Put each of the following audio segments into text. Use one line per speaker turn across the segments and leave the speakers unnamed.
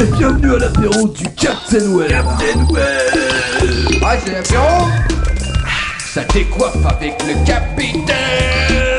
Et bienvenue à l'apéro du Captain Web Captain Web
Ouais, c'est l'apéro
Ça décoiffe avec le capitaine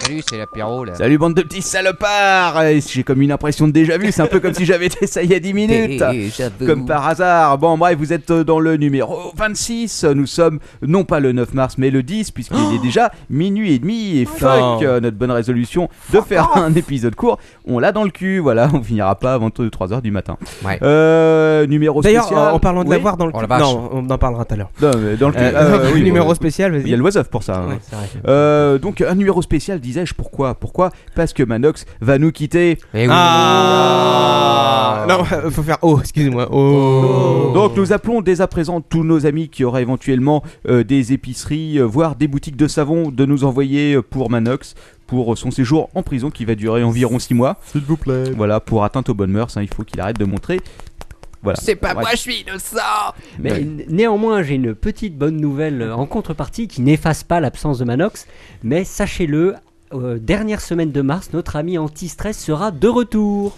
Salut, c'est l'apéro là.
Salut bande de petits salopards Euh, J'ai comme une impression de déjà vu, c'est un peu comme si j'avais été ça il y a 10 minutes
Déjà vu.
Comme par hasard. Bon, bref, vous êtes euh, dans le numéro 26. Nous sommes non pas le 9 mars, mais le 10, puisqu'il est déjà minuit et demi. Et fuck, euh, notre bonne résolution de faire un épisode court. On l'a dans le cul, voilà, on finira pas avant 3h du matin.
Ouais.
Euh, numéro
D'ailleurs,
spécial.
en, en parlant de
Oui.
l'avoir dans le
Oh, la
cul-
vache.
Non, on en parlera tout à l'heure.
Non, mais dans le cul.
Euh,
Euh, oui,
numéro
bon,
spécial,
Il y a
vas-y.
le Wasoff pour ça. hein.
Ouais, c'est vrai.
Euh, donc un numéro spécial disais-je pourquoi pourquoi parce que Manox va nous quitter
Eh oui.
Ah Non, faut faire oh, excusez-moi. Oh.
Donc nous appelons dès à présent tous nos amis qui auraient éventuellement euh, des épiceries, euh, voire des boutiques de savon, de nous envoyer euh, pour Manox pour euh, son séjour en prison qui va durer environ 6 mois. S'il vous plaît. Voilà, pour atteinte aux bonnes mœurs, hein, il faut qu'il arrête de montrer. Voilà.
C'est pas
Ouais.
moi, je suis innocent
Mais
Ouais.
n- néanmoins, j'ai une petite bonne nouvelle euh, en contrepartie qui n'efface pas l'absence de Manox. Mais sachez-le, euh, dernière semaine de mars, notre ami anti-stress sera de retour.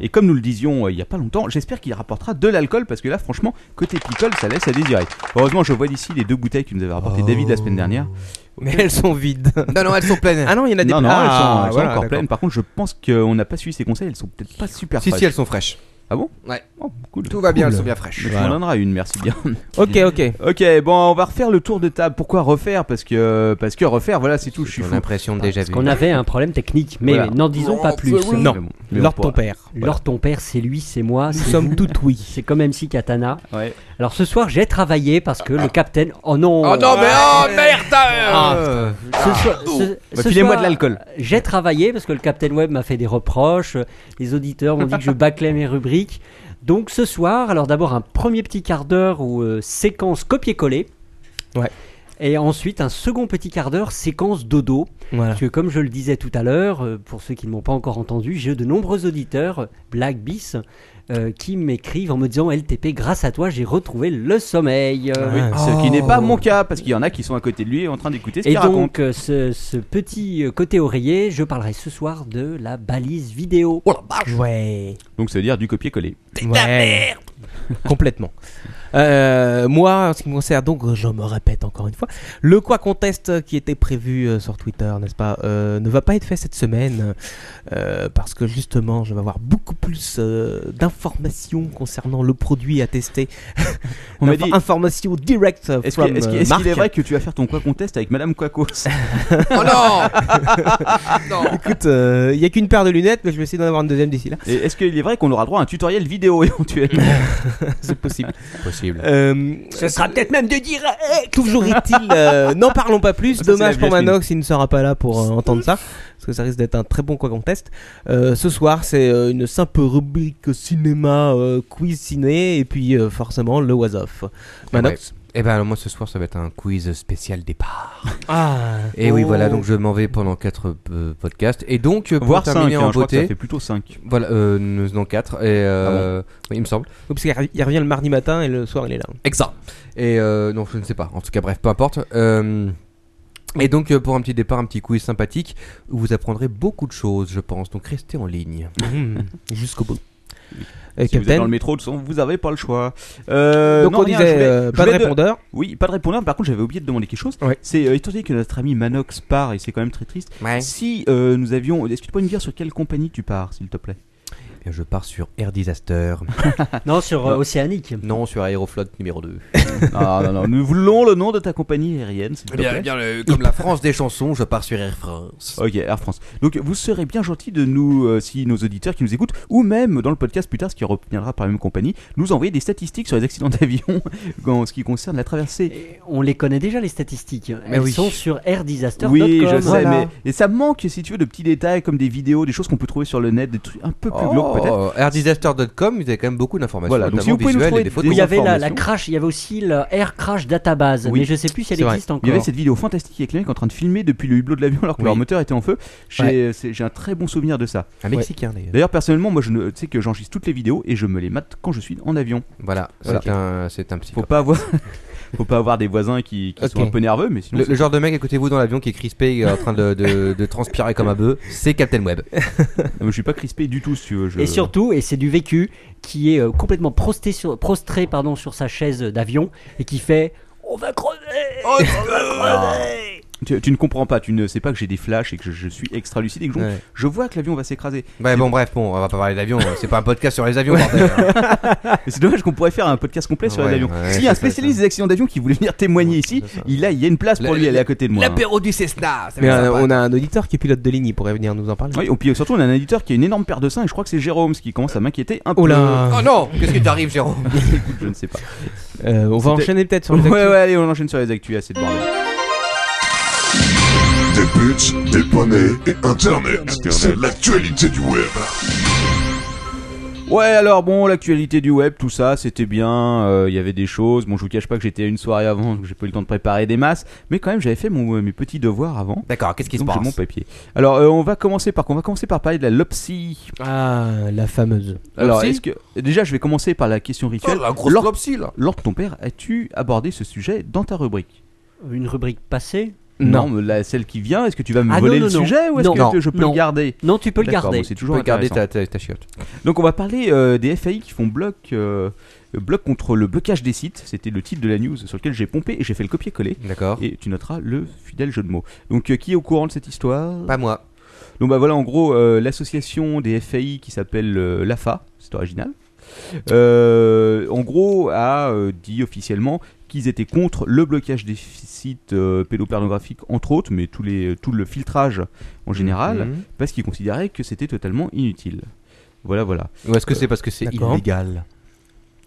Et comme nous le disions euh, il y a pas longtemps, j'espère qu'il rapportera de l'alcool parce que là franchement, côté picole, ça laisse à désirer. Heureusement, je vois d'ici les deux bouteilles que nous avait rapportées David la semaine dernière.
Mais elles sont vides.
Non, non, elles sont pleines.
Ah non, il y en a des
non, non, elles sont- elles
Ah,
sont,
voilà,
encore
d'accord.
pleines. Par contre, je pense qu'on n'a pas suivi ses conseils, elles sont peut-être pas super
Si,
fraîches.
si, elles sont fraîches.
Ah bon
Ouais.
Oh, cool.
Tout va bien,
Cool.
elles sont bien fraîches.
Je vous en donnerai une, merci bien.
OK, OK.
ok, bon, on va refaire le tour de table. Pourquoi refaire Parce que parce que refaire, voilà, c'est tout. Je suis
J'ai
fou.
l'impression de déjà
Parce
vu.
qu'on avait un problème technique, mais
Voilà.
n'en disons pas plus.
Non.
Mais bon, mais on
Lord ton
pourra.
père.
Lors ton père, c'est lui, c'est moi,
Nous
c'est
sommes
vous.
toutes oui.
C'est comme MC Katana.
Ouais.
Alors ce soir, j'ai travaillé parce que
Ah.
le capitaine. Oh non
Oh non, mais oh merde
Ah,
Ce soir- ce-
Euh, Bah,
ce
Filez-moi
soir,
de l'alcool.
J'ai travaillé parce que le Captain Web m'a fait des reproches, euh, les auditeurs m'ont dit que je bâclais mes rubriques. Donc ce soir, alors d'abord un premier petit quart d'heure où euh, séquence copier-coller.
Ouais.
Et ensuite un second petit quart d'heure séquence dodo.
Ah.
Voilà.
Parce que comme je le disais tout à l'heure, euh, pour ceux qui ne m'ont pas encore entendu, j'ai eu de nombreux auditeurs, euh, Black Bis, euh, qui m'écrivent en me disant LTP, grâce à toi, j'ai retrouvé le sommeil. Euh,
Oui,
Ah.
Ce qui n'est
Oh.
pas mon cas, parce qu'il y en a qui sont à côté de lui en train d'écouter ce
et
qu'il raconte.
donc, euh, ce, ce petit euh, côté oreiller, je parlerai ce soir de la balise vidéo.
Oh
Ouais.
Donc, ça veut dire du copier-coller.
Ouais. Complètement. Euh, moi, en ce qui me concerne, donc, je me répète encore une fois, le quoi conteste qui était prévu euh, sur Twitter, n'est-ce pas, euh, ne va pas être fait cette semaine euh, parce que justement, je vais avoir beaucoup plus euh, d'informations concernant le produit à tester.
On m'a
D'info-
dit-
informations direct euh,
Est-ce que-
from,
est-ce que-
euh,
est-ce qu'il est,
Marc.
vrai que tu vas faire ton quoi contest avec Madame Quacos
Oh non Non
Écoute, euh, il n'y a qu'une paire de lunettes, mais je vais essayer d'en avoir une deuxième d'ici là.
Et est-ce qu'il est vrai qu'on aura droit à un tutoriel vidéo éventuellement
C'est possible.
possible.
Euh,
Ce sera peut-être même de dire.
Toujours est-il, euh, n'en parlons pas plus.
Ça, c'est
Dommage
la
pour
Jasmine.
Manox, il ne sera pas là pour euh, entendre ça, parce que ça risque d'être un très bon quoi qu'on teste. Euh, ce soir, c'est euh, une simple rubrique cinéma, euh, quiz ciné, et puis euh, forcément le was off. Manox.
Eh ben, alors, moi, ce soir, ça va être un quiz spécial départ.
Ah.
Et Eh oui, voilà,
Oh.
donc je m'en vais pendant 4 podcasts. Et donc, euh, pour
Voir 5,
terminer en
hein, je crois que ça
beauté.
fait Ah plutôt 5.
Voilà, euh, non, 4. Et euh, oui, il me semble.
Oui, Oh, parce qu'il re- il revient le mardi matin et le soir il est là.
Exact. Et euh, non, je ne sais pas. En tout cas, bref, peu importe. Euh, et donc, euh, pour un petit départ, un petit quiz sympathique, où vous apprendrez beaucoup de choses, je pense. Donc, restez en ligne.
Mhm. Jusqu'au bout. Euh,
Mm. Si vous êtes dans
Captain.
le métro, de toute façon, vous n'avez pas le choix. Euh,
donc
non,
on
rien,
disait
je voulais-
euh,
je
pas de
voulais
répondeur.
Oui, pas de répondeur. Par contre, j'avais oublié de demander quelque chose.
Ouais.
C'est euh, étant donné que notre ami Manox part et c'est quand même très triste.
Ouais.
Si euh, nous avions, est-ce que tu peux nous dire sur quelle compagnie tu pars, s'il te plaît
Et je pars sur Air Disaster.
Ah.
Non, sur euh, Océanique.
non, sur Aeroflot numéro 2.
Ah, Non, non, non. Nous voulons le nom de ta compagnie aérienne, s'il te
Bien,
plaît.
bien, le...
Comme la France des chansons, je pars sur Air France.
Ok, Air France. Donc, vous serez bien gentil de nous, euh, si nos auditeurs qui nous écoutent, ou même dans le podcast plus tard, ce qui reviendra par la même compagnie, nous envoyer des statistiques sur les accidents d'avion en ce qui concerne la traversée.
Et On les connaît déjà, les statistiques. Elles
oui.
sont sur airdisaster.com.
Oui, je sais,
Voilà.
mais et ça manque, si tu veux, de petits détails comme des vidéos, des choses qu'on peut trouver sur le net, des trucs un peu plus glauques peut-être.
Oh, airdisaster.com, vous avez quand même beaucoup d'informations.
Voilà, donc
notamment
si vous pouvez nous
visuelles
trouver des-
et des photos.
Où il y avait la, la
informations.
crash, il y avait aussi la Air Crash Database,
Oui.
mais je sais plus si elle
C'est vrai.
existe encore.
Il y avait cette vidéo fantastique avec les mecs en train de filmer depuis le hublot de l'avion alors que
Oui.
leur moteur était en feu. J'ai c'est- j'ai un très bon souvenir de ça.
Un Mexicain, d'ailleurs.
D'ailleurs, personnellement, moi, je ne, tu sais que j'enregistre toutes les vidéos et je me les mate quand je suis en avion.
Voilà,
Voilà.
c'est un, c'est un petit.
Faut pas avoir, Faut pas avoir des voisins qui, qui sont
Ok.
un peu nerveux, mais sinon.
Le, le genre de mec à côté de vous dans l'avion qui est crispé euh, en train de, de- de transpirer comme un bœuf, c'est Captain Web.
c'est- Je suis pas crispé du tout, si tu veux. je-
Et surtout, et c'est du vécu, qui est euh, complètement prosté sur, prostré pardon, sur sa chaise d'avion et qui fait On va crever
Oh,
On va crever
Tu, tu ne comprends pas, tu ne sais pas que j'ai des flashs et que je, je suis extra lucide et que je,
Ouais.
je vois que l'avion va s'écraser.
Ouais, bon, bref, bon, on va pas parler d'avion, euh, c'est pas un podcast sur les avions, bordel.
Et C'est dommage qu'on pourrait faire un podcast complet sur
Ouais,
les avions.
ouais,
S'il y a un
c'est ça,
spécialiste des accidents d'avion qui voulait venir témoigner ici,
c'est ça.
il a, il y a une place pour
La- E
lui, elle est à côté de moi. hein.
L'apéro du Cessna, ça
Mais
va être
euh,
sympa.
on a un auditeur qui est pilote de ligne, il pourrait venir nous en parler.
Oui, et puis surtout, on a un éditeur qui a une énorme paire de seins et je crois que c'est Jérôme, ce qui commence à m'inquiéter un peu.
Oh là
Oh non, qu'est-ce qui t'arrive, Jérôme
Écoute, je ne sais pas.
Euh, On va
C'était-
enchaîner peut-être sur
Ouais,
les
ouais,
actus.
allez, on enchaîne sur les actus, assez de bordel.
Des buts, des poneys et Internet. C'est l'actualité du web.
Ouais, alors bon, l'actualité du web, tout ça, c'était bien. euh, Il y avait des choses. Bon, je vous cache pas que j'étais à une soirée avant, donc j'ai pas eu le temps de préparer des masses. Mais quand même, j'avais fait mon, euh, mes petits devoirs avant.
D'accord, qu'est-ce qui se
Donc, j'ai
passe
mon papier. Alors, euh, on va commencer par quoi On va commencer par parler de la lopsy.
Ah, la fameuse.
Alors,
Lopsy
est-ce que déjà, je vais commencer par la question
Oh,
rituelle.
la grosse
Lors-
lopsy, là
Lors de ton père, as-tu abordé ce sujet dans ta rubrique
Une rubrique passée
Non.
mais la- celle qui vient, est-ce que tu vas me
Ah,
voler
non,
le
non, non.
sujet ou est-ce
Non.
que je peux
Non.
le garder
Non, tu peux le
D'accord,
garder.
bon, c'est
Tu
toujours
peux garder
intéressant.
ta, ta, ta chiotte.
Donc on va parler euh, des FAI qui font bloc, euh, bloc contre le blocage des sites. C'était le titre de la news sur lequel j'ai pompé et j'ai fait le copier-coller.
D'accord.
Et tu noteras le fidèle jeu de mots. Donc euh, qui est au courant de cette histoire
Pas moi.
Donc bah voilà en gros euh, l'association des FAI qui s'appelle euh, l'AFA, c'est original. euh, en gros a euh, dit officiellement qu'ils étaient contre le blocage des f- sites euh, pédopornographiques entre autres, mais tous les, tout le filtrage en général,
Mhm.
parce qu'ils considéraient que c'était totalement inutile. Voilà voilà.
Ou est-ce que c'est parce que c'est
D'accord.
illégal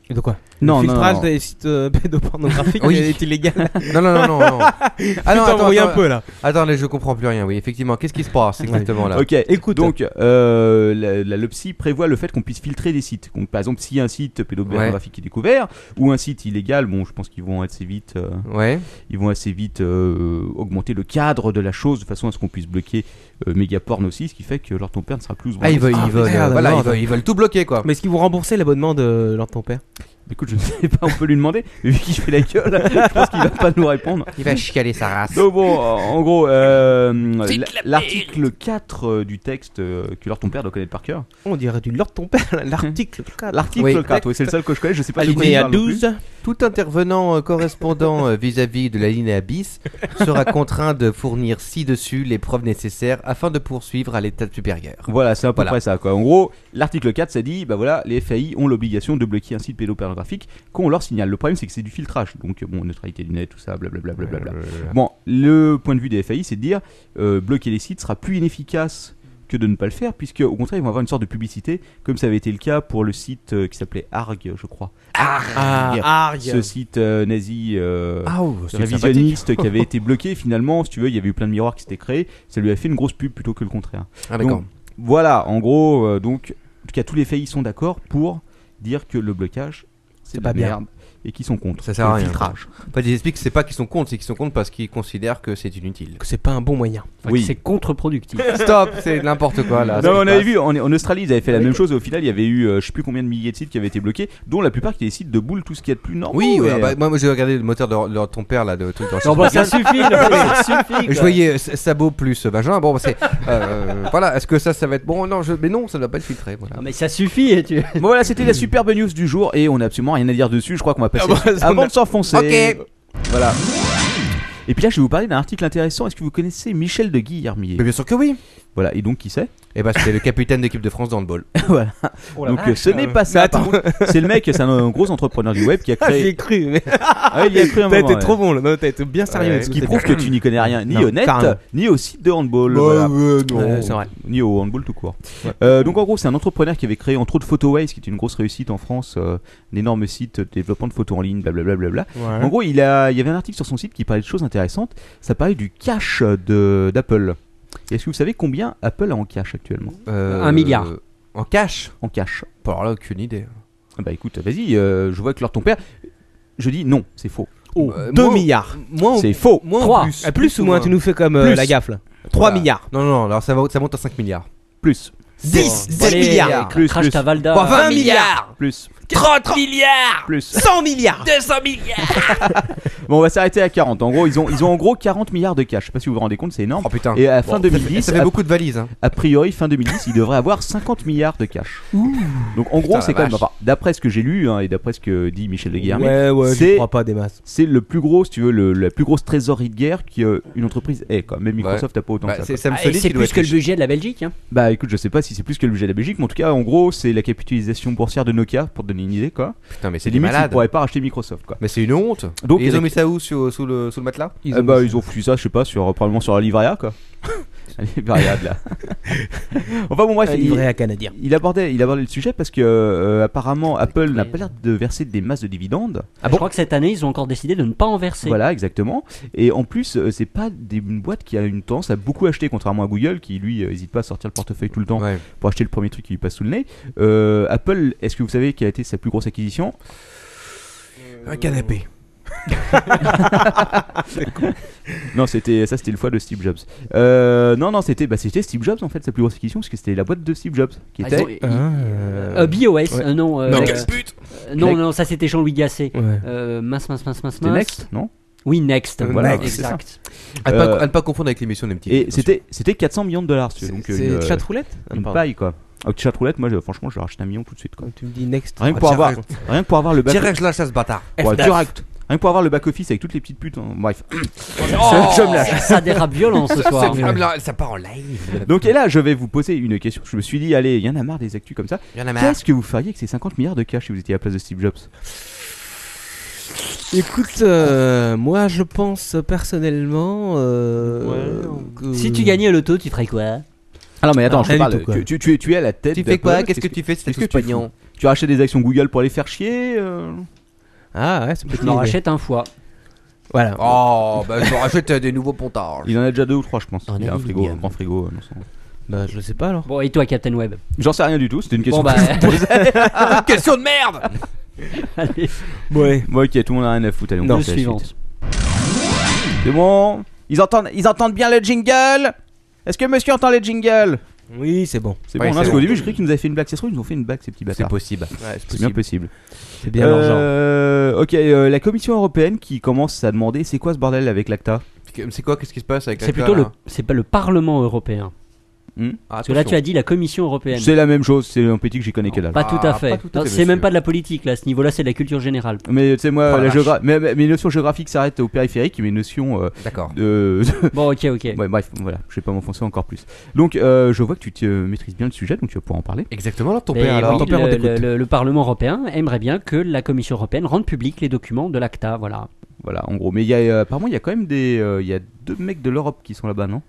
De quoi
Non,
Le
non,
filtrage
non.
des sites euh, pédopornographiques
Oui.
est illégal.
Non, non, non, non. non. Ah non,
Putain,
attends,
voyez
attends,
un peu là.
attends, là, je comprends plus rien, oui, effectivement. Qu'est-ce qui se passe exactement là
Ok, écoute. Donc, euh, la, la LOPSI prévoit le fait qu'on puisse filtrer des sites. Donc, par exemple, si un site pédopornographique est découvert ou un site illégal, bon, je pense qu'ils vont assez vite, euh,
Ouais,
ils vont assez vite euh, augmenter le cadre de la chose de façon à ce qu'on puisse bloquer euh, Megaporn aussi, ce qui fait que leur ton père ne sera plus. aux
ah, ils veulent,
Ah,
ils veulent,
merde,
euh, voilà, ils
merde.
veulent, ils veulent tout bloquer quoi.
Mais est-ce qu'ils vont rembourser l'abonnement de Lord ton père
Ah, Écoute, je ne sais pas, on peut lui demander. Mais vu qu'il fait la gueule, je pense qu'il va pas nous répondre.
Il va chialer sa race.
Donc bon, en gros, euh, la- l'article 4 euh, du texte euh, que leur ton père doit connaître par cœur.
On dirait du Lord ton père, l'article 4.
L'article
Ah, Oui. Ah,
4, oui, c'est le seul que je connais, je sais pas de quoi il
Alinéa
parle non plus.
12.
Tout intervenant euh, correspondant euh, vis-à-vis de la ligne bis sera contraint de fournir ci-dessus les preuves nécessaires afin de poursuivre à l'étape supérieure.
Voilà, c'est à peu
Voilà.
près ça. Quoi. En gros, l'article 4, ça dit, bah voilà, les FAI ont l'obligation de bloquer un site pédopornographique quand on leur signale. Le problème, c'est que c'est du filtrage. Donc, bon, neutralité du net, tout ça, blablabla. blablabla. Bon, le point de vue des FAI, c'est de dire, euh, bloquer les sites sera plus inefficace que de ne pas le faire, puisque au contraire, ils vont avoir une sorte de publicité, comme ça avait été le cas pour le site euh, qui s'appelait ARG, je crois.
Ah,
Ce
Arg.
site euh, nazi. euh,
Ah, oh, c'est sympathique.
Révisionniste qui avait été bloqué finalement, si tu veux, il y avait eu plein de miroirs qui s'étaient créés, ça lui a fait une grosse pub plutôt que le contraire.
Ah, d'accord.
Donc, voilà, en gros, euh, donc, en tout cas, tous les faits, ils sont d'accord pour dire que le blocage, c'est de
pas
la
bien.
merde et qu'ils sont contre.
Ça sert à
Le
rien.
Filtrage.
Enfin, ils expliquent que c'est pas qu'ils sont contre, c'est qu'ils sont contre parce qu'ils considèrent que c'est inutile.
Que c'est pas un bon moyen.
Enfin,
Oui.
C'est contre-productif.
Stop, c'est n'importe quoi là.
Non, on avait vu, en, en Australie, ils avaient fait la même chose. Au final, il y avait eu, euh, je sais plus combien de milliers de sites qui avaient été bloqués, dont la plupart qui étaient des sites de boules, tout ce qu'il y a de plus normal.
Oui, ouais, bah, moi moi, j'ai regardé le moteur de, de ton père là, de truc dans le
Non, bah, ça suffit, là, ça suffit.
Je
quoi.
voyais euh, s- sabot plus euh, vagin. Bon, bah, c'est euh, voilà. Est-ce que ça, ça va être bon Non, je, mais non, ça doit pas être filtré. Voilà.
Non, mais ça suffit. et Tu...
Bon, voilà, c'était la superbe news du jour et on a absolument rien à dire dessus. Je crois qu'on va passer
Ah bah, ça, on
avant
a-
de s'enfoncer.
Ok.
Voilà. Et puis là, je vais vous parler d'un article intéressant. Est-ce que vous connaissez Michel de Guillermier
Mais bien sûr que oui.
Voilà. Et donc, qui c'est
Et bah, c'était le capitaine d'équipe de France dans le ball.
Voilà.
Oh
donc, euh, ce n'est pas ça.
Mais
par contre. C'est le mec, c'est un, un gros entrepreneur du web qui a
Ah, j'y
créé.
ai cru, mais
Ah ouais, il y a cru un
t'as
moment,
été
ouais.
trop bon là. Non, t'as été bien sérieux.
Ouais,
avec
Ce
ce
qui
que
prouve que tu n'y connais rien, ni
Non,
au net,
carrément.
ni au site de handball. voilà.
Bah,
Euh, c'est vrai.
Ni au handball tout court. Euh, donc en gros, c'est un entrepreneur qui avait créé entre autres PhotoWays, qui est une grosse réussite en France, euh, un énorme site de développement de photos en ligne, blablabla. blablabla.
Hein
En gros, il, a, il y avait un article sur son site qui parlait de choses intéressantes. Ça parlait du cash de- d'Apple. Et Est-ce que vous savez combien Apple a en cash actuellement
Euh,
Un milliard.
euh, En cash
En cash
Bon, Alors là, aucune idée.
Ah Bah écoute, vas-y, euh, je vois que leur ton père. Je dis non, c'est faux.
Oh,
Euh,
2
moi-
milliards.
Moins
C'est faux.
moins
Trois.
Ah, plus ou moins, tu nous fais comme euh,
Plus.
la gaffe là. 3
Voilà.
milliards.
Non, non, non, alors ça, va, ça monte à 5 milliards.
Plus,
10, 10
Allez, Bah,
milliards.
Plus,
Crash
plus.
ta Valda.
Bon, 20 milliards
plus,
30 milliards.
plus.
100 milliards.
200 milliards Bon, on va s'arrêter à 40. En gros, ils ont, ils ont en gros 40 milliards de cash. Je sais pas si vous vous rendez compte, c'est énorme.
Oh putain.
Et euh, à fin
Bon, ça fait-
2010,
ça fait
à-
beaucoup de valises. hein.
A priori, fin 2010, il devrait avoir 50 milliards de cash. Donc en gros,
la
c'est quand même,
vache.
enfin, d'après ce que j'ai lu hein, et d'après ce que dit Michel de Guillermet,
Ouais, ouais, je
C'est-
crois pas des masses.
c'est le plus gros, si tu veux, le, la plus grosse trésorerie de guerre qu'une entreprise ait. Quoi. Même Microsoft n'a pas autant
Bah,
que ça.
c'est
quoi.
Sam
Ah, et
Solid
c'est
qui doit
plus
être
que le
riche.
budget de la Belgique. Hein.
Bah écoute, je sais pas si c'est plus que le budget de la Belgique, mais en tout cas, en gros, c'est la capitalisation boursière de Nokia, pour te donner une idée. quoi.
Putain, mais c'est
C'est
des
limite, ils
malades.
pourraient pas racheter Microsoft. quoi.
Mais c'est une honte.
Donc,
Et ils
les-
ont mis ça où sous, sous le, sous le matelas Euh,
Eh bah, Ils ont, foutu ça, je sais pas, sur, euh, probablement sur la Livrea, quoi. la Livrea de là. enfin bon, bref,
Un
il-
livret à canadien.
Il abordait, il abordait le sujet parce que euh, apparemment Apple n'a pas l'air de verser des masses de dividendes.
je crois que cette année, ils ont encore décidé de ne pas en verser.
Voilà, exactement. Et en plus, euh, c'est pas des- une boîte qui a une tendance à beaucoup acheter, contrairement à Google qui lui euh, hésite pas à sortir le portefeuille tout le temps
Ouais.
pour acheter le premier truc qui lui passe sous le nez. Euh, Apple, est-ce que vous savez quelle a été sa plus grosse acquisition
Euh, Un canapé.
Non, c'était ça, c'était le foie de Steve Jobs. Euh, non, non, c'était bah, c'était Steve Jobs en fait sa plus grosse acquisition parce que c'était la boîte de Steve Jobs qui
Ah,
était.
ils ont- Euh, BOS, euh, non, euh, euh, non,
Next.
non, ça c'était Jean-Louis Gasset.
Ouais.
Euh, mince, mince, mince, mince,
C'était
mince.
Next, non
Oui, Next.
Euh,
Voilà,
Next.
exact.
À ne pas-
Euh,
à ne pas confondre avec l'émission des petits.
Et c'était c'était 400 millions de dollars. tu
C'est-
vois, donc,
C'est
une, euh,
chatroulette Ah,
une
pardon.
paille quoi. Ah, Chat roulette, moi je- franchement je vais racheter un million tout de suite quoi.
Quand tu me dis next.
Rien que pour avoir, rien que pour avoir le back
Direct, je lâche à ce bâtard.
Ouais,
F9.
direct. Rien que pour avoir le back office avec toutes les petites putes. hein. Bref.
je me lâche.
Ça, ça dérape violent ce soir.
Ça part en live.
Donc et là je vais vous poser une question. Je me suis dit allez, il y en a marre des actus comme ça.
Il y en a marre.
Qu'est-ce que vous feriez avec ces 50 milliards de cash si vous étiez à la place de Steve Jobs
Écoute, euh, moi je pense personnellement. euh, que-
Si tu gagnais à l'auto, tu ferais quoi
Ah non mais attends,
Non,
je te
rien du
parle.
tout, quoi.
tu, tu- tu es, tu es à la tête.
Tu fais
d'Apple.
quoi Qu'est-ce que tu fais C'est
qu'est-ce que
tout
tu
pognon.
Tu rachètes des actions Google pour les faire chier euh,
Ah ouais, c'est
Je m'en rachète un fois.
Voilà.
Oh, bah je rachète euh, des nouveaux pontards.
Il en a déjà deux ou trois je
Oh,
pense.
En
il y a un frigo, un
aluminium.
grand frigo. euh, non, sans-
Bah, je le sais pas alors.
Bon, et toi, Captain Web
J'en sais rien du tout. C'était une question.
Bon, bah.
que je vous posais.
Question Ah, de merde
Allez,
Ouais.
bon ok, tout le monde a rien à foutre. Allez, on
le
passe à la
suivant.
suite. C'est bon. Ils entendent, ils entendent bien le jingle. Est-ce que Monsieur entend le jingle
Oui, c'est bon.
C'est
Ouais,
bon, hein,
c'est
parce
bon.
qu'au début, je croyais qu'ils nous avaient fait une blague. C'est sûr, ils nous ont fait une blague, ces petits
C'est
bâtards.
possible.
C'est bien possible.
C'est bien leur genre.
Euh, ok, euh, la Commission européenne qui commence à demander c'est quoi ce bordel avec l'ACTA
C'est quoi Qu'est-ce qui se passe avec
C'est plutôt le, c'est pas le Parlement européen.
Ah,
Parce que là, tu as dit la Commission européenne.
C'est la même chose, c'est un petit que j'y connais que dalle.
Pas tout à
Ah,
fait.
pas tout à
Non,
fait,
C'est même
monsieur.
pas de la politique là. À ce niveau-là, c'est de la culture générale.
Mais tu sais, moi,
Oh la
la
vache.
géogra- mes- mes- mes notions géographiques s'arrêtent au périphérique et mes notions euh,
D'accord.
de.
Bon, ok, ok.
Ouais, bref, voilà, je vais pas m'enfoncer encore plus. Donc, euh, je vois que tu te maîtrises bien le sujet, donc tu vas pouvoir en parler.
Exactement, alors ton
Mais
père,
oui,
alors.
le- le, le- le Parlement européen aimerait bien que la Commission européenne rende public les documents de l'ACTA. Voilà.
Voilà, en gros. Mais il y a, euh, apparemment, il y a quand même des. euh, Il y a deux mecs de l'Europe qui sont là-bas, non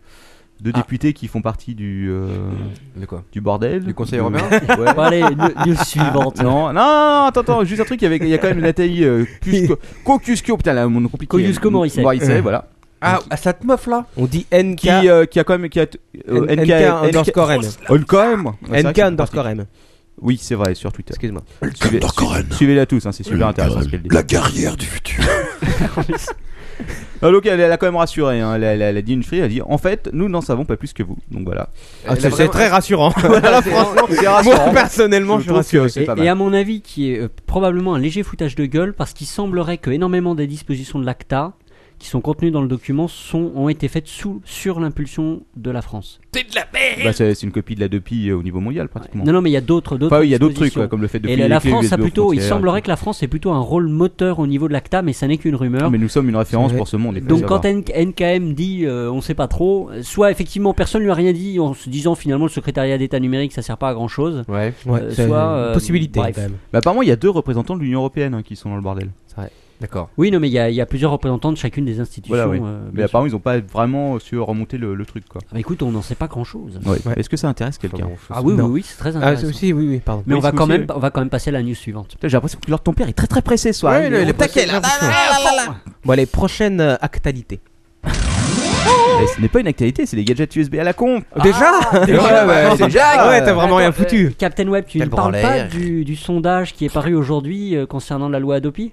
Deux
Ah.
députés qui font partie du. euh,
Le quoi
du bordel.
Du Conseil
de-
européen
Ouais.
Bon, allez, ne- news suivante.
Non, non, non, attends, attends, juste un truc, il y, avait, il y a quand même Nathalie euh, Cusco, Kokusko, putain, là, mon nom compliqué.
Koyusko Morisset.
Morisset, voilà.
Ah, à cette meuf là
On dit NK.
Qui, euh, qui a quand même, qui a, euh,
N- NK underscore N.
Oh, quand même. Ouais, c'est vrai que
NK
c'est
underscore M.
pratique. Oui, c'est vrai, sur Twitter.
Excuse-moi.
Suivez-
Underscore
su-
N.
Suivez-la tous, hein, c'est super intéressant ce qu'elle dit.
La carrière du futur.
Ah, donc, elle, elle a quand même rassuré, hein, elle, a- elle a- elle a dit une fille, elle a dit, en fait, nous n'en savons pas plus que vous. Donc voilà.
Ah,
Elle a vraiment-
rassurant.
Voilà, franchement, c'est
Moi
rassurant.
personnellement, je suis
trouve
rassuré.
que c'est
Et,
pas
et
mal.
à mon avis, qui est euh, probablement un léger foutage de gueule, parce qu'il semblerait que énormément des dispositions de l'ACTA qui sont contenues dans le document sont, ont été faites sous, sur l'impulsion de la France.
Bah, c'est c'est une copie de la Depi au niveau mondial, pratiquement.
Non, non, mais il y a d'autres, d'autres.
Enfin, oui, il y a d'autres trucs,
dispositions.
quoi, comme le fait de
Et la,
payer
la
les clés
France a
USB aux
plutôt, il
frontières.
semblerait que la France ait plutôt un rôle moteur au niveau de l'ACTA, mais ça n'est qu'une rumeur.
Non, Ah, mais nous sommes une référence
C'est
pour ce monde. il faut
Donc
le
quand
savoir.
N- NKM dit euh, on sait pas trop, euh, soit effectivement personne lui a rien dit en se disant finalement le secrétariat d'État numérique ça sert pas à grand chose.
Ouais.
euh,
Ouais, c'est
soit,
une
euh,
possibilité
bref.
quand même.
Bah, apparemment, il y a deux représentants de l'Union européenne hein, qui sont dans le bordel.
D'accord.
Oui non mais il y, a- il y a plusieurs représentants de chacune des institutions.
Voilà, oui.
euh,
Mais
bien sûr.
apparemment, ils n'ont pas vraiment su remonter le, le truc, quoi.
Ah, bah, écoute on n'en sait pas grand chose.
Ouais.
Est-ce que ça intéresse quelqu'un
Ah oui, oui,
Non.
oui, c'est très
Ah,
intéressant.
c'est aussi, oui, oui, pardon.
Mais
Oui,
on va,
c'est
quand
aussi,
même,
oui.
on va quand même passer à la news suivante.
Putain, J'ai l'impression que leur ton père est très très pressé ce soir.
Ouais,
Il
le-
est
les
au taquet, là.
Bon, les prochaines euh, actualités.
Mais ce n'est pas une actualité, c'est les gadgets USB à la con.
déjà
Déjà,
ouais,
ouais,
c'est
déjà
Ah ouais, t'as vraiment rien
Attends, euh,
foutu.
Captain Web, tu
Quel
ne parles pas
branleur.
du, du sondage qui est paru aujourd'hui euh, concernant la loi Adopi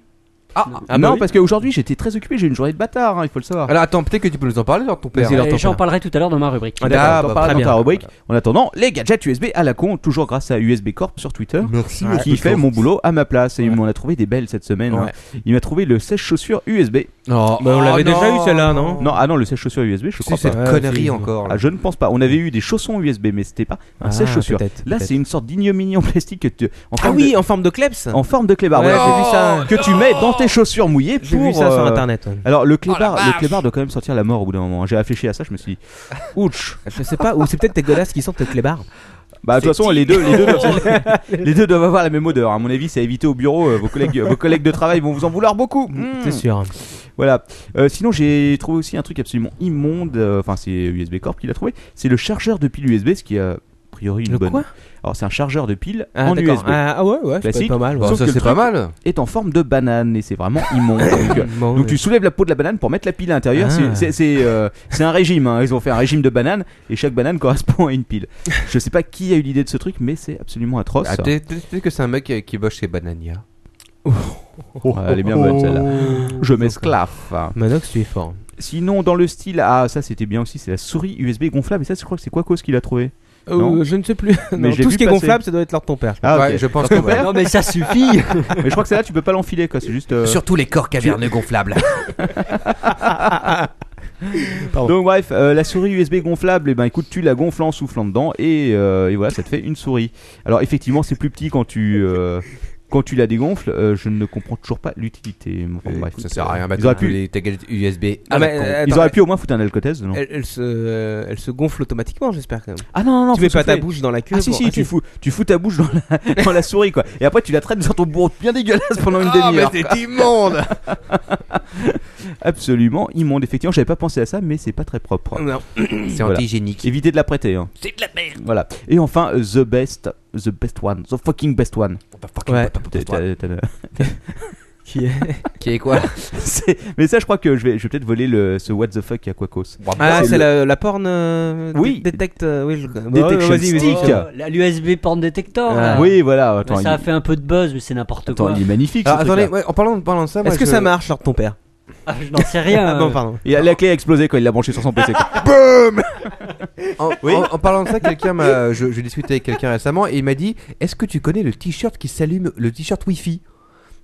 Ah,
Ah bah
non,
oui. Ah,
parce qu'aujourd'hui j'étais très occupé, j'ai eu une journée de bâtard, hein, il faut le savoir.
Alors attends, peut-être que tu peux nous en parler, alors ton père.
Vas-y, alors.
Euh,
t'en
J'en
parles.
parlerai tout à l'heure dans ma rubrique.
Ah, d'accord,
Ah,
On
bah,
en parlera
très
dans
bien.
ta rubrique. En attendant, les gadgets USB à la con, toujours grâce à USB Corp sur Twitter.
Merci,
Ah,
Qui fait mon boulot à ma place et il m'en a trouvé des belles cette semaine.
Ouais.
hein. Il m'a trouvé le sèche-chaussures USB.
Oh, Non,
Bah, on l'avait déjà eu, celle-là, non
Non, ah non, le sèche-chaussure USB, je crois
C'est cette
pas.
Ouais,
connerie
si.
encore. là.
Ah, je ne pense pas. On avait eu des chaussons USB, mais c'était pas un
Ah,
sèche-chaussure.
peut-être,
Là,
peut-être.
c'est une sorte d'ignominie en plastique que tu- en
Ah
forme
oui,
de-
en forme de kleps
en forme de clébar.
Ouais,
voilà,
Oh.
j'ai vu ça.
que tu mets dans tes chaussures mouillées
J'ai
pour.
vu ça sur
euh,
internet. ouais.
Alors le clébard, le clébard doit quand même sortir la mort au bout d'un moment. J'ai réfléchi à ça, je me suis dit, ouch.
Je sais pas, ou c'est peut-être tes godasses qui sentent le clébard.
Bah de toute façon les deux, les deux, doivent, les deux doivent avoir la même odeur. À mon avis, c'est à éviter au bureau. euh, Vos collègues, vos collègues de travail vont vous en vouloir beaucoup.
C'est
Mm.
sûr.
Voilà. Euh, sinon, j'ai trouvé aussi un truc absolument immonde. euh, Enfin, c'est USB Corp qui l'a trouvé. C'est le chargeur de pile USB, ce qui est a priori une
Le
bonne.
quoi
Alors c'est un chargeur de pile
Ah,
en
d'accord.
USB.
Ah, ah ouais, ouais, c'est
Classique.
pas mal. ouais.
Bah,
Sauf
ça
que le
c'est pas
truc-
mal.
Est en forme de banane et c'est vraiment immonde. Donc, euh,
Bon,
Donc
Oh, ouais.
tu soulèves la peau de la banane pour mettre la pile à l'intérieur.
Ah.
C'est- C'est c'est, euh, c'est un régime. hein. Ils ont fait un régime de bananes et chaque banane correspond à une pile. Je sais pas qui a eu l'idée de ce truc, mais c'est absolument atroce.
Ah, peut-être peut-être que c'est un mec qui- qui bosse chez Banania.
Ouais, elle est bien bonne celle-là. Je m'esclave.
Manox, tu es fort.
Sinon, dans le style, ah ça c'était bien aussi, c'est la souris USB gonflable. Et ça, je crois que c'est quoi cause qu'il a trouvé
Euh,
Non.
je ne sais plus.
Mais
Non,
j'ai
tout
vu
ce qui
passer.
est gonflable, ça doit être l'heure de ton père.
Ah, ok.
Ouais, je pense
Parce
que
que père-
Non mais ça suffit.
Mais je crois que celle-là, tu peux pas l'enfiler, quoi. C'est juste. euh,
Surtout les corps caverneux gonflables.
Donc bref, euh, la souris USB gonflable, et ben écoute, tu la gonfles en soufflant dedans et, euh, et voilà, ça te fait une souris. Alors effectivement, c'est plus petit quand tu euh, quand tu la dégonfles. euh, je ne comprends toujours pas l'utilité. mais enfin,
Euh,
bref,
ça sert à rien. Eh,
Ils auraient
Maintenant,
pu,
les tags USB.
Ah,
à la
mais,
con.
euh,
ils
Attends,
auraient pu au moins foutre un alcotest.
Eh,
Non
Elle, elle se, euh, elle se gonfle automatiquement, j'espère quand même.
ah non non non,
tu
faut
mets pas ta
souffler.
bouche dans la queue.
Ah si
pour-
si, tu fous tu fous ta bouche dans la dans la souris quoi. Et après tu la traînes sur ton bourreau bien dégueulasse pendant une
Ah, mais
demi-heure.
c'est immonde
Absolument immonde. Effectivement, j'avais pas pensé à ça, mais c'est pas très propre.
Non.
C'est
Voilà.
antigénique.
Évitez de la prêter. Hein.
C'est de la merde.
Voilà. Et enfin, euh, the best, the best one, the fucking best one.
Ouais.
T'as- t'as- t'as-
Qui est-
Qui est quoi
C'est- Mais ça, je crois que je vais, je vais peut-être voler le, ce what the fuck à Quacos.
Oh.
Ah,
c'est
c'est la, la porn. euh,
Oui.
dé- Détecte. euh, oui, je- Bah,
Detection
ouais, vas-y, vas-y.
stick.
Oh, la- L'USB porn detector.
Ah.
là.
Oui, voilà.
Bah,
Attends,
ça a
il,
fait un peu de buzz mais c'est n'importe
attends,
quoi.
il est magnifique.
Alors,
ce
Ah, attendez,
truc-là.
ouais, en parlant, en parlant de ça,
Est-ce
moi,
que
je-
ça marche, l'heure de ton père
Ah, je n'en sais rien.
Ah, Non, pardon.
Et la clé a explosé quand il l'a branché sur son PC. quoi.
En, en- en parlant de ça, quelqu'un m'a, je, je discutais avec quelqu'un récemment et il m'a dit Est-ce que tu connais le t-shirt qui s'allume, le t-shirt Wi-Fi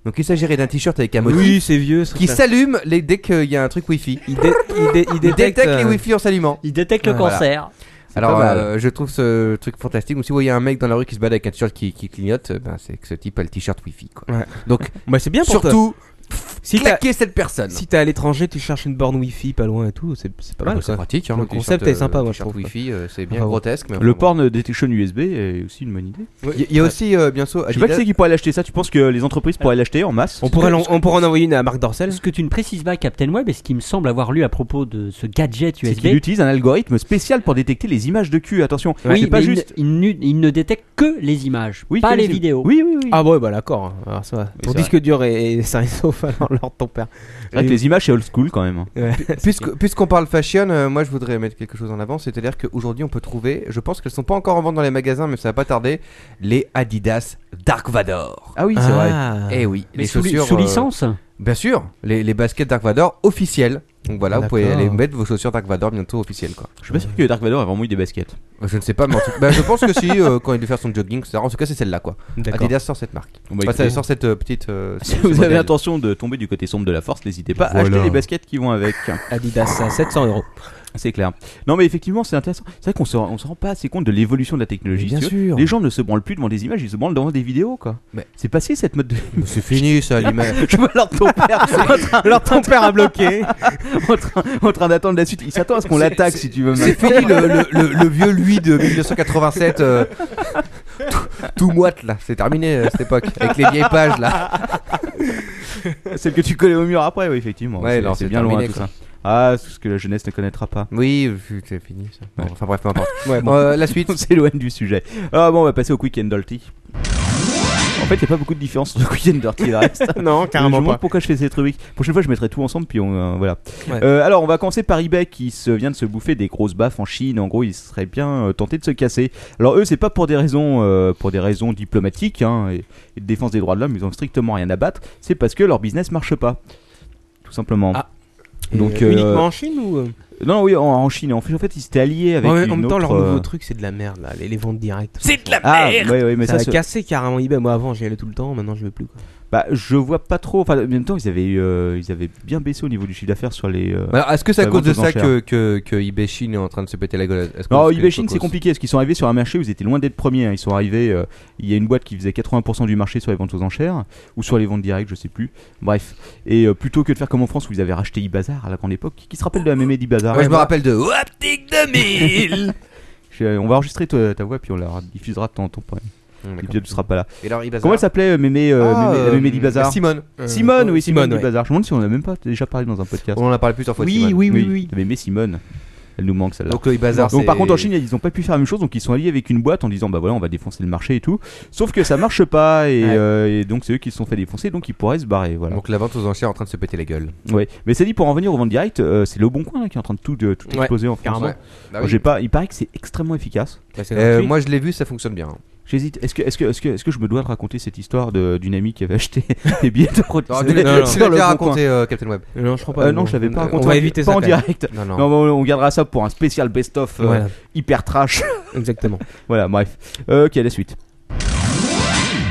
Donc il s'agirait d'un t-shirt avec un motif
Oui, c'est vieux. ce
qui
truc-là.
s'allume les- dès qu'il y a un truc Wi-Fi.
Il, dé- il dé- il
Il détecte,
détecte.
les
euh,
Wi-Fi en s'allumant.
Il détecte le
Ah,
voilà.
cancer.
Alors
pas mal.
euh, je trouve ce truc fantastique. Donc si vous voyez un mec dans la rue qui se balade avec un t-shirt qui, qui clignote, euh, ben, c'est que ce type a le t-shirt Wi-Fi. Quoi.
Ouais.
Donc
Bah, c'est bien pour toi.
surtout,
Si t'as-
claquez cette personne.
si t'es à l'étranger, tu cherches une borne wifi pas loin et tout, c'est c'est pas
Ah,
mal
bah, c'est
quoi.
pratique. hein,
Le
t-shirt,
concept est
euh,
sympa, moi, je
t-shirt
trouve.
Wi-Fi, euh, c'est bien
Enfin, bon.
grotesque. Mais
le
enfin, bon.
porn detection USB est aussi une bonne idée.
Il y- il y a aussi euh, bien sûr.
Je sais pas qui
Adidas-
c'est qui pourrait l'acheter ça. Tu penses que les entreprises pourraient l'acheter en masse
On pourrait, l'en- on pourrait en envoyer une à Marc Dorcel.
Ce que tu ne précises pas, Captain Web, et ce qui me semble avoir lu à propos de ce gadget
C'est
USB,
qu'il utilise un algorithme spécial pour détecter les images de cul. Attention,
oui,
c'est pas
mais il ne-
juste.
Il, nu- il ne détecte que les images,
Oui,
pas
que
les
im-
vidéos.
Oui, oui, oui.
Ah ouais, bah d'accord. Alors ça, va. ton
c'est
disque dur est, est sain et sauf alors l'ordre de ton père.
C'est vrai que les images c'est old school quand même. hein.
Puisque- Puisqu'on parle fashion, euh, moi je voudrais mettre quelque chose en avant, c'est-à-dire qu'aujourd'hui on peut trouver, je pense qu'elles sont pas encore en vente dans les magasins, mais ça va pas tarder, les Adidas Dark Vador.
Ah oui, c'est vrai.
Eh oui,
Mais
les
sous, li-
chaussures.
sous
euh,
licence
Bien sûr, les, les baskets Dark Vador officielles. Donc voilà, vous pouvez
D'accord.
aller mettre vos chaussures Dark Vador bientôt officielles quoi.
Je suis pas sûr que Dark Vador ait vraiment eu des baskets.
Je ne sais pas, mais en tout- bah, je pense que si, euh, quand il veut faire son jogging, etc. En tout cas, c'est celle-là quoi.
D'accord.
Adidas sort cette marque.
Bon, bah,
Enfin, ça
écoutez.
sort cette euh, petite. euh,
Si
ce- ce
vous avez
modèle.
intention de tomber du côté sombre de la force, n'hésitez pas à
Voilà.
acheter les baskets qui vont avec.
Adidas à 700 euros.
C'est clair. Non, mais effectivement, c'est intéressant. C'est vrai qu'on se, on se rend pas assez compte de l'évolution de la technologie.
Mais bien
si tu veux.
sûr.
Les gens ne se branlent plus devant des images, ils se branlent devant des vidéos, quoi.
Mais-
C'est passé cette mode de.
Mais C'est fini ça, l'image.
Je vois leur ton père, leur ton père a bloqué, en train, en train d'attendre la suite. Il s'attend à ce qu'on l'attaque, si tu veux.
C'est fini le, le- le- le vieux lui de 1987 euh, tout, tout moite là, c'est terminé euh, cette époque avec les vieilles pages là.
Celle que tu collais au mur après, oui, effectivement.
Ouais,
C'est-
non,
c'est
c'est
bien loin
terminé,
tout
quoi.
ça. Ah, c'est ce que la jeunesse ne connaîtra pas.
Oui, vu que c'est fini ça. Bon, enfin bref, peu importe.
Ouais, bon.
Euh, la suite.
On s'éloigne du sujet. Ah bon, on va passer au Quick and Dirty. En fait, il n'y a pas beaucoup de différence entre Quick and Dirty et le reste.
non,
je
carrément
me
pas.
demande pourquoi je fais cette rubrique. Prochaine fois, je mettrai tout ensemble, puis on euh, voilà.
Ouais.
Euh, alors, on va commencer par eBay qui se vient de se bouffer des grosses baffes en Chine. En gros, ils seraient bien euh, tentés de se casser. Alors eux, c'est pas pour des raisons, euh, pour des raisons diplomatiques hein, et, et de défense des droits de l'homme. Ils ont strictement rien à battre. C'est parce que leur business marche pas, tout simplement.
Ah.
Donc,
Et, euh,
euh,
uniquement en Chine ou euh,
Non, non, oui, en, en Chine. En fait, en fait, ils s'étaient alliés avec
en, en
une
même temps leur
autre,
nouveau
euh,
truc c'est de la merde là, les, les ventes directes.
C'est de la
Ah,
merde.
ouais, ouais, mais
ça
ça,
a
c'est-
cassé carrément eBay. Moi avant j'y allais tout le temps, maintenant je veux plus. Quoi.
Bah, je vois pas trop. Enfin, en même temps, ils avaient, euh, ils avaient bien baissé au niveau du chiffre d'affaires sur les. euh,
Alors, est-ce que c'est à
La
cause de
vente aux
ça que,
enchères.
que, que eBay Chine est en train de se péter la gueule Est-ce que-
Non,
est-ce que-
eBay Chine,
cause-
c'est compliqué parce qu'ils sont arrivés sur un marché où ils étaient loin d'être premiers. hein. Ils sont arrivés. euh, il y a une boîte qui faisait 80% du marché sur les ventes aux enchères ou sur les ventes directes, je sais plus. Bref. Et euh, plutôt que de faire comme en France où ils avaient racheté eBazaar à la grande époque, qui se rappelle de la mémé d'eBazaar
Ouais, je me rappelle de Optic 2000
Je- On va enregistrer ta, ta voix puis on la diffusera de temps en temps. pour- L'épisode ne sera pas là.
Et alors, eBazaar
Comment elle s'appelait euh, mémé, euh,
Ah,
mémé, la
euh,
mémé d'eBazaar
Simone. Euh,
Simone, oui, Simone,
Simone, ouais.
d'eBazaar. Je me demande si on en a même pas déjà parlé dans un podcast.
On en a parlé plusieurs fois.
Oui,
Simone.
oui, oui, oui.
la Mémé Simone. Elle nous manque celle-là.
Donc, le eBazaar.
Donc euh, par
c'est-
contre en Chine ils ont pas pu faire la même chose donc ils sont alliés avec une boîte en disant bah voilà on va défoncer le marché et tout sauf que ça marche pas et,
Ouais.
euh, et donc c'est eux qui se sont fait défoncer donc ils pourraient se barrer voilà
Donc, la vente aux enchères est en train de se péter la gueule.
ouais mais c'est dit pour en venir aux ventes directes euh, c'est le bon coin là, qui est en train de tout, de, tout
Ouais,
exploser en France
carrément.
Ouais. Bah
Alors,
oui.
j'ai pas il paraît que c'est extrêmement efficace
Bah, c'est
Euh,
gratuit.
moi, je l'ai vu, ça fonctionne bien.
j'hésite est-ce que est-ce que est-ce que est-ce que je me dois de raconter cette histoire de- d'une amie qui avait acheté des billets de route
Non,
sur
tu l'as-
le-
non, non.
tu
sur
l'as
le
déjà
Bon Coin.
raconté, euh, Captain Web. Euh,
Non, je crois pas.
Euh, non je l'avais pas
on-
raconté
On va
en-
éviter
pas
ça.
en
quand même.
direct
Non, non.
non mais on gardera ça pour un spécial best of
Voilà,
hyper trash
exactement.
Voilà, bref. Euh, ok, la suite.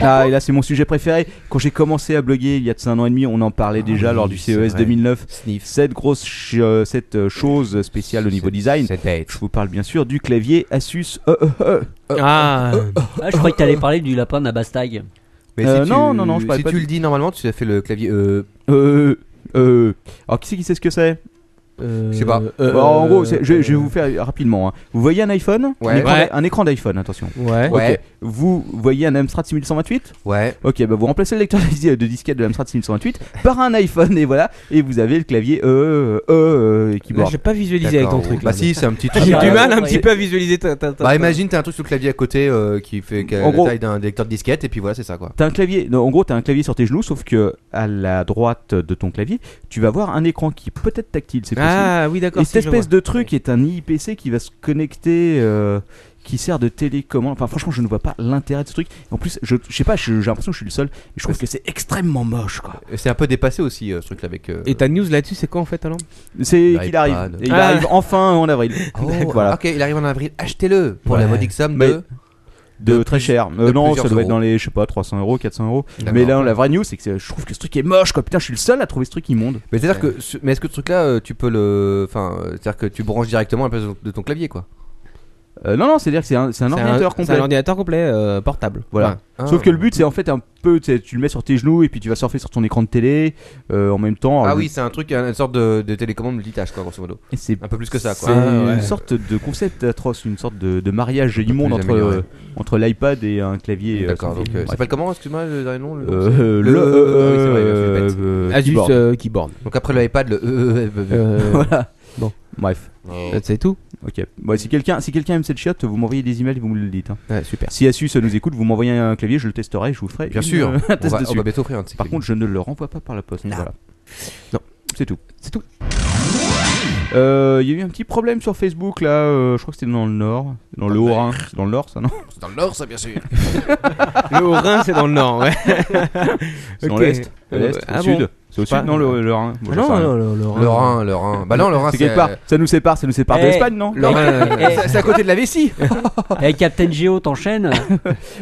Ah, et là, c'est mon sujet préféré. Quand j'ai commencé à bloguer il y a de ça un an et demi, on en parlait déjà
Ah oui,
lors du E
c'est
CES
vrai.
2009.
Sniff.
Cette grosse ch- euh, cette euh, chose spéciale au niveau design.
C'est bête.
Je vous parle bien sûr du clavier Asus. Euh, euh, euh.
Ah,
Ah, je croyais que t'allais parler du lapin d'Abastag.
Mais
Euh,
si
non,
tu,
non, non, je parlais
Si
pas
tu
du-
le dis normalement, tu as fait le clavier. Euh,
Euh, euh. Alors, qui c'est qui sait ce que c'est
euh,
Je sais pas.
euh,
Alors, Bah, En gros, c'est- je, je vais vous faire rapidement. hein. Vous voyez un iPhone
euh. Ouais.
Un écran d'i-
Ouais.
Un écran d'iPhone, attention.
Ouais.
Ouais.
Ok. Vous voyez un Amstrad 6128
ouais.
Ok, bah vous remplacez le lecteur de dis- de disquette de l'Amstrad 628 par un iPhone et voilà, et vous avez le clavier E, E, E, et
Là,
keyboard.
j'ai pas visualisé avec ton
D'accord.
truc.
Bah
là.
si, c'est un petit
J'ai
truc. euh,
du
Ah, bah,
mal un
ouais.
petit peu à visualiser ta. ta- ta-
Bah
ta-
imagine, t'as un truc sur le clavier à côté euh, qui fait qui a
En
la
gros-
taille d'un lecteur de disquette et puis voilà, c'est ça quoi.
T'as un clavier, non, en gros, t'as un clavier sur tes genoux, sauf que à la droite de ton clavier, tu vas voir un écran qui est peut-être tactile, c'est possible.
Ah oui, d'accord.
et
si,
cette
je
espèce
vois.
de truc est un IPC qui va se connecter, euh, qui sert de télécommande. Enfin, franchement, je ne vois pas l'intérêt de ce truc. En plus, je, je sais pas, je- j'ai l'impression que je suis le seul, et je trouve que c'est extrêmement moche, quoi.
Et C'est un peu dépassé aussi euh, ce truc là avec. euh,
Et ta news là-dessus, c'est quoi en fait alors
C'est
L'iPad.
qu'il arrive, et il
Ah.
arrive enfin en avril.
Oh,
voilà.
Ok, il arrive en avril. Achetez-le pour la
Ouais.
modique somme
Mais-
de.
de,
De
très
plus-
cher. Euh,
de
non, ça
plusieurs
doit être
euros.
dans les, je sais pas, 300 euros, 400 euros.
D'accord.
Mais là, la vraie news, c'est que c'est- je trouve que ce truc est moche, quoi. Putain, je suis le seul à trouver ce truc immonde.
Mais c'est-à-dire que, ce- mais est-ce que ce truc-là, euh, tu peux le, enfin, euh, c'est-à-dire que tu branches directement à la place de- de ton clavier, quoi.
Euh, non, non, c'est-à-dire que c'est un, c'est un
C'est
ordinateur
C'est
complet.
un ordinateur complet euh, portable.
Voilà.
Ah.
Sauf que le but, c'est en fait un peu, tu sais, tu le mets sur tes genoux et puis tu vas surfer sur ton écran de télé euh, en même temps.
Ah
Alors,
oui, c'est un truc, une sorte de, de télécommande multitâche, quoi, grosso modo.
et C'est
Un peu plus que ça, quoi.
c'est
Ah, ouais.
une sorte de concept atroce, une sorte de, de mariage
peu
immonde
plus
entre,
amélioré.
euh, entre l'iPad et un clavier. euh,
D'accord.
sans
Donc,
fil.
euh, ça
Bref.
s'appelle comment Excuse-moi le dernier nom. le nom, c'est-
Euh,
Le-
le.
Ah oui, c'est vrai,
euh,
le flippette.
euh,
Asus
keyboard.
euh, keyboard.
Donc après le iPad, le. euh, euh, euh,
Euh,
Voilà.
Bon.
Bref.
euh,
C'est tout
Ok. Bon, si quelqu'un si quelqu'un aime cette chiotte, vous m'envoyez des emails et vous me le dites. hein.
euh,
Ouais, super.
Si Asus nous écoute, vous m'envoyez un clavier, je le testerai, je vous ferai.
Bien
une,
sûr.
euh, un
On
test
va, on
dessus.
va bientôt offrir un de ces
Par
claviers.
contre, je ne le renvoie pas par la poste.
Non.
Voilà.
Non.
c'est tout.
C'est tout.
Euh, Il y a eu un petit problème sur Facebook là. euh, je crois que c'était dans le Nord, dans le Haut-Rhin, c'est dans le Nord, ça non
C'est dans le Nord, ça, bien sûr.
Le Haut-Rhin, c'est dans le nord, ouais.
C'est dans
Ok.
l'Est, à
Euh,
l'Est, au
ah
Sud.
bon
C'est au sud,
sais pas. Ah
non le, le Rhin. Bon, j'en sais
non,
rien.
non, le, le Rhin.
Le Rhin, le Rhin. Bah non, le Rhin,
C'est quelque part. Ça nous sépare, ça nous sépare
Eh.
de l'Espagne, non
Le Rhin,
Eh,
c'est- c'est à côté de la vessie.
Ah.
Eh, Captain Geo, t'enchaînes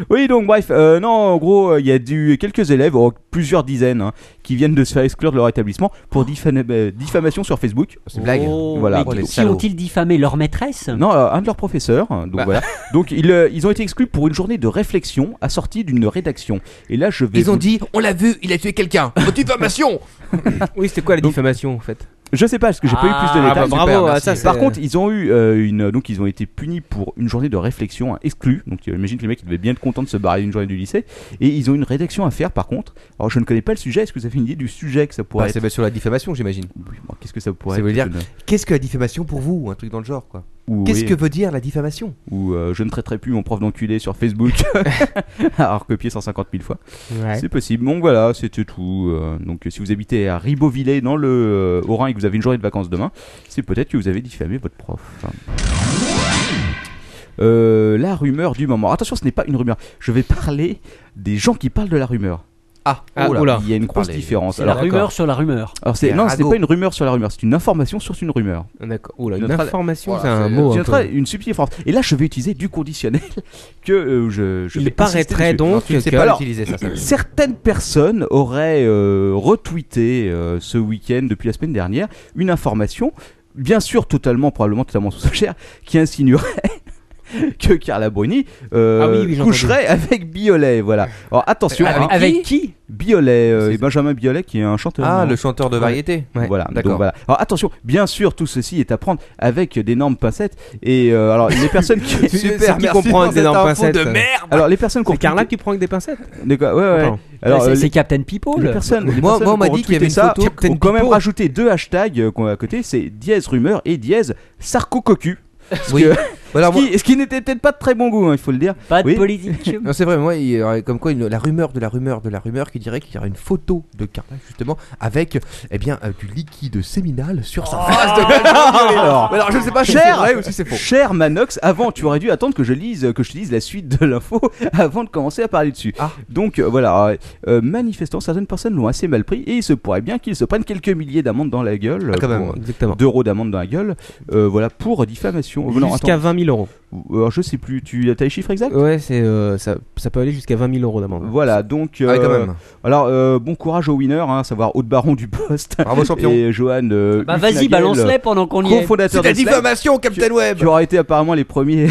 Oui, donc bref, euh, non, en gros, euh, il y a du, quelques élèves, oh, plusieurs dizaines, hein, qui viennent de se faire exclure de leur établissement pour diffam- euh, diffamation sur Facebook.
C'est une blague.
Oh,
Voilà.
mais
Oh, les
qui
salauds.
ont-ils diffamé leur maîtresse
Non, euh, un de leurs professeurs. euh, Donc
Bah.
voilà. Donc ils, euh, ils ont été exclus pour une journée de réflexion assortie d'une rédaction. Et là, je vais.
Ils ont
vous-
dit, on l'a vu, il a tué quelqu'un. Votre diffamation.
Ah Oui, c'était quoi la
Donc-
diffamation en fait
Je sais pas, parce que j'ai pas eu plus de
Ah,
détails.
bah,
super,
bravo, ah,
merci.
ça, c'est-
Par contre, ils ont eu euh, une. Donc, ils ont été punis pour une journée de réflexion hein, exclue. Donc, tu imagines que les mecs, ils devaient bien être contents de se barrer une journée du lycée. Et ils ont une rédaction à faire, par contre. Alors, je ne connais pas le sujet. Est-ce que vous avez une idée du sujet que ça pourrait
Bah,
être
c'est basé sur la diffamation, j'imagine.
Oui, bon, Qu'est-ce que ça pourrait
Ça veut
être
dire-
je ne-
Qu'est-ce que la diffamation pour vous ou Un truc dans le genre, quoi.
ou,
Qu'est-ce
oui,
que veut dire la diffamation
ou, euh, je ne traiterai plus mon prof d'enculé sur Facebook à recopier 150 000 fois.
Ouais.
C'est possible. Donc voilà, c'était tout. Euh, donc si vous habitez à Ribeauvillé dans le euh, Haut-Rhin et que vous avez une journée de vacances demain, c'est peut-être que vous avez diffamé votre prof. Euh, la rumeur du moment. Attention, ce n'est pas une rumeur. Je vais parler des gens qui parlent de la rumeur.
Ah,
Ah,
oula.
oula.
Il y a une grosse
Parler.
différence.
C'est la
Alors,
d'accord.
rumeur sur la rumeur.
alors c'est,
Il y a
non, ce n'est
Rago.
pas une rumeur sur la rumeur, c'est une information sur une rumeur.
Ah, D'accord. Oula,
Une
une
autre-
information,
Voilà,
c'est un
c'est-
mot.
euh, Tu
un peu-
noteras une subtile différence. Et là, je vais utiliser du conditionnel que euh, je, je vais
Il
insister
paraîtrait
dessus.
Non,
donc
tu ne sais
que-
pas
alors-
l'utiliser, ça. ça.
Certaines personnes auraient euh, retweeté euh, ce week-end, depuis la semaine dernière, une information, bien sûr totalement, probablement totalement sous sa chair, qui insinuerait que Carla Bruni euh,
Ah oui, oui, j'ai
coucherait avec Biolay. Voilà. Alors attention,
Ah,
hein,
oui.
Avec qui
Biolay, euh,
C'est-
et Benjamin Biolay qui est un chanteur.
Ah,
hein.
le chanteur de
Ouais.
variété.
Ouais,
voilà,
d'accord.
donc voilà. Alors attention, bien sûr, tout ceci est à prendre avec d'énormes pincettes. Et euh, alors, les personnes qui.
C'est-
Super,
c'est qui
merci
comprend
pour
une
cette
énorme
info
pincette.
de merde.
Alors, les personnes qui ont
C'est Carla
retweeté-
qui prend avec des pincettes
De quoi Ouais, ouais.
Pardon.
Alors,
C'est
euh,
c'est Captain
les, les
People.
personnes. les
Moi-
personnes
moi, on
qui
m'a
ont
dit qu'il y
retweeté
avait une
ça,
photo
ont
Captain
quand même
Pipo.
rajouté deux hashtags euh, qu'on a à côté c'est dièse rumeur et dièse sarco-cocu.
Oui.
que-
Voilà,
Ce
Bah, Ah, moi-
qui, ce qui n'était peut-être pas de très bon goût, hein, il faut le dire.
Pas de
Oui.
politique.
Non, c'est vrai, moi, il y aurait comme quoi une- la rumeur de la rumeur de la rumeur qui dirait qu'il y aurait une photo de Carla, justement, avec eh bien, euh, du liquide séminal sur sa face de
alors.
Mais alors, je ne sais pas si c'est
Oh Cher,
vrai ou si c'est faux.
cher Manox, avant tu aurais dû attendre que je lise, que je te lise la suite de l'info avant de commencer à parler dessus.
Ah.
Donc euh, voilà, euh, euh, manifestant certaines personnes l'ont assez mal pris et il se pourrait bien qu'ils se prennent quelques milliers d'amendes dans la gueule,
Ah, quand
euh,
même.
pour-
Exactement.
d'euros d'amende dans la gueule, euh, voilà pour diffamation. Euh, non,
Jusqu'à
attends. Euh,
20 000 euros.
Alors, je sais plus, tu as les chiffres exacts
Ouais, c'est, euh, ça, ça peut aller jusqu'à 20 000 euros d'amende.
Voilà, donc.
Ah, ouais, quand
euh,
même.
Alors, euh, bon courage aux winners, hein, à savoir Haute Baron du Poste
Bravo, Ah, champion.
et Johan. euh,
Bah
Hufnagel,
vas-y, balance-les pendant qu'on y est.
cofondateur
C'est la
de Slack,
diffamation, Captain Web
Qui aura été apparemment les premiers.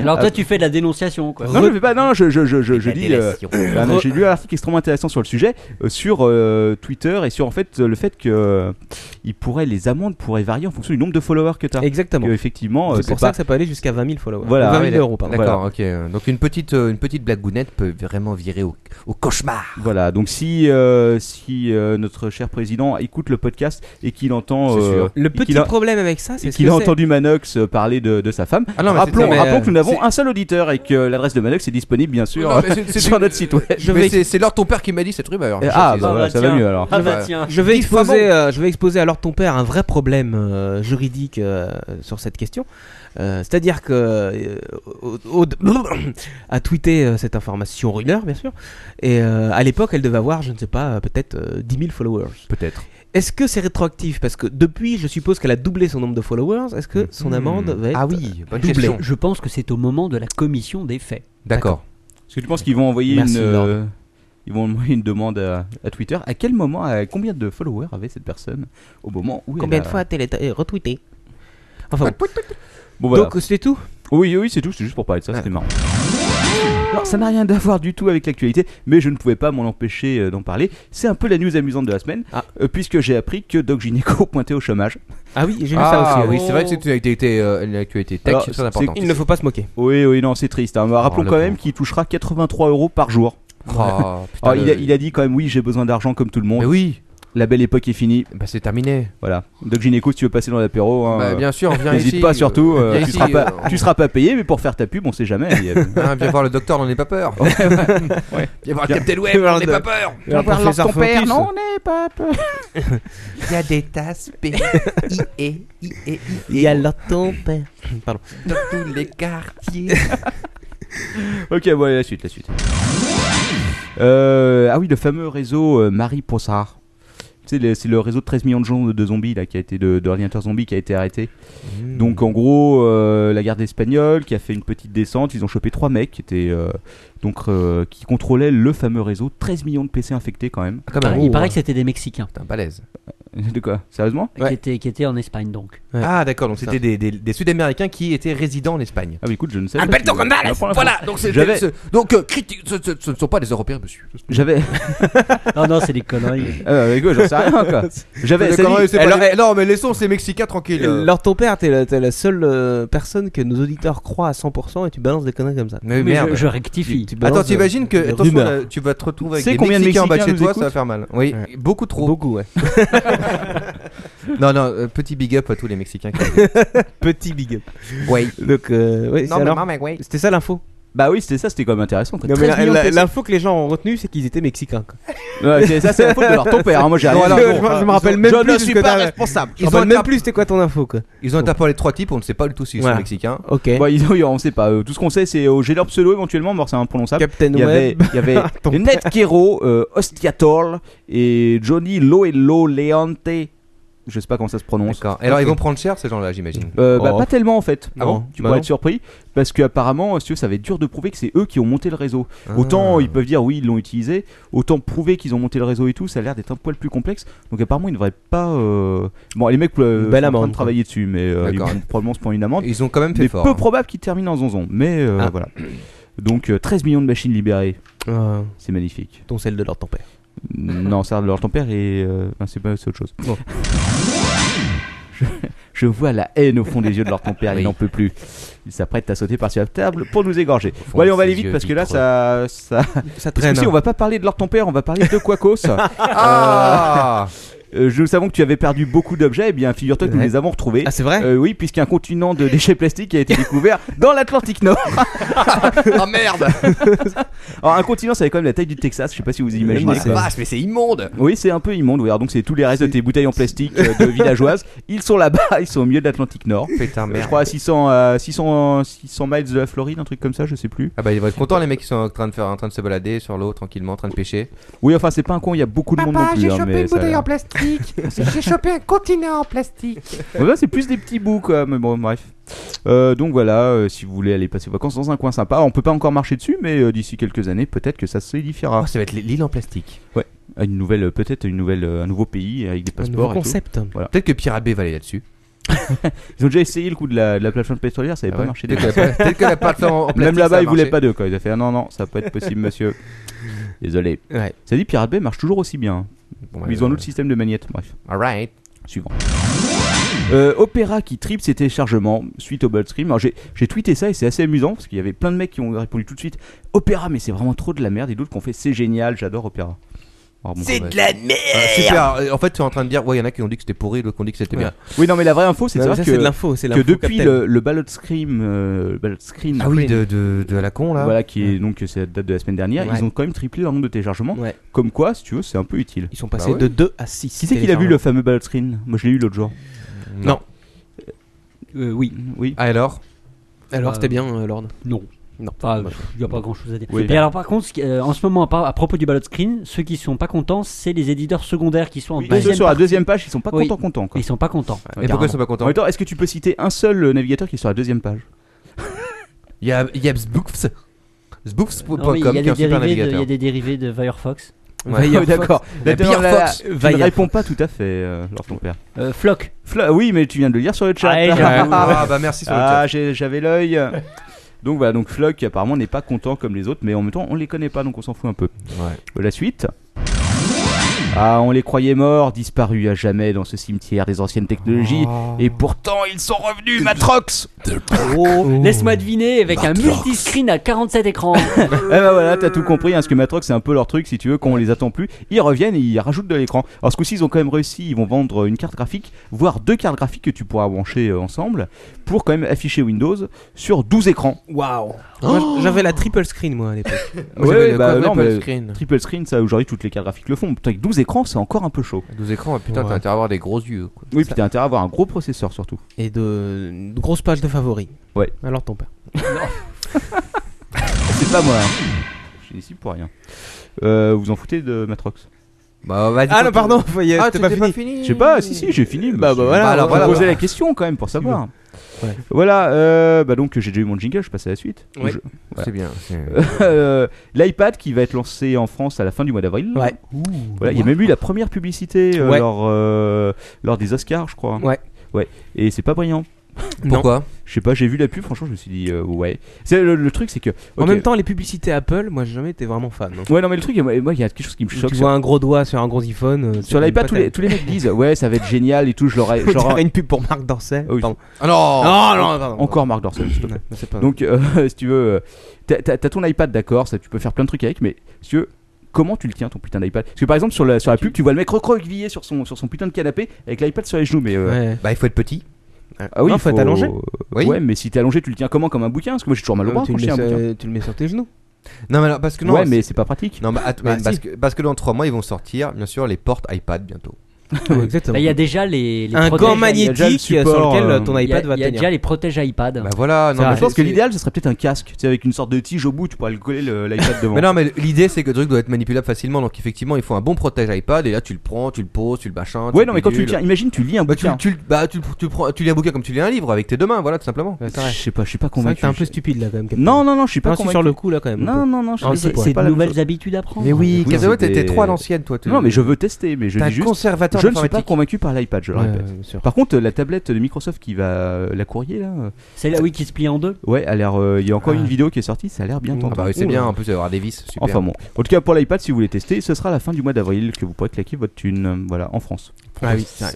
Alors toi, tu fais de la dénonciation, quoi.
non, je ne fais pas, non, je, je, je, je, je dis. euh, euh, non, J'ai lu un article extrêmement intéressant sur le sujet, euh, sur euh, Twitter et sur en fait le fait que euh, il pourrait, les amendes pourraient varier en fonction du nombre de followers que tu as.
Exactement.
effectivement, euh,
C'est pour ça
pas-
que ça peut aller jusqu'à 20 000 followers.
Voilà.
20 000
Ah,
euros, pardon.
D'accord, ok. Donc une petite, euh, une petite blagounette peut vraiment virer au, au cauchemar.
Voilà, donc si, euh, si euh, notre cher président écoute le podcast et qu'il entend, euh,
C'est sûr.
Le
et
petit
qu'il a,
problème avec ça,
et
c'est ce
qu'il
que
a
c'est.
entendu Manox euh, parler de, de sa femme,
Ah non, mais c'est-
rappelons,
non, mais,
euh,
rappelons que nous
c'est-
n'avons un seul auditeur et que l'adresse de Manox est disponible bien sûr
Non, mais c'est- c'est
sur
du-
notre site web.
Je
Mais
vais,
c'est c'est Lord ton père qui m'a dit cette rumeur. hein,
Eh,
Je
ah,
sais
bah
pas.
voilà, ça va
tiens.
mieux alors.
Ah
Ouais.
bah tiens.
je vais
Diffamant.
exposer, euh, je vais exposer alors ton père un vrai problème euh, juridique euh, sur cette question. Euh, C'est-à-dire que euh, Aude- Aude a tweeté euh, cette information rumeur, bien sûr, et euh, à l'époque elle devait avoir, je ne sais pas, euh, peut-être euh, 10 000 followers.
Peut-être.
Est-ce que c'est rétroactif Parce que depuis, je suppose qu'elle a doublé son nombre de followers. Est-ce que
Hmm.
son amende va être
Ah oui, bonne
doublée.
question.
Je pense que c'est au moment de la commission des faits.
D'accord.
Est-ce que tu penses qu'ils vont envoyer
Merci,
une,
Lord.
euh, ils vont envoyer une demande à, à Twitter À quel moment, à combien de followers avait cette personne au moment où elle
Combien de
a-
fois a-t-elle été euh, retweetée Enfin bon.
Bon, voilà.
Donc c'est tout.
Oui, oui, c'est tout, c'est juste pour parler de ça, c'était marrant. Alors, ça n'a rien à voir du tout avec l'actualité, mais je ne pouvais pas m'en empêcher euh, d'en parler. C'est un peu la news amusante de la semaine,
Ah.
euh, puisque j'ai appris que Doc Gynéco pointait au chômage.
Ah oui, j'ai vu ça
Ah
aussi.
oui, c'est vrai que c'est une actualité, euh, une actualité tech
hein. Alors,
très
c'est-
importante.
Il ne faut pas se moquer.
Oui, oui, non, c'est triste. hein. Rappelons
Oh, le
quand même
pauvre.
qu'il touchera 83 euros par jour.
Oh, putain,
Alors, il, a,
le-
il a dit quand même, oui, j'ai besoin d'argent comme tout le monde.
Mais oui,
La belle époque est finie.
bah, c'est terminé.
Voilà. Doc Gynéco, si tu veux passer dans l'apéro, hein,
Bah,
euh,
bien sûr, viens ici.
n'hésite pas surtout. euh,
viens
tu,
ici,
seras pas,
euh,
tu seras pas payé, mais pour faire ta pub, on sait jamais. Il y a-
Hein, viens voir le docteur, n'en aie pas peur. Viens voir
Viens-
Captain Web,
voir
n'en aie
le-
pas peur.
Le professeur Fontus.
n'est pas.
Il y a des tasses P, I, E, I, E,
Il y a leur ton père. Pardon.
dans tous les quartiers.
Ok, bon, allez, la suite, la suite. Euh, ah oui, le fameux réseau euh, Marie Possard. C'est le, c'est le réseau de 13 millions de, gens, de zombies là, qui a été de, d'ordinateurs zombies qui a été arrêté.
Mmh.
Donc en gros, euh, la garde espagnole qui a fait une petite descente, ils ont chopé trois mecs qui étaient euh, donc euh, qui contrôlaient le fameux réseau 13 millions de PC infectés quand même.
Ah, quand
Pareil,
même.
il paraît que c'était des Mexicains
Putain, balèze.
De quoi Sérieusement
Ouais.
qui, étaient, qui étaient en Espagne donc.
Ouais.
Ah, d'accord, donc c'était des, des- des Sud-Américains qui étaient résidents en Espagne.
Ah oui, écoute, je ne sais pas.
Alberto
Je-
González
je prends la
Voilà, donc c'était-
J'avais-
ce- donc euh, critique- ce, ce- ce ne sont pas des Européens, monsieur.
J'avais
Non, non, c'est des conneries.
Euh, avec eux, j'en sais rien, quoi. J'avais.
D'accord,
salut.
ouais, c'est pas
Alors,
des- eh, Non, mais laissons ces Mexicains tranquilles. euh.
Leur ton père, t'es la, t'es la seule euh, personne que nos auditeurs croient à 100% et tu balances des conneries comme ça.
Mais
Mais
merde.
je, je rectifie.
Tu balances,
Attends, t'imagines que
euh, des
attention,
rumeurs.
là, tu vas te retrouver avec
C'est
des
combien de
Mexicains en bas de
Mexicains
chez toi,
nous
ça va faire mal. Oui,
Ouais.
beaucoup trop.
Beaucoup, ouais.
Non, non, euh, petit big up à tous les Mexicains.
Petit big up.
Oui.
Donc, euh, ouais, c'est alors-
mais oui.
c'était ça l'info.
Bah oui, c'était ça, c'était quand même intéressant. quoi.
Non, mais la-
13 millions de
la-
personnes.
L'info que les gens ont retenue, c'est qu'ils étaient mexicains. quoi.
Ouais, c'est- ça, c'est la faute de leur ton père. hein, Moi, j'ai
Ah,
Non,
rien
alors,
dit.
bon, je me rappelle même
je
plus
ne
ce
suis
que
pas
t'as-
responsable.
Ils
Ils
en
ont
même
tapé-
plus, c'était quoi ton info quoi
Ils ont un tapant les trois types, on ne sait pas du tout s'ils
Voilà.
sont mexicains.
Ok.
Bon, ils ont- ils ont- on sait pas. euh, Tout ce qu'on sait, c'est au j'ai leur pseudo éventuellement, mort, c'est imprononçable.
Captain
Il y avait,
Web.
il y avait
Ton
Ned Quero, euh, Ostiatol et Johnny Loello Leante. Je sais pas comment ça se prononce.
D'accord. Et alors, ils vont prendre cher ces gens-là, j'imagine.
Euh, bah,
Oh.
Pas tellement en fait.
Ah bon
tu
Bah
pourrais
non.
être surpris parce que apparemment, si tu veux, ça va être dur de prouver que c'est eux qui ont monté le réseau.
Ah.
Bah, Autant ils peuvent dire oui, ils l'ont utilisé, autant prouver qu'ils ont monté le réseau et tout, ça a l'air d'être un poil plus complexe. Donc apparemment, ils ne devraient pas. euh, Bon, les mecs euh,
Une belle
sont en train
amende,
de travailler dessus, mais euh, ils
D'accord.
vont probablement se prendre une amende.
Ils ont quand même fait
Mais
fort. hein.
peu probable qu'ils terminent en zonzon. Mais euh,
Ah.
voilà. Donc euh, 13 millions de machines libérées,
Euh,
c'est magnifique.
dont celle de leur ton père.
non, ça leur ton père et euh, ben, c'est pas c'est autre chose.
Bon.
Je- Je vois la haine au fond des yeux de leur ton père,
Oui.
il n'en peut plus. Il s'apprête à sauter par-dessus la table pour nous égorger.
fond
Bon, allez, on va
de
aller
ses
vite
yeux
parce que là,
vitreux.
ça, ça,
Ça
parce que
traîne. hein.
si on va pas parler de leur ton père, on va parler de Quacos.
Ah
Euh, nous savons que tu avais perdu beaucoup d'objets, et bien figure-toi que nous
Ouais.
les avons retrouvés.
Ah, c'est vrai
Euh, oui, puisqu'un continent de déchets plastiques a été découvert dans l'Atlantique Nord.
Ah merde
Alors un continent, ça avait quand même la taille du Texas, je sais pas si vous imaginez.
Mais
Ah,
c'est-
quoi.
vache, mais c'est immonde
Oui, c'est un peu immonde, oui. Alors, donc c'est tous les restes de tes bouteilles en plastique euh, de villageoises. Ils sont là-bas, ils sont au milieu de l'Atlantique Nord.
Putain,
Euh, Je
merde.
crois à 600, euh, 600, 600 miles de la Floride, un truc comme ça, je sais plus.
Ah bah ils vont être contents les mecs qui sont en train de faire en train de se balader sur l'eau tranquillement en train de pêcher.
Oui, enfin, c'est pas un con, il y a beaucoup de monde non plus. hein, mais ça-
plastique. j'ai chopé un continent en plastique.
Ouais, bah, c'est plus des petits bouts, quoi. Mais bon, bref. Euh, donc voilà, euh, si vous voulez aller passer vos vacances dans un coin sympa, on peut pas encore marcher dessus, mais euh, d'ici quelques années, peut-être que ça se solidifiera.
Oh, ça va être l'île en plastique.
À Une nouvelle, euh, peut-être une nouvelle, euh, un nouveau pays avec des
Un
passeports
nouveau
et tout.
concept.
Peut-être que Pirate Bay va aller là-dessus.
Ils ont déjà essayé le coup de la, de la plateforme pétrolière, ça avait
Ah
pas
ouais.
marché. du
Peut-être
tout.
que la- peut-être que la plateforme en en plastique.
Même
ça a
là-bas, ils voulaient
marché.
pas d'eux, quoi. Ils ont fait ah, non, non, ça va pas être possible, monsieur. Désolé.
Ouais.
Ça dit, Pirate Bay marche toujours aussi bien.
Bon,
Mais
bah,
ils ont un
euh,
autre système de magnète, bref.
Alright.
Suivant. Euh, Opéra qui triple ses téléchargements suite au Bold Stream. Alors j'ai j'ai tweeté ça et c'est assez amusant parce qu'il y avait plein de mecs qui ont répondu tout de suite Opéra, mais c'est vraiment trop de la merde. Et d'autres qui ont fait c'est génial, j'adore Opéra. Alors, bon,
C'est
bah,
de la merde Super, en fait tu es en train de dire, ouais, il y en a qui ont dit que c'était pourri, d'autres qui ont dit que c'était
Ouais.
bien.
Oui, non, mais la vraie info c'est de
Bah, Ça,
savoir
C'est de
que,
l'info. C'est
que
l'info,
depuis
Captain.
le, le Ballot Scream, euh, Ballot Screen,
Ah oui, de, de, de la con là.
voilà, qui est donc c'est la date de la semaine dernière,
Ouais.
ils ont quand même triplé leur nombre de téléchargements.
Ouais.
Comme quoi, si tu veux, c'est un peu utile.
Ils sont passés
Bah ouais.
de 2 à 6.
Qui c'est qu'il a vu le fameux Ballot Screen Moi je l'ai eu l'autre jour.
Non.
Euh, oui,
Oui.
Ah, alors
Alors
Euh,
c'était bien, euh, Lord.
non.
Non.
Enfin, il n'y a pas grand chose à dire.
Oui.
Et alors, par contre, ce qui- euh, en ce moment, à, part- à propos du ballot screen, ceux qui sont pas contents, c'est les éditeurs secondaires qui sont en
Oui,
Bah,
ceux
deuxième.
sur la
partie.
deuxième page, ils sont pas
Oui.
contents contents. Quoi.
Ils sont pas contents.
Et pourquoi ils sont pas
En
contents
même temps, est-ce que tu peux citer un seul euh, navigateur qui est sur la deuxième page
Il y a, il y a Zboofs. Zboofs.com
Non, mais
qui
Il y, a
est
des
un
dérivés de- il
super
y
navigateur.
a des dérivés de Firefox.
Ouais.
Oh, D'accord.
La
Attends,
Beer
là, là,
Fox.
Tu
Vaillard
ne réponds pas tout à fait, euh, Lord ton père.
Euh, Flock.
Fla- oui, mais tu viens de le lire sur le chat.
Ah, et j'ai-
Ah bah merci sur le
Ah,
chat.
j'ai- j'avais l'œil. Donc voilà, donc Flock apparemment n'est pas content comme les autres, mais en même temps on les connaît pas, donc on s'en fout un peu.
Ouais.
Euh, La suite. Ah, on les croyait morts, disparus à jamais dans ce cimetière des anciennes technologies, et pourtant ils sont revenus, Matrox
Laisse-moi deviner avec un multiscreen à 47 écrans.
Eh ben voilà, t'as tout compris, hein, parce que Matrox c'est un peu leur truc, si tu veux, quand on les attend plus, ils reviennent et ils rajoutent de l'écran. Alors ce coup-ci, ils ont quand même réussi, ils vont vendre une carte graphique, voire deux cartes graphiques que tu pourras brancher euh, ensemble, pour quand même afficher Windows sur 12 écrans.
Waouh. Oh Moi, J'avais la triple screen moi à l'époque. Moi,
Ouais,
j'avais le
bah,
quadruple
non, mais-
screen.
Triple screen, ça aujourd'hui toutes les cartes graphiques le font. Putain, avec 12 écrans, c'est encore un peu chaud.
12 écrans, putain,
Ouais.
t'as intérêt à avoir des gros yeux. quoi.
Oui, puis t'as intérêt à avoir un gros processeur surtout.
Et de, de grosses pages de favoris.
Ouais.
Alors ton père.
C'est pas moi. hein. Je suis ici pour rien. Euh, vous en foutez de Matrox
Bah, vas-y,
Ah non,
continue.
pardon, faut y-
Ah,
c'était
c'était
pas fini.
Je sais pas, si, si, j'ai fini.
Bah,
monsieur.
bah, voilà,
alors,
ouais,
voilà,
ouais.
poser la question quand même pour savoir.
Ouais.
Voilà, euh, bah donc j'ai déjà eu mon jingle, je passe à la suite.
Ouais.
Je-
C'est bien. c'est-
Euh, L'iPad qui va être lancé en France à la fin du mois d'avril.
Ouais.
Voilà, il y a même eu la première publicité euh,
Ouais.
lors, euh, lors des Oscars, je crois.
Ouais.
Ouais. Et c'est pas brillant.
Pourquoi
Je sais pas, j'ai vu la pub, franchement, je me suis dit, euh, ouais. C'est le, le truc, c'est que.
En
ok.
même temps, les publicités Apple, moi j'ai jamais été vraiment fan. hein.
Ouais, non, mais le truc, moi, moi, il y a quelque chose qui me choque.
tu
c'est-
vois un gros doigt sur un gros iPhone. euh, c'est
Sur
quand même
l'iPad,
pas
tous les,
terrible.
tous les mecs disent, ouais, ça va être génial et tout, je l'aurais. je
On
l'aurais-
dirait une pub pour Marc Dorcel.
Ah oui.
Pardon.
Ah non
Non, non, pardon.
Encore Marc Dorcel, s'il te plaît.
Non, c'est pas
Donc, euh, si tu veux, euh, t'as- t'as t'as ton iPad, d'accord, ça tu peux faire plein de trucs avec, mais si tu veux, comment tu le tiens ton putain d'iPad Parce que par exemple, sur la, sur
Ah,
la pub, tu vois le mec recroquevillé sur son, sur son putain de canapé avec l'iPad sur les genoux, mais euh,
Ouais.
Bah, il faut être petit.
Ah oui,
Non, faut être allongé.
Oui.
Ouais, mais si t'es allongé, tu le tiens comment Comme un bouquin Parce que moi j'ai toujours mal au bras
Euh, tu,
quand
le euh,
je
mets
tiens un
sur,
bouquin.
tu le mets sur tes genoux.
Non, mais alors, parce que non.
ouais, mais Bah, c'est pas pratique.
Non, mais att- mais
si.
parce, que, parce que dans 3 mois, ils vont sortir, bien sûr, les portes iPad bientôt.
Bah,
exactement.
Il y a déjà les, les
un
protèges-
gant
il y a déjà le
magnétique sur
support,
lequel
euh,
euh, ton
Il y a-
iPad va
il y a
tenir.
déjà les protèges iPad.
Bah voilà, non,
Ça
mais
je pense
c'est-
que l'idéal, ce serait peut-être un casque, tu sais, avec une sorte de tige au bout, tu pourrais le coller le- l'iPad devant.
Mais non, mais l'idée c'est que le truc doit être manipulable facilement, donc effectivement il faut un bon protège iPad et là tu le prends, tu le poses, tu le machin.
ouais, non, mais quand tu le
bidules.
tiens, imagine, tu lis un
bah, tu,
bouquin.
tu, le- bah, tu, le- tu le prends, tu lis un bouquin comme tu lis un livre avec tes deux mains, voilà tout simplement.
Ouais,
Je
c'est vrai.
sais pas, je suis pas
C'est vrai que
convaincu.
t'es un peu stupide là quand même. Captain.
Non, non, non, je suis pas
Non, je suis
convaincu.
sur le coup là quand même. un
Non,
peu.
non, non, je
Ah,
suis
c'est
désolé,
pour-
C'est
pas
de
la même
nouvelles
chose.
habitudes à prendre.
Mais oui,
oui,
Casanova,
c'est
t'es t'es
des-
trop à l'ancienne toi. tu-
Non, mais je veux tester, mais je
T'es
dis
un
juste.
conservateur
Je ne suis pas
informatique.
convaincu par l'iPad, je le
Ouais,
répète.
bien sûr.
Par contre, la tablette de Microsoft qui va euh, la courrier là, euh,
C'est là, oui, qui se plie en deux.
ouais, a l'air. euh, Il y a encore
Ah.
une vidéo qui est sortie, ça a l'air bien
Ah
Ah
tentant.
bah oui, c'est
Oula.
bien, en plus il va y avoir des vis, super.
Enfin bon. En tout cas, pour l'iPad, si vous voulez tester, ce sera à la fin du mois d'avril que vous pourrez claquer votre thune, euh, voilà, en France.
Ah oui, c'est vrai.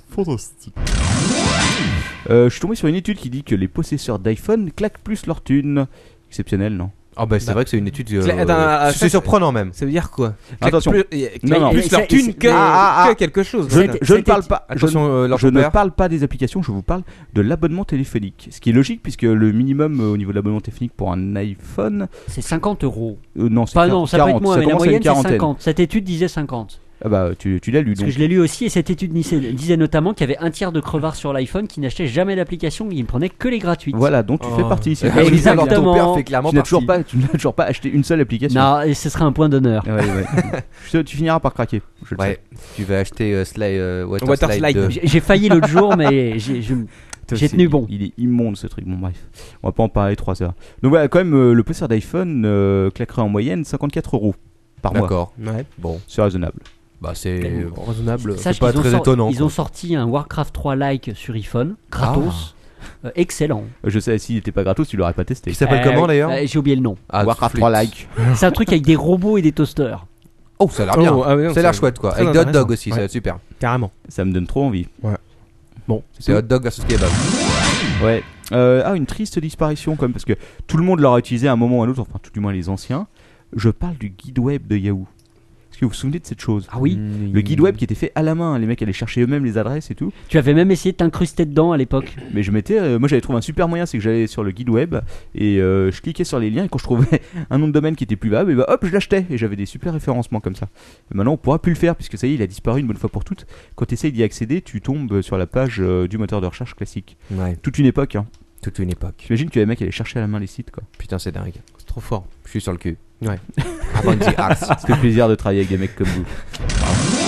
Euh, je suis tombé sur une étude qui dit que les possesseurs d'iPhone claquent plus leur thune. Exceptionnel, non
Ah bah c'est
Bah.
vrai que c'est une étude. euh,
Cla- attends, ah, ça,
C'est
c'est-
surprenant même.
Ça veut dire quoi
Attention.
Claque plus, euh, claque
Non, non.
plus
Et
leur
ça-
thune
et
que,
Ah, ah, ah.
que quelque chose.
Je-
voilà.
Je ne
Cette
parle
étude-
pas. je ne-
Attention, euh, leur
Je ne
père.
parle pas des applications, je vous parle de l'abonnement téléphonique. Ce qui est logique puisque le minimum euh, au niveau de l'abonnement téléphonique pour un iPhone,
C'est 50 euros.
euh, non, c'est
Pas
40,
non, ça
40,
peut être moins, mais la
commence à une
moyenne c'est
quarantaine.
50. Cette étude disait 50.
Ah bah tu, tu l'as lu
Parce que
donc.
je l'ai lu aussi, et cette étude disait disait notamment qu'il y avait un tiers de crevards sur l'iPhone qui n'achetaient jamais l'application, ils ne prenaient que les gratuites.
Voilà, donc tu
Oh.
fais partie. c'est
Ah
pas-
oui,
Exactement.
alors ton père fait clairement
Tu n'as toujours
partie.
pas, tu n'as toujours pas acheté une seule application. Ah
Non, et ce serait un point d'honneur.
Ouais, ouais. Je sais, tu finiras par craquer. Je le
Ouais, tu vas acheter euh, Sly, euh, Water,
Water
Slide
Slide.
de-
J'ai j'ai failli l'autre jour, mais j'ai- je-
sais.
J'ai
C'est-
tenu bon.
Il est immonde ce truc. Bon bref, on va pas en parler trois heures. Donc voilà, quand même, euh, le possesseur d'iPhone euh, claquerait en moyenne 54 euros par mois.
D'accord.
Ouais.
Bon,
C'est raisonnable.
bah c'est
Bon, raisonnable.
sache
pas
qu'ils ont
très
sorti-
étonnant,
Ils
quoi.
ont sorti un Warcraft 3 like sur iPhone,
Ah.
gratos. Euh, excellent.
Euh, Je sais, s'il n'était pas gratos, tu l'aurais pas testé.
il s'appelle
Euh,
comment d'ailleurs
euh, J'ai oublié le nom.
Ah,
Warcraft
flûte.
3 like.
C'est un truc avec des robots et des toasters.
Oh, ça a l'air bien.
Oh, ah oui, non,
ça a l'air
c'est-
chouette quoi.
très
Avec des hot
intéressant.
dog aussi, ça va
Ouais.
être super.
Carrément.
Ça me donne trop envie.
C'est hot dog versus kebab.
Ouais. Euh, ah, une triste disparition quand même, parce que tout le monde l'aura utilisé à un moment ou à un autre, enfin tout du moins les anciens. Je parle du guide web de Yahoo. Est-ce que vous vous souvenez de cette chose
Ah oui
Le guide web qui était fait à la main, les mecs allaient chercher eux-mêmes les adresses et tout.
Tu avais même essayé de t'incruster dedans à l'époque.
Mais je m'étais, euh, moi j'avais trouvé un super moyen, c'est que j'allais sur le guide web et euh, je cliquais sur les liens et quand je trouvais un nom de domaine qui était plus bas, et bah, hop, je l'achetais et j'avais des super référencements comme ça. Et maintenant on pourra plus le faire puisque ça y est, il a disparu une bonne fois pour toutes. Quand tu essayes d'y accéder, tu tombes sur la page euh, du moteur de recherche classique.
Ouais,
Toute une époque. Hein.
toute une époque.
T'imagines que les mecs allaient chercher à la main les sites quoi.
Putain, c'est dingue.
C'est trop fort.
Je suis sur le cul.
Ouais.
Avant ah, the arts.
Ça fait plaisir de travailler avec des mecs comme vous.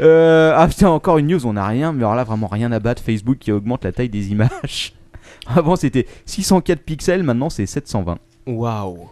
Euh, ah putain, encore une news, on n'a rien, mais alors là vraiment rien à battre. Facebook qui augmente la taille des images. Avant c'était 604 pixels, maintenant c'est 720.
Waouh.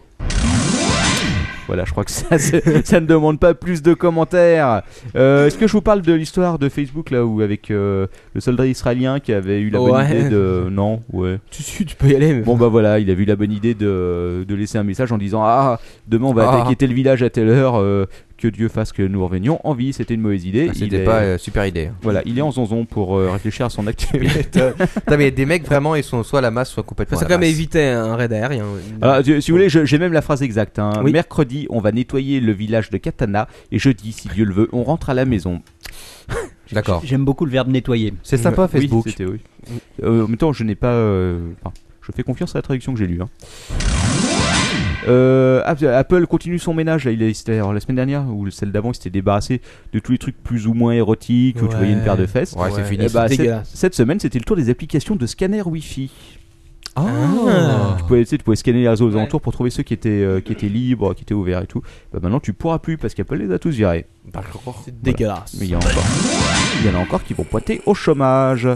Voilà, je crois que ça, c'est- ça ne demande pas plus de commentaires. Euh, Est-ce que je vous parle de l'histoire de Facebook là où avec euh, le soldat israélien qui avait eu la bonne
Ouais.
idée de non, ouais.
Tu, tu, tu peux y aller. Mais...
Bon bah voilà, il a eu la bonne idée de, de laisser un message en disant ah demain on va
Ah.
attaquer tel village à telle heure, euh, que Dieu fasse que nous revenions en vie. C'était une mauvaise idée.
Ah,
Il est-
C'était pas euh, super idée.
Voilà, il est en zonzon pour euh, réfléchir à son activité.
Putain, mais des mecs vraiment, ils sont soit à la masse, soit complètement.
Faut ça
à
quand
la
même
masse.
éviter un raid aérien. Ah,
Alors, Ah, si si vous voulez, je- j'ai même la phrase exacte. hein.
Oui.
Mercredi, on va nettoyer le village de Katana et jeudi, si Dieu le veut, on rentre à la maison. Oh.
D'accord.
J'aime beaucoup le verbe nettoyer.
C'est sympa
Oui,
Facebook.
c'était- oui. Euh, en même temps, je n'ai pas. euh, enfin, je fais confiance à la traduction que j'ai lue. hein. Euh, App- Apple continue son ménage. Là, il est- c'était- alors, la semaine dernière ou celle d'avant, il s'était débarrassé de tous les trucs plus ou moins érotiques où tu
Ouais.
voyais une paire de fesses.
Ouais, c'est fini.
Eh bah,
c'est
c'est-
dégueulasse.
Cette semaine, c'était le tour des applications de scanner Wi-Fi.
Ah.
Tu pouvais, tu sais, tu pouvais scanner les réseaux aux
Ouais.
alentours pour trouver ceux qui étaient, euh, qui étaient libres, qui étaient ouverts et tout. Bah, maintenant, tu pourras plus parce qu'Apple les a tous virés.
C'est dégueulasse.
Mais il y en a encore, il y en a encore qui vont pointer au chômage.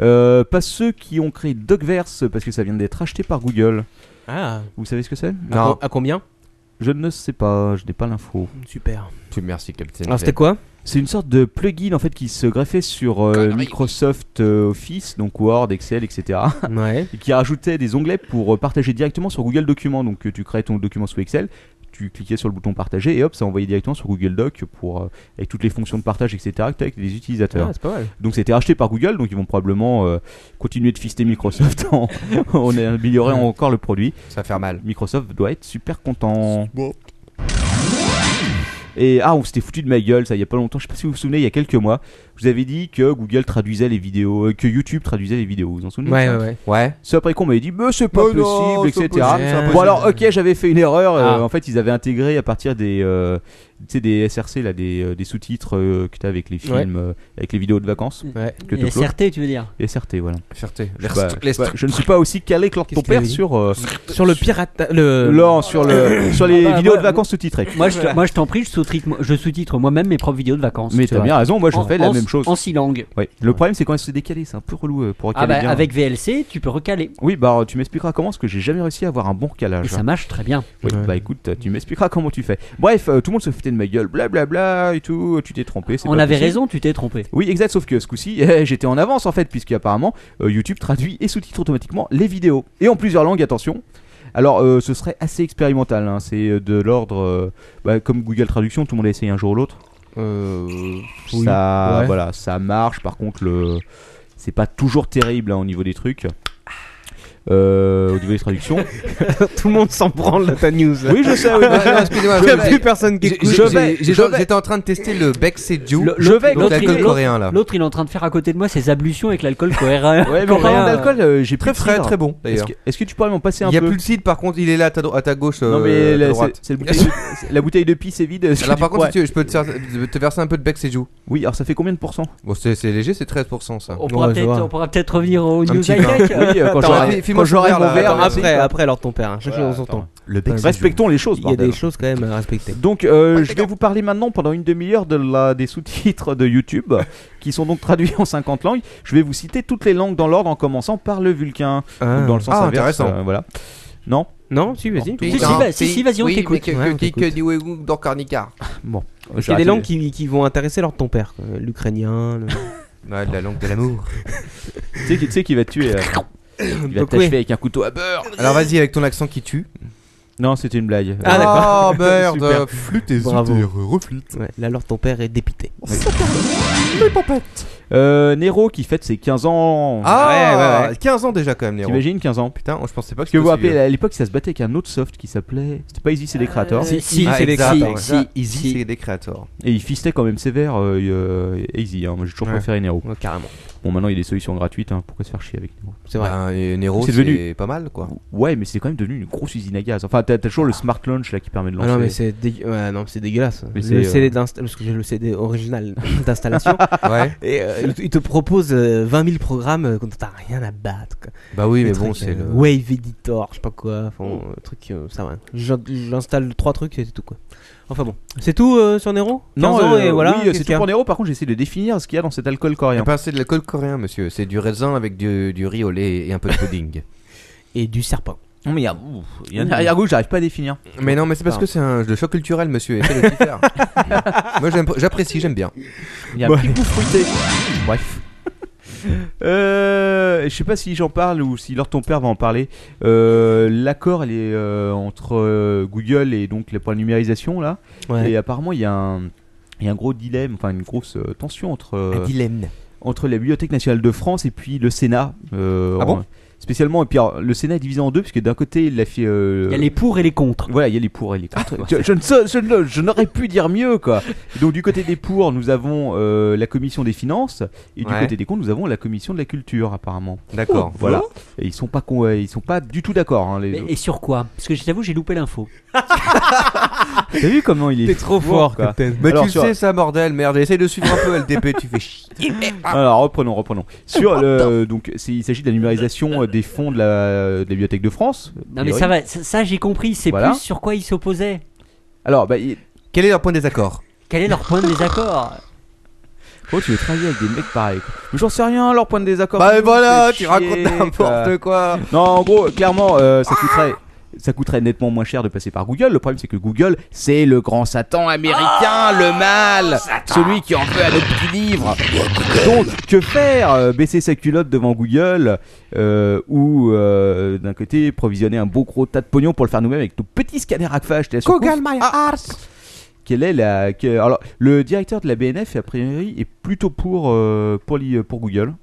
Euh, pas ceux qui ont créé Dogverse parce que ça vient d'être acheté par Google.
Ah.
Vous savez ce que c'est
À
Non.
com- À combien
Je ne sais pas, je n'ai pas l'info.
Super.
Tu merci, capitaine.
Alors Ah, c'était quoi
C'est une sorte de plugin en fait qui se greffait sur euh, Microsoft euh, Office, donc Word, Excel, etc.
Ouais.
et qui rajoutait des onglets pour euh, partager directement sur Google Documents. Donc euh, tu créais ton document sous Excel, tu cliquais sur le bouton partager et hop, ça envoyait directement sur Google Doc pour, euh, avec toutes les fonctions de partage, etc. que t'as avec les utilisateurs.
Ah, c'est pas mal.
Donc c'était racheté par Google, donc ils vont probablement euh, continuer de fister Microsoft en, en améliorant encore le produit.
Ça va faire mal.
Microsoft doit être super content. Et ah, on s'était foutu de ma gueule, ça, il y a pas longtemps. Je sais pas si vous vous souvenez, il y a quelques mois, je vous avais dit que Google traduisait les vidéos, euh, que YouTube traduisait les vidéos. Vous vous en souvenez de
Ouais,
ça
ouais, ouais.
Ouais.
C'est après qu'on m'avait dit, mais c'est pas
Mais
possible,
non, c'est
etc.
pas possible,
c'est
Bon,
pas
alors, ok, j'avais fait une erreur. euh,
Ah.
en fait, ils avaient intégré à partir des, euh, tu sais, des SRC, là, des, euh, des sous-titres euh, que t'as avec les films,
Ouais.
euh, avec les vidéos de vacances.
ouais.
Que t'uploades.
SRT, tu veux dire
SRT, voilà.
Fierté.
Je, sais pas, je sais pas, je ne suis pas aussi calé que
Qu'est-ce
ton
qu'il avait
père
dit
sur, euh,
Sur le pirate. Le...
non, sur, le, sur les
Ah bah,
vidéos
moi-
de vacances sous-titrées.
Moi, je, moi, je t'en prie, je sous-titre, moi- je sous-titre moi-même mes propres vidéos de vacances.
Mais
c'est
t'as
vrai.
bien raison, moi je
En-
fais la
en-
même chose.
En six langues.
Ouais. Le problème c'est quand c'est décalé, c'est un peu relou euh, pour
Ah
recaler
bah,
bien.
avec VLC, tu peux recaler.
Oui, bah tu m'expliqueras comment, parce que j'ai jamais réussi à avoir un bon
Et
calage.
ça marche très bien.
Oui,
Ouais.
bah écoute, tu m'expliqueras comment tu fais. Bref, euh, tout le monde se foutait de ma gueule, blablabla et tout, tu t'es trompé. c'est
On
pas
avait
possible.
raison, tu t'es trompé.
Oui, exact, sauf que ce coup-ci, eh, j'étais en avance en fait, puisque apparemment euh, YouTube traduit et sous-titre automatiquement les vidéos. Et en plusieurs langues, attention. Alors, euh, ce serait assez expérimental, hein, c'est euh, de l'ordre. euh, bah, comme Google Traduction, tout le monde a essayé un jour ou l'autre.
Euh,
ça,
ouais.
voilà, ça marche, par contre, le... c'est pas toujours terrible hein, au niveau des trucs. Euh, au niveau des traductions.
Tout le monde s'en branle de ta news.
oui, je sais, oui,
non, non, excusez-moi.
Il y a
je-
plus personne qui
j'ai-
écoute.
j'ai-
Euh, Je
j'ai-
vais-
j'ai-
je vais-
J'étais en train de tester le Beck Seju.
Le-
je vais avec
Donc
l'autre,
l'alcool
il-
coréen là.
L'autre, il est en train de faire à côté de moi ses ablutions avec l'alcool coréen.
Ah. Ouais, mais en parlant d'alcool, euh, j'ai plus
Très
de
frais,
cidre.
très bon
Est-ce
d'ailleurs.
que, est-ce que tu pourrais m'en passer un
Il y a
peu
plus de cidre par contre, il est là à ta, dro- à ta gauche.
Non, mais
euh, à ta
la,
droite.
c'est- c'est le bouteille de- la bouteille de pisse est vide. est-ce que
Alors
tu
par contre,
pourrais-
si tu veux, je peux te, faire- te- te verser un peu de Beck Seju.
Oui, alors ça fait combien de pourcents
Bon, c'est c'est léger, c'est 13% ça.
On pourra
Ouais, je
peut-être
vois.
on pourra peut-être revenir au
Un
News
petit
High
vin.
Tech.
Oui, euh, quand
Attends,
j'aurai-
file-moi
quand
ton
j'aurai
verre,
mon
là,
verre,
attends,
merci.
Après, après leur ton père. hein. Chacun
Voilà,
son
attends.
temps.
Le
Beck
Respectons les choses,
Il y a
bordel.
des choses quand même à respecter.
Donc, euh, je vais vous parler maintenant pendant une demi-heure de la, des sous-titres de YouTube, qui sont donc traduits en 50 langues. Je vais vous citer toutes les langues dans l'ordre, en commençant par le vulcain, donc dans le sens
Ah,
inverse.
intéressant.
euh, voilà. Non
Non, si, vas-y.
Si, si, va- si, si, vas-y, on
oui,
t'écoute.
mais que-
Ouais, on
que-
t'écoute.
que dit Wegu dans Carnicar
Bon.
Il y a des langues qui, qui vont intéresser leur ton père. euh, L'ukrainien. le-
Ouais, de la langue de l'amour.
Tu sais qui- tu sais qui va te tuer euh, Il va
Donc,
t'achever
oui.
avec un couteau à beurre.
Alors vas-y avec ton accent qui tue.
Non, c'était une blague.
Ah, d'accord.
Oh merde,
Super.
euh, flûte et
Bravo.
zut et reflûte.
Ouais, là, alors ton père est dépité.
Euh, Nero qui fête ses 15 ans.
Ah,
ouais, ouais,
15 ans déjà quand même, Nero.
T'imagines 15 ans
Putain, oh, je pensais pas que
Parce que vous vous
c'était
rappelez,
aussi
à l'époque, ça se battait avec un autre soft qui s'appelait. C'était pas Easy, c'est des créateurs.
Si, si,
vieux. Ah,
c'est les
exact,
si,
ouais.
si,
Easy,
euh,
si.
c'est des créateurs.
Et il fistait quand même sévère euh, et, euh, Easy. hein. Moi, j'ai toujours
Ouais.
préféré Nero.
Ouais, carrément.
Bon, maintenant, il y a des solutions gratuites. hein. Pourquoi se faire chier avec Nero
C'est vrai.
Ben, et Nero,
C'est
c'est
devenu-
pas mal
Bah,
quoi.
Ouais, mais c'est quand même devenu une grosse usine à gaz. Enfin, t'as t'as toujours le Smart Launch là qui permet de
Ah
lancer.
non mais c'est dégueu- ouais, non mais c'est dégueulasse.
Mais c'est, euh,
le CD d'installation parce que j'ai le CD original d'installation
ouais.
et euh, il te- il te propose euh, 20 000 programmes euh, quand t'as rien à battre. quoi.
Bah oui,
Des
mais bon,
trucs,
c'est
euh,
le.
Wave Editor, je sais pas quoi, enfin euh, truc euh, ça va. J'in- J'installe trois trucs et c'est tout quoi. Enfin bon, c'est tout euh, sur Nero 15 ans,
euh,
et voilà.
Oui,
qu'est-ce
c'est tout
qu'il y a
pour Nero. Par contre, j'essaie de définir ce qu'il y a dans cet alcool
Il y a
coréen.
pas assez de l'alcool coréen, monsieur. C'est du raisin avec du, du riz au lait et un peu de pudding.
Et du serpent.
Non, mais il y a. ouf, Il y a un arrière-goût, j'arrive pas à définir.
mais non, mais c'est parce que c'est un le choc culturel, monsieur. et c'est le diffère. Moi, j'aime- j'apprécie, j'aime bien.
Il y a un petit goût fruité. Bref. Euh, je sais pas si j'en parle ou si leur ton père va en parler. Euh, L'accord il est euh, entre euh, Google et donc les points de numérisation là. Et
Ouais.
apparemment il y a un il y a un gros dilemme, enfin une grosse euh, tension entre euh,
Un dilemme.
entre la Bibliothèque nationale de France et puis le Sénat. euh,
Ah
en-
bon
Spécialement et puis alors, le Sénat est divisé en deux puisque d'un côté il a fait euh,
Il y a les pour et les contre.
voilà, il y a les pour et les contre. je, je ne sais- je ne- je n'aurais pu dire mieux, quoi. Donc, du côté des pour, nous avons euh, la commission des finances. Et du
Ouais.
côté des contre, nous avons la commission de la culture, apparemment.
D'accord.
Voilà. Et ils sont pas, con, euh, ils sont pas du tout d'accord, hein, les
Mais-
autres.
et sur quoi Parce que je t'avoue, j'ai loupé l'info.
T'as vu comment il est.
T'es trop
fort,
fort,
quoi.
Captain.
Mais
Alors,
tu
sur-
sais ça, bordel, merde. Essaye de suivre un peu LDP, tu fais chier. Ah.
Alors, reprenons, reprenons. Sur le. Donc, c'est- il s'agit de la numérisation euh, des fonds de la, de la Bibliothèque de France. euh,
Non mais ça va, ça, ça, j'ai compris. C'est
Voilà.
plus sur quoi ils s'opposaient.
Alors, bah, il-
Quel est leur point de désaccord
Quel est leur point de désaccord
oh, tu veux travailler avec des mecs pareils. quoi. Mais j'en sais rien, leur point de désaccord.
Bah
Ils nous
voilà,
fait
tu
chier,
racontes
quoi.
n'importe quoi.
Non, en gros, clairement, euh, ça coûterait. Ça coûterait nettement moins cher de passer par Google. Le problème, c'est que Google, c'est le grand Satan américain, le mal, celui qui en veut à nos petits livres. Donc, que faire Euh, Baisser sa culotte devant Google euh, ou, euh, d'un côté, provisionner un beau gros tas de pognon pour le faire nous-mêmes avec nos petits scanners ACFA achetés à Surcouf
my
Quelle est la que- Alors, le directeur de la BNF, a priori, est plutôt pour euh, pour, l'I- pour Google.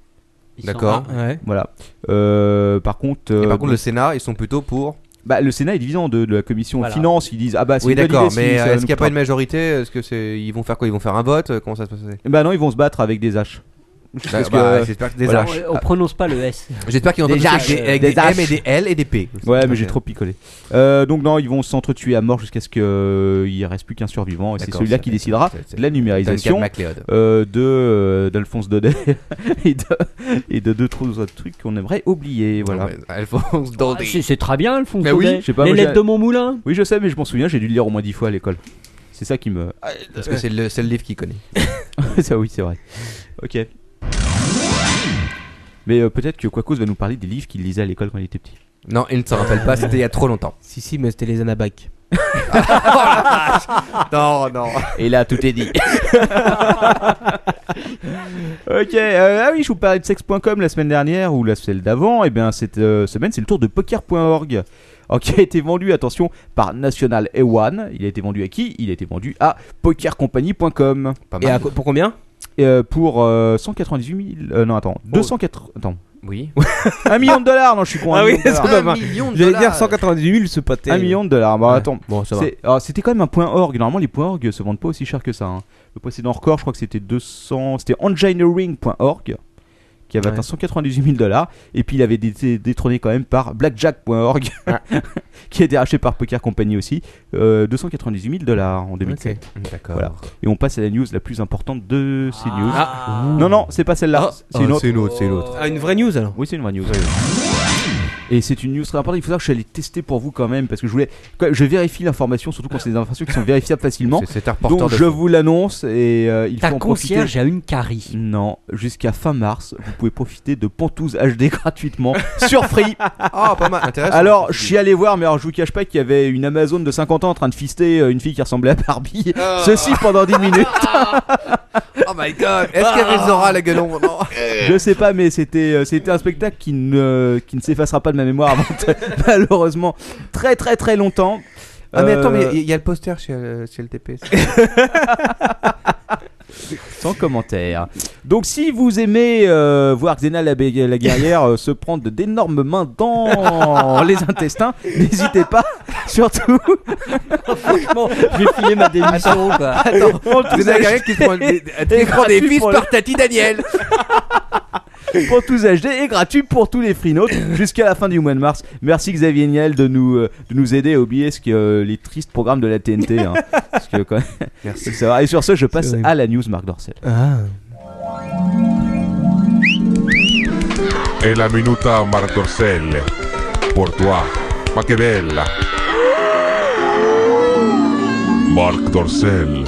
Ils sont-
D'accord.
Ouais.
Voilà. Euh, par contre,
Et
euh,
par contre, le Sénat, ils sont plutôt pour.
Bah, le Sénat est divisé en deux. De la commission
Voilà.
finance, ils disent ah bah c'est
Oui,
une bonne
d'accord,
idée, si
mais
ça
euh,
nous
est-ce qu'il n'y
coûtera
a pas une majorité Est-ce que c'est ils vont faire quoi Ils vont faire un vote Comment ça se passe
Bah non, ils vont se battre avec des haches.
Bah,
Parce que,
bah,
euh,
J'espère que des
voilà.
H.
On, on prononce pas le S.
J'espère qu'ils ont
Des
entendu ça
H,
avec des,
euh,
avec
des
des
H.
M et des L et des P.
Ouais, mais j'ai
Ok.
trop picolé. Euh, donc non, ils vont s'entretuer à mort jusqu'à ce qu'il il reste plus qu'un survivant et c'est
D'accord,
celui-là
ça
qui
fait-
décidera
c'est- c'est-
de la
Duncan
numérisation
MacLeod.
euh, de euh, d'Alphonse Daudet et de et de deux trois autres trucs qu'on aimerait oublier. Voilà.
Ah Ouais, Alphonse Daudet.
Ah, C'est c'est très bien, Alphonse.
Bah oui,
Daudet.
je sais pas,
les
moi,
lettres
j'ai-
de mon moulin.
Oui, je sais, mais je m'en souviens, j'ai dû le lire au moins dix fois à l'école. C'est ça qui me.
Parce que c'est le seul livre qu'il connaît.
ça oui, c'est vrai. Ok. Mais euh, peut-être que Quacos va nous parler des livres qu'il lisait à l'école quand il était petit.
Non, il ne s'en rappelle pas, c'était il y a trop longtemps.
Si, si, mais c'était les Anabac.
Non, non.
Et là, tout est dit. ok, euh, ah oui, je vous parlais de sexe.com la semaine dernière ou la semaine d'avant. Et bien, cette euh, semaine, c'est le tour de poker.org. Alors, euh, qui a été vendu, attention, par National Ewan. Il a été vendu à qui Il a été vendu à pokercompagnie.com.
Pas
Et
mal.
à co- pour combien
Et, euh, pour euh, 198 000. euh, non, attends, 204. Attends,
Oui.
1 million de dollars Non, je suis con.
Ah
un
oui,
million de dollars.
c'est pas mal.
million
J'allais dire 198 000 ce pâté.
1 million de dollars. Bon,
Ouais.
attends.
Bon, ça va.
C'est- alors, C'était quand même un point org. Normalement, les points org se vendent pas aussi cher que ça. hein. Le précédent record, je crois que c'était 200. C'était engineering.org qui avait
Ouais.
atteint 198 000 dollars. Et puis il avait été détrôné quand même par blackjack.org qui a été racheté par Poker Company aussi. euh, 298 000 dollars en 2007.
D'accord.
Voilà. Et on passe à la news la plus importante de ces news.
Ah. Oh.
Non, non, c'est pas celle-là. c'est une autre.
Euh, c'est une autre.
Ah, une vraie news alors
Oui, c'est une vraie news. Et c'est une news très importante. Il faut savoir que je suis allé tester pour vous quand même parce que je voulais. quand- Je vérifie l'information, surtout quand c'est des informations qui sont vérifiables facilement.
C'est cet reporter
Donc
de
je vous l'annonce et euh, il faut
Ta
en profiter.
concierge a une carie.
Non, jusqu'à fin mars, vous pouvez profiter de Pantouz HD gratuitement sur Free.
Ah, pas mal. Intéressant.
Alors, je suis allé voir, mais alors je vous cache pas qu'il y avait une Amazon de 50 ans en train de fister euh, une fille qui ressemblait à Barbie.
Ah.
Ceci pendant 10 minutes.
Oh my god. Est-ce qu'il y avait Zora la gueulon Non.
Euh, Je sais pas, mais c'était euh, c'était un spectacle qui ne qui ne s'effacera pas de ma mémoire avant très- malheureusement très très très longtemps.
Ah, mais attends, mais
Euh,
il y- il y, a le poster chez, euh, chez le TP.
sans commentaire. Donc si vous aimez euh, voir Xena la, bé- la guerrière euh, se prendre d'énormes mains dans les intestins, n'hésitez pas, surtout
Franchement, j'ai filé ma démission. Quoi.
Vous avez quelqu'un qui se prend des- qui se prend des fils par Tati Daniel.
pour tous HD et gratuit pour tous les freenotes jusqu'à la fin du mois de mars. Merci Xavier Niel de nous, euh, de nous aider à oublier ce que, euh, les tristes programmes de la TNT. hein. Parce que, quand même,
Merci.
ça va. Et sur ce, je passe
C'est vrai.
à la news Marc Dorcel.
Ah.
È la minuta Marc Dorcel. Pour toi. Ma che bella. Marc Dorcel.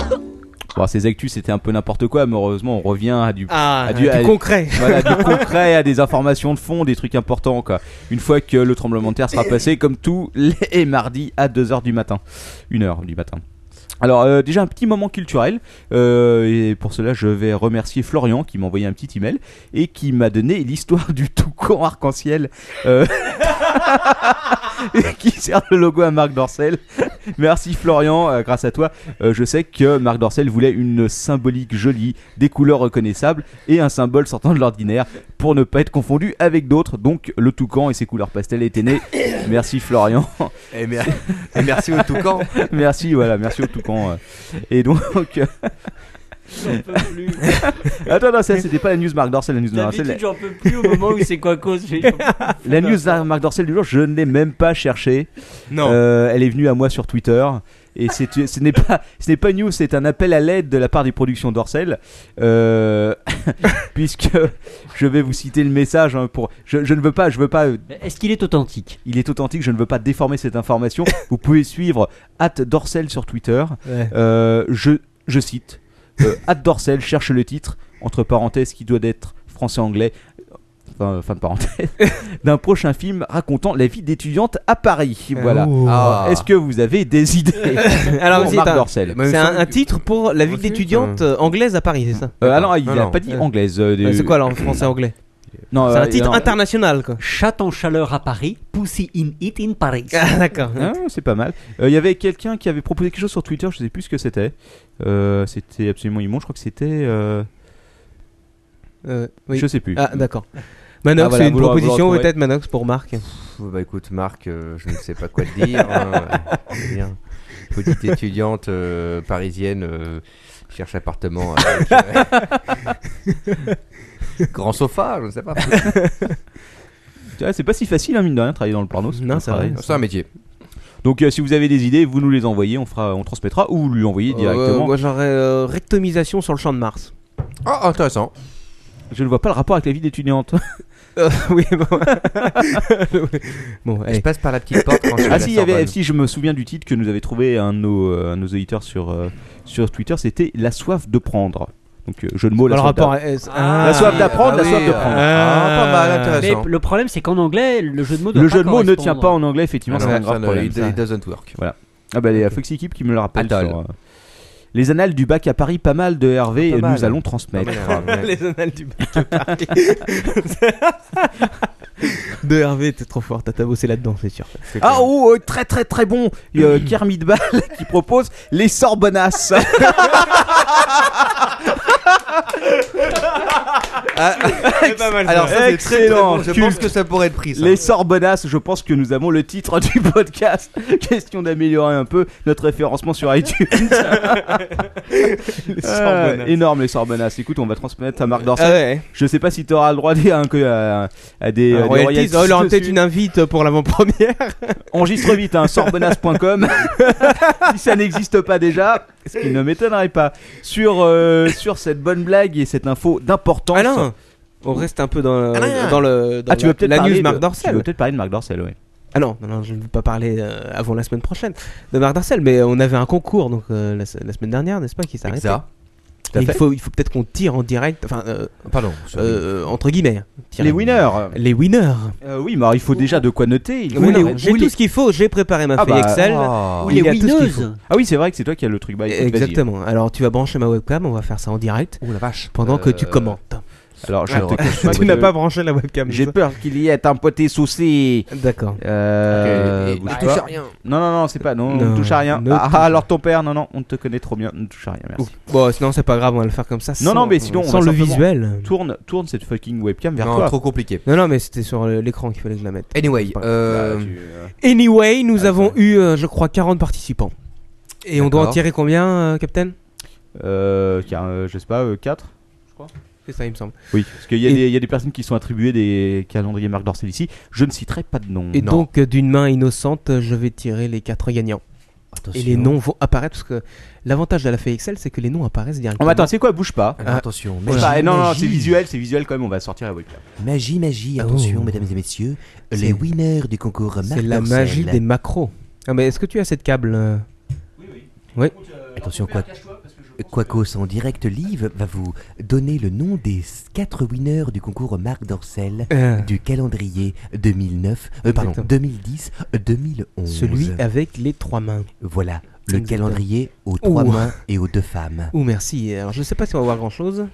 Bon, ces actus c'était un peu n'importe quoi, mais heureusement on revient à du
Ah,
Adieu,
du
adieu.
concret.
voilà, du concret à des informations de fond, des trucs importants quoi. Une fois que le tremblement de terre sera passé, comme tous les mardis à 2h du matin. 1h du matin. Alors euh, déjà un petit moment culturel euh, et pour cela je vais remercier Florian qui m'a envoyé un petit email et qui m'a donné l'histoire du tout court arc-en-ciel euh, et qui sert le logo à Marc Dorcel. Merci Florian, euh, grâce à toi euh, je sais que Marc Dorcel voulait une symbolique jolie, des couleurs reconnaissables et un symbole sortant de l'ordinaire pour ne pas être confondu avec d'autres. Donc le toucan et ses couleurs pastel étaient nés. Merci Florian.
Et, Eh, mer- et merci au Toucan.
Euh, merci, voilà, merci au toucan. euh. Et donc. euh, attends, non, ça c'était pas la news Marc Dorcel, la news Marc Dorcel.
j'en peux plus au moment où c'est quoi cause.
La news Marc Dorcel du jour, je ne l'ai même pas cherchée.
Non.
Euh, elle est venue à moi sur Twitter. Et c'est- ce n'est pas, ce n'est pas une news, c'est un appel à l'aide de la part des productions d'Orcel, Euh, puisque je vais vous citer le message. hein, pour, je, je ne veux pas, je veux pas. euh,
Est-ce qu'il est authentique
Il est authentique, je ne veux pas déformer cette information. vous pouvez suivre @dorcel sur Twitter.
Ouais.
Euh, je, je cite euh, At Dorcel cherche le titre, entre parenthèses, qui doit être français-anglais, enfin, fin de parenthèse, d'un prochain film racontant la vie d'étudiante à Paris.
Eh
Voilà.
Ah.
euh, Est-ce que vous avez des idées
oh. Alors,
pour
c'est
Marc
un- Euh,
Dorcel
C'est un, un titre pour la ville
Ensuite,
d'étudiante euh, anglaise à Paris, c'est ça
Euh, alors, il
Non,
n'a
non.
pas dit
Euh.
anglaise. euh, des-
Euh, C'est quoi alors en français anglais Ah,
Non,
C'est
euh,
un titre
non.
international quoi.
Chat en chaleur à Paris, Pussy in it in Paris.
Ah, d'accord.
Ah, c'est pas mal. Euh, Il y avait quelqu'un qui avait proposé quelque chose sur Twitter, je sais plus ce que c'était. Euh, c'était absolument immonde, je crois que c'était. euh,
Euh, oui.
Je sais plus.
Ah, d'accord. Manox,
Ah, voilà,
une
vous l'aurez- vous
proposition
l'aurez
peut-être Manox pour Marc.
Pff, bah écoute, Marc, euh, je ne sais pas quoi te dire. hein. Je veux dire, Petite étudiante euh, parisienne euh, cherche appartement avec euh, grand sofa, je ne sais pas.
Tu vois, C'est pas si facile, hein, mine de rien, de travailler dans le porno. c'est
Non,
pas
c'est
pareil.
vrai.
C'est un métier.
Donc, euh, si vous avez des idées, vous nous les envoyez, on, fera, on transmettra ou vous lui envoyez
Euh,
directement.
moi, j'aurais euh, rectomisation sur le champ de Mars.
Ah, intéressant.
Je ne vois pas le rapport avec la vie d'étudiante.
oui, bon. bon,
Je
hey.
passe par la petite porte quand je suis à
ah,
la
si, il y avait,
Sorbonne.
si, je me souviens du titre que nous avait trouvé un de nos, euh, un de nos auditeurs sur, euh, sur Twitter c'était La soif de prendre. Donc, euh, jeu de mots, la
le
soif
rapport
d'a-
est-
Ah,
Ah,
La soif
oui.
d'apprendre,
ah
la
oui,
soif de
ah,
prendre.
ah, pas mal,
Mais
intéressant.
le problème, c'est qu'en anglais, le jeu de mots doit
Le
pas
jeu de mots ne tient
correspondre.
pas en anglais, effectivement,
Ah non,
c'est un
ça
grave
ne-
problème.
it, it doesn't work.
Ah bah, il y a Fox Équipe qui me le rappelle
Atoll.
sur, euh, Les annales du bac à Paris, pas mal de Hervé,
Pas
et
mal.
nous allons transmettre.
Pas mal.
Ah, Les annales du bac à Paris. De Hervé, t'es trop fort, t'as t'as bossé là-dedans, c'est sûr.
Ah oh, euh, très très très bon Il y a, euh, Kermit Ball qui propose les Sorbonnasses.
Ah, Alors ça, c'est très, très
Excellent,
bon. Je
culte.
pense que ça pourrait être pris. ça.
les Sorbonnasses, je pense que nous avons le titre du podcast. Question d'améliorer un peu notre référencement sur iTunes. les
Sorbonnasses.
énorme les Sorbonnasses. Écoute, on va transmettre à Marc
Ah
Dorcel.
Euh,
ouais.
Je sais pas si tu auras le droit à, à, à des, euh, des
royalties, oh, il aura peut-être
dessus.
une invite pour l'avant-première.
Enregistre vite, hein, sorbonnasse.com. si ça n'existe pas déjà, ce qui ne m'étonnerait pas. Sur, euh, sur cette bonne blague et cette info d'importance.
Alain, on reste un peu dans,
Alain.
dans le dans
ah, tu
la-
veux peut-être
la
parler
news
de-
Marc
Tu veux
Dorcel.
peut-être parler de Marc Dorcel, oui.
Ah non, non, non, je ne veux pas parler euh, avant la semaine prochaine de Marc Dorcel, mais on avait un concours donc euh, la, se- la semaine dernière, n'est-ce pas, qui s'est arrêté.
Exa.
Et
Tout à
Il
fait.
faut, il faut peut-être qu'on tire en direct, enfin, euh,
Pardon.
Ah
euh, entre guillemets. Tirer.
Les winners.
Les winners.
Euh, oui, mais alors, il faut déjà de quoi noter. Il faut-
Oh. Oui,
Ah,
non,
ouais.
J'ai tout ce qu'il faut, j'ai préparé ma
Ah
feuille
bah,
Excel.
Oh.
Ou
Il
les
y a tout ce qu'il
winneuses.
Ah oui, c'est vrai que c'est toi qui as le truc. Bah, écoute, vas-y.
Exactement. Alors tu vas brancher ma webcam, on va faire ça en direct
la vache.
pendant que tu
Euh,
commentes.
Alors, je
Alors,
te cache pas
tu
que-
branché la webcam.
J'ai peur qu'il y ait un poté souci.
D'accord.
Euh,
Ok, et-
bouge
bah,
pas.
touche à rien.
Non, non, non, c'est pas. Non,
Non,
ne touche à rien.
ne
Ah,
touche
ah,
à
alors ton père, non, non, on te connaît trop bien. Ne touche à rien, merci.
Bon, sinon c'est pas grave, on va le faire comme ça.
Non,
sans-
non, mais sinon, on
sans
va
le
simplement-
visuel.
Tourne, tourne cette fucking webcam vers
Non,
toi.
trop compliqué.
Non, non, mais c'était sur le- l'écran qu'il fallait que je la mette.
Anyway,
Pas-
euh,
Anyway, nous
Ah,
avons
ça.
eu, euh, je crois, 40 participants. Et on doit en
D'accord.
tirer combien, euh, Captain
Euh, car, euh, je sais pas, 4
C'est ça, il me semble.
Oui, parce qu'il y, a
Et-
des- il y a des personnes qui sont attribuées des calendriers Marc Dorcel ici. Je ne citerai pas de nom.
Et
Non.
donc, euh, d'une main innocente, euh, je vais tirer les 4 gagnants. Et les noms vont apparaître, parce que l'avantage de la feuille Excel, c'est que les noms apparaissent
Oh,
directement.
mais attends, c'est quoi Bouge pas.
Euh,
alors, attention,
Bouge
magie,
pas. Eh, non, non, c'est
magie.
visuel, c'est visuel quand même. On va sortir la webcam.
Magie, magie,
Oh.
attention, mesdames et messieurs,
C'est-
les winners du concours Marc
C'est la
Dorcel.
magie des macros. Ah, mais est-ce que tu as cette câble euh
Attention, quoi... Quacos en direct live va vous donner le nom des 4 winners du concours Marc Dorcel
Euh,
du calendrier 2009, euh, pardon,
Exactement.
2010, 2011.
Celui avec les trois mains.
Voilà, le
Exactement.
calendrier aux trois
Ouh.
mains et aux deux femmes.
Ou merci. Alors, je sais pas si on va voir grand chose.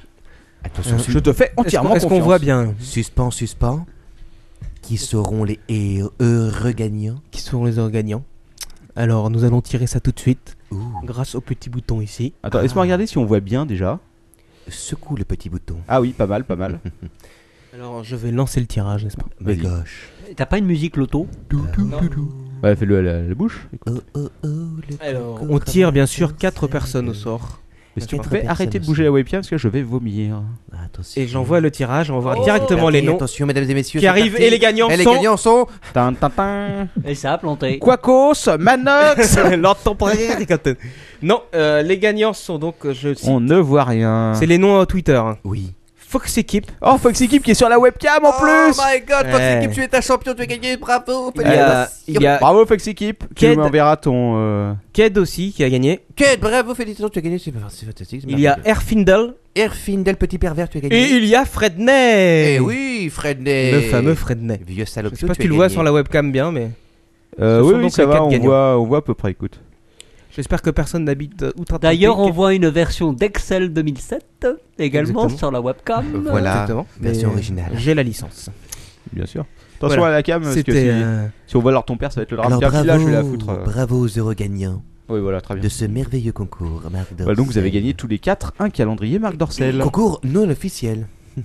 Attention,
Je te fais entièrement
Euh, Est-ce qu'on
confiance.
voit bien
Suspens, suspens. Qui seront les hé- heureux gagnants
qui sont les heureux gagnants Alors, nous allons tirer ça tout de suite
Ouh,
grâce au petit bouton ici.
Attends, laisse-moi regarder si on voit bien déjà.
secoue le petit bouton.
Ah oui, pas mal, pas mal.
Alors, je vais lancer le tirage, n'est-ce pas
Main
Vas-y.
gauche.
T'as pas une musique loto
Ouais, fais-le à la, à la bouche.
Oh, oh, oh, le
Alors,
concours
on tire bien sûr
Marc
quatre
Dorcel.
personnes au sort.
Est-ce que
Quatre
tu peux
personnes
arrêter de
aussi.
bouger la webcam parce que je vais vomir.
Attention.
Et j'envoie le tirage, on va voir
Oh
directement les
Et
noms
Attention, mesdames et messieurs.
qui
c'est
arrivent
parti.
et les gagnants
Et les
sont
gagnants sont.
Tin, tin, tin.
Et ça a planté.
Quacos, Manox.
l'ordre temporaire des capitaines. Non, euh, les gagnants sont donc, euh, je cite,
on ne voit rien.
c'est les noms euh, Twitter. hein.
Oui.
Fox Équipe.
Oh, Fox Équipe qui est sur la webcam en plus.
Oh my god,
Fox Ouais. Équipe,
tu es ta champion, tu es gagné, bravo
Il y a, euh, il y a
Bravo Fox Équipe, tu
Ked.
m'enverras ton. euh,
Ked aussi qui a gagné.
bravo, félicitations, tu as gagné, c'est fantastique.
Il y a Erfindel.
Erfindel, petit pervers, tu as gagné.
Et il y a Fredney.
Eh oui, Fredney
Le fameux Fredney.
Vieux
Je
salope.
sais pas si tu le vois sur la webcam bien, mais
euh,
Ce
oui,
sont
oui,
donc
ça
les
va,
quatre
on
gagnants.
voit, on voit à peu près. Écoute,
j'espère que personne n'habite euh, outre-Atlantique.
D'ailleurs, on voit une version d'Excel 2007 également
Exactement.
sur la webcam.
Voilà,
Exactement.
version
Mais
originale.
J'ai la licence.
bien sûr. Attention
Voilà.
à la cam, parce que
C'était.
si,
euh,
si on voit alors ton père, ça va être le drame.
Alors
Tiens,
bravo,
là, je vais la foutre. euh.
bravo aux heureux gagnants
Oui, voilà, très bien.
de ce merveilleux concours, Marc Dorcel.
Voilà, donc vous avez gagné tous les quatre un calendrier Marc Dorcel.
Concours non officiel.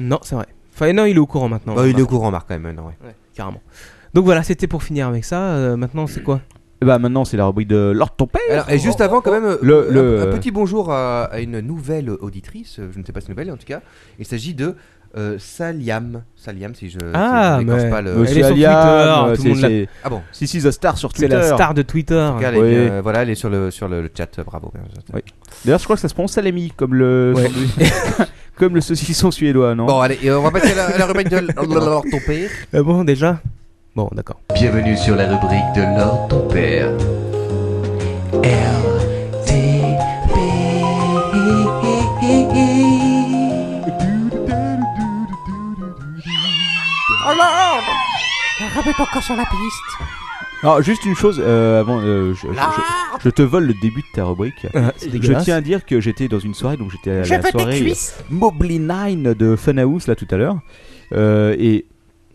Non, c'est vrai. Enfin, non, il est au courant maintenant.
Bah, il est
Enfin,
au courant, Marc, quand même. non, ouais.
ouais, carrément. Donc voilà, c'était pour finir avec ça. Euh, maintenant, c'est quoi
Eh ben, maintenant, c'est la rubrique de Lord ton père.
Alors, et juste avant, quand même, euh,
Le-
un-
le-
un, petit bonjour à, à une nouvelle auditrice. euh, Je ne sais pas si nouvelle, en tout cas. Il s'agit de euh, Saliam. Saliam, si je
Ah,
si je n'écorche
mais-
pas le.
Monsieur- elle est sur Twitter, tout le monde
Euh, c'est-
Ah bon.
c'est- si, si, The Star sur
C'est
Twitter.
la star de Twitter.
en tout cas, elle est
Oui.
bien, euh, voilà, elle est sur le sur le, le chat. euh, Bravo.
D'ailleurs, je crois que ça se prononce Salami, comme le,
Ouais.
comme le saucisson suédois, non
Bon, allez, et on va passer à la, à la rubrique de Lord ton père.
Ah bon, déjà Bon, d'accord.
Bienvenue sur la rubrique de Lord ton père.
Alors, juste une chose, euh, avant, euh, je, je- je- je te vole le début de ta rubrique.
c'est
Je tiens à dire que j'étais dans une soirée, donc j'étais à la soirée Mobley 9 de Funhouse là tout à l'heure, Euh, et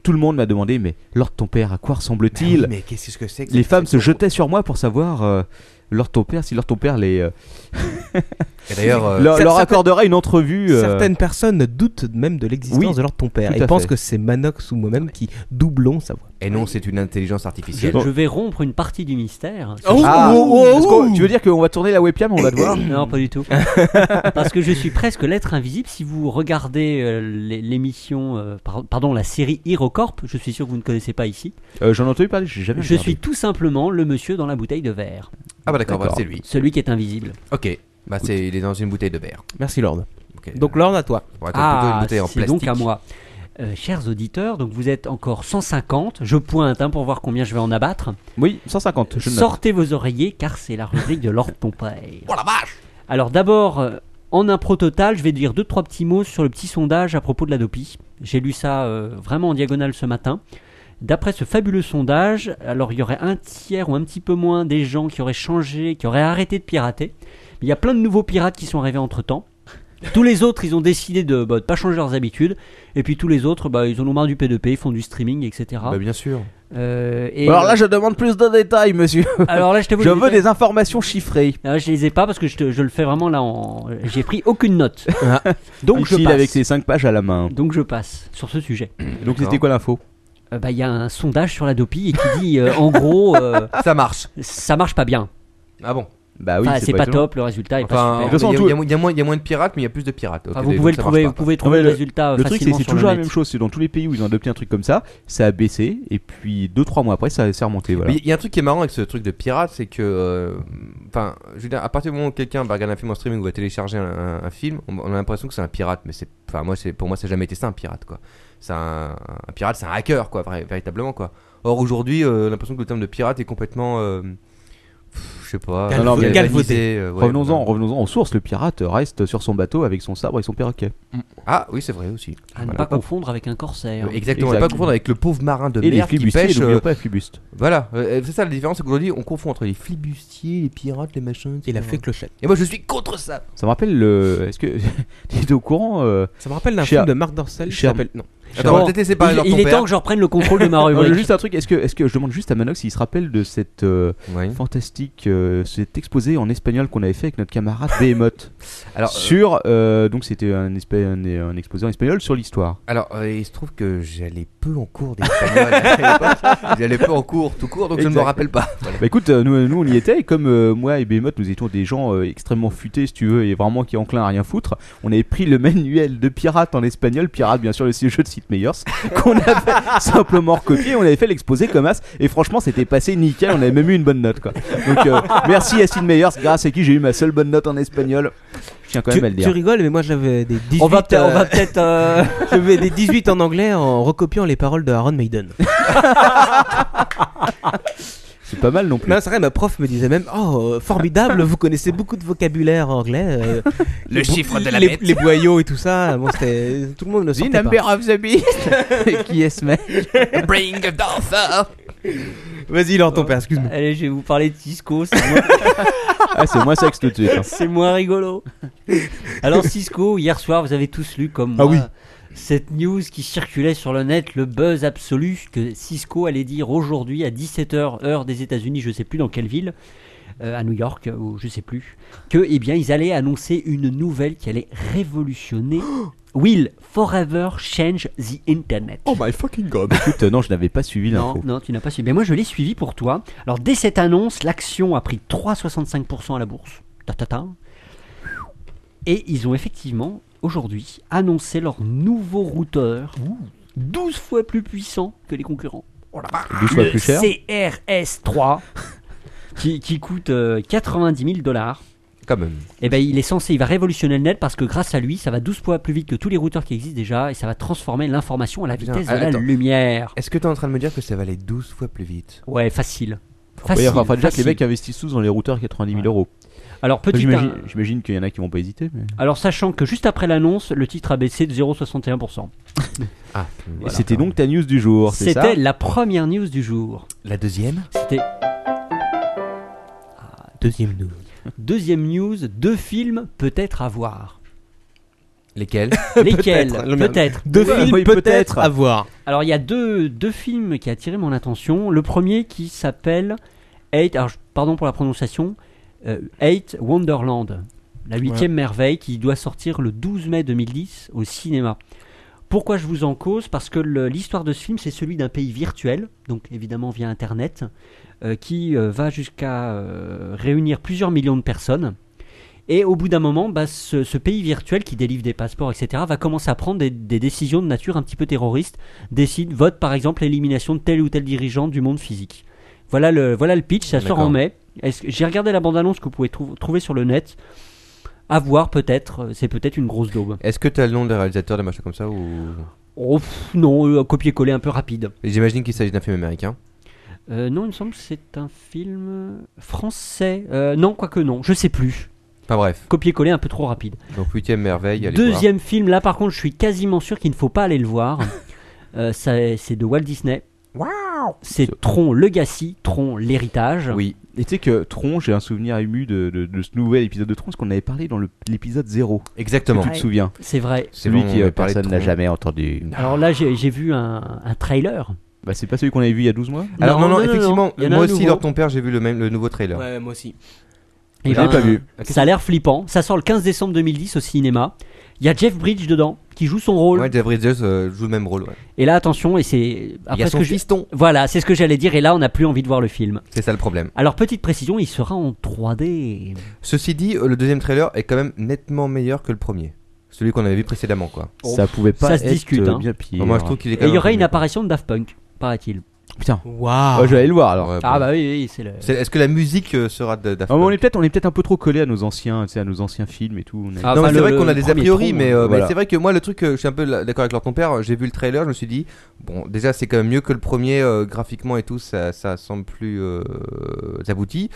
tout le monde m'a demandé mais Lord ton père à quoi ressemble-t-il
Ah
Mais qu'est-ce que c'est que
Les
ça
femmes se jetaient sur moi pour savoir euh, Lord ton père si Lord ton père les euh,
Et d'ailleurs, euh,
leur,
ça-
leur
ça peut-
accordera une entrevue. euh,
Certaines personnes doutent même de l'existence
Oui,
de leur ton père
tout
et
à
pensent
fait.
que c'est Manox ou moi-même qui doublons sa voix.
et non, c'est une intelligence
Je,
artificielle.
je vais rompre une partie du mystère.
Ah, parce qu'on- tu veux dire qu'on va tourner la webcam, on va te
Ah.
voir.
Non, pas du tout. Parce que je suis presque l'être invisible. Si vous regardez euh, l'é- l'émission, euh, par- pardon, la série HeroCorp, je suis sûr que vous ne connaissez pas ici.
Euh, J'en ai entendu parler, j'ai jamais.
Je
regardé.
suis tout simplement le monsieur dans la bouteille de verre,
Ah bah d'accord, bah,
D'accord.
c'est lui.
celui qui est invisible.
Ok. Bah c'est il est dans une bouteille de verre.
Merci Lord.
Ok.
Donc Lord à toi.
Bon, attends, plutôt une
Ah,
bouteille en
c'est
plastique.
donc à moi. Euh, chers auditeurs, donc vous êtes encore 150. Je pointe hein, pour voir combien je vais en abattre.
Oui, 150. Je ne-
Sortez vos oreillers car c'est la rubrique de Lord ton père.
Oh
Alors d'abord, euh, en impro total, je vais dire deux trois petits mots sur le petit sondage à propos de la Dopi. J'ai lu ça euh, vraiment en diagonale ce matin. D'après ce fabuleux sondage, alors il y aurait un tiers ou un petit peu moins des gens qui auraient changé, qui auraient arrêté de pirater. Il y a plein de nouveaux pirates qui sont arrivés entre temps. Tous les autres, ils ont décidé de ne pas changer leurs habitudes. Et puis tous les autres, bah, ils en ont marre du P2P, ils font du streaming, etc.
Bah bien sûr.
Euh, et-
Bah Alors là, je demande plus de détails, monsieur.
alors là, je t'avoue,
Je
j'ai
veux
été-
des informations chiffrées.
Ah, je les ai pas parce que je, te- je le fais vraiment là en. J'ai pris aucune note. Donc je
Utile
Ah, passe.
avec ses 5 pages à la main.
Donc je passe sur ce sujet. Euh,
Donc c'était quoi l'info
bah, Il y a un sondage sur la Dopi et qui dit euh, en gros, euh,
Ça marche.
ça marche pas bien.
Ah bon.
Bah oui,
Ah, c'est pas,
étonnant.
top, le résultat est pas
Enfin,
super.
de toute façon,
il y a-
tout-
il y, a moins- il y a moins- il y a moins de pirates, mais il y a plus de pirates. Ok,
Enfin, vous
donc
pouvez le
ça marche
trouver,
pas,
vous pouvez
mais
trouver le,
le-
résultat
Le truc, c'est
facilement
que c'est
sur le
toujours la
net.
même chose. C'est dans tous les pays où ils ont adopté un truc comme ça, ça a baissé, et puis 2-3 mois après, ça s'est remonté. Voilà.
Mais il y a un truc qui est marrant avec ce truc de pirate, c'est que, euh, enfin, je veux dire, à partir du moment où quelqu'un va regarder un film en streaming ou va télécharger un, un- un film, on, on a l'impression que c'est un pirate, mais c'est, enfin, moi, c'est, pour moi, ça n'a jamais été ça un pirate, quoi. C'est un, un pirate, c'est un hacker, quoi, vrai- véritablement, quoi. Or aujourd'hui, euh, l'impression que le terme de pirate est complètement, euh, pff, je sais pas,
Galvaudé.
euh, galvanisé,
Galvaudé.
euh, ouais,
revenons-en,
voilà.
revenons-en aux sources. Le pirate reste sur son bateau avec son sabre et son perroquet.
Ah oui, c'est vrai aussi.
À ne
Voilà.
pas confondre avec un corsaire.
Euh, Exactement, et
Exact.
pas confondre avec le pauvre marin de
Et les
mer qui
flibustiers,
pêche.
n'oublions
euh,
pas les flibustes.
voilà, Euh, c'est ça la différence, c'est qu'aujourd'hui on confond entre les flibustiers, les pirates, les machins.
Il a
etc.
fait clochette.
Et Ah moi je suis contre ça.
Ça me rappelle le. Est-ce que. tu étais au courant euh,
Ça me rappelle d'un
Cher-
film de Marc Dorcel. qui
Cher-
s'appelle- Non.
Attends, on va peut-être laisser parler
Il,
leur
il
ton
est
père.
temps que je reprenne le contrôle de ma
non,
rubrique.
Juste un truc, est-ce que, est que je demande juste à Manox s'il se rappelle de cette euh,
Ouais.
fantastique. euh, cet exposé en espagnol qu'on avait fait avec notre camarade Behemoth
Alors, euh,
Sur. euh, donc c'était un, espé- un- un exposé en espagnol sur l'histoire.
alors euh, il se trouve que j'allais peu en cours d'espagnol à l'époque. J'allais peu en cours, tout court, donc je ne me
Exact.
rappelle pas.
Bah écoute, euh, nous, nous on y était, et comme euh, moi et Behemoth nous étions des gens euh, extrêmement futés, si tu veux, et vraiment qui enclin à rien foutre, on avait pris le manuel de pirate en espagnol, pirate bien sûr, le jeu de Sid Meyers, qu'on avait simplement recopié, on avait fait l'exposé comme as, et franchement c'était passé nickel, on avait même eu une bonne note quoi. Donc euh, merci à Sid Meyers, grâce à qui j'ai eu ma seule bonne note en espagnol. Je tiens quand
Tu,
même à le
tu
dire.
rigoles, mais moi j'avais des 18,
On va peut- on
euh,
va peut-être. euh,
j'avais des 18 en anglais en recopiant les paroles de Aaron Maiden.
C'est pas mal non plus.
Non, c'est vrai, ma prof me disait même Oh, euh, formidable, vous connaissez beaucoup de vocabulaire anglais. euh,
Le
les bou-
chiffre de la
les,
bête.
Les boyaux et tout ça. Bon, c'était- tout le monde ne
The
sortait pas.
number of the beast Qui est ce mec
Bring Dartha
Vas-y, Laure, ton père, excuse-moi.
Allez, je vais vous parler de Cisco. c'est moi-
Ah c'est moi sexe tout de suite. hein.
C'est moins rigolo. Alors Cisco, hier soir, vous avez tous lu comme moi
Ah oui.
cette news qui circulait sur le net, le buzz absolu que Cisco allait dire aujourd'hui à 17h heure des États-Unis, je sais plus dans quelle ville. euh, à New York, euh, ou je sais plus, que eh bien, ils allaient annoncer une nouvelle qui allait révolutionner. Will forever change the internet.
Oh, my fucking god. Écoute, euh, non, je n'avais pas suivi
Non,
l'info.
non, tu n'as pas suivi. Mais moi, je l'ai suivi pour toi. Alors, dès cette annonce, l'action a pris 3,65% à la bourse. Ta, ta, ta. Et ils ont effectivement, aujourd'hui, annoncé leur nouveau routeur 12 fois plus puissant que les concurrents. Oh la vache.
12 fois
Le
plus cher.
CRS3, qui, qui coûte euh, 90 000 dollars.
Quand même.
Et ben, il est censé, il va révolutionner le net parce que grâce à lui, ça va 12 fois plus vite que tous les routeurs qui existent déjà et ça va transformer l'information à la
Putain,
vitesse de
ah,
la
attends.
lumière.
Est-ce que t'es en train de me dire que ça valait 12 fois plus vite
Ouais, facile.
Oui,
Facile,
enfin, enfin, déjà que les
facile.
mecs investissent tous dans les routeurs 90 000 euros.
Alors, petit
J'imagine
un-
j'imagine qu'il y en a qui vont pas hésiter. mais-
Alors, sachant que juste après l'annonce, le titre a baissé de 0,61%.
Ah, voilà.
C'était donc ta news du jour, c'est ça
C'était la première news du jour.
La deuxième
C'était
Deuxième news.
deuxième news, deux films peut-être à voir.
Lesquelles
Lesquels
le merde.
Peut-être.
Deux
Ouais,
films
oui,
peut-être
peut-être.
à voir.
Alors, il y a deux, deux films qui attiraient mon attention. Le premier qui s'appelle Eight, alors, je- pardon pour la prononciation, euh, Eight Wonderland, la huitième merveille qui doit sortir le 12 mai 2010 au cinéma. Pourquoi je vous en cause Parce que le- l'histoire de ce film, c'est celui d'un pays virtuel, donc évidemment via Internet, euh, qui euh, va jusqu'à euh, réunir plusieurs millions de personnes. Et au bout d'un moment, bah, ce, ce pays virtuel qui délivre des passeports, etc., va commencer à prendre des, des décisions de nature un petit peu terroriste, décide, vote par exemple l'élimination de tel ou tel dirigeant du monde physique. Voilà le, voilà le pitch, ça sort
D'accord.
en mai. Est-ce que- J'ai regardé la bande-annonce que vous pouvez trou- trouver sur le net. À voir peut-être, euh, c'est peut-être une grosse daube.
Est-ce que t'as le nom des réalisateurs, des machins comme ça ou...
Oh, pff, non, euh, copier-coller un peu rapide.
J'imagine qu'il s'agit d'un film américain.
Euh, non, il me semble que c'est un film français. Euh, non, quoique non, je sais plus.
Enfin bref.
Copier-coller un peu trop rapide.
Donc, huitième merveille. allez voir.
Deuxième film, là par contre, je suis quasiment sûr qu'il ne faut pas aller le voir. Euh, ça- c'est de Walt Disney. C'est Tron Legacy, Tron l'héritage.
Oui.
Et tu sais que Tron, j'ai un souvenir ému de, de- de ce nouvel épisode de Tron, parce qu'on avait parlé dans le- l'épisode 0.
Exactement.
Tu te souviens
C'est vrai.
C'est
Celui
bon, on
qui
avait
euh,
parlé de
personne n'a
Tron.
jamais entendu.
Alors là, j'ai j'ai vu un, un trailer.
Bah, c'est pas celui qu'on avait vu il y a 12 mois
Alors non, non, effectivement,
Il y en a
moi
un
aussi,
nouveau.
lors de ton père, j'ai vu le même, le nouveau trailer.
Ouais, moi aussi.
Eh
Je l'avais
ben,
pas vu.
Ça a l'air flippant. Ça sort le 15 décembre 2010 au cinéma. Il y a Jeff Bridge dedans qui joue son rôle.
Ouais, Jeff Bridges euh, joue le même rôle. ouais.
Et là, attention, et c'est
Il y
après
a
ce
son
que je-
fiston.
Voilà, c'est ce que j'allais dire. Et là, on n'a plus envie de voir le film.
C'est ça le problème.
Alors petite précision, il sera en 3D.
Ceci dit, euh, le deuxième trailer est quand même nettement meilleur que le premier. Celui qu'on avait vu précédemment, quoi.
Ça pouvait pas
ça se
être
discute, hein.
bien pire.
Enfin, moi, je trouve qu'il est quand
Et il
même
y
un
aurait
peu
une
mieux,
apparition de Daft Punk, paraît-il.
Putain.
Waouh.
Oh, je vais aller le voir alors.
quoi. Ouais,
Ah
bon.
bah oui, oui, c'est le.
C'est- Est-ce que la musique euh, sera de Daft
Ah, mais on
Punk
est peut-être on est peut-être un peu trop collé à nos anciens, tu sais, à nos anciens films et tout. On est-
Ah,
Non, mais
enfin,
c'est
le-
vrai qu'on
le
a des a
premier
priori,
Tron,
mais,
hein.
euh, mais
Voilà.
c'est vrai que moi, le truc, euh, je suis un peu la- d'accord avec leur ton père. euh, J'ai vu le trailer, je me suis dit, bon, déjà, c'est quand même mieux que le premier euh, graphiquement et tout, ça, ça semble plus euh, abouti.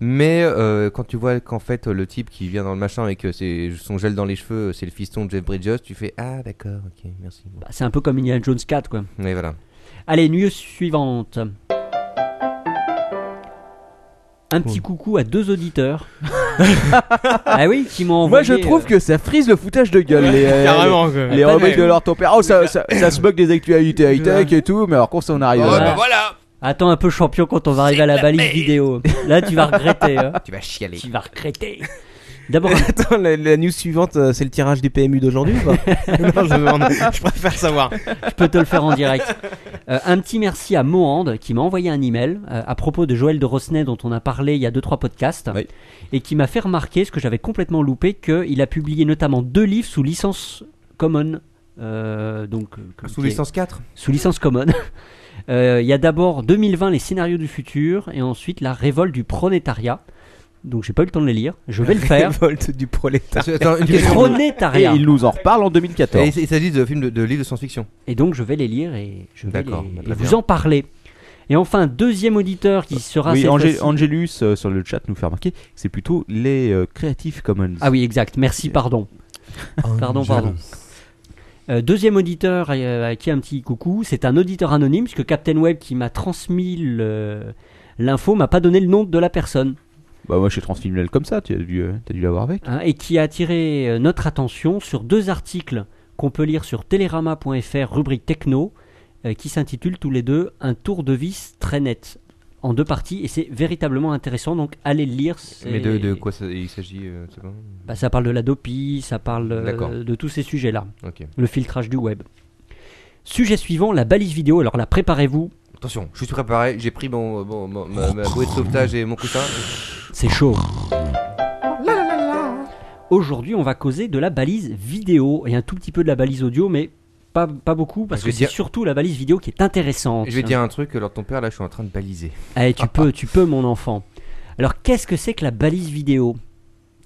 Mais euh, quand tu vois qu'en fait, le type qui vient dans le machin et que c'est son gel dans les cheveux, euh, c'est le fiston de Jeff Bridges, tu fais, ah, d'accord, ok, merci.
Bah, C'est un peu comme Indiana Jones 4, quoi.
Mais voilà.
Allez, news suivante. Un petit coucou à deux auditeurs. ah oui, qui m'ont envoyé.
Moi, je trouve que ça frise le foutage de gueule. les, euh,
Carrément.
Les, les remakes de leur ton père. Oh, ça, ça, ça se moque des actualités high-tech et tout, mais alors quand ça on arrive.
Ouais,
euh,
bah Attends un peu, champion, quand on va arriver à la balise vidéo. Là, tu vas regretter. hein.
Tu vas chialer.
Tu vas regretter. D'abord,
Attends, la, la news suivante, euh, c'est le tirage du PMU d'aujourd'hui ou pas Non, je, demande. je préfère savoir.
je peux te le faire en direct. Euh, un petit merci à Mohand qui m'a envoyé un email euh, à propos de Joël de Rosnay dont on a parlé il y a 2-3 podcasts
Oui.
et qui m'a fait remarquer ce que j'avais complètement loupé qu'il a publié notamment deux livres sous licence Common. euh, donc, euh, que-
Sous
qui est-
licence 4
sous licence Common. Euh, Il y a d'abord 2020 les scénarios du futur et ensuite la révolte du prolétariat. Donc j'ai pas eu le temps de les lire, je vais le faire.
Révolte du prolétaire.
Attends, une
Du
question.
Et
prolétariat.
il nous en reparle en
Et
2014.
il s'agit de films de, de livres de science-fiction.
Et donc je vais les lire et je vais
D'accord,
les-
bah,
et
très
vous
bien.
en parler. Et enfin, deuxième auditeur qui sera
Oui,
cette
Angé-
fois-ci-
Angelus euh, sur le chat nous fait remarquer que c'est plutôt les euh, Creative Commons.
Ah oui, exact. Merci, pardon.
Oh,
Pardon, pardon. Euh, deuxième auditeur euh, à qui un petit coucou, c'est un auditeur anonyme, puisque Captain Web qui m'a transmis le- l'info m'a pas donné le nom de la personne.
Bah moi je suis transfilmé comme ça, tu as dû, euh, t'as dû l'avoir avec.
hein, et qui a attiré euh, notre attention sur deux articles qu'on peut lire sur telerama.fr, rubrique techno, euh, qui s'intitulent tous les deux Un tour de vis très net. en deux parties et c'est véritablement intéressant. Donc allez le lire. c'est-
Mais de, de quoi ça- il s'agit euh, c'est bon
Bah, Ça parle de l'adopie, ça parle euh,
D'accord.
de tous ces sujets-là.
Ok.
Le filtrage du web. Sujet suivant, la balise vidéo. Alors là, préparez-vous.
Attention, je suis préparé, j'ai pris mon, euh, mon- mon- ma, ma bouée de sauvetage et mon coussin.
C'est chaud. Aujourd'hui, on va causer de la balise vidéo et un tout petit peu de la balise audio, mais pas, pas beaucoup parce
Je
que
vais
c'est
dire-
surtout la balise vidéo qui est intéressante.
Je vais dire un truc, alors ton père, là, je suis en train de baliser.
Allez, tu peux, tu peux, mon enfant. Alors, qu'est-ce que c'est que la balise vidéo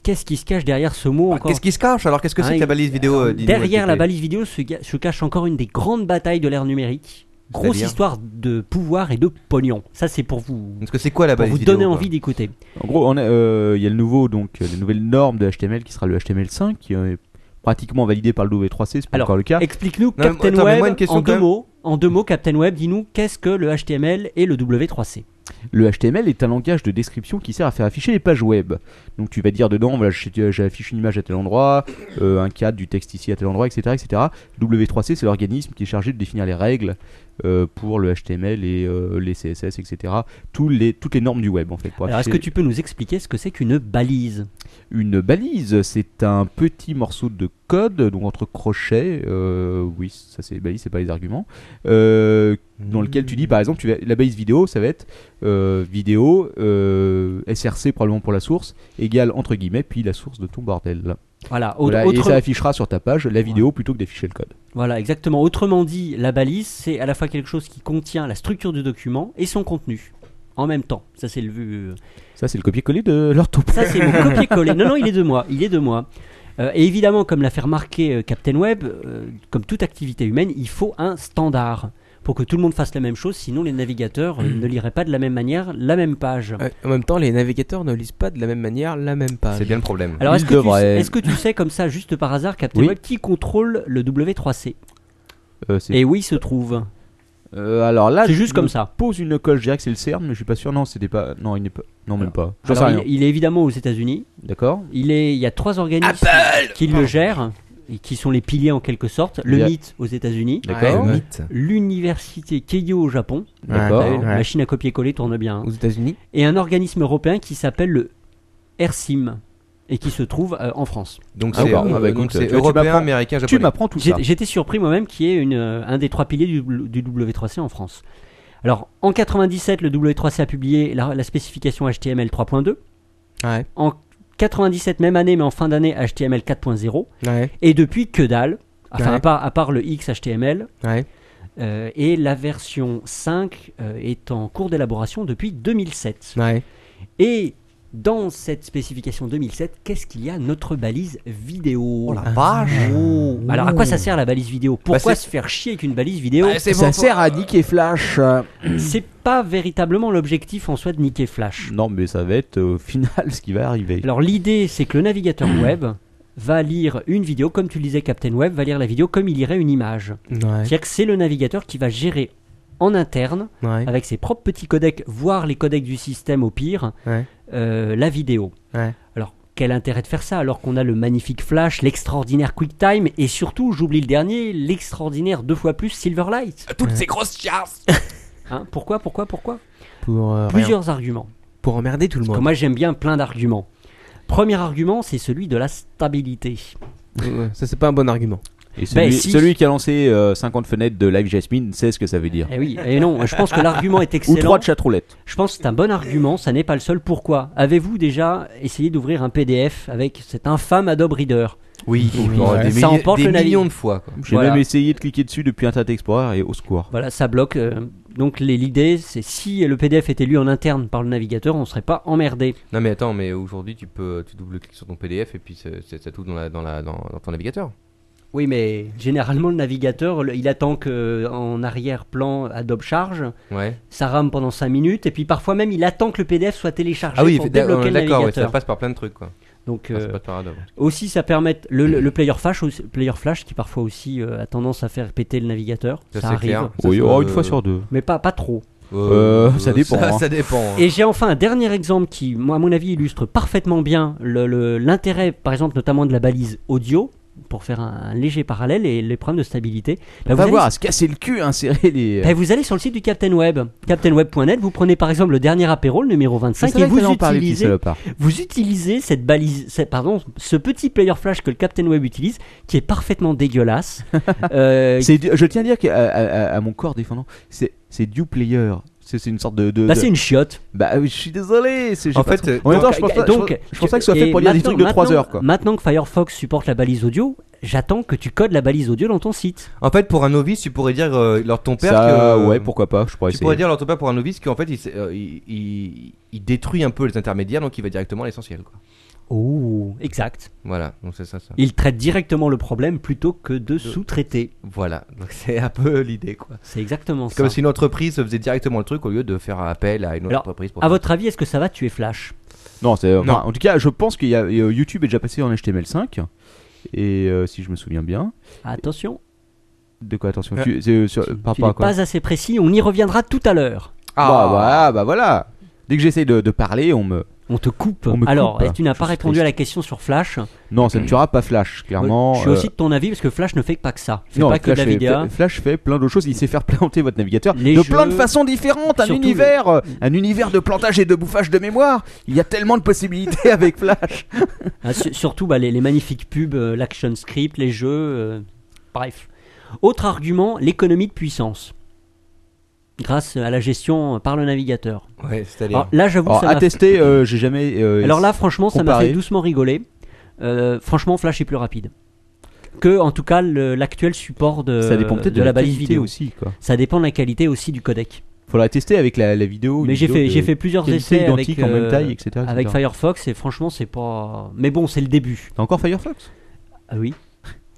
Qu'est-ce qui se cache derrière ce mot encore
Ah, Bah, Qu'est-ce qui se cache Alors, qu'est-ce que c'est
Ah,
que la balise vidéo euh, dis-nous,
Derrière
s'il
la
te plaît.
balise vidéo se, ga- se cache encore une des grandes batailles de l'ère numérique. Grosse
C'est-à-dire
histoire de pouvoir et de pognon. Ça, c'est pour vous,
Parce que c'est quoi la
pour
balise
vous
vidéo,
donner
quoi
envie d'écouter.
En gros, on a, euh, il y a le nouveau, donc euh, les nouvelles normes de HTML qui sera le HTML5, qui euh, est pratiquement validé par le W3C, c'est pas
Alors,
encore le cas.
Explique-nous,
mais
Captain
attends, mais moi, une
Web, en
question quand
deux,
même.
mots, en deux mots, Captain Web, dis-nous qu'est-ce que le HTML et le W3C
Le HTML est un langage de description qui sert à faire afficher les pages web. Donc tu vas dire dedans, voilà, j'ai- j'affiche une image à tel endroit, euh, un cadre du texte ici à tel endroit, etc. etc. W3C, c'est l'organisme qui est chargé de définir les règles euh, pour le HTML et euh, les CSS, etc. Tous les, toutes les normes du web, en fait.
Bah,
pour
Alors, est-ce que
afficher-
tu peux nous expliquer ce que c'est qu'une balise
Une balise, c'est un petit morceau de code, donc entre crochets, euh, oui, ça c'est balise, c'est pas les arguments, euh, dans lequel tu dis par exemple, tu vas- la balise vidéo, ça va être euh, vidéo, euh, SRC probablement pour la source, égale entre guillemets, puis la source de ton bordel.
Voilà, au-
Voilà, Et
autre-
ça affichera sur ta page la vidéo plutôt que d'afficher le code.
voilà, exactement. Autrement dit, la balise, c'est à la fois quelque chose qui contient la structure du document et son contenu. En même temps, ça c'est le vu. euh,
Ça c'est le copier-coller de leur topo.
Ça, c'est mon copier-coller. Non, non, il est de moi. Il est de moi. Euh, et évidemment, comme l'a fait remarquer euh, Captain Web, euh, comme toute activité humaine, il faut un standard pour que tout le monde fasse la même chose, sinon les navigateurs euh, ne liraient pas de la même manière la même page.
Euh, En même temps, les navigateurs ne lisent pas de la même manière la même page.
C'est bien le problème.
Alors,
il
est-ce que, tu,
devrait.
est-ce que tu sais, comme ça, juste par hasard, Captain
Oui.
Web, qui contrôle le W3C
Euh, c'est-
Et où il se trouve
Euh, alors là,
C'est
je
juste comme
me
ça.
Pose une coche, je dirais que c'est le CERN, mais je suis pas sûr. Non, c'était pas. Non, il n'est pas. Non, même pas. J'en sais
Alors,
rien.
il, il est évidemment aux États-Unis.
D'accord.
Il, est, il y a trois organismes qui le gèrent, et qui sont les piliers en quelque sorte. Le
Il y a-
NIT aux États-Unis,
D'accord.
Ah, Ouais,
mythe.
l'université Keio au Japon,
D'accord.
T'as vu, la
Ouais.
machine à copier-coller tourne bien. hein.
Aux États-Unis,
Et un organisme européen qui s'appelle le RSIM et qui se trouve euh, en France.
Donc
Ah
c'est
bah, ah bah,
euh, donc
écoute,
c'est
tu- tu
européen,
m'apprends-
américain,
Tu
japonais.
m'apprends tout ça.
J'ai- J'étais surpris moi-même qui est une, euh, un des trois piliers du, du W3C en France. Alors, en 97, le W3C a publié la, la spécification HTML 3.2.
ouais,
97, même année, mais en fin d'année, HTML 4.0.
ouais,
Et depuis, que dalle. Enfin,
Ouais.
à, part, à part le XHTML.
ouais.
euh, et la version 5 euh, est en cours d'élaboration depuis 2007.
ouais.
Et dans cette spécification 2007, qu'est-ce qu'il y a Notre balise vidéo.
vache
Oh. Alors à quoi
Mmh.
ça sert la balise
Bah,
vidéo Pourquoi se faire chier avec une balise vidéo
Bah, c'est
Ça
bon,
sert à niquer Flash. euh,
C'est pas véritablement l'objectif en soi de niquer Flash.
Non, mais ça va être euh, au final ce qui va arriver.
Alors l'idée c'est que le navigateur
Mmh.
web va lire une vidéo comme tu le disais Captain Web, va lire la vidéo comme il lirait une image.
Ouais,
C'est-à-dire que c'est le navigateur qui va gérer en interne
ouais,
avec ses propres petits codecs, voire les codecs du système au pire,
Ouais.
euh, la vidéo.
Ouais.
Alors, quel intérêt de faire ça alors qu'on a le magnifique Flash, l'extraordinaire QuickTime et surtout, j'oublie le dernier, l'extraordinaire deux fois plus Silverlight
Toutes
Ouais.
ces grosses chiasses
Hein, Pourquoi, pourquoi, pourquoi
Pour, euh, rien.
Plusieurs arguments.
pour emmerder tout le
Parce que
monde.
moi, j'aime bien plein d'arguments. Premier argument, c'est celui de la stabilité.
Ouais, Ça, c'est pas un bon argument.
Et celui,
Ben, si.
celui qui a lancé euh, 50 fenêtres de Live Jasmine sait ce que ça veut dire.
Eh oui, et non, je pense que l'argument est
Ou trois
excellent.
de chatroulette.
Je pense que c'est un bon argument, ça n'est pas le seul. Pourquoi Avez-vous déjà essayé d'ouvrir un PDF avec cet infâme Adobe Reader
Oui,
Ouais.
des,
Ça
milliers-
emporte
des
le navi-
millions de fois. quoi.
J'ai
Voilà.
même essayé de cliquer dessus depuis Internet Explorer et au secours.
Voilà, ça bloque. euh, donc les- l'idée, c'est si le PDF était lu en interne par le navigateur, on ne serait pas emmerdé.
Non mais attends, mais aujourd'hui tu peux, tu double-cliques sur ton PDF et puis c'est- c'est- ça tout dans, la, dans, la, dans, dans ton navigateur.
Oui, mais généralement le navigateur, le- il attend que euh, en arrière-plan Adobe charge,
Ouais.
ça rame pendant 5 minutes, et puis parfois même il attend que le PDF soit téléchargé pour
fait-
débloquer
euh,
le
d'accord, ouais,
navigateur.
ça passe Ah, par plein de trucs quoi.
donc
Enfin,
euh,
c'est pas de paradoxe.
aussi ça permet le, le- le player flash, aussi- player flash qui parfois aussi euh, a tendance à faire péter le navigateur. Ça,
c'est
arrive,
clair. Ça,
Oui,
c'est,
oh,
euh,
une fois sur deux.
mais pas pas trop.
Euh, ça dépend,
Ça,
hein.
ça dépend. hein.
Et j'ai enfin un dernier exemple qui, moi, à mon avis, illustre parfaitement bien le- le- l'intérêt, par exemple, notamment de la balise audio. pour faire un, un léger parallèle, et les problèmes de stabilité. Bah,
On
vous,
va
allez,
voir, à se casser le cul, à insérer les. euh,
bah, vous allez sur le site du Captain Web, captainweb.net, vous prenez par exemple le dernier apéro, le numéro 25, et vous utilisez, vous utilisez cette balise, cette- pardon, ce petit player flash que le Captain Web utilise, qui est parfaitement dégueulasse. euh,
C'est du- je tiens à dire qu'à à- à- à mon corps défendant, c'est c'est du player. C'est c'est une sorte de. de-
bah,
de-
c'est une chiotte.
Bah, je suis désolé. c'est- j'ai
En
pas
fait,
trop-
euh,
en même temps, je pense
donc,
pas,
donc,
je, pense- je pense pas que ce soit fait pour lire des
maintenant-
trucs de 3
maintenant-
heures, quoi.
Maintenant que Firefox supporte la balise audio, j'attends que tu codes la balise audio dans ton site.
En fait, pour un novice, tu pourrais dire euh, leur ton père
Ça,
que.
ouais, pourquoi pas, je pourrais
Tu
essayer.
pourrais dire leur ton père pour un novice qu'en fait, il, s'est- euh, il, il- il détruit un peu les intermédiaires, donc il va directement à l'essentiel. quoi.
Oh, exact.
Voilà, donc c'est ça, ça.
Il traite directement le problème plutôt que
Euh.
de sous-traiter.
Voilà, donc c'est un peu l'idée, quoi.
C'est exactement
C'est
ça.
comme si une entreprise faisait directement le truc au lieu de faire appel à une autre
Alors,
entreprise pour.
À
faire-
votre avis, est-ce que ça va tuer Flash
Non, c'est. enfin,
Non.
en tout cas, je pense que euh, YouTube est déjà passé en HTML5. Et euh, si je me souviens bien.
Attention,
De quoi, attention
Euh,
tu, c'est sur- par
tu
rapport
n'es
à quoi
pas Ah. assez précis, on y reviendra tout à l'heure.
Ah,
bah, voilà, bah voilà. Dès que j'essaye de, de parler, on me.
On te coupe.
On me
Alors, eh,
coupe. hein.
tu n'as pas
Je suis
répondu
triste.
à la question sur Flash.
Non, ça ne tuera pas Flash, clairement.
Mm. je suis
euh,
aussi de ton avis parce que Flash ne fait pas que ça. Il fait
non,
pas que de
Flash
la
fait,
vidéo.
Flash fait plein d'autres choses. Il sait faire planter votre navigateur
Les
de
jeux,
plein de façons différentes. Un
surtout
univers, euh, un univers de plantage et de bouffage de mémoire. Il y a tellement de possibilités avec Flash.
Ah, su- surtout bah, les, les magnifiques pubs, euh, l'action script, les jeux. euh, bref. Autre argument, l'économie de puissance. Grâce à la gestion par le navigateur.
Ouais, c'est-à-dire.
Alors, là, j'avoue,
Alors,
ça
à
m'a-
tester, euh, j'ai jamais. euh,
Alors là, franchement, ça m'a
comparé.
fait doucement rigoler. Euh, franchement, Flash est plus rapide. Que, en tout cas, le- l'actuel support de,
ça dépend peut-être
euh, de, la balise
qualité
vidéo.
aussi. Quoi.
Ça dépend de la qualité aussi du codec.
Faudra tester avec la, la vidéo.
Mais
une
j'ai
vidéo
fait,
de
j'ai fait plusieurs
qualité
essais avec,
identique en même
euh,
taille, etc. etc.
avec Firefox et franchement, c'est pas. Mais bon, c'est le début.
T'as encore Firefox
Ah oui.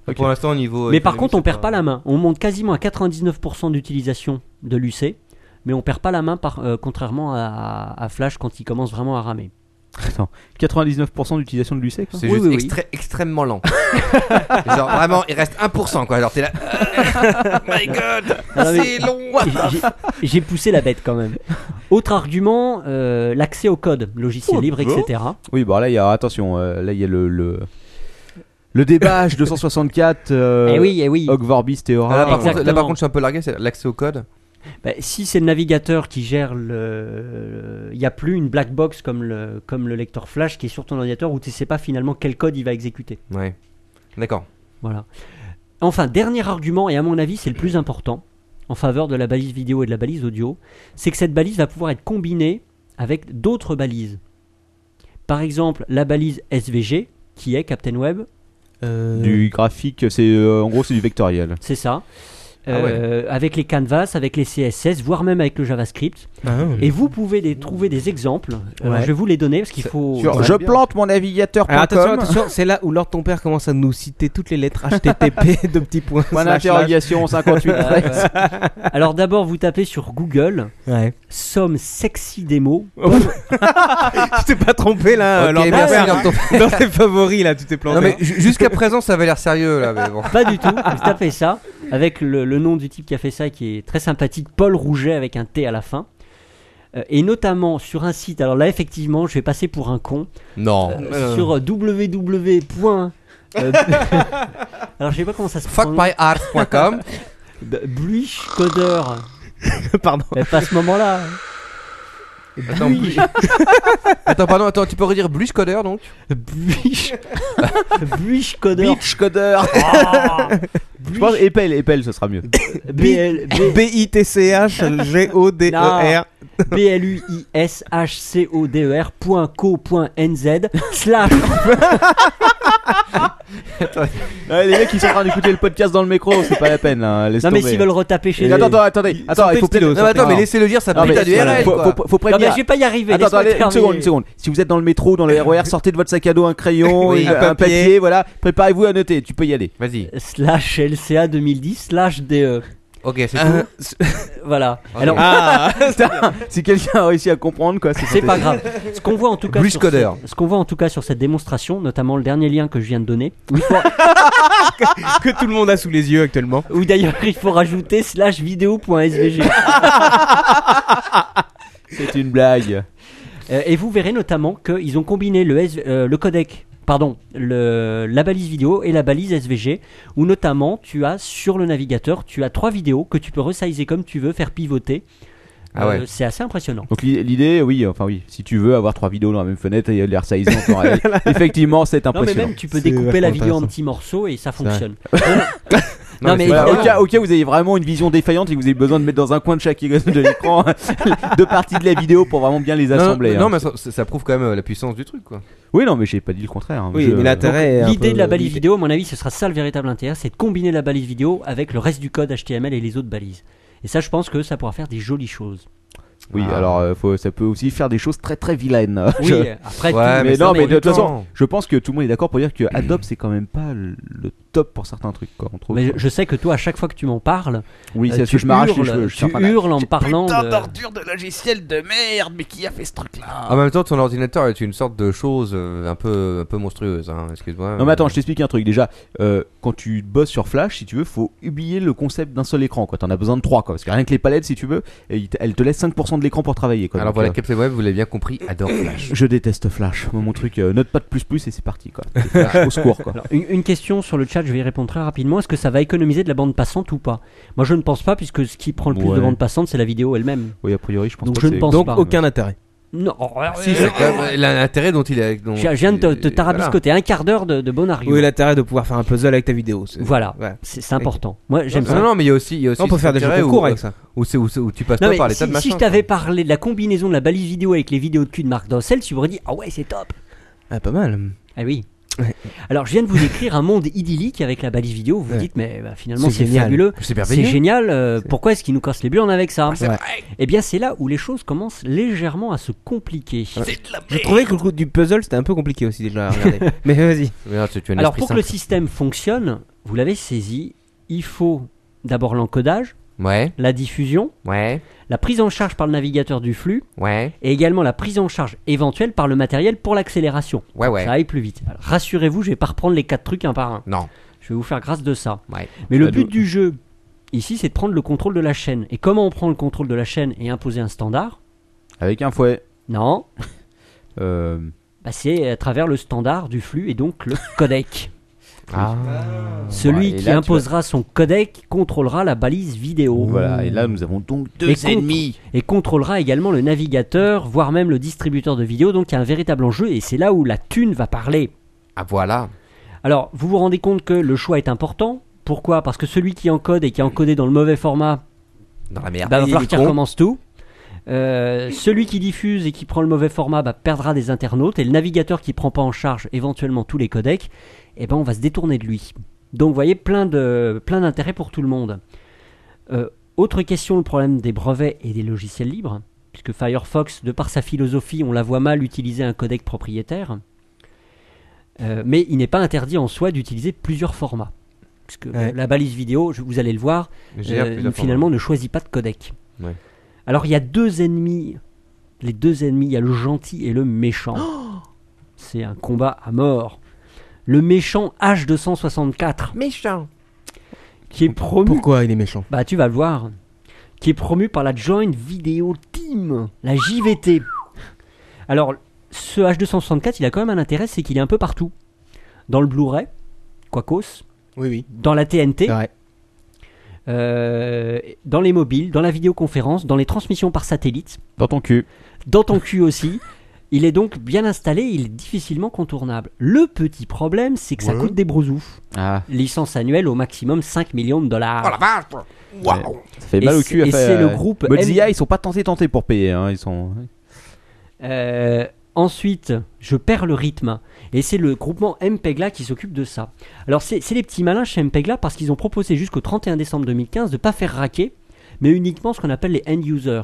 Ok.
Pour l'instant, au niveau.
Mais par
économique,
contre, on
c'est
perd
pas-
pas la main. On monte quasiment à 99% d'utilisation de l'UC, mais on perd pas la main, par, euh, contrairement à, à Flash quand il commence vraiment à ramer.
99% d'utilisation de l'UC. quoi.
C'est
Oui,
juste
oui, oui.
extré- extrêmement lent. genre vraiment, il reste 1% quoi. Genre t'es là. My God,
Ah, mais-
c'est long.
J'ai- J'ai poussé la bête quand même. Autre argument, euh, l'accès au code, logiciel libre, etc.
Oui, bon là, il y a attention. euh, là, il y a le le, le débat H264. euh,
eh oui, eh oui.
Hog Vorbis, Theora.
Ah, là, par contre, là,
Exactement.
par contre, je suis un peu largué. C'est l'accès au code.
Bah, si c'est le navigateur qui gère le. Il n'y a plus une black box comme le, comme le lecteur Flash qui est sur ton ordinateur où tu sais pas finalement quel code il va exécuter.
Ouais. D'accord.
Voilà. Enfin, dernier argument, et à mon avis c'est le plus important, en faveur de la balise vidéo et de la balise audio, c'est que cette balise va pouvoir être combinée avec d'autres balises. Par exemple, la balise SVG, qui est Captain Web,
Euh,
Du graphique, c'est euh, en gros c'est du vectoriel.
c'est ça.
Ah ouais.
Euh, Avec les canvas, avec les CSS, voire même avec le JavaScript.
ah, hein.
Et vous pouvez des- trouver des exemples. Alors,
Ouais.
je vais vous les donner parce qu'il
Ça-
faut.
Sur
Ouais,
je
bien.
plante mon
Eh,
navigateur.com.
Alors, attention, Ah, attention, c'est là où Lord ton père commence à nous citer toutes les lettres HTTP de petits points.
Point
slash,
d'interrogation 58.
Ouais, ouais. Euh, Alors d'abord, vous tapez sur Google
slash. Ouais.
somme sexy démo.
tu t'es pas trompé là,
Ok,
Lord ton
merci,
père.
Lord ton-
Dans tes favoris là, tu t'es planté.
Non mais ju- jusqu'à présent, ça avait l'air sérieux là. Mais bon.
Pas du tout. Vous tapez ça avec le, le nom du type qui a fait ça, qui est très sympathique, Paul Rouget avec un T à la fin. Euh, Et notamment sur un site, alors là effectivement je vais passer pour un con,
Non.
Euh, sur www. euh, alors je sais pas comment ça se prononce,
Fuckmyheart.com.
B- Bluich Coder,
Pardon.
mais pas ce moment-là.
Attends, Bluish. attends, pardon, attends, tu peux redire Bluish Coder donc
Bluich Bluich Coder.
Beach coder.
Ah,
Je pense épelle, épelle, ce sera mieux.
BL,
E B-I-T-C-H-G-O-D-E-R.
E bluishcoder.co.nz slash
Ouais, les mecs qui sont en train d'écouter le podcast dans le micro, c'est pas la peine. Là. Laisse
non mais
tomber.
s'ils veulent retaper chez
Et-
eux
Attends, attends, attendez. Attends, il faut
Non, mais attends, mais laissez-le dire, ça
Non, mais-
pète à du RL
faut,
quoi.
faut, faut
non mais
prévenir.
je vais pas y arriver
Attends,
laisse-moi
attendez, une
terminer.
seconde, une seconde. Si vous êtes dans le métro, ou dans le RER, sortez de votre sac à dos un crayon,
Oui,
et
un
un
papier.
papier, voilà. Préparez-vous à noter, tu peux y aller.
Vas-y.
slash LCA 2010 slash DE
Ok, c'est
Euh,
tout.
voilà
Ok.
alors
Ah,
Putain, si quelqu'un a réussi à comprendre, quoi,
c'est pas grave ce qu'on voit en tout cas
Bluish
sur
Coder.
ce- ce qu'on voit en tout cas sur cette démonstration notamment le dernier lien que je viens de donner où il faut-
que tout le monde a sous les yeux actuellement.
Ou d'ailleurs, il faut rajouter slash vidéo.svg.
C'est une blague.
Euh, et vous verrez notamment qu'ils ont combiné le, S- euh, le codec pardon, le- la balise vidéo et la balise SVG, où notamment tu as sur le navigateur, tu as trois vidéos que tu peux resizer comme tu veux, faire pivoter.
Ah ouais.
Euh, c'est assez impressionnant.
Donc l'i- l'idée, oui, enfin oui, si tu veux avoir trois vidéos dans la même fenêtre et les resizer en temps réel, effectivement, c'est
Non mais
impressionnant.
même tu peux
C'est
découper la
vachement
vidéo en
intéressant.
petits morceaux et ça
vrai.
fonctionne. Non, mais
Voilà,
évidemment.
au, cas, au cas où vous avez vraiment une vision défaillante et que vous avez besoin de mettre dans un coin de chaque de l'écran deux parties de la vidéo pour vraiment bien les
Non,
assembler. hein.
non, mais ça, ça prouve quand même euh, la puissance du truc, quoi.
Oui, non, mais j'ai pas dit le contraire. hein.
Oui,
Je-
mais l'intérêt. est un
L'idée
peu euh,
de la balise
limité.
vidéo, à mon avis, ce sera ça le véritable intérêt, c'est de combiner la balise vidéo avec le reste du code HTML et les autres balises. Et ça, je pense que ça pourra faire des jolies choses.
Oui,
Ah.
alors euh, faut- ça peut aussi faire des choses très très vilaines.
Oui,
Je-
après,
Ouais,
tout-
mais,
mais ça
non,
met
mais de
du
toute façon,
temps.
je pense que tout le monde est d'accord pour dire que Adobe c'est quand même pas le le top pour certains trucs. Quoi, entre autres.
mais je- je sais que toi, à chaque fois que tu m'en parles,
oui,
euh,
c'est ce
tu
que je m'arrache les
hurles-
cheveux. je suis
tu
en train de-
hurles en parlant de...
Ah.
En même temps, ton ordinateur est une sorte de chose euh, un peu, un peu monstrueuse, hein, excuse-moi.
Non mais attends, je t'explique un truc. Déjà, euh, quand tu bosses sur Flash, si tu veux, faut oublier le concept d'un seul écran. Quoi, t'en as besoin de trois, quoi. Parce que rien que les palettes, si tu veux, et il te- elles te laissent 5% de l'écran pour travailler. Quoi.
Alors
Donc,
voilà,
euh,
Captain Web, vous l'avez bien compris, adore Flash.
je déteste Flash. Moi, mon truc, euh, note pas de plus plus et c'est parti, quoi. Et Flash, au secours, quoi.
Alors, une, une question sur le chat, je vais y répondre très rapidement. Est-ce que ça va économiser de la bande passante ou pas Moi, je ne pense pas, puisque ce qui prend le plus
Ouais.
de bande passante, c'est la vidéo elle-même.
Oui, a priori, je pense.
Donc,
pas
je
que
ne
c'est-
pense
Donc
pas.
aucun intérêt.
Non,
Si, c'est quand même, euh, l'intérêt dont il est. dont
je, je viens de te, te
il-
tarabiscoter un quart d'heure de, de bon argument.
Oui, l'intérêt de pouvoir faire un puzzle avec ta vidéo. c'est-
Voilà,
Ouais.
c'est c'est important. Moi, j'aime
voilà.
ça.
Non, non, mais il y a aussi. il Y a aussi
On peut
cet
faire des jeux
intérêt
concours
où-
avec ça.
Où, c'est- où c'est- où tu passes
Non,
pas
mais
par les
si,
tas de hein.
si
machins.
je t'avais parlé de la combinaison de la balise vidéo avec les vidéos de cul de Marc Dorcel, tu m'aurais dit Ah ouais, c'est top
Ah, pas mal.
Ah oui Alors, je viens de vous décrire un monde idyllique avec la balise vidéo. Vous vous
Ouais.
dites Mais bah, finalement,
C'est
c'est
génial.
fabuleux.
quoi. C'est
C'est
merveilleux.
génial. euh, pourquoi est-ce qu'ils nous cassent les burnes avec ça
c'est vrai.
Eh bien, c'est là où les choses commencent légèrement à se compliquer.
Je trouvais que le coup du puzzle c'était un peu compliqué aussi déjà à regarder. Mais vas-y.
Mais non, tu- tu as un
Alors,
esprit
pour que le
simple.
système fonctionne, vous l'avez saisi, il faut d'abord l'encodage,
Ouais,
la diffusion,
ouais,
la prise en charge par le navigateur du flux
ouais,
et également la prise en charge éventuelle par le matériel pour l'accélération.
ouais, ouais.
Ça aille plus vite. Alors, rassurez-vous, je vais pas reprendre les quatre trucs un par un.
Non.
Je vais vous faire grâce de ça.
Ouais.
Mais le
Bah,
but
nous-
du jeu ici, c'est de prendre le contrôle de la chaîne. Et comment on prend le contrôle de la chaîne et imposer un standard
Avec un fouet.
Non,
Euh,
bah, c'est à travers le standard du flux et donc le codec. Celui
Ouais, Ah. Bah, et
qui
là, tu
imposera son codec contrôlera la balise vidéo.
Voilà. Et là, nous avons donc deux
Et contre-
ennemis.
Et contrôlera également le navigateur, voire même le distributeur de vidéos. Donc il y a un véritable enjeu et c'est là où la thune va parler.
Ah voilà.
Alors, vous vous rendez compte que le choix est important. Pourquoi Parce que celui qui encode et qui est encodé dans le mauvais format,
Dans la merde.
bah, va
Il
falloir
est
qu'il
con.
recommence tout. Euh, celui qui diffuse et qui prend le mauvais format bah, perdra des internautes. Et le navigateur qui prend pas en charge éventuellement tous les codecs, eh ben, on va se détourner de lui. Donc, vous voyez, plein de plein d'intérêts pour tout le monde. Euh, autre question, le problème des brevets et des logiciels libres. Puisque Firefox, de par sa philosophie, on la voit mal utiliser un codec propriétaire. Euh, mais il n'est pas interdit en soi d'utiliser plusieurs formats. Puisque
Ouais.
la balise vidéo, je- vous allez le voir,
J'ai l'air
euh,
plus à fond.
finalement ne choisit pas de codec.
Ouais.
Alors il y a deux ennemis. Les deux ennemis, il y a le gentil et le méchant. C'est un combat à mort. Le méchant H264. Méchant. Qui est promu.
Pourquoi il est méchant
Bah tu vas le voir. Qui est promu par la Joint Video Team, la JVT. Alors ce H264, il a quand même un intérêt, c'est qu'il est un peu partout. Dans le Blu-ray, Quacos,
Oui, oui.
dans la TNT,
Ouais.
euh, dans les mobiles, dans la vidéoconférence, dans les transmissions par satellite,
Dans ton cul.
dans ton cul aussi. Il est donc bien installé, il est difficilement contournable. Le petit problème, c'est que ça coûte des brousoufs.
Ah,
Licence annuelle au maximum 5 millions de dollars.
ça fait
Et
mal au
c'est-
cul à
et
faire. euh,
c'est le groupe M-
Mozilla, ils sont pas tentés tentés pour payer. Hein. Ils sont.
Euh, ensuite, je perds le rythme. Et c'est le groupement MPEGLA qui s'occupe de ça. Alors, c'est c'est les petits malins chez MPEGLA parce qu'ils ont proposé jusqu'au 31 décembre 2015 de ne pas faire raquer, mais uniquement ce qu'on appelle les end-users.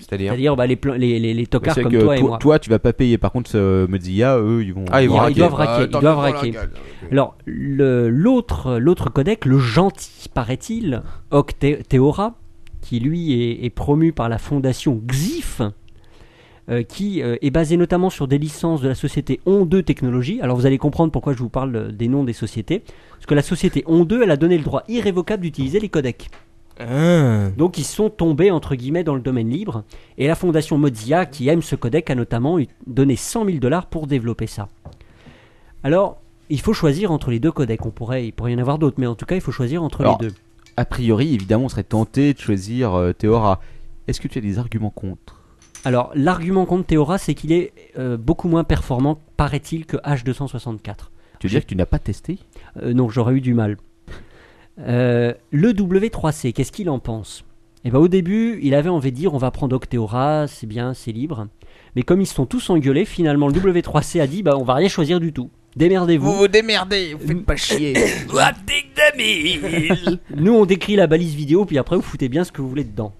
C'est-à-dire.
C'est-à-dire bah, les, pla- les, les, les tocards
C'est
comme
que
toi et
toi,
moi.
toi, tu vas pas payer. Par contre, euh, Mozilla, eux, ils vont.
Ah, ils vont
Ils
raquer.
doivent raquer,
Ah,
ils
tant
doivent
mieux pour
raquer.
leur gueule.
Alors, le- l'autre l'autre codec, le gentil, paraît-il, Octeora, qui lui est, est promu par la fondation XIF, euh, qui euh, est basé notamment sur des licences de la société On2 Technologies. Alors, vous allez comprendre pourquoi je vous parle euh, des noms des sociétés. Parce que la société On2, elle a donné le droit irrévocable d'utiliser les codecs.
Ah.
Donc, ils sont tombés, entre guillemets, dans le domaine libre. Et la fondation Mozilla, qui aime ce codec, a notamment eu- donné 100 000 dollars pour développer ça. Alors, il faut choisir entre les deux codecs. On pourrait, il pourrait y en avoir d'autres, mais en tout cas, il faut choisir entre
Alors,
les deux.
A priori, évidemment, on serait tenté de choisir euh, Théora. Est-ce que tu as des arguments contre
Alors, l'argument contre Theora, c'est qu'il est euh, beaucoup moins performant, paraît-il, que H264.
Tu veux dire que tu n'as pas testé
Euh, non, j'aurais eu du mal. Euh, le W3C, qu'est-ce qu'il en pense eh ben, Au début, il avait envie de dire on va prendre Octeora, c'est bien, c'est libre. Mais comme ils se sont tous engueulés, finalement, le W3C a dit bah, on va rien choisir du tout. Démerdez-vous. Vous vous démerdez, vous faites pas chier. Nous, on décrit la balise vidéo, puis après, vous foutez bien ce que vous voulez dedans.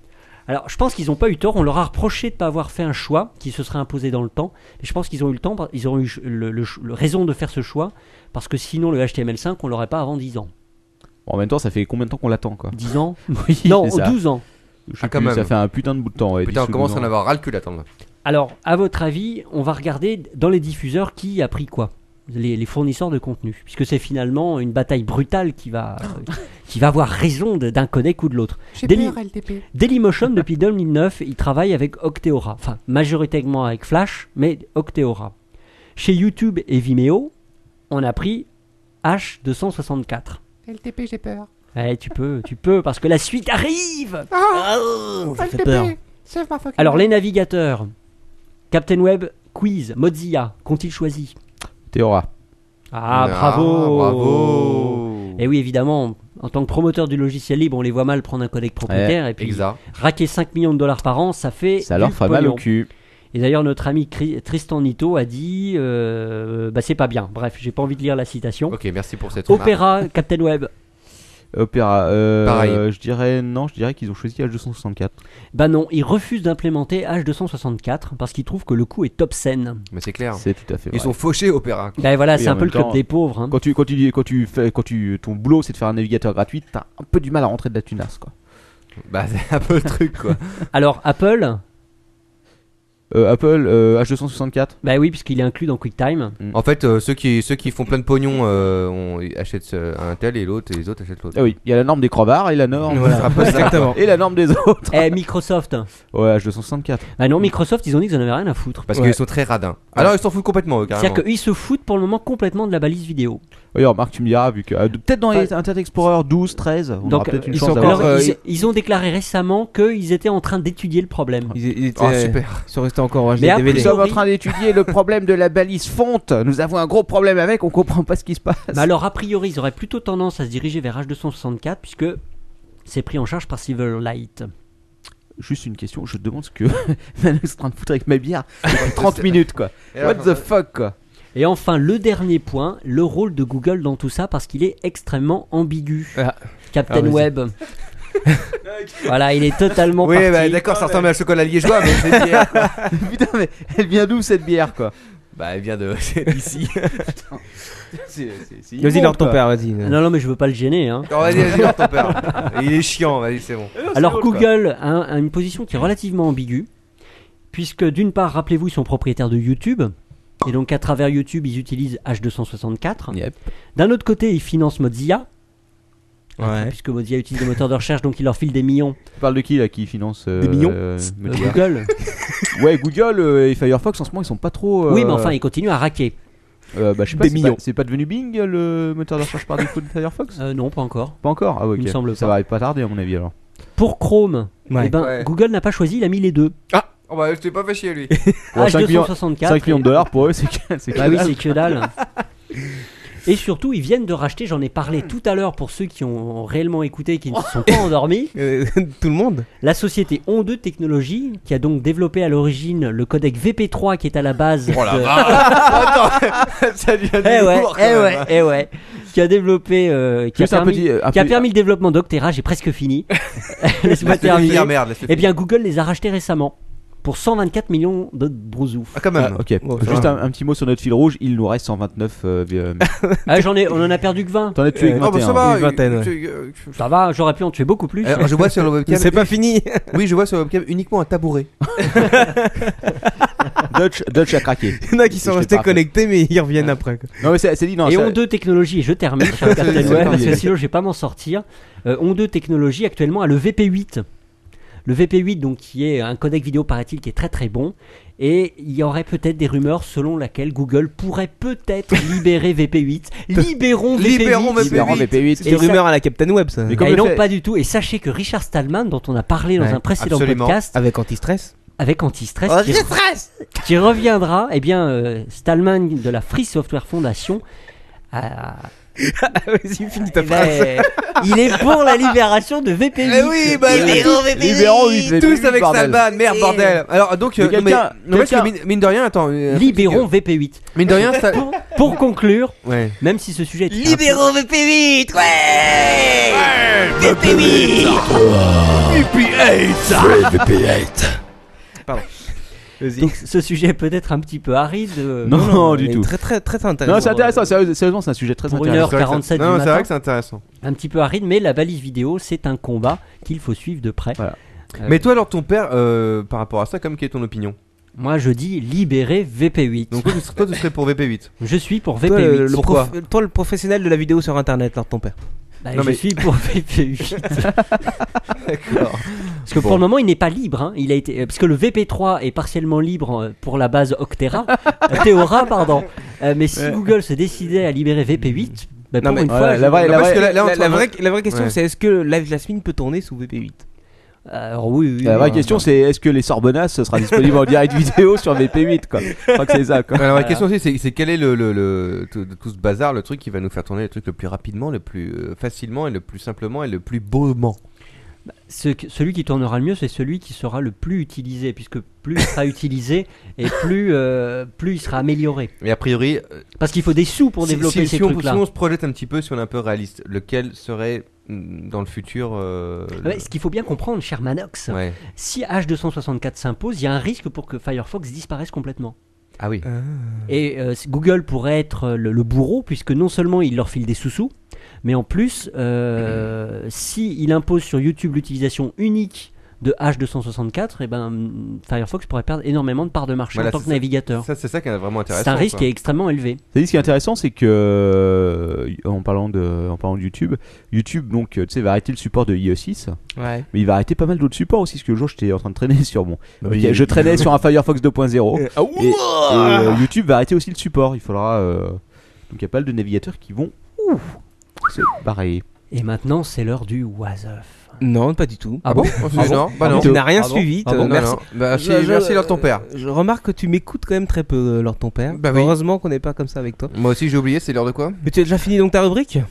Alors, je pense qu'ils n'ont pas eu tort. On leur a reproché de ne pas avoir fait un choix qui se serait imposé dans le temps. Mais je pense qu'ils ont eu le temps, ils ont eu le- le- le raison de faire ce choix parce que sinon, le HTML5, on l'aurait pas avant 10 ans.
Bon, En même temps, ça fait combien de temps qu'on l'attend quoi
10 ans
Oui,
Non,
c'est ça.
12 ans.
Je sais
Ah, quand
plus,
même.
ça fait un putain de bout de temps. ouais,
Putain,
10
on
ou
commence
12
à en
ans.
avoir ras le cul d'attendre.
Alors, à votre avis, on va regarder dans les diffuseurs qui a pris quoi les, les fournisseurs de contenu. Puisque c'est finalement une bataille brutale qui va, euh, qui va avoir raison de- d'un codec ou de l'autre. Daily- Dailymotion, depuis 2009, il travaille avec Octeora. Enfin, majoritairement avec Flash, mais Octeora. Chez YouTube et Vimeo, on a pris H264.
LTP, j'ai peur.
Ouais, Eh, tu peux, tu peux, parce que la suite arrive
Ah,
Ça fait peur.
Sauve ma fucking
Alors les navigateurs, Captain Web, Quiz, Mozilla, qu'ont-ils choisi
Théora.
Ah, bravo
Bravo
Et oui, évidemment, en tant que promoteur du logiciel libre, on les voit mal prendre un codec propriétaire et puis
Exa.
raquer 5 millions de dollars par an, ça fait
Ça leur
du
fera mal au
pognon.
cul.
Et d'ailleurs, notre ami Cri- Tristan Nito a dit euh, bah c'est pas bien. Bref, j'ai pas envie de lire la citation.
Ok, merci pour cette remarque.
Opéra, Captain Web,
Opéra. euh,
Pareil.
Je dirais non, je dirais qu'ils ont choisi H264.
bah non, il refuse d'implémenter H264 parce qu'il trouve que le coût est obscène.
Mais c'est clair.
C'est tout à fait vrai.
Ils sont fauchés, hein. Opéra.
Bah voilà,
Oui,
c'est
en
un peu
même
le club
temps-
des pauvres. hein.
Quand tu, quand tu dis- quand tu fais, quand tu, ton boulot c'est de faire un navigateur gratuit, t'as un peu du mal à rentrer de la tunasse quoi.
Bah, c'est un peu le truc, quoi.
Alors Apple,
Euh, Apple euh, H264.
Bah oui, puisqu'il est inclus dans QuickTime.
En fait, euh, ceux, qui, ceux qui font plein de pognon euh, on- ils achètent euh, un tel et l'autre, et les autres achètent l'autre.
Euh,
Ah oui, il y a la norme des crevards et la norme
Voilà. C'est un peu ça, quoi.
et la norme des autres.
Eh, Microsoft
Ouais, H264.
Bah non, Microsoft, ils ont dit qu'ils en avaient rien à foutre.
Parce
Ouais.
qu'ils sont très radins. Alors, ils s'en foutent complètement, eux, carrément.
C'est-à-dire qu'ils se foutent pour le moment complètement de la balise vidéo.
D'ailleurs, Marc, tu me diras vu que euh, peut-être
Ah,
dans les Internet Explorer 12, 13, on aura
Donc,
peut-être une
ils
chance
sont
Alors,
d'avoir.
encore, euh,
ils, ils ont déclaré récemment qu'ils étaient en train d'étudier le problème.
Ils, ils étaient,
Oh, super.
ils sont restés encore en HD
Mais après,
Nous
DVD.
sommes en train d'étudier le problème de la balise fonte. Nous avons un gros problème avec, on comprend pas ce qui se passe.
Bah alors, a priori, ils auraient plutôt tendance à se diriger vers H264, puisque c'est pris en charge par Silverlight.
Juste une question, je te demande ce que Manu est en train de foutre avec ma bière depuis 30 minutes quoi.
Et
What
alors,
the fuck quoi.
Et enfin, le dernier point, le rôle de Google dans tout ça, parce qu'il est extrêmement ambigu.
Ah. Ah,
Captain
vas-y.
Web. voilà, il est totalement
Oui,
parti.
bah, d'accord, ça ressemble à la chocolat liégeois, mais c'est bière.
Putain, mais elle vient d'où cette bière quoi
bah, elle vient de ici.
Vas-y, leur ton père, vas-y.
Non, non, mais je veux pas le gêner. Hein.
Non, vas-y, vas-y, lance ton père. Il est chiant, vas-y, c'est bon.
Alors Google a, un- a une position qui est relativement ambiguë, puisque d'une part, rappelez-vous, ils sont propriétaires de YouTube, et donc à travers YouTube, ils utilisent H264.
Yep.
D'un autre côté, ils financent Mozilla,
Ouais.
puisque Mozilla utilise des moteurs de recherche, donc ils leur filent des millions.
Tu parles de qui là qui finance euh,
Des millions
euh,
Euh,
Mozilla
Google.
Ouais, Google euh, et Firefox en ce moment ils sont pas trop. euh,
Oui, mais enfin, ils continuent à raquer.
euh, bah, je sais pas,
Des
c'est
millions.
pas- C'est pas devenu Bing le moteur de recherche par défaut de Firefox
Euh, non, pas encore.
Pas encore Ah, ouais, ok.
Il me semble
Ça
pas.
va pas tarder à mon avis alors.
Pour Chrome,
Ouais.
eh ben,
Ouais.
Google n'a pas choisi, il a mis les deux.
Ah, oh, bah, je t'ai pas fait chier, lui.
Ah,
Bon, 5 millions-
H264.
5 millions de dollars pour eux, c'est que. c'est
Bah
que
oui,
dalle.
c'est que dalle. Et surtout, ils viennent de racheter, j'en ai parlé tout à l'heure pour ceux qui ont réellement écouté et qui ne se sont pas endormis,
Euh, Tout le monde
la société On2 Technologies, qui a donc développé à l'origine le codec VP3 qui est à la base.
Oh la
de-
vache. Ça devient du
Eh ouais,
lourd, quand
eh
même,
ouais,
hein.
eh ouais. Qui a développé. euh, qui, a
Juste un
permis,
petit. un
qui a
petit-
permis le développement d'Octera, j'ai presque fini. Laisse-moi
Laisse-le
terminer.
finir, Ah, merde, laisse-le
Eh
finir.
bien, Google les a rachetés récemment pour 124 millions de brousouf.
Ah, quand
Ah,
même.
ok,
Ouais, ça
juste
va.
un, un petit mot sur notre fil rouge. Il nous reste 129. euh, euh,
Ah, j'en ai, on en a perdu que 20.
T'en es tué que
Euh,
Oh, bah,
21.
ça va.
Une vingtaine,
euh,
ouais.
tu- euh, tu-
Ça va, j'aurais pu en tuer beaucoup plus. hein.
Alors, je vois sur le webcam.
C'est pas fini
Oui, je vois sur le webcam uniquement un tabouret.
Dutch, Dutch a craqué.
Il y en a qui
Je
sont
l'ai
restés
pas fait.
connectés, mais ils reviennent après. quoi.
Non, mais c'est c'est dit, non.
Et
ça-
On2 Technologies, je termine sur Captain
C'est- c'est
Web, parce
terminé.
que sinon je vais pas m'en sortir. Euh, On2 Technologies actuellement a le VP8. le VP8, donc, qui est un codec vidéo, paraît-il, qui est très très bon. Et il y aurait peut-être des rumeurs selon laquelle Google pourrait peut-être libérer VP8. Libérons VP8.
Libérons VP8.
Libérant VP8.
C'est une
Et ça-
rumeur à la Captain Web, ça.
Mais
Ah,
comme
et
le
non,
fait-
pas du tout. Et sachez que Richard Stallman, dont on a parlé dans
Ouais,
un précédent
absolument.
podcast,
Avec anti-stress.
avec Antistress,
Oh,
qui, qui reviendra, eh bien, euh, Stallman de la Free Software Foundation, a-
Ah,
Vas-y, finis ta
eh ben, il est pour la libération de VP8.
Eh oui, bah,
Il a
libérons
dit-
VP8.
libérons vite VP8,
Tous avec
bordel.
Salman, merde,
Et-
bordel. Alors, donc,
Mais
euh, mais,
quelqu'un-
non, parce que
quelqu'un-
mine, mine de rien, attends. euh,
Libérons VP8.
Mine de rien, ça.
Pour, pour conclure,
Ouais.
même si ce sujet est
VP8, ouais!
Donc, ce sujet est peut-être un petit peu aride. euh,
Non, non, du
mais
tout.
Très, très, très intéressant.
Non, c'est intéressant, sérieux- sérieusement, c'est un sujet très
Pour une
intéressant.
heure. 47
Non,
du
c'est vrai
matin.
que c'est intéressant.
Un petit peu aride, mais la balise vidéo, c'est un combat qu'il faut suivre de près.
Voilà.
Euh,
Mais toi, alors, ton père, euh, par rapport à ça, comme quelle est ton opinion?
Moi, je dis libérer VP8.
Donc, toi, tu serais- toi, tu serais pour VP8.
je suis pour
Toi, le,
VP8.
le
Pourquoi
prof- toi, le professionnel de la vidéo sur internet, alors ton père.
Bah,
Non,
je
mais-
suis pour VP8.
D'accord.
Parce que pour le moment, il n'est pas libre. hein. Il a été... euh, Parce que le VP3 est partiellement libre euh, pour la base Octera. Euh, Theora, pardon. Euh, mais si Google se décidait à libérer VP8, bah,
Non,
pour
mais
une
Voilà,
fois,
la vraie-
Ah,
Non,
la
parce
vraie-
que là- là, on
la,
se
la
rend-
vraie, la vraie question,
Ouais.
c'est est-ce que Live Jasmine peut tourner sous VP8
je- Alors, oui, oui,
La
oui.
vraie question, c'est est-ce que les Sorbonnas ce sera disponible en direct vidéo sur VP8 quoi Je crois que c'est ça quoi.
Alors, la question aussi, c'est- c'est quel est le, le- le- tout, tout ce bazar, le truc qui va nous faire tourner le truc le plus rapidement, le plus euh, facilement et le plus simplement et le plus beaument.
Ce que- celui qui tournera le mieux, c'est celui qui sera le plus utilisé, puisque plus il sera utilisé et plus, euh, plus il sera amélioré.
Et a priori, euh,
Parce qu'il faut des sous pour
si-
développer
si,
ces
si on,
trucs-là.
si on se projette un petit peu, si on est un peu réaliste, lequel serait mm, dans le futur euh, le-
Ouais, ce qu'il faut bien comprendre, cher Manox,
Ouais.
si H264 s'impose, il y a un risque pour que Firefox disparaisse complètement.
Ah oui.
Et euh, Google pourrait être euh, le, le bourreau, puisque non seulement il leur file des sous-sous, mais en plus, euh, si il impose sur YouTube l'utilisation unique de H264, et ben, mm, Firefox pourrait perdre énormément de parts de marché
Voilà,
en tant
c'est
que
ça.
navigateur.
Ça, c'est ça qui est vraiment intéressant.
C'est un risque
quoi.
qui est extrêmement élevé.
C'est dit ce qui est intéressant, c'est que euh, en parlant de en parlant de YouTube, YouTube donc euh, tu sais va arrêter le support de IE6,
Ouais.
mais il va arrêter pas mal d'autres supports aussi. Parce que le jour j'étais en train de traîner sur bon,
oui.
ok, je traînais sur un Firefox 2.0 et, et, euh, YouTube va arrêter aussi le support. Il faudra euh, donc il y a pas mal de navigateurs qui vont ouh, se barrer.
Et maintenant, c'est l'heure du was of.
Non, pas du tout.
Ah bon
Oh,
Ah bon
non, bah non.
tu n'as rien
Ah bon
suivi.
Ah
euh,
bon,
Non,
merci.
non. Bah, si-
Je- je-
merci, leur ton père.
euh, Je remarque que tu m'écoutes quand même très peu, euh, Lord ton père.
Bah oui.
Heureusement qu'on n'est pas comme ça avec toi.
Moi aussi, j'ai oublié, c'est l'heure de quoi
Mais tu as déjà fini donc ta rubrique
Hein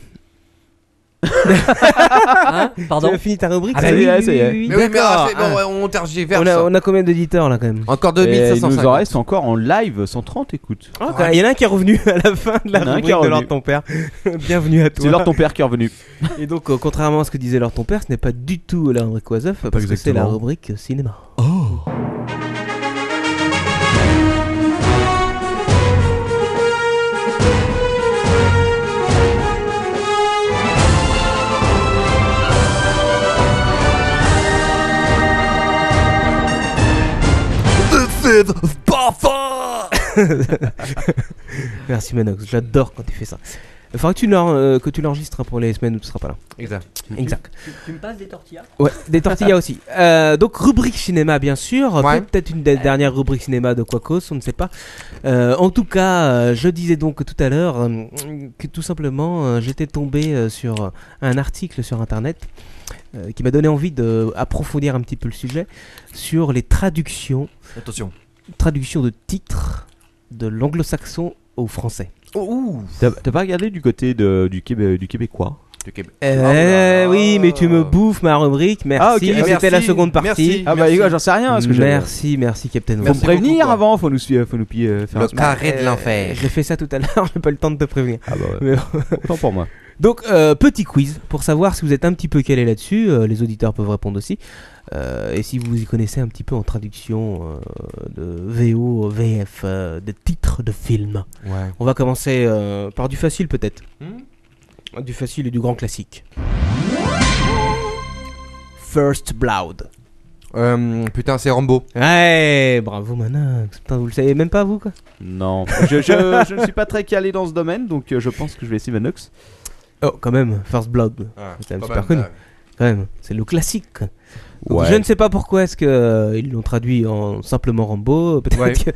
Tu
Pardon
as fini ta rubrique
Ah
ça
bah
y est,
oui, ça y est.
oui, oui,
Mais
oui.
oui, mais
D'accord.
ah, c'est bon, ouais, on tergiverse. hein.
On a, on a combien d'éditeurs là quand même
Encore
Et il
2550.
nous en reste encore en live 130 écoutes.
Ah, quand- Il y en a un qui est revenu à la fin de la
Il y en a un qui est revenu.
rubrique de Lord ton père. Bienvenue à toi.
C'est leur ton père qui est revenu.
Et donc, euh, contrairement à ce que disait leur ton père, ce n'est pas du tout la rubrique was Up, parce que c'est la rubrique cinéma. Merci Manox, j'adore quand tu fais ça. Il faudra que tu l'en- euh, que tu l'enregistres hein, pour les semaines où tu seras pas là.
Exact.
Exact.
tu, me passes des tortillas
Ouais, des tortillas aussi. Euh, donc rubrique cinéma bien sûr.
Ouais.
Peut- Peut-être une des dernières rubriques cinéma de Quacos, on ne sait pas. Euh, en tout cas, euh, je disais donc tout à l'heure euh, que tout simplement euh, j'étais tombé euh, sur un article sur internet euh, qui m'a donné envie de approfondir un petit peu le sujet sur les traductions,
Attention.
traductions de titres de l'anglo-saxon au français.
T'as t'as pas regardé du côté de, du, Québé- du québécois
Du Québec.
Euh,
Oh là.
oui, mais tu me bouffes ma rubrique. Merci.
Ah, ok,
C'était
merci,
la seconde partie.
merci. Ah bah, les gars, j'en
sais rien.
Merci, merci Captain
Faut me
Merci beaucoup,
prévenir
quoi.
avant, faut nous, sui- faut nous pi- euh, faire
Le
un-
carré de l'enfer.
Euh, J'ai fait ça tout à l'heure, j'ai pas le temps de te prévenir.
Ah bah ouais.
Mais-
Autant pour moi.
Donc, euh, petit quiz pour savoir si vous êtes un petit peu calé là-dessus. euh, les auditeurs peuvent répondre aussi. Euh, et si vous y connaissez un petit peu en traduction euh, de VO, VF, euh, de titres de films.
Ouais.
On va commencer euh, par du facile peut-être. Du facile et du grand classique. First Blood.
Euh, putain, c'est Rambo.
Ouais, bravo Manox. Putain, vous le savez même pas vous quoi.
Non. je, je- je ne suis pas très calé dans ce domaine, donc euh, je pense que je vais essayer Manox.
Oh, quand même, First Blood.
Ah,
C'est un super connu. quand même. C'est le classique. Donc,
Ouais.
Je ne sais pas pourquoi est-ce qu'ils l'ont traduit en simplement Rambo. Euh, Peut-être
Ouais.
que,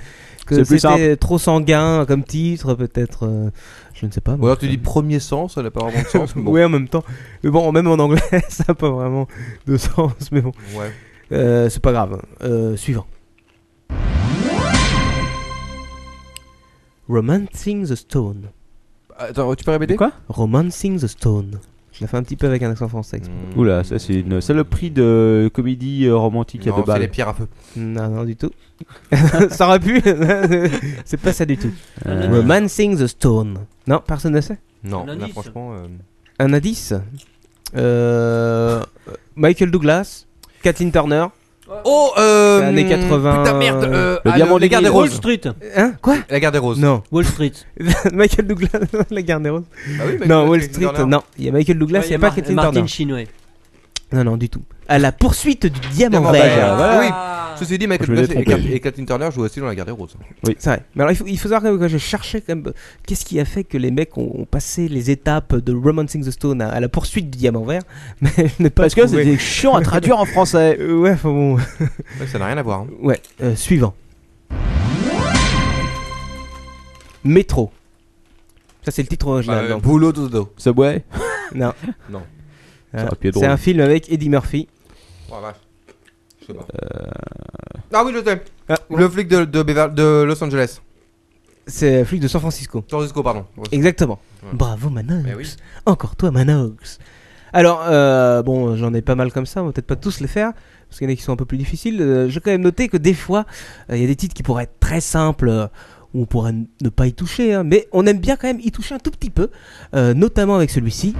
que
C'est plus
c'était trop sanguin comme titre, peut-être. euh, je ne sais pas.
Ou
moi.
alors tu dis premier sens, ça n'a pas vraiment de sens. mais bon.
Oui, en même temps. Mais bon, même en anglais, ça n'a pas vraiment de sens. Mais bon,
Ouais.
Euh, c'est pas grave. Euh, suivant. Romancing the Stone.
Attends, tu peux répéter
Quoi
Romancing the Stone. Je l'ai fait un petit peu avec un accent français. exprès.
Mmh.
Oula, ça c'est une saloperie de comédie euh, romantique à
Non,
deux
c'est les
balles.
pierres à feu.
Non, non, du tout. ça aurait pu. c'est pas ça du tout.
Euh. Ah,
Romancing the Stone. Non, personne ne sait.
Non,
Un
là,
indice.
franchement. euh,
Un indice Euh, Michael Douglas, Kathleen Turner.
Oh, euh.
C'est années 80.
Putain, merde. euh,
Le
ah,
diamant
la
des
guerre des
mille.
Wall
roses.
Street.
Hein Quoi
La guerre des roses.
Non.
Wall Street.
Michael Douglas, la guerre des roses.
Ah oui, mais
non, Wall
Kathleen
Street,
Turner.
non. Il y a Michael Douglas,
Ouais,
il
y
n'y
a
a pas
Mar-
Kathleen
Martin
Turner.
Sheen, ouais.
Eh
Non, non, du tout. À la poursuite du diamant
Diamant
vert.
vert.
Ah, voilà.
Oui, ceci dit, Michael
Je me
Douglas
l'ai
et Kat- et Kathleen Turner jouent aussi dans la guerre des roses.
C'est vrai. Mais alors, il faut, il faut savoir que quand j'ai cherché, quand même, euh, qu'est-ce qui a fait que les mecs ont, ont passé les étapes de Romancing the Stone à, à la poursuite du diamant vert Mais je n'ai pas
Parce que
trouvé.
c'était chiant à traduire en français.
Euh, Ouais, enfin bon.
Ouais, Ça n'a rien à voir. hein.
Ouais, euh, suivant. Métro. Ça, c'est le titre original.
Euh,
donc.
Boulot dodo.
Subway
Non.
Non.
Euh,
Ça aurait pu être
c'est
drôle.
un film avec Eddie Murphy.
Oh, la vache. Je sais pas. Ah oui, je sais. Le flic de, de, Bever- de Los Angeles.
C'est un flic de San Francisco.
San Francisco, pardon.
Exactement.
Ouais.
Bravo Manox.
Eh oui.
Encore toi Manox. Alors, euh, bon, j'en ai pas mal comme ça, on va peut-être pas tous les faire, parce qu'il y en a qui sont un peu plus difficiles. Euh, J'ai quand même noté que des fois, euh, il y a des titres qui pourraient être très simples, euh, où on pourrait n- ne pas y toucher, hein, mais on aime bien quand même y toucher un tout petit peu, euh, notamment avec celui-ci.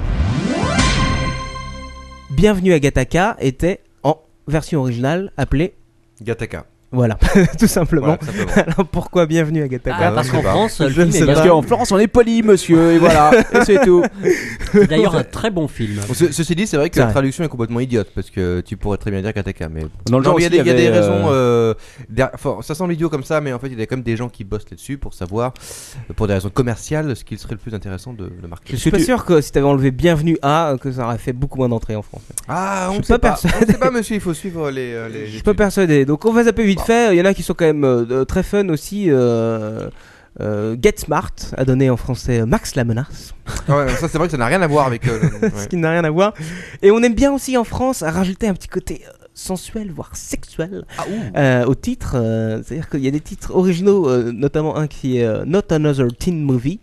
Bienvenue à Gataka était en version originale appelée...
Gataka.
Voilà, tout simplement.
Voilà, simplement.
Alors pourquoi bienvenue à Gataka
Ah,
bah,
parce
je
qu'en
sais pas.
France, le
Je
film
ne
est
sais
bien.
Parce qu'en France on est poli, monsieur, et voilà, et c'est tout.
C'est d'ailleurs un très bon film.
Bon, ce- ceci dit, c'est vrai que
C'est
la
vrai.
traduction est complètement idiote parce que tu pourrais très bien dire Kataka, mais
Dans le
Non,
genre,
mais il y a
aussi,
des, il y a
avait,
des
euh,
raisons. euh, derrière- enfin, ça semble idiot comme ça, mais en fait, il y a quand même des gens qui bossent là-dessus pour savoir, euh, pour des raisons commerciales, ce qu'il serait le plus intéressant de le marquer.
Je suis pas
tu-
sûr que si t'avais enlevé Bienvenue à, euh, que ça aurait fait beaucoup moins d'entrées en France.
Ah, on
Je
ne
suis
sait
pas
pas.
persuadé.
On ne sait pas, monsieur. Il faut suivre euh, les. euh, les
Je suis
études.
pas persuadé. Donc on va zapper
Bah.
vite fait. Il y en a qui sont quand même euh, très fun aussi. euh, euh, Get Smart a donné en français euh, Max la menace,
Ah ouais, ça, c'est vrai que ça n'a rien à voir avec. euh, le- ouais.
ce qui n'a rien à voir. Et on aime bien aussi en France à rajouter un petit côté euh, sensuel, voire sexuel,
Ah,
euh, au titre. euh, C'est-à-dire qu'il y a des titres originaux, euh, notamment un qui est euh, Not Another Teen Movie,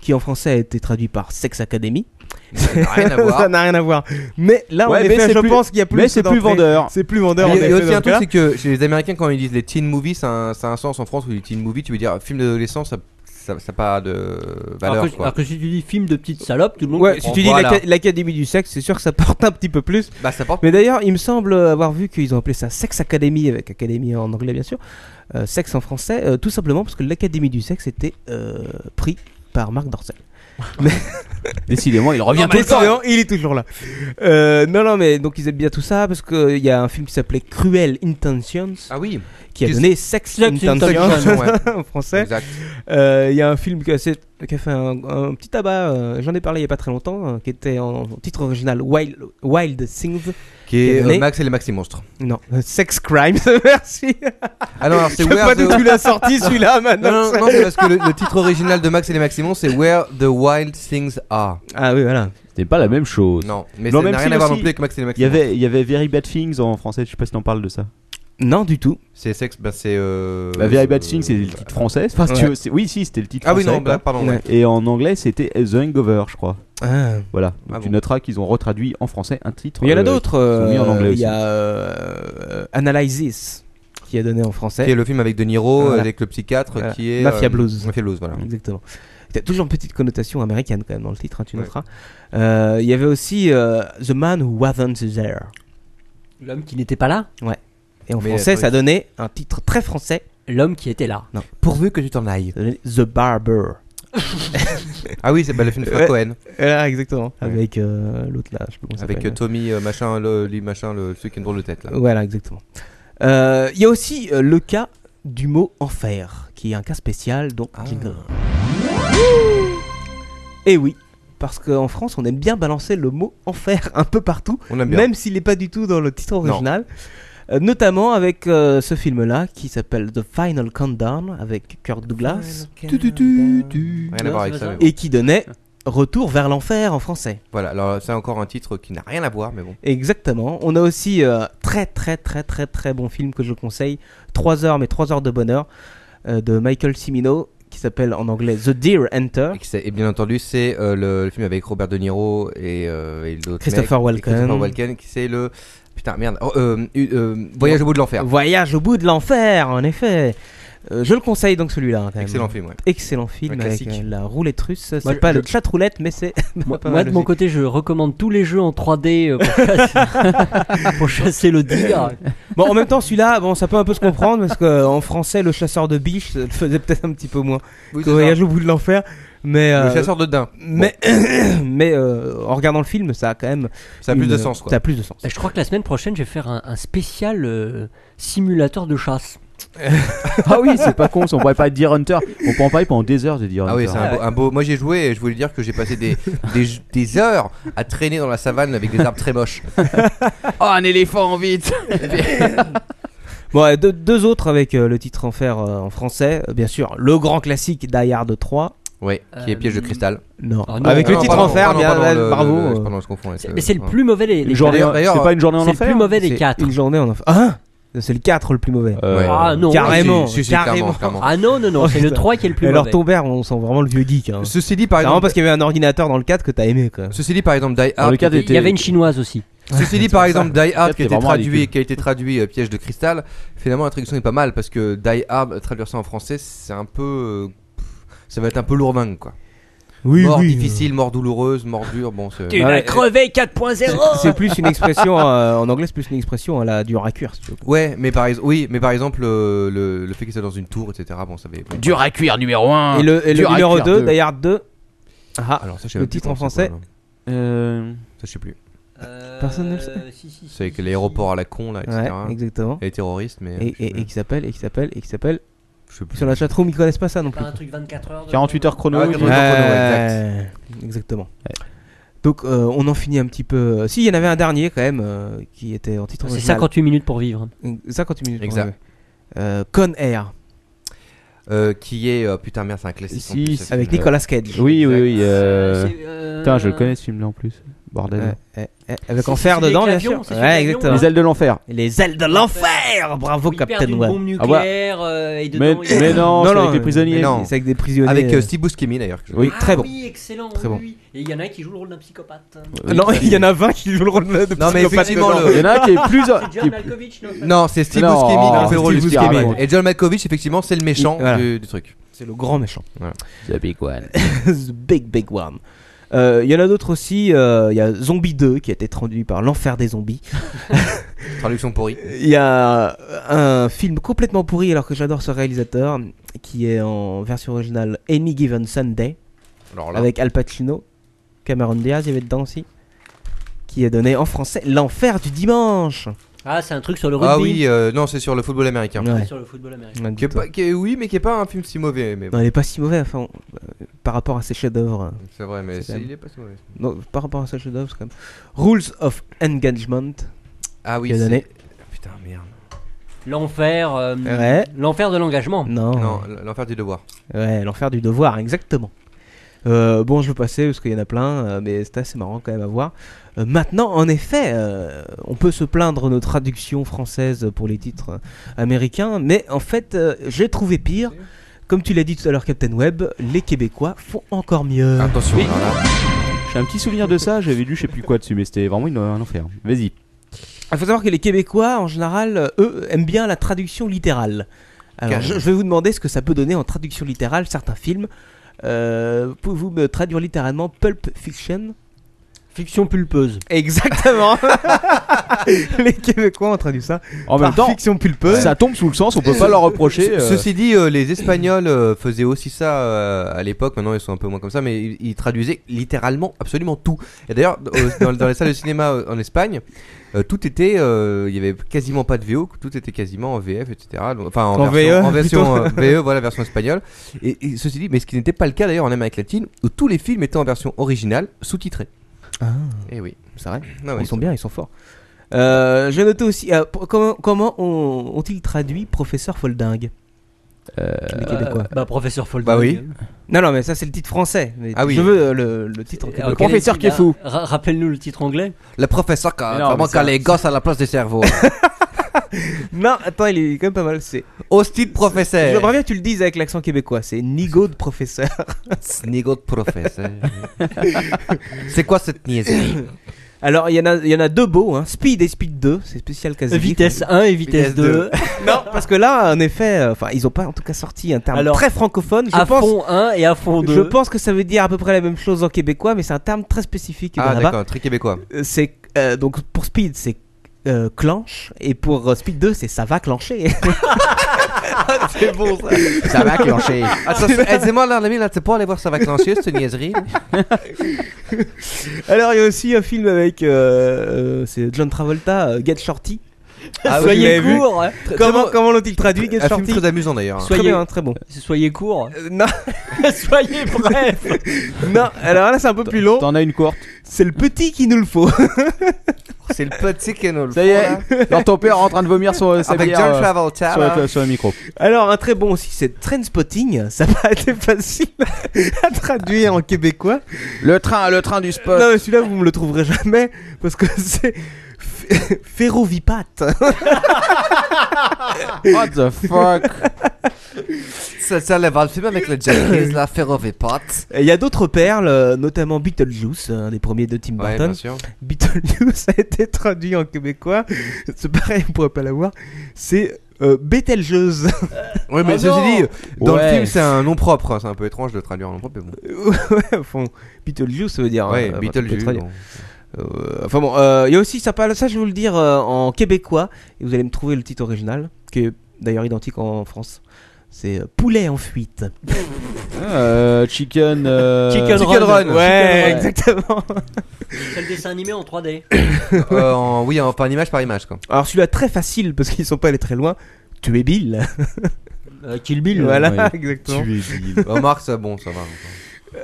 qui en français a été traduit par Sex Academy.
Ça n'a rien à voir.
Ça n'a rien à voir. Mais là,
Ouais,
en
mais
effet,
c'est
je
plus-
pense qu'il y a plus
Mais c'est plus
d'entrées.
vendeur.
C'est plus vendeur.
Il y a- il y a
en effet,
aussi
dans ce
un truc,
cas-là.
c'est que chez les Américains, quand ils disent les teen movies, ça a un, ça a un sens en France où les teen movies, tu veux dire film d'adolescence, ça ça n'a pas de valeur.
Alors que,
quoi.
alors que si tu dis film de petite salope, tout le monde.
Ouais,
comprend.
si tu dis
Voilà.
l'aca- l'Académie du sexe, c'est sûr que ça porte un petit peu plus.
Bah, ça porte.
Mais d'ailleurs, il me semble avoir vu qu'ils ont appelé ça Sex Academy, avec Académie en anglais bien sûr, euh, sexe en français, euh, tout simplement parce que l'Académie du sexe était euh, pris par Marc Dorcel.
Décidément, il revient tout le temps.
Décidément, il est toujours là. Euh, non, non, mais donc ils aiment bien tout ça parce qu'il y a un film qui s'appelait Cruel Intentions
Ah oui.
qui a
Qu'est-ce-
donné Sex
Sex
Intentions
Intentions,
ouais.
en français.
Exact.
Euh, Il y a un film qui a, c'est- qui a fait un, un petit tabac, euh, j'en ai parlé il n'y a pas très longtemps, euh, qui était en, en titre original Wild, Wild Things.
Qui est
Mais-
euh, Max et les Maxi Monstres.
Non, euh, Sex Crimes, merci.
Ah non, alors
Je
c'est
peux
Where
pas
the-
du tout la sortie celui-là maintenant.
Non, non, non, c'est parce que le, le titre original de Max et les Maximons, c'est Where the Wild Things Are.
Ah oui, voilà.
C'était pas la même chose.
Non, mais
Non,
ça
même
n'a rien
si
à voir
aussi,
non plus avec Max et les
Il y
Maximons.
avait, il y avait Very Bad Things en français, je sais pas si t'en parles de ça.
Non, du tout.
C'est sexe, bah c'est. Euh...
Bah, Very Bad
euh,
Things, c'est le titre français. Enfin, si tu
Ouais.
veux, c'est- oui, si, c'était le titre
Ah oui,
français.
non, bah,
quoi.
pardon. ouais.
Ouais.
Et en anglais, c'était The Hangover, je crois.
Ah.
Voilà. Donc
Ah
tu
bon.
noteras qu'ils ont retraduit en français un titre.
Mais il y en a
euh,
d'autres.
sont mis en
euh,
anglais
Il
aussi.
y a euh, Analyze This qui a donné en français.
Qui est le film avec De Niro,
Voilà.
avec le psychiatre,
Voilà.
qui est. euh,
Mafia Blues.
Mafia Blues, voilà.
Exactement. Il y a toujours une petite connotation américaine quand même dans le titre, hein, tu
Ouais.
noteras. Euh, Il y avait aussi euh, The Man Who Wasn't There.
L'homme qui n'était pas là,
Et en
Mais,
français,
attends,
ça donnait un titre très français,
l'homme qui était là.
Pourvu que tu t'en ailles.
ça donnait The Barber.
Ah oui, c'est bah, le film de
Ouais.
Frank Cohen.
Voilà, exactement.
Ouais.
Avec euh, l'autre là, je sais pas comment il
Avec euh,
s'appelle.
Tommy, euh, machin, le, lui, machin, le, celui qui a une drôle de tête, là.
Voilà, exactement. Euh, Il y a aussi euh, le cas du mot enfer, qui est un cas spécial, donc
Ah.
jingle. Et Eh oui, parce qu'en France, on aime bien balancer le mot enfer un peu partout,
On aime bien.
même s'il n'est pas du tout dans le titre
Non.
original. Euh, notamment avec euh, ce film-là qui s'appelle The Final Countdown avec Kirk Douglas
Tu, tu, tu, tu. Rien à
Non,
voir
c'est
avec
pas
ça.
ça.
mais bon.
et qui donnait Retour vers l'enfer en français.
Voilà, alors c'est encore un titre qui n'a rien à voir, mais bon.
Exactement. On a aussi euh, très très très très très bon film que je conseille, 3 heures mais 3 heures de bonheur euh, de Michael Cimino qui s'appelle en anglais The Deer Enter.
Et, que c'est- et bien entendu, c'est euh, le, le film avec Robert De Niro et, euh, et l'autre.
Christopher
mec, et
Walken.
Christopher Walken, qui c'est le. Putain, merde. Oh, euh, euh, euh, Voyage au bout de l'enfer.
Voyage au bout de l'enfer, en effet. Euh, je le conseille donc celui-là. quand même.
Excellent film, ouais.
Excellent film
Un
avec
classique.
euh, la roulette russe. C'est
Moi,
pas
je-
le chat roulette, mais c'est
Moi,
pas
moi,
mal
de mon
aussi.
côté, je recommande tous les jeux en 3D euh, pour chasser, pour chasser le dire.
Bon, en même temps, celui-là, bon, ça peut un peu se comprendre parce qu'en français, le chasseur de biche le faisait peut-être un petit peu moins
Oui,
que
c'est ça.
Voyage au bout de l'enfer. Mais, euh,
Le chasseur de daims.
mais, mais euh, en regardant le film, ça a quand même.
Ça a plus
une-
de sens, quoi.
Ça a plus de sens.
Bah, je crois que la semaine prochaine, je vais faire un, un spécial euh, simulateur de chasse.
Ah oui, c'est pas con, ça, on pourrait pas dire Hunter. On peut en parler pendant des heures de dire
Ah oui,
Hunter.
c'est un, beau- un beau. Moi j'ai joué et je voulais dire que j'ai passé des, des, des heures à traîner dans la savane avec des arbres très moches.
Oh, un éléphant, vite
Bon, ouais, deux, deux autres avec euh, le titre Enfer euh, en français. Euh, Bien sûr, le grand classique Die Hard 3.
Ouais, qui est
Euh,
piège de cristal.
Non.
Ah non,
avec
non,
le titre
pardon,
Enfer, bien, là, bravo.
Bravo.
euh,
Pardon, je confonds. avec,
C'est-
euh,
Mais c'est le
pardon.
plus mauvais des, des
Une journée-
quatre.
d'ailleurs,
c'est pas une journée en
C'est le
enfer
plus mauvais des
c'est
quatre.
Une journée en enfer. Ah C'est le 4 le plus mauvais.
Euh,
Ouais.
Ah non,
Carrément,
Si, si, si,
carrément.
clairement, clairement.
Ah non, non, non,
Oh,
c'est le
putain.
3 qui est le plus
Alors
mauvais.
ton père, on sent vraiment le vieux geek. Hein. C'est
Ceci dit, par
vraiment
exemple,
parce qu'il y avait un ordinateur dans le 4 que t'as aimé quand même.
ceci dit, par exemple, Die
Dans
Hard.
le cas
qui
des-
était-
Il y avait une chinoise aussi.
Ceci dit, par exemple, Die Hard qui a
T'es
été
vraiment
traduit,
ridicule.
qui a été traduit euh, piège de cristal. Finalement, la traduction est pas mal parce que Die Hard, traduire ça en français, c'est un peu. euh, pff, Ça va être un peu lourdingue, quoi.
Oui,
mort difficile, mort douloureuse, mort dure. Bon, c'est.
Tu
Ouais.
l'as crevé 4.0
C'est plus une expression euh, en anglais, c'est plus une expression à la dur à cuire. si tu veux.
Ouais, mais par, ex- oui, mais par exemple, euh, le, le fait qu'il soit dans une tour, etc. Bon, ça avait.
Dur à cuire numéro
Ah.
1
Et le, et le
Dur à
numéro
cuire
2,
deux.
Die Hard 2. Ah,
Alors, ça, je sais
le
même plus
titre en
comment
français.
ça s'appelle, hein.
Euh,
Ça, je sais plus.
Personne ne le sait.
Euh, si, si, si,
C'est avec
si,
l'aéroport à la con, là, etc.
Ouais, exactement.
Et les terroristes, mais.
Et,
euh, je sais
et- et
plus.
qui s'appelle, et qui s'appelle, et qui s'appelle.
Je sais plus.
Sur la chatroom, ils connaissent pas ça non
si.
plus.
Pas un truc 24 heures. de-
48 heures chrono.
Ah,
oui.
Chrono, ouais,
Exactement. Donc euh, on en finit un petit peu. euh, Si, il y en avait un dernier quand même euh, qui était en titre
C'est
original.
58 minutes pour vivre.
50 minutes.
Exact.
ouais. Euh, Con Air
Euh, qui est. euh, putain, merde, c'est un classique. en
Si,
plus, Euh,
c'est
ça,
avec
c'est-
Nicolas Cage.
Oui, oui, oui. euh,
C'est, euh,
Putain, je le connais ce film-là en plus. Bordel.
Ouais, ouais, ouais, Euh, avec
C'est
enfer
celui
dedans, bien
avec l'avion,
sûr.
c'est celui avec l'avion,
exactement.
Les hein. ailes de l'enfer.
Les ailes de l'enfer. Bravo,
Il perd
Captain
une
Web.
bombe
Ah, voilà.
nucléaire euh, et
Mais,
dedans. il y a-
mais non, c'est avec
euh,
des prisonniers.
mais
non.
C'est avec des prisonniers.
Avec
euh,
euh, Steve Buscemi, d'ailleurs. que je-
Oui.
Ah
très bon.
Oui, excellent. oui,
Très bon.
oui. Et il y en a un qui joue le rôle d'un psychopathe.
Oui,
non,
ça,
il y en a 20 qui jouent le rôle de.
Non, mais effectivement,
Euh, Il y
le.
en a un qui est plus.
C'est
Ah, qui
John
est-
Malkovich, non c'est-
Non, c'est Steve
Non,
Buscemi qui fait le
Steve
rôle de
Buscemi.
Buscemi. Et John Malkovich, effectivement, c'est le méchant
Il- voilà.
du, du truc.
C'est le grand méchant.
The Big One.
The big, big one. Euh, Il y en a d'autres aussi. euh, Il y a Zombie 2 qui a été traduit par l'enfer des zombies.
Traduction pourrie.
Il y
euh,
a Euh, un film complètement pourri alors que j'adore ce réalisateur qui est en version originale Any Given Sunday
Alors là.
avec Al Pacino, Cameron Diaz il y avait dedans aussi qui est donné en français L'enfer du dimanche.
Ah, c'est un truc sur le rugby.
Ah oui, euh, non, c'est sur le football américain.
euh, Ouais.
Sur le football américain.
Qui est pas- qui est- oui, mais qui est pas un film si mauvais. Mais bon,
Non, il est pas si mauvais enfin on- euh, par rapport à ses chefs-d'œuvre. euh,
c'est vrai, mais
C'est
c'est-
quand même-
il est pas si mauvais.
Non, par rapport à ses chefs-d'œuvre c'est quand même Rules of Engagement
Ah oui.
qui est
c'est-
donné.
Putain, merde.
L'enfer. euh,
Ouais.
L'enfer de l'engagement.
Non.
Hmm. Non, l'enfer du devoir.
Ouais, l'enfer du devoir, exactement. Euh, bon, je vais passer parce qu'il y en a plein, euh, mais c'est assez marrant quand même à voir. Euh, maintenant, en effet, euh, on peut se plaindre de nos traductions françaises pour les titres euh, américains, mais en fait, euh, j'ai trouvé pire. Comme tu l'as dit tout à l'heure, Captain Web, les Québécois font encore mieux.
Attention, hein. alors là.
J'ai un petit souvenir de ça, j'avais lu je sais plus quoi dessus, mais c'était vraiment une- un enfer. Vas-y.
Il Ah, faut savoir que les Québécois, en général, euh, eux, aiment bien la traduction littérale. Alors,
Carrément.
je, je vais vous demander ce que ça peut donner en traduction littérale certains films. Euh, Pouvez-vous me traduire littéralement Pulp Fiction
Fiction pulpeuse.
Exactement. les Québécois ont traduit ça.
En
par
même temps,
fiction pulpeuse.
ça tombe sous le sens, on peut pas leur reprocher.
Ce-
euh,
Ceci dit, euh, les Espagnols euh, faisaient aussi ça euh, à l'époque. Maintenant, ils sont un peu moins comme ça, mais ils, ils traduisaient littéralement absolument tout. Et d'ailleurs, euh, dans, dans les salles de cinéma euh, en Espagne, euh, tout était, euh, il y avait quasiment pas de VO, tout était quasiment en VF, etc. Donc, enfin, en,
En
version,
VE,
en version
plutôt.
euh, VE, voilà, version espagnole. Et, et ceci dit, mais ce qui n'était pas le cas d'ailleurs en Amérique latine, où tous les films étaient en version originale, sous-titrée.
Ah,
Et oui.
c'est vrai.
Ah ouais.
Ils sont bien, ils sont forts. Euh, J'ai noté aussi euh, pour- comment, comment ont- ont-ils traduit Professeur Folding Les Euh, Québécois.
Bah, professeur Folding. Euh,
Bah oui.
Non, non, mais ça c'est le titre français. Mais
Ah oui.
Je veux euh, le, le titre.
Et
québécois.
alors, quel
professeur
est-
qui est fou.
Ra- Rappelle-nous le titre anglais.
Le professeur, quand,
Mais non,
vraiment,
mais ça-
quand les gosses à la place des cerveaux.
Non, attends, il est quand même pas mal. C'est.
Hostile professeur.
J'aimerais bien que tu le dises avec l'accent québécois. C'est Nigo de professeur.
Snigot professeur. c'est quoi cette niaiserie
Alors, il y, en a- il y en a deux beaux, hein. Speed et Speed 2, c'est spécial quasi.
Vitesse 1 et vitesse
Vitesse
2.
Non, parce que là, en effet, euh, enfin, ils ont pas en tout cas sorti un terme
Alors,
très francophone. Je
À
pense,
fond 1 et à fond 2.
je pense que ça veut dire à peu près la même chose en québécois, mais c'est un terme très spécifique
Ah
de là-bas.
d'accord, très québécois.
Euh, C'est euh, donc pour Speed, c'est euh, clenche, et pour euh, Speed 2, c'est ça va clencher.
C'est bon ça. Ah, Ça va clencher. Dis-moi là, l'ami, là, tu peux pas aller voir ça va clencher, cette niaiserie.
Alors, il y a aussi un film avec euh, euh, c'est John Travolta, euh, Get Shorty.
Ah oui,
Soyez
je l'avais vu.
court. hein.
Très-
Comment,
très bon-
comment l'ont-ils traduit Get
Un film
Shorty
très amusant d'ailleurs.
Très
Soyez-
bien, hein, très bon.
Soyez court.
Euh, non,
Soyez bref.
non, alors là c'est un peu plus long.
T'en as une courte.
C'est le petit qui nous le faut.
C'est le petit Kenol.
Ça y est, alors ton père est en train de vomir sur euh, sa
Avec
bière,
John
euh,
Travolta.
sur, la-
là.
sur le micro.
Alors, un très bon aussi, c'est Trainspotting. Ça n'a pas été facile à traduire en québécois.
Le train, le train du
Euh.
spot.
Non, mais celui-là, vous me le trouverez jamais parce que c'est F- Ferrovipate.
What the fuck
Ça, ça le va le film avec le Jackies, la Ferrovipat.
Et Il y a d'autres perles, euh, notamment Beetlejuice, un des premiers de Tim
Ouais, bah,
Burton.
bien sûr.
Beetlejuice a été traduit en québécois. C'est pareil, on pourrait pas l'avoir. C'est euh, Betelgeuse.
Oui, mais
Ah
ceci
non
dit, dans le
Ouais.
film, c'est un nom propre. hein, C'est un peu étrange de traduire un nom propre, mais bon.
ouais, enfin, Beetlejuice, ça veut dire.
Ouais,
euh,
Beetlejuice.
traduire.
bon.
Euh, enfin bon, euh, il y a aussi, ça parle, ça je vais vous le dire euh, en québécois, et vous allez me trouver le titre original, qui est d'ailleurs identique en France. C'est euh, Poulet en fuite.
Euh, Chicken. euh,
Chicken Run.
Ouais,
Chicken Run.
exactement.
C'est le dessin animé en 3D.
Euh, en- Oui, enfin, image par image, quoi.
Alors celui-là très facile parce qu'ils sont pas allés très loin. Tu es Bill.
Euh, Kill Bill.
voilà,
ouais.
exactement.
Tu es débile.
Omar, ça, Euh, bon, ça va. enfin,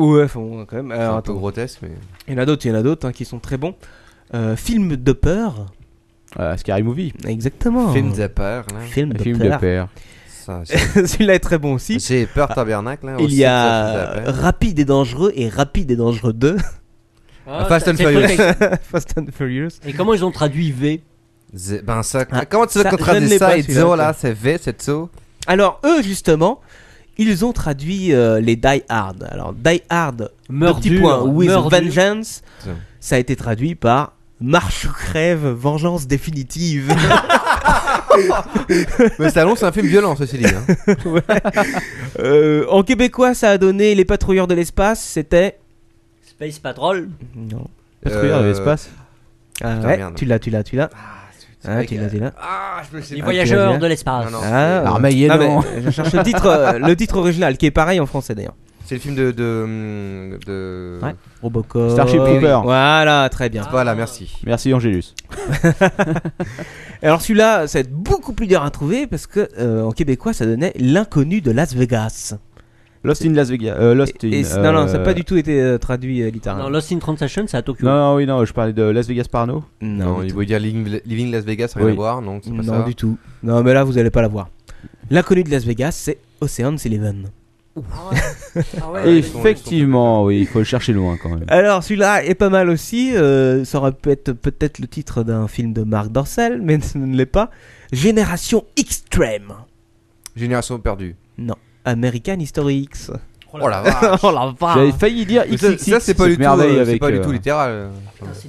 Ouais, enfin bon, quand même.
C'est
Alors,
un peu
attends.
grotesque, mais.
Il y en a d'autres, il y en a d'autres hein, qui sont très bons. Euh, film de peur.
Euh, Scary Movie.
Exactement.
Film de peur, là.
Oh. Film de
film de
peur.
père.
Ça,
celui-là est très bon aussi.
J'ai peur tabernacle. Là,
Il
aussi,
y
ça, ça
a
s'appelle.
Rapide et dangereux et Rapide et dangereux 2.
Ah,
Fast and
c'est le truc avec-
Fast and Furious.
Et comment ils ont traduit V
Z- Ben ça,
Ah,
comment tu veux
ça,
qu'on
je ne
traduise
l'ai
ça
pas,
et
celui-là,
Zo
ça.
là, c'est V, c'est Zo
Alors eux justement, ils ont traduit euh, les Die Hard. Alors Die Hard,
Meurt
petit
dur,
point, With
meurt dur.
Vengeance,
Tiens.
ça a été traduit par Marche ou crève, vengeance définitive.
Mais ça annonce un film violent, ceci dit. hein.
Euh, en québécois, ça a donné Les patrouilleurs de l'espace, c'était...
Space Patrol.
Non.
Patrouille dans
Euh,
l'espace.
Ah
Putain,
ouais,
merde.
tu l'as, tu l'as, tu l'as.
c'est
Ah,
vrai
tu
que-
l'as, tu l'as.
Ah, je me suis
Les
dit.
Ah,
voyageurs
tu l'as
de l'espace.
Non, non.
Ah, euh,
Armageddon.
non, mais je cherche le titre, euh, le titre original, qui est pareil en français d'ailleurs.
C'est le film de. de, hum, de...
Ouais. Robocop.
Starship Trooper.
Voilà, très bien.
Voilà, merci.
Merci Angelus.
Et Alors celui-là, ça va être beaucoup plus dur à trouver parce que euh, en québécois, ça donnait l'inconnu de Las Vegas.
Lost in Las Vegas. euh, Lost in.
Et c'est-
euh,
Non, non, ça n'a pas du tout été euh, traduit euh,
Non,
littéralement.
Lost in Translation, c'est à Tokyo.
Non, non, oui, non, je parlais de Las Vegas Parano.
Non,
Non,
du
il
tout.
veut dire Living Living Las Vegas, rien
Oui.
à voir, non, c'est pas
Non,
ça.
du tout. Non, mais là, vous allez pas la voir. L'inconnu de Las Vegas, c'est Ocean's Eleven.
Ah
Effectivement, oui, il faut le chercher loin quand même.
Alors celui-là est pas mal aussi. euh, ça aurait pu être peut-être le titre d'un film de Marc Dorcel, mais ce ne l'est pas. Génération Extreme.
Génération perdue.
American History X.
Oh la vache.
oh la vache.
J'avais failli dire
Mais ça-
XXX.
Ça, c'est pas du
cette
tout.
merveille
euh, C'est
avec,
pas du
euh,
tout littéral.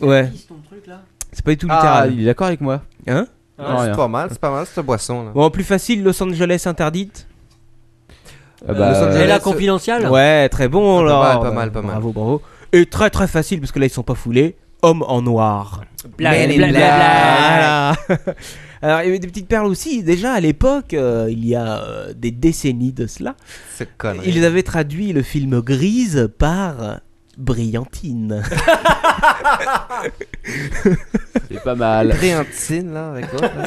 Ouais.
ton truc là
C'est pas du tout
Ah,
littéral.
il est d'accord avec moi.
Hein
Ah,
Non,
C'est
rien.
pas mal, c'est pas mal, cette boisson là.
Bon, plus facile, Los Angeles interdite.
Ah bah,
Los Angeles.
Et
Ah
la
bah,
Euh,
ce-
confidentielle
Ah bah, Ouais, très bon
Pas
alors.
mal, Ah, pas mal, pas mal.
Bravo, bravo. est très très facile parce que là ils sont pas foulés. Homme en noir.
Men in
Voilà. Alors il y avait des petites perles aussi. Déjà à l'époque, euh, il y a euh, des décennies de cela,
Cette connerie.
ils avaient traduit le film Grise par Brillantine.
C'est pas mal.
Pris un de scène là avec l'autre. là.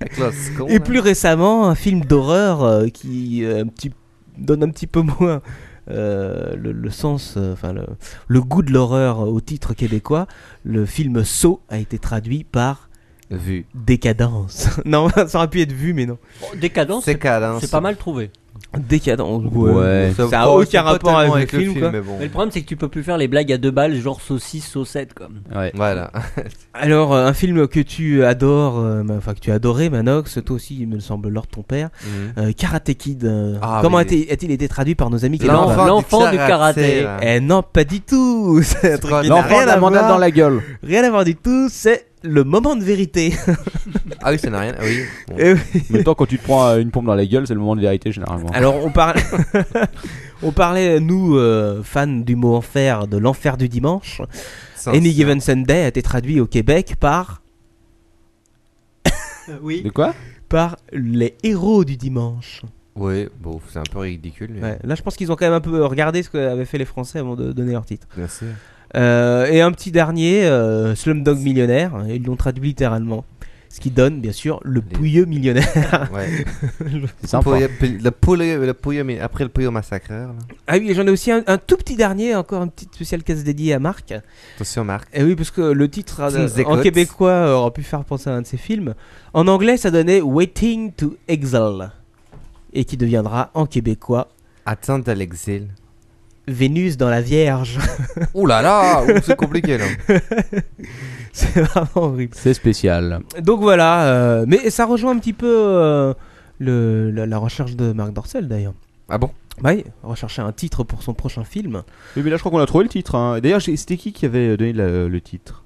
avec l'autre con.
Et
là.
plus récemment, un film d'horreur euh, qui euh, un petit- donne un petit peu moins euh, le, le sens, euh, enfin le, le goût de l'horreur au titre québécois. Le film Saut a été traduit par
Vu.
Décadence. non, ça aurait pu être vu, mais non.
Bon, Euh, Décadence,
C'est
c'est
câlin.
c'est pas mal trouvé.
Décadence.
Sauf
Ça a
que c'est
aucun
pas
rapport
tellement
avec, le film. quoi.
mais bon.
Mais le problème, c'est que tu peux plus faire les blagues à deux balles, genre saucisse, saucette, comme.
Ouais.
Voilà.
Alors, euh, un film que tu adores, euh, enfin que tu adorais, Manox, toi aussi, il me semble, lors de ton père,
Mhm.
euh, Karate Kid. euh,
Ah,
comment
mais-
a-t-il a-t-il été traduit par nos amis
L'enfant-
québécois
l'enfant du karaté.
là.
Eh non, pas du tout. C'est un truc
quoi,
qui n'a
l'enfant
rien
L'enfant
à
la
voir.
mandate dans la gueule.
Rien à voir du tout. C'est le moment de vérité.
Ah oui, ça n'a rien. ah Oui. Bon.
Eh oui.
En même temps, quand tu te prends euh, une pompe dans la gueule, c'est le moment de vérité généralement.
Alors on parlait, on parlait nous euh, fans du mot enfer, de l'enfer du dimanche.
Sans-
Any Given Sunday a été traduit au Québec par
Oui.
De quoi
par les héros du dimanche.
Oui, bon, c'est un peu ridicule. Mais...
Ouais, là, je pense qu'ils ont quand même un peu regardé ce qu'avaient fait les Français avant de donner leur titre.
Bien sûr.
Euh, et un petit dernier, euh, Slumdog Millionnaire, hein, ils l'ont traduit littéralement. Ce qui donne, bien sûr, le
Les-
pouilleux millionnaire.
Ouais.
C'est sympa.
Pour- le poulet- le poulet- mais après le poulet massacreur. là.
Ah oui, j'en ai aussi un, un tout petit dernier, encore une petite spéciale case dédiée à Marc.
Attention, Marc.
Et oui, parce que le titre
Ça nous
euh, en
décote.
québécois euh, aurait pu faire penser à un de ses films. En anglais, ça donnait Waiting to Exile. Et qui deviendra en québécois
Attente à l'exil.
Vénus dans la Vierge.
Ouh là là, ouh, c'est compliqué là.
C'est vraiment horrible.
C'est spécial.
Donc voilà, euh, mais ça rejoint un petit peu euh, le, la, la recherche de Marc Dorcel d'ailleurs. Bah
Ah bon
Oui, rechercher un titre pour son prochain film.
Oui, mais là, je crois qu'on a trouvé le titre. hein. D'ailleurs, j'ai- c'était qui qui avait donné la- le titre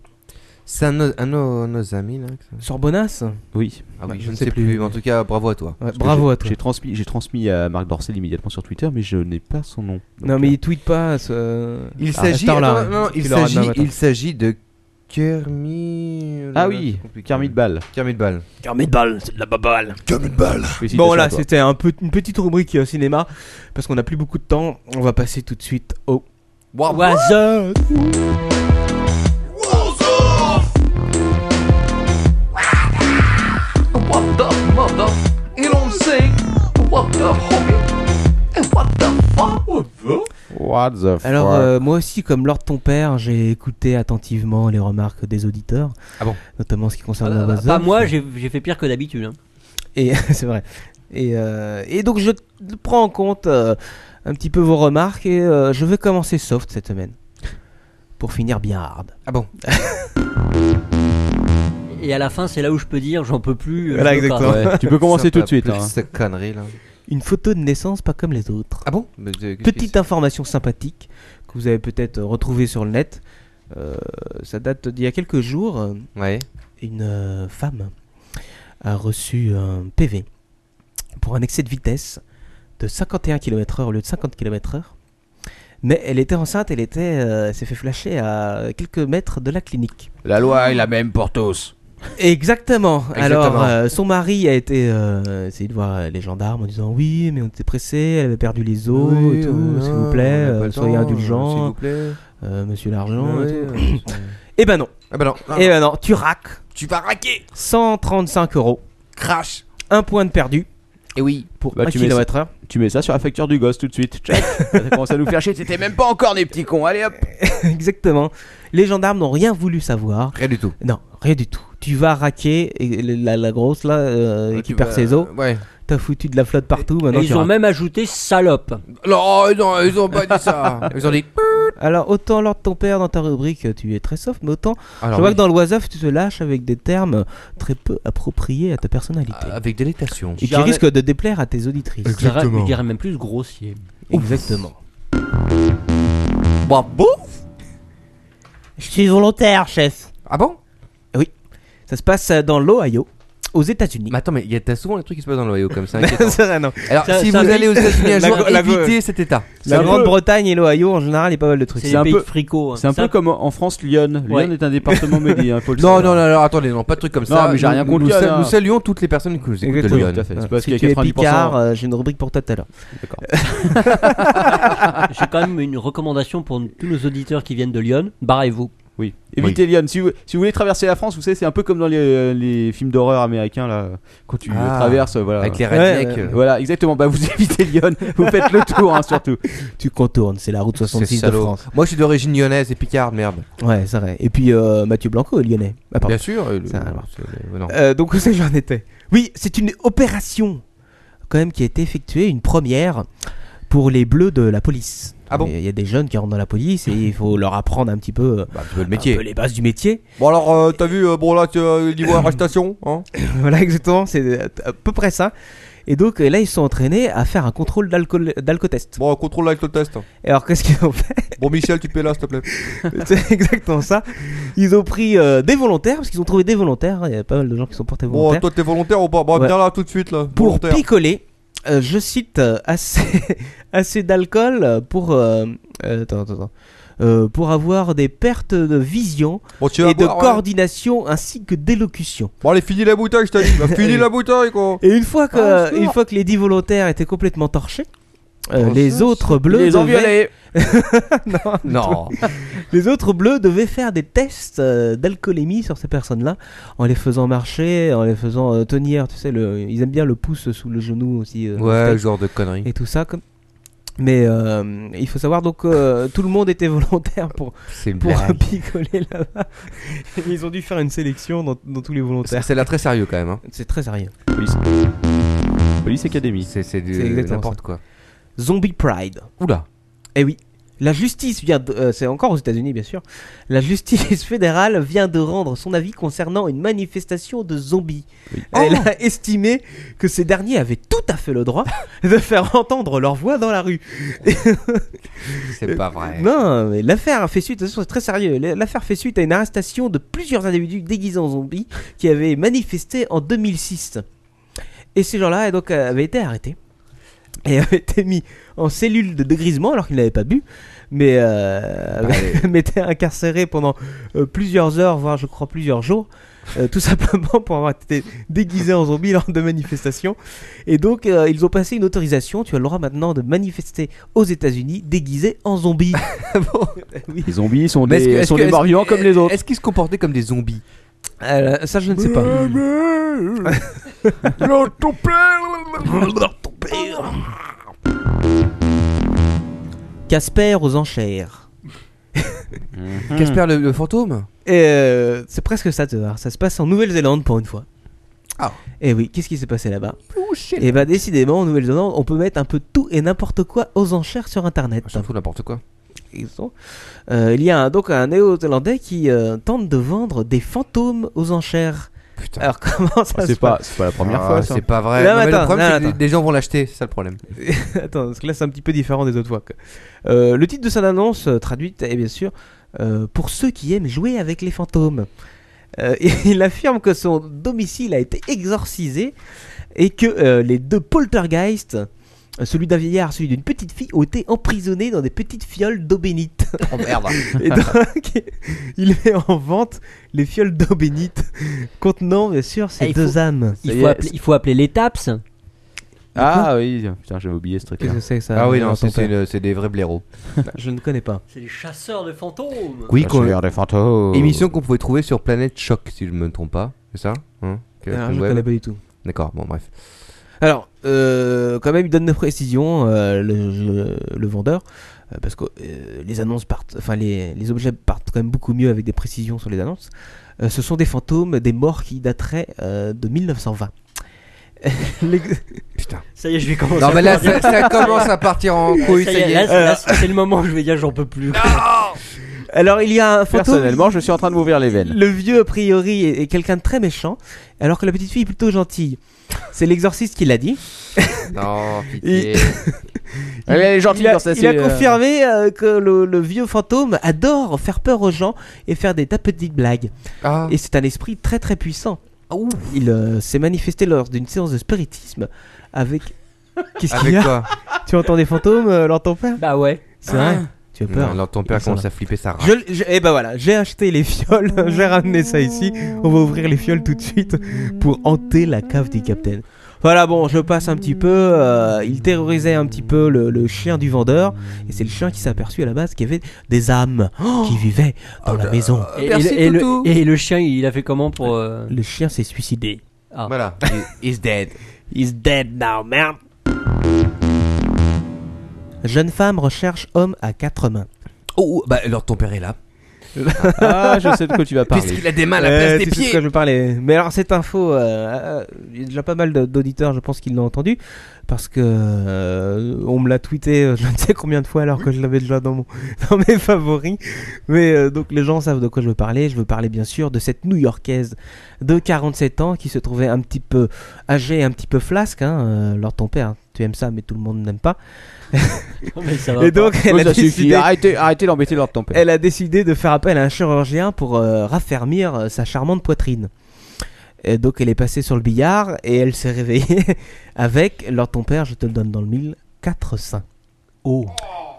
C'est un de nos- un de nos, nos amis là. que ça-
Sorbonas
Oui.
Ah
Bah,
oui, je, ne sais plus. mais En tout cas, bravo à toi.
Ouais,
Parce que
Bravo
j'ai-
à toi.
J'ai transmis, j'ai transmis à Marc Dorcel immédiatement sur Twitter, mais je n'ai pas son nom. Donc,
Non mais
euh,
il tweet pas. ce-
Il
Ah,
s'agit.
Star, là,
attends, non, non,
tu
il
l'auras demain
s'agit.
matin.
Il s'agit de Kermi.
Ah oui, Kermit Ball.
Kermit Ball.
Kermit Ball, c'est de la baballe.
Bon
là,
là, c'était un peu, une petite rubrique euh, cinéma parce qu'on n'a plus beaucoup de temps. On va passer tout de suite au
What's
Ah,
up
What the mother? Et l'on sait. What the homie? And what the fuck? What the?
What the fuck
Alors euh, moi aussi, comme Lord ton père, j'ai écouté attentivement les remarques des auditeurs,
Ah bon Ah,
notamment en ce qui concerne
Euh,
la voix
Pas
off.
moi, j'ai j'ai fait pire que d'habitude. hein.
Et c'est vrai. Et, euh, et donc je t- prends en compte euh, un petit peu vos remarques et euh, je vais commencer soft cette semaine pour finir bien hard.
Ah bon
Et à la fin, c'est là où je peux dire, j'en peux plus. euh,
Voilà,
je peux pas.
exactement.
Ouais, tu peux commencer
Ça,
tout de
pas
suite.
plus
hein.
Cette connerie là.
Une photo de naissance pas comme les autres.
Ah bon Mais, euh, qu'est-ce que
Petite information sympathique que vous avez peut-être retrouvée sur le net. Euh, ça date d'il y a quelques jours. euh,
c'est Ouais.
Une euh, femme a reçu un PV pour un excès de vitesse de 51 km/h au lieu de 50 km/h. Mais elle était enceinte, elle était, euh, elle s'est fait flasher à quelques mètres de la clinique.
La loi est la même pour tous.
Exactement. Alors,
Exactement.
euh, son mari a été euh, essayé de voir euh, les gendarmes en disant oui, mais on était pressé, elle avait perdu les os et tout,
euh,
s'il vous plaît,
on n'a pas
euh,
le
soyez
temps,
indulgents.
S'il vous plaît.
Euh, monsieur l'argent.
Ouais,
et tout.
euh, c'est-
Eh ben non.
ah bah non. non,
eh
non.
ben non, tu raques.
Tu vas raquer.
135 euros.
Crash.
Un point de perdu
Et Eh oui.
pour
Bah,
1
tu mets ça.
km heure.
Tu mets ça sur la facture du gosse tout de suite. Check. Ça commence à nous faire chier. C'était même pas encore des petits cons. Allez hop.
Exactement. Les gendarmes n'ont rien voulu savoir.
Rien du tout.
Non, rien du tout. Tu vas raquer et le- la, la grosse là euh, qui
Tu
perd
vas-
ses os.
Ouais.
T'as foutu de la flotte partout. Maintenant,
Et
tu
ils ont
raques.
même ajouté salope.
Non, non, ils ont pas dit ça. Ils ont dit.
Alors autant lors de ton père dans ta rubrique, tu es très soft, mais autant
Alors,
je vois
oui,
que dans l'oiseuf, tu te lâches avec des termes très peu appropriés à ta personnalité.
Euh, Avec délectation.
et qui
j'arrête-
risquent de déplaire à tes auditrices.
Je dirais- Je dirais même plus grossier.
Exactement.
Bah, bon
Je suis volontaire, chef.
Ah bon
Ça se passe euh, dans l'Ohio, aux États-Unis.
Mais attends, mais il y a t'as souvent un truc qui se passe dans l'Ohio comme ça. inquiétant.
C'est vrai, non.
Alors,
Ça-
si
ça
vous
arrive.
allez aux États-Unis un
La
jour,
go- la go-
évitez cet état.
La
un peu-
Grande-Bretagne et l'Ohio, en général, il y a pas mal de trucs.
C'est
C'est
les
un
pays
peu-
de fricot. hein.
C'est un peu comme en France, Lyon. Lyon
Ouais.
est un département mêlé, hein, faut le
Non,
savoir.
non, non, alors, attendez, non, pas de truc comme
Non,
ça.
mais j'ai
Nous-
rien
nous-
contre
nous,
Lyon,
sal-
hein.
nous saluons toutes les personnes qui nous écoutent de
Exactement,
Lyon.
tout à fait. Euh, C'est parce
Parce
qu'il y
que
a
tu es
90%.
Picard, euh, j'ai une rubrique pour toi tout à l'heure.
J'ai quand même une recommandation pour tous nos auditeurs qui viennent de Lyon. Barrez-vous.
Oui. Évitez Lyon. hein. Si vous, si vous voulez traverser la France, vous savez, c'est un peu comme dans les, euh, les films d'horreur américains, là. Quand tu
Ah.
traverses, voilà.
Avec les
Ouais,
rednecks.
ouais.
euh,
Voilà, exactement. Bah, vous évitez Lyon. Vous faites le tour, hein, surtout.
Tu contournes, c'est la route
ces
66 de
salauds.
France.
Moi, je suis d'origine lyonnaise et picarde, merde.
Ouais, c'est vrai. Et puis euh, Mathieu Blanco est lyonnais. Ah, pardon.
Bien sûr. euh, le-
Ça, alors.
c'est- euh, non.
Euh, donc où c'est que j'en étais Oui, c'est une opération quand même qui a été effectuée, une première pour les bleus de la police.
Ah bon
Il y a des jeunes qui rentrent dans la police et il faut leur apprendre un petit peu, euh,
Bah, tu veux le
un
métier.
peu les bases du métier.
Bon, alors, euh, t'as vu, euh, bon, là, tu euh, il y voit arrestation, hein
voilà, exactement, c'est euh, à peu près ça. Et donc euh, là, ils se sont entraînés à faire un contrôle d'alcool- d'alcotest.
Bon, contrôle avec le test.
Et Alors qu'est-ce qu'ils ont fait
Bon, Michel, tu paies là, s'il te plaît.
C'est exactement ça. Ils ont pris euh, des volontaires, parce qu'ils ont trouvé des volontaires, il y a pas mal de gens qui sont portés
Bon,
volontaires.
toi, t'es volontaire ou pas Bon,
Ouais.
viens là tout de suite, là.
pour
volontaire.
picoler, euh, je cite euh, assez, assez d'alcool euh, pour euh, euh, attends, attends, attends. Euh, pour avoir des pertes de vision
Bon, tu vas
et de
boire, ouais.
coordination ainsi que d'élocution.
Bon, allez, finis la bouteille, je t'ai dit. Bah, finis la bouteille, quoi.
Et une fois que
Ah, je
une fois que les dix volontaires étaient complètement torchés, euh,
Oh,
les
ça,
autres bleus
les ont
devaient-
violés.
Non,
Non.
les autres bleus devaient faire des tests euh, d'alcoolémie sur ces personnes-là en les faisant marcher, en les faisant euh, tenir, tu sais le ils aiment bien le pouce sous le genou aussi euh, au steak.
Ouais, genre de conneries.
et tout ça. Comme... Mais euh, il faut savoir donc euh, tout le monde était volontaire pour,
C'est une
pour
blague.
picoler là-bas. Et Ils ont dû faire une sélection dans, dans tous les
Ça,
volontaires.
C'est là très sérieux, quand même. Hein.
C'est très sérieux.
Police. Police Academy.
C'est c'est
C'est
du
exactement
n'importe quoi.
Zombie Pride.
Oula.
Eh oui. La justice vient de, euh, c'est encore aux États-Unis bien sûr. La justice fédérale vient de rendre son avis concernant une manifestation de zombies. Elle a estimé que ces derniers avaient tout à fait le droit de faire entendre leur voix dans la rue.
C'est pas vrai.
Non, mais l'affaire fait suite, attention, c'est très sérieux. L'affaire fait suite à une arrestation de plusieurs individus déguisés en zombies qui avaient manifesté en 2006. Et ces gens-là donc, euh, avaient été arrêtés et avaient été mis en cellule de dégrisement alors qu'ils n'avaient pas bu, mais, euh, mais étaient incarcérés pendant euh, plusieurs heures, voire je crois plusieurs jours. euh, tout simplement pour avoir été déguisés en zombies lors de manifestations. Et donc, euh, ils ont passé une autorisation. Tu as le droit maintenant de manifester aux États-Unis déguisés en zombies. Oui.
Les zombies sont
Mais est-ce que-
des,
est-ce
sont
que-
des
est-ce-
morts vivants comme les autres.
Est-ce qu'ils se comportaient comme des zombies
Euh, ça, je ne sais pas. Casper aux enchères.
Mmh. Casper le, le fantôme
Et, euh, c'est presque ça, tu vois. Ça se passe en Nouvelle-Zélande pour une fois.
Ah.
Et oui, qu'est-ce qui s'est passé là-bas
Oh,
Et bah, décidément, en Nouvelle-Zélande, on peut mettre un peu tout et n'importe quoi aux enchères sur internet.
Je fous n'importe quoi.
Ils sont- Euh, il y a un- donc un néo-zélandais qui euh, tente de vendre des fantômes aux enchères.
Putain.
Alors, comment ça se
C'est pas, c'est pas la première
Ah,
fois, ça.
C'est pas vrai.
Là,
Non, mais
attends,
le problème,
là,
c'est que
attends.
des- des gens vont l'acheter, c'est ça le problème.
Attends, parce que là c'est un petit peu différent des autres fois. quoi. Euh, le titre de cette annonce euh, traduite est bien sûr euh, pour ceux qui aiment jouer avec les fantômes. Euh, et il affirme que son domicile a été exorcisé et que euh, les deux poltergeists, euh, celui d'un vieillard, celui d'une petite fille, ont été emprisonnés dans des petites fioles d'eau bénite.
Oh merde.
Et donc il met en vente les fioles d'eau bénite contenant bien sûr ces
Ah, il
deux
faut-
âmes.
Il
Ça y
faut,
est,
appeler, il faut appeler les TAPS.
Ah oui, putain, j'avais oublié ce truc-là.
Qu'est-ce que c'est que ça
Ah oui,
Dans
non,
ton
c'est- c'est
père
le- c'est des vrais blaireaux.
Je ne connais pas.
C'est les chasseurs de fantômes.
Ah,
Oui, qu'on-
des fantômes.
émission qu'on pouvait trouver sur Planète Choc, si je ne me trompe pas. C'est ça Hein Que-
Alors,
que
je ne
web
connais pas du tout.
D'accord, bon, bref.
Alors, euh, quand même, il donne des précisions, euh, le, je- le vendeur, euh, parce que euh, les annonces partent, enfin, les, les objets partent quand même beaucoup mieux avec des précisions sur les annonces. Euh, ce sont des fantômes, des morts qui dateraient euh, de 1920. L'ex-
Putain.
Ça y est, je vais commencer.
Non,
à
mais là,
pleurer.
ça, ça commence à partir en couille, ça y est.
là, c'est- là, c'est c'est le moment où je vais dire j'en peux plus.
Alors, il y a un fantôme.
Personnellement, je suis en train de m'ouvrir les veines.
Le vieux, a priori, est, est quelqu'un de très méchant, alors que la petite fille est plutôt gentille. C'est l'exorciste qui l'a dit.
Non, pitié.
Elle est gentille
Il a,
dans sa
il a
série, euh,
confirmé euh, que le, le vieux fantôme adore faire peur aux gens et faire des tas de petites blagues.
Ah,
Et c'est un esprit très très puissant. Il euh, s'est manifesté lors d'une séance de spiritisme avec. Qu'est-ce qu'il y
Avec
a
quoi Ah.
Tu entends des fantômes euh, lors de ton père
Bah ouais.
C'est vrai Tu as peur
Non, alors ton père
Ils sont
commence
là.
à flipper sa race.
Je, je- eh ben voilà, j'ai acheté les fioles,
Oh.
j'ai ramené ça ici. On va ouvrir les fioles tout de suite pour hanter la cave du capitaine. Voilà, bon, je passe un petit peu. euh, il terrorisait un petit peu le, le chien du vendeur. Et c'est le chien qui s'est aperçu à la base qu'il y avait des âmes
Oh.
qui vivaient dans la maison.
Et, et- et le, et le chien, il a fait comment pour. euh,
Le chien s'est suicidé.
Ah.
Voilà, he- he's dead.
He's dead now, man. Jeune femme recherche homme à quatre mains.
Oh, bah alors ton père est là.
Ah, je sais de quoi tu vas
Puisqu'il a des mains à la
Ouais,
place des
Eh, tu sais de
pieds.
quoi je parlais. Mais alors cette info, euh, euh, il y a déjà pas mal de- d'auditeurs, je pense, qui l'ont entendu, parce que euh, on me l'a tweeté, euh, je ne sais combien de fois, alors que je l'avais déjà dans, mon, dans mes favoris. Mais euh, donc les gens savent de quoi je veux parler. Je veux parler bien sûr de cette New-Yorkaise de 47 ans qui se trouvait un petit peu âgée, un petit peu flasque. Hein, euh, alors ton père, tu aimes ça, mais tout le monde n'aime pas.
Non, mais ça va
Et
pas.
donc elle a
Oh, ça
décidé-
suffit. Arrêtez, arrêtez d'embêter leur tempête.
elle a décidé de faire appel à un chirurgien pour euh, raffermir euh, sa charmante poitrine. Et donc elle est passée sur le billard et elle s'est réveillée avec, lors ton père, je te le donne dans le mille, 4 seins. Oh.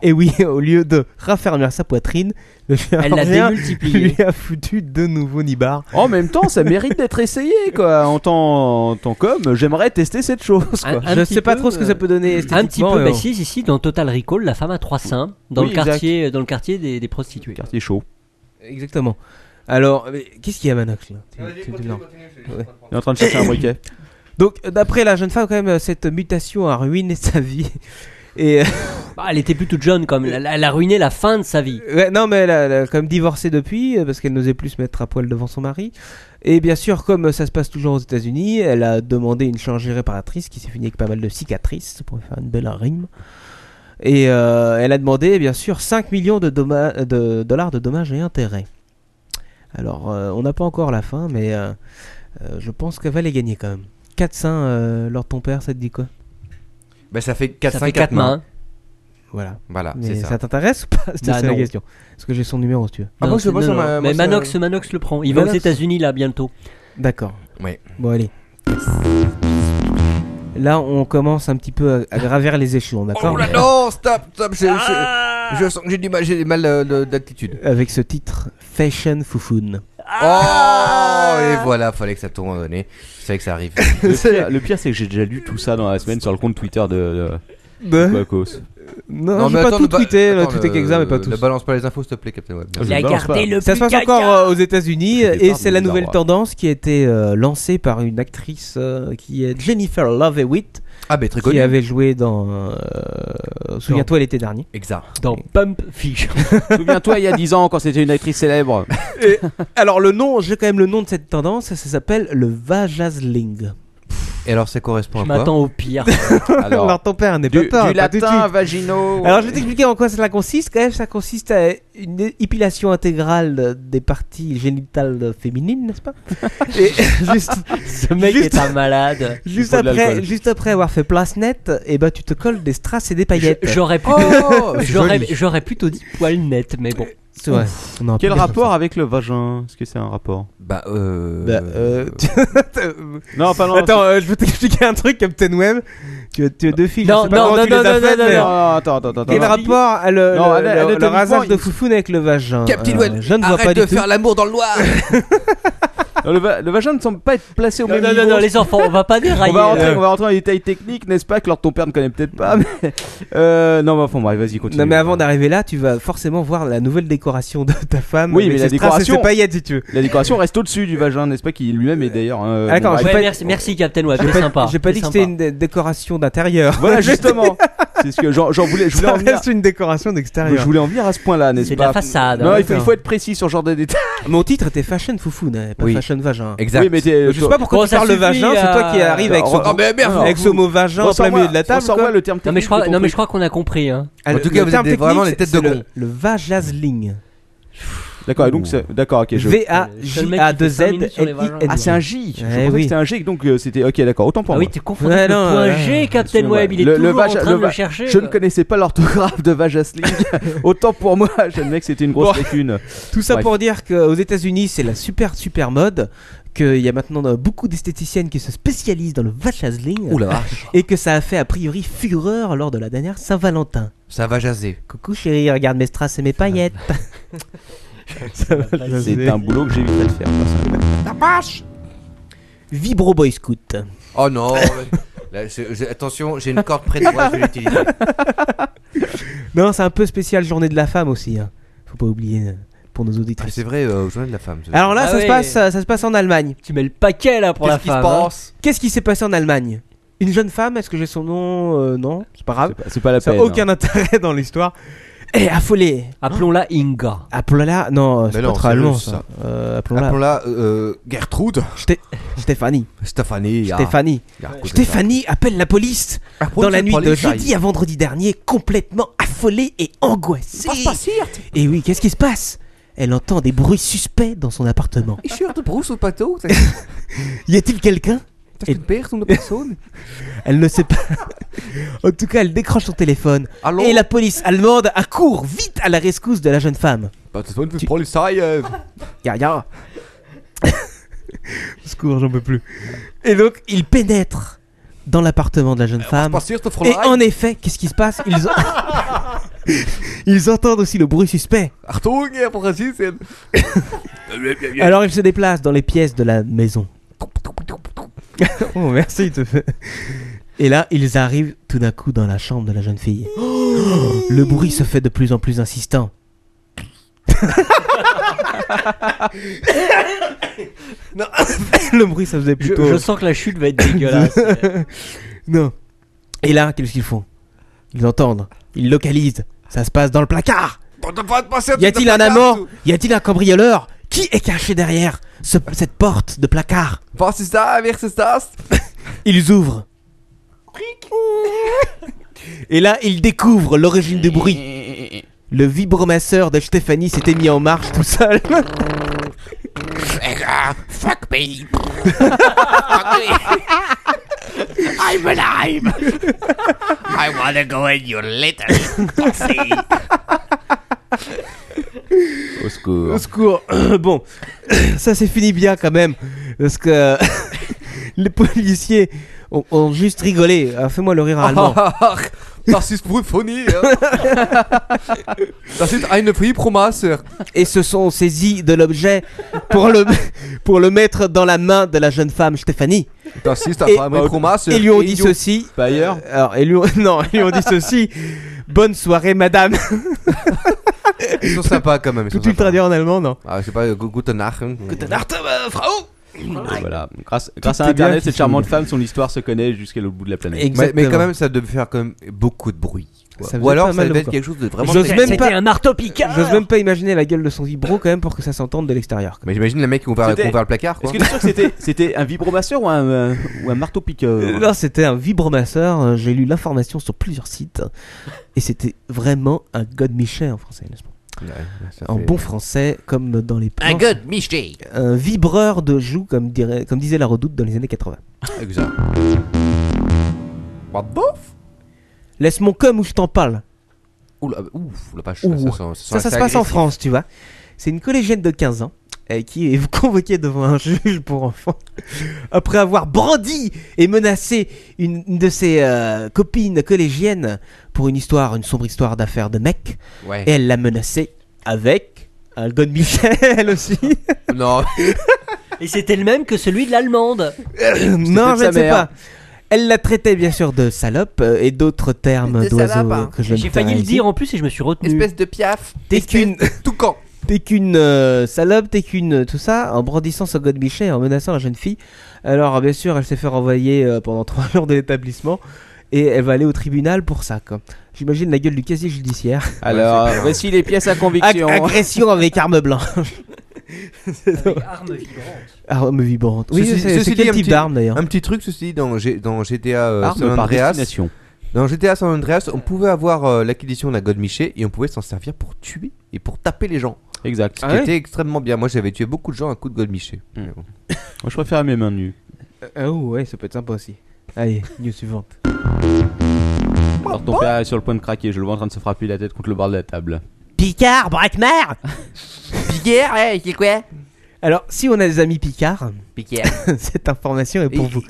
Et oui, au lieu de raffermir sa poitrine, le
Elle l'a
chirurgien
démultiplié.
lui a foutu de nouveaux nibards.
En même temps, ça mérite d'être essayé, quoi. En tant, en tant qu'homme, j'aimerais tester cette chose, quoi.
Un- un
je
petit
sais pas
peu,
trop ce que
euh,
ça peut donner esthétiquement.
Un petit peu,
mais
bah
bon.
si, si, si, dans Total Recall, la femme a trois seins dans,
Oui,
le,
exact.
quartier, dans le quartier des, des prostituées.
Quartier chaud.
Exactement. Alors, mais qu'est-ce qu'il y a Manox là Tu- tu- non.
Il est en train de chercher un briquet.
Donc, euh, d'après la jeune femme, quand même, euh, cette mutation a ruiné sa vie. Et euh,
Bah, elle était plus toute jeune, comme elle, elle a ruiné la fin de sa vie.
Ouais, non, mais elle a, elle a quand même divorcé depuis euh, parce qu'elle n'osait plus se mettre à poil devant son mari. Et bien sûr, comme euh, ça se passe toujours aux États-Unis, elle a demandé une chirurgie réparatrice qui s'est finie avec pas mal de cicatrices pour faire une belle rime. Et euh, elle a demandé, bien sûr, 5 millions de, doma- de dollars de dommages et intérêts. Alors, euh, on n'a pas encore la fin, mais euh, euh, je pense qu'elle va les gagner quand même. 4 seins, euh, lors de ton père, ça te dit quoi
Bah ça fait 4
ça fait quatre mains.
Voilà.
Voilà,
Mais
c'est
ça,
ça.
t'intéresse ou pas
Bah,
C'est la
non.
question. Parce que j'ai son numéro si tu veux.
Ah,
Non,
moi, je
c'est-
le vois
non,
sur ma-
non.
moi,
Mais
c'est-
Manox, Manox le prend. Il va aux
Manox.
États-Unis là bientôt.
D'accord.
Ouais.
Bon, allez. Là, on commence un petit peu à, à gravir les échelons, d'accord
Oh là non, stop, stop, je,
Ah.
je, je sens que j'ai du mal, j'ai des mal euh, de- d'attitude.
Avec ce titre, Fashion Foufoun.
Ah.
oh, et voilà, fallait que ça tourne à un moment donné. Je savais que ça arrive.
Le pire, le pire, c'est que j'ai déjà lu tout ça dans la semaine sur le compte Twitter de, de Quacos.
Non,
Bah, Non,
j'ai
mais
pas
attends,
tout
ne ba-
tweeté,
attends, euh,
le tweeté
ne-
quelques uns, mais pas tous.
Ne balance pas les infos, s'il te plaît, Captain Web.
Je balance pas.
Ça se passe encore euh, aux États-Unis
Je
et
départ
c'est
de
la
mes
nouvelle
arbres.
tendance qui a été euh, lancée par une actrice euh, qui est Jennifer Love Hewitt,
Ah, bah très
qui
connu.
avait joué dans. euh, Souviens-toi l'été dernier.
Exact.
Dans Pump Fiction.
Souviens-toi, il y a 10 ans, quand c'était une actrice célèbre.
Alors le nom, j'ai quand même le nom de cette tendance, ça s'appelle le Vajazling.
Et alors, ça correspond
Je
à quoi
m'attends au pire.
Alors, ton père n'est pas
du,
tort,
du
pas tout de
latin
suite.
vaginaux.
Alors je vais t'expliquer en quoi cela consiste. Quand même, ça consiste à une épilation intégrale de- des parties génitales féminines, n'est-ce pas Et juste,
Ce mec
Juste-
est un malade.
juste
faut de
après,
l'alcool.
juste après avoir fait place nette, et ben tu te colles des strass et des paillettes.
J'aurais plutôt, j'aurais, j'aurais plutôt dit poil net, mais bon.
C'est vrai. On en
Quel
parle.
rapport avec le vagin Est-ce que c'est un rapport
Bah, euh.
Bah, euh, tu-
Non, pas non.
Attends, euh, je veux t'expliquer un truc, Captain Web. Tu as, tu as deux filles. je
Non,
sais pas
non,
comment
non,
tu les
non,
as
non,
faites,
non,
mais-
non,
Non, attends, attends, attends.
Quel
attends.
rapport à le,
Non,
le- le- le
anatomiquement,
rasage de
il-
foufoune avec le vagin
Captain
Euh,
Webb,
Je ne vois
arrête
pas
de
du
faire l'amour dans le Loir
Non, le, va- le vagin ne semble pas être placé au
Non,
même
non,
niveau.
non, non, les enfants, on va pas dérailler.
on, va rentrer,
euh.
là.
on va rentrer dans les détails techniques, n'est-ce pas Que leur ton père ne connaît peut-être pas. mais- Euh, non, mais enfin, bref, vas-y,
tout.
continue.
Non mais avant d'arriver là, tu vas forcément voir la nouvelle décoration de ta femme.
Oui,
avec
mais
ses
la
strass et ses
décoration-
paillettes si tu veux.
La décoration reste au-dessus du vagin, n'est-ce pas Qui lui-même est d'ailleurs. euh,
D'accord,
bon,
je
bref.
Ouais,
pas-
merci, merci, Captain Web, c'est
J'ai pas-
sympa.
J'ai pas
c'est
dit que
sympa.
c'était une dé- décoration d'intérieur.
Voilà, justement. C'est ce que j'en j'en voulais. Je voulais
Ça
en venir.
reste une décoration
Je
d'extérieur.
voulais en venir à ce point-là, n'est-ce
C'est
pas
de la façade.
Non,
hein.
il faut, il faut être précis sur ce genre de détails.
Mon titre était fashion foufoune, hein, pas
Oui.
fashion vagin.
Exact.
Oui, mais t'es-
Je sais pas pourquoi
Bon,
tu
ça
parles le
suffit
vagin, c'est
à-
toi qui arrive avec
Alors,
son,
Oh, mais merde
Non,
avec ce mot vagin en plein
Ressors-moi-
milieu de la table.
ressors-moi
quoi.
le terme
Non, mais je crois,
technique de
non,
ton
mais
truc.
je crois qu'on a compris. Hein.
Ah, le-
En tout cas,
le
vous
terme
êtes des- vraiment
technique,
des têtes
c'est
de
le-
con.
Le vajazling.
D'accord, et donc c'est- d'accord, ok. Je...
v a
C'est le
j
mec
a
qui fait
2 z
cinq minutes sur les vagins.
Ah, c'est un J. Je
Eh
pensais que
oui.
c'était un J, donc euh, c'était ok, d'accord. Autant pour
Ah
moi.
oui, t'es confondu
Ouais,
avec
non,
le point
ouais.
G, Captain
Excuse-moi.
Web, il est
Le- le
toujours
vache-
en train
le
de le
va-
chercher.
Je ne
quoi.
connaissais pas l'orthographe de Vajasling. Autant pour moi, je le mec, c'était une grosse
Bon.
lacune.
Tout ça
Bref.
pour dire qu'aux États-Unis, c'est la super super mode qu'il y a maintenant euh, beaucoup d'esthéticiennes qui se spécialisent dans le vachaseling.
Ouh la vache,
Et que ça a fait a priori fureur lors de la dernière Saint-Valentin.
ça va jaser.
Coucou chérie, regarde mes strass et mes paillettes. Ça va
C'est
jaser.
un boulot que j'éviterais de faire.
Vibro Boy Scout.
Oh non mais- Là, c'est- j'ai- Attention, j'ai une corde près de moi, je vais l'utiliser.
Non, c'est un peu spécial journée de la femme aussi. hein. Faut pas oublier euh, pour nos
Ah,
auditrices.
c'est vrai, euh, au journal de la femme.
Alors là,
Ah
ça, se
ouais.
passe, euh, ça, ça se passe en Allemagne.
Tu mets le paquet là pour la
qu'est-ce qui se
femme. hein.
passe
Qu'est-ce qui s'est passé en Allemagne Une jeune femme, est-ce que j'ai son nom Euh, Non, c'est pas grave.
C'est pas- C'est pas la
Ça
peine. hein.
n'a
hein.
aucun intérêt dans l'histoire. Et affolée.
Appelons-la Inga.
Appelons-la. Non, euh, c'est
Mais
pas
non,
très
c'est
allemand
russe,
ça.
ça.
Euh, Appelons-la.
Appelons-la euh, Gertrude.
Sté- Stéphanie.
Stéphanie. ah,
Stéphanie.
ah, écoute,
Stéphanie appelle la police
ça. Ah,
dans la nuit de
police,
jeudi à vendredi dernier, complètement affolée et angoissée. Et oui, qu'est-ce qui se passe Elle entend des bruits suspects dans son appartement.
Ich höre de Bruce au bateau. Das
Y a-t-il quelqu'un
ist eine Bär, une personne.
Elle ne sait pas. en tout cas, elle décroche son téléphone.
Allô
Et la police allemande accourt vite à la rescousse de la jeune femme.
Personne de Polizei. euh,
Ya ya. Au secours, j'en peux plus. Et donc, ils pénètrent dans l'appartement de la jeune
Was
femme.
passiert, de
Et
Fräulein?
en effet, qu'est-ce qui se passe Ils, en- Ils entendent aussi le bruit suspect.
Achtung, Herr Präsident.
Alors ils se déplacent dans les pièces de la maison. oh merci. il te fait- Et là, ils arrivent tout d'un coup dans la chambre de la jeune fille. le bruit se fait de plus en plus insistant. Non, le bruit ça faisait
Je,
plutôt.
je sens que la chute va être dégueulasse.
non. Et là, qu'est-ce qu'ils font Ils entendent, ils localisent. Ça se passe dans le placard. Y a-t-il un amant Y a-t-il un cambrioleur Qui est caché derrière ce- cette porte de placard
Was ist da? Wer ist das?
Ils ouvrent. Et là, ils découvrent l'origine du bruit. Le vibromasseur de Stéphanie s'était mis en marche tout seul.
Fuck me. I'm alive. I wanna go in your little pussy.
Au secours.
Au secours. bon, ça c'est fini bien quand même. Parce que les policiers ont, ont juste rigolé. Ah, Fais-moi le rire allemand.
Ach, das ist Polyphonie. das ist eine Vibromasse.
et se sont saisis de l'objet pour le, pour le mettre dans la main de la jeune femme Stéphanie.
Das ist
Et-
eine Vibromasse.
Et lui ont dit ceci.
Pas ailleurs
Euh, alors, et lui, ont- non, ils lui ont dit ceci. Bonne soirée, madame.
Ils sont sympas quand même. ils
Tout
sont
tu le
sympas.
traduis en allemand, non
Ah, je sais pas, hein. gu- Guten Nacht.
Voilà. Grâce, grâce à
est bien
Internet,
qui
cette
se
charmante
joue.
femme, son histoire se connaît jusqu'à l'autre bout de la planète.
Mais, mais quand même, ça devait faire quand même beaucoup de bruit. quoi.
Ça faisait
Ou alors,
pas
ça
mal de
devait
bruit,
être quelque chose de vraiment.
J'ose
très-
même
C'était
pas-
un marteau piqueur.
J'ose même pas imaginer la gueule de son vibro quand même pour que ça s'entende de l'extérieur.
Mais j'imagine le mec qui a ouvert, qui a ouvert le placard. Quoi.
Est-ce que t'es sûr que c'était, c'était un vibromasseur ou un, euh, ou un marteau piqueur
Euh, Non, c'était un vibromasseur. euh, J'ai lu l'information sur plusieurs sites. Et c'était vraiment un God Michel en français, n'est-ce pas
Ouais, ça
En
fait-
bon français, comme dans les plans.
good mystery.
Un vibreur de joue, comme, dirait, comme disait la redoute dans les années 80.
Exact. What the f-
Laisse mon com où je t'en parle.
Oula, ouf, la page.
Ouh.
Ça, sent-
Ça,
sent
ça se
assez
passe en
agressif.
France, tu vois. C'est une collégienne de 15 ans euh, qui est convoquée devant un juge pour enfants après avoir brandi et menacé une, une de ses euh, copines collégiennes pour une histoire, une sombre histoire d'affaires de mec.
Ouais.
Et elle l'a menacée avec un God Michel aussi.
Non,
Et c'était le même que celui de l'allemande.
non,
peut-être
je
sa
ne sais
mère.
pas. Elle la traitait bien sûr de salope euh, et d'autres termes
De
d'oiseaux
salope,
euh,
hein.
que je ne
J'ai failli
tairai
le
ici.
dire en plus et je me suis retenu.
espèce de piaf.
T'es qu'une-
Tout con.
T'es qu'une euh, salope, t'es qu'une euh, tout ça, en brandissant son god Michel et en menaçant la jeune fille. Alors euh, bien sûr, elle s'est fait renvoyer euh, pendant trois jours de l'établissement et elle va aller au tribunal pour ça. quoi. J'imagine la gueule du casier judiciaire.
Ouais,
Alors,
c'est clair.
voici les pièces à
Ag-
conviction. Euh,
agression avec arme blanche. Arme vibrante. Oui,
Ceci-
c'est-
ceci
c'est
dit,
quel
un
type
petit-
d'arme d'ailleurs
Un petit truc, ceci dit, dans, G- dans GTA euh,
Arme
San
par
Andreas.
destination.
Dans GTA San Andreas, on pouvait avoir euh, l'acquisition d'un God Miché et on pouvait s'en servir pour tuer et pour taper les gens.
Exact.
Ce qui était extrêmement bien. Moi, j'avais tué beaucoup de gens à coup de God Miché.
Mm. Moi, je préfère mes mains nues.
Ah ouais, ça peut être sympa aussi. Allez, news suivante.
Bah,
Alors, ton père est sur le point de craquer. Je le vois en train de se frapper la tête contre le bord de la table.
Picard, Brackmar
Pierre, hey, c'est quoi
Alors, si on a des amis picards, cette information est pour vous.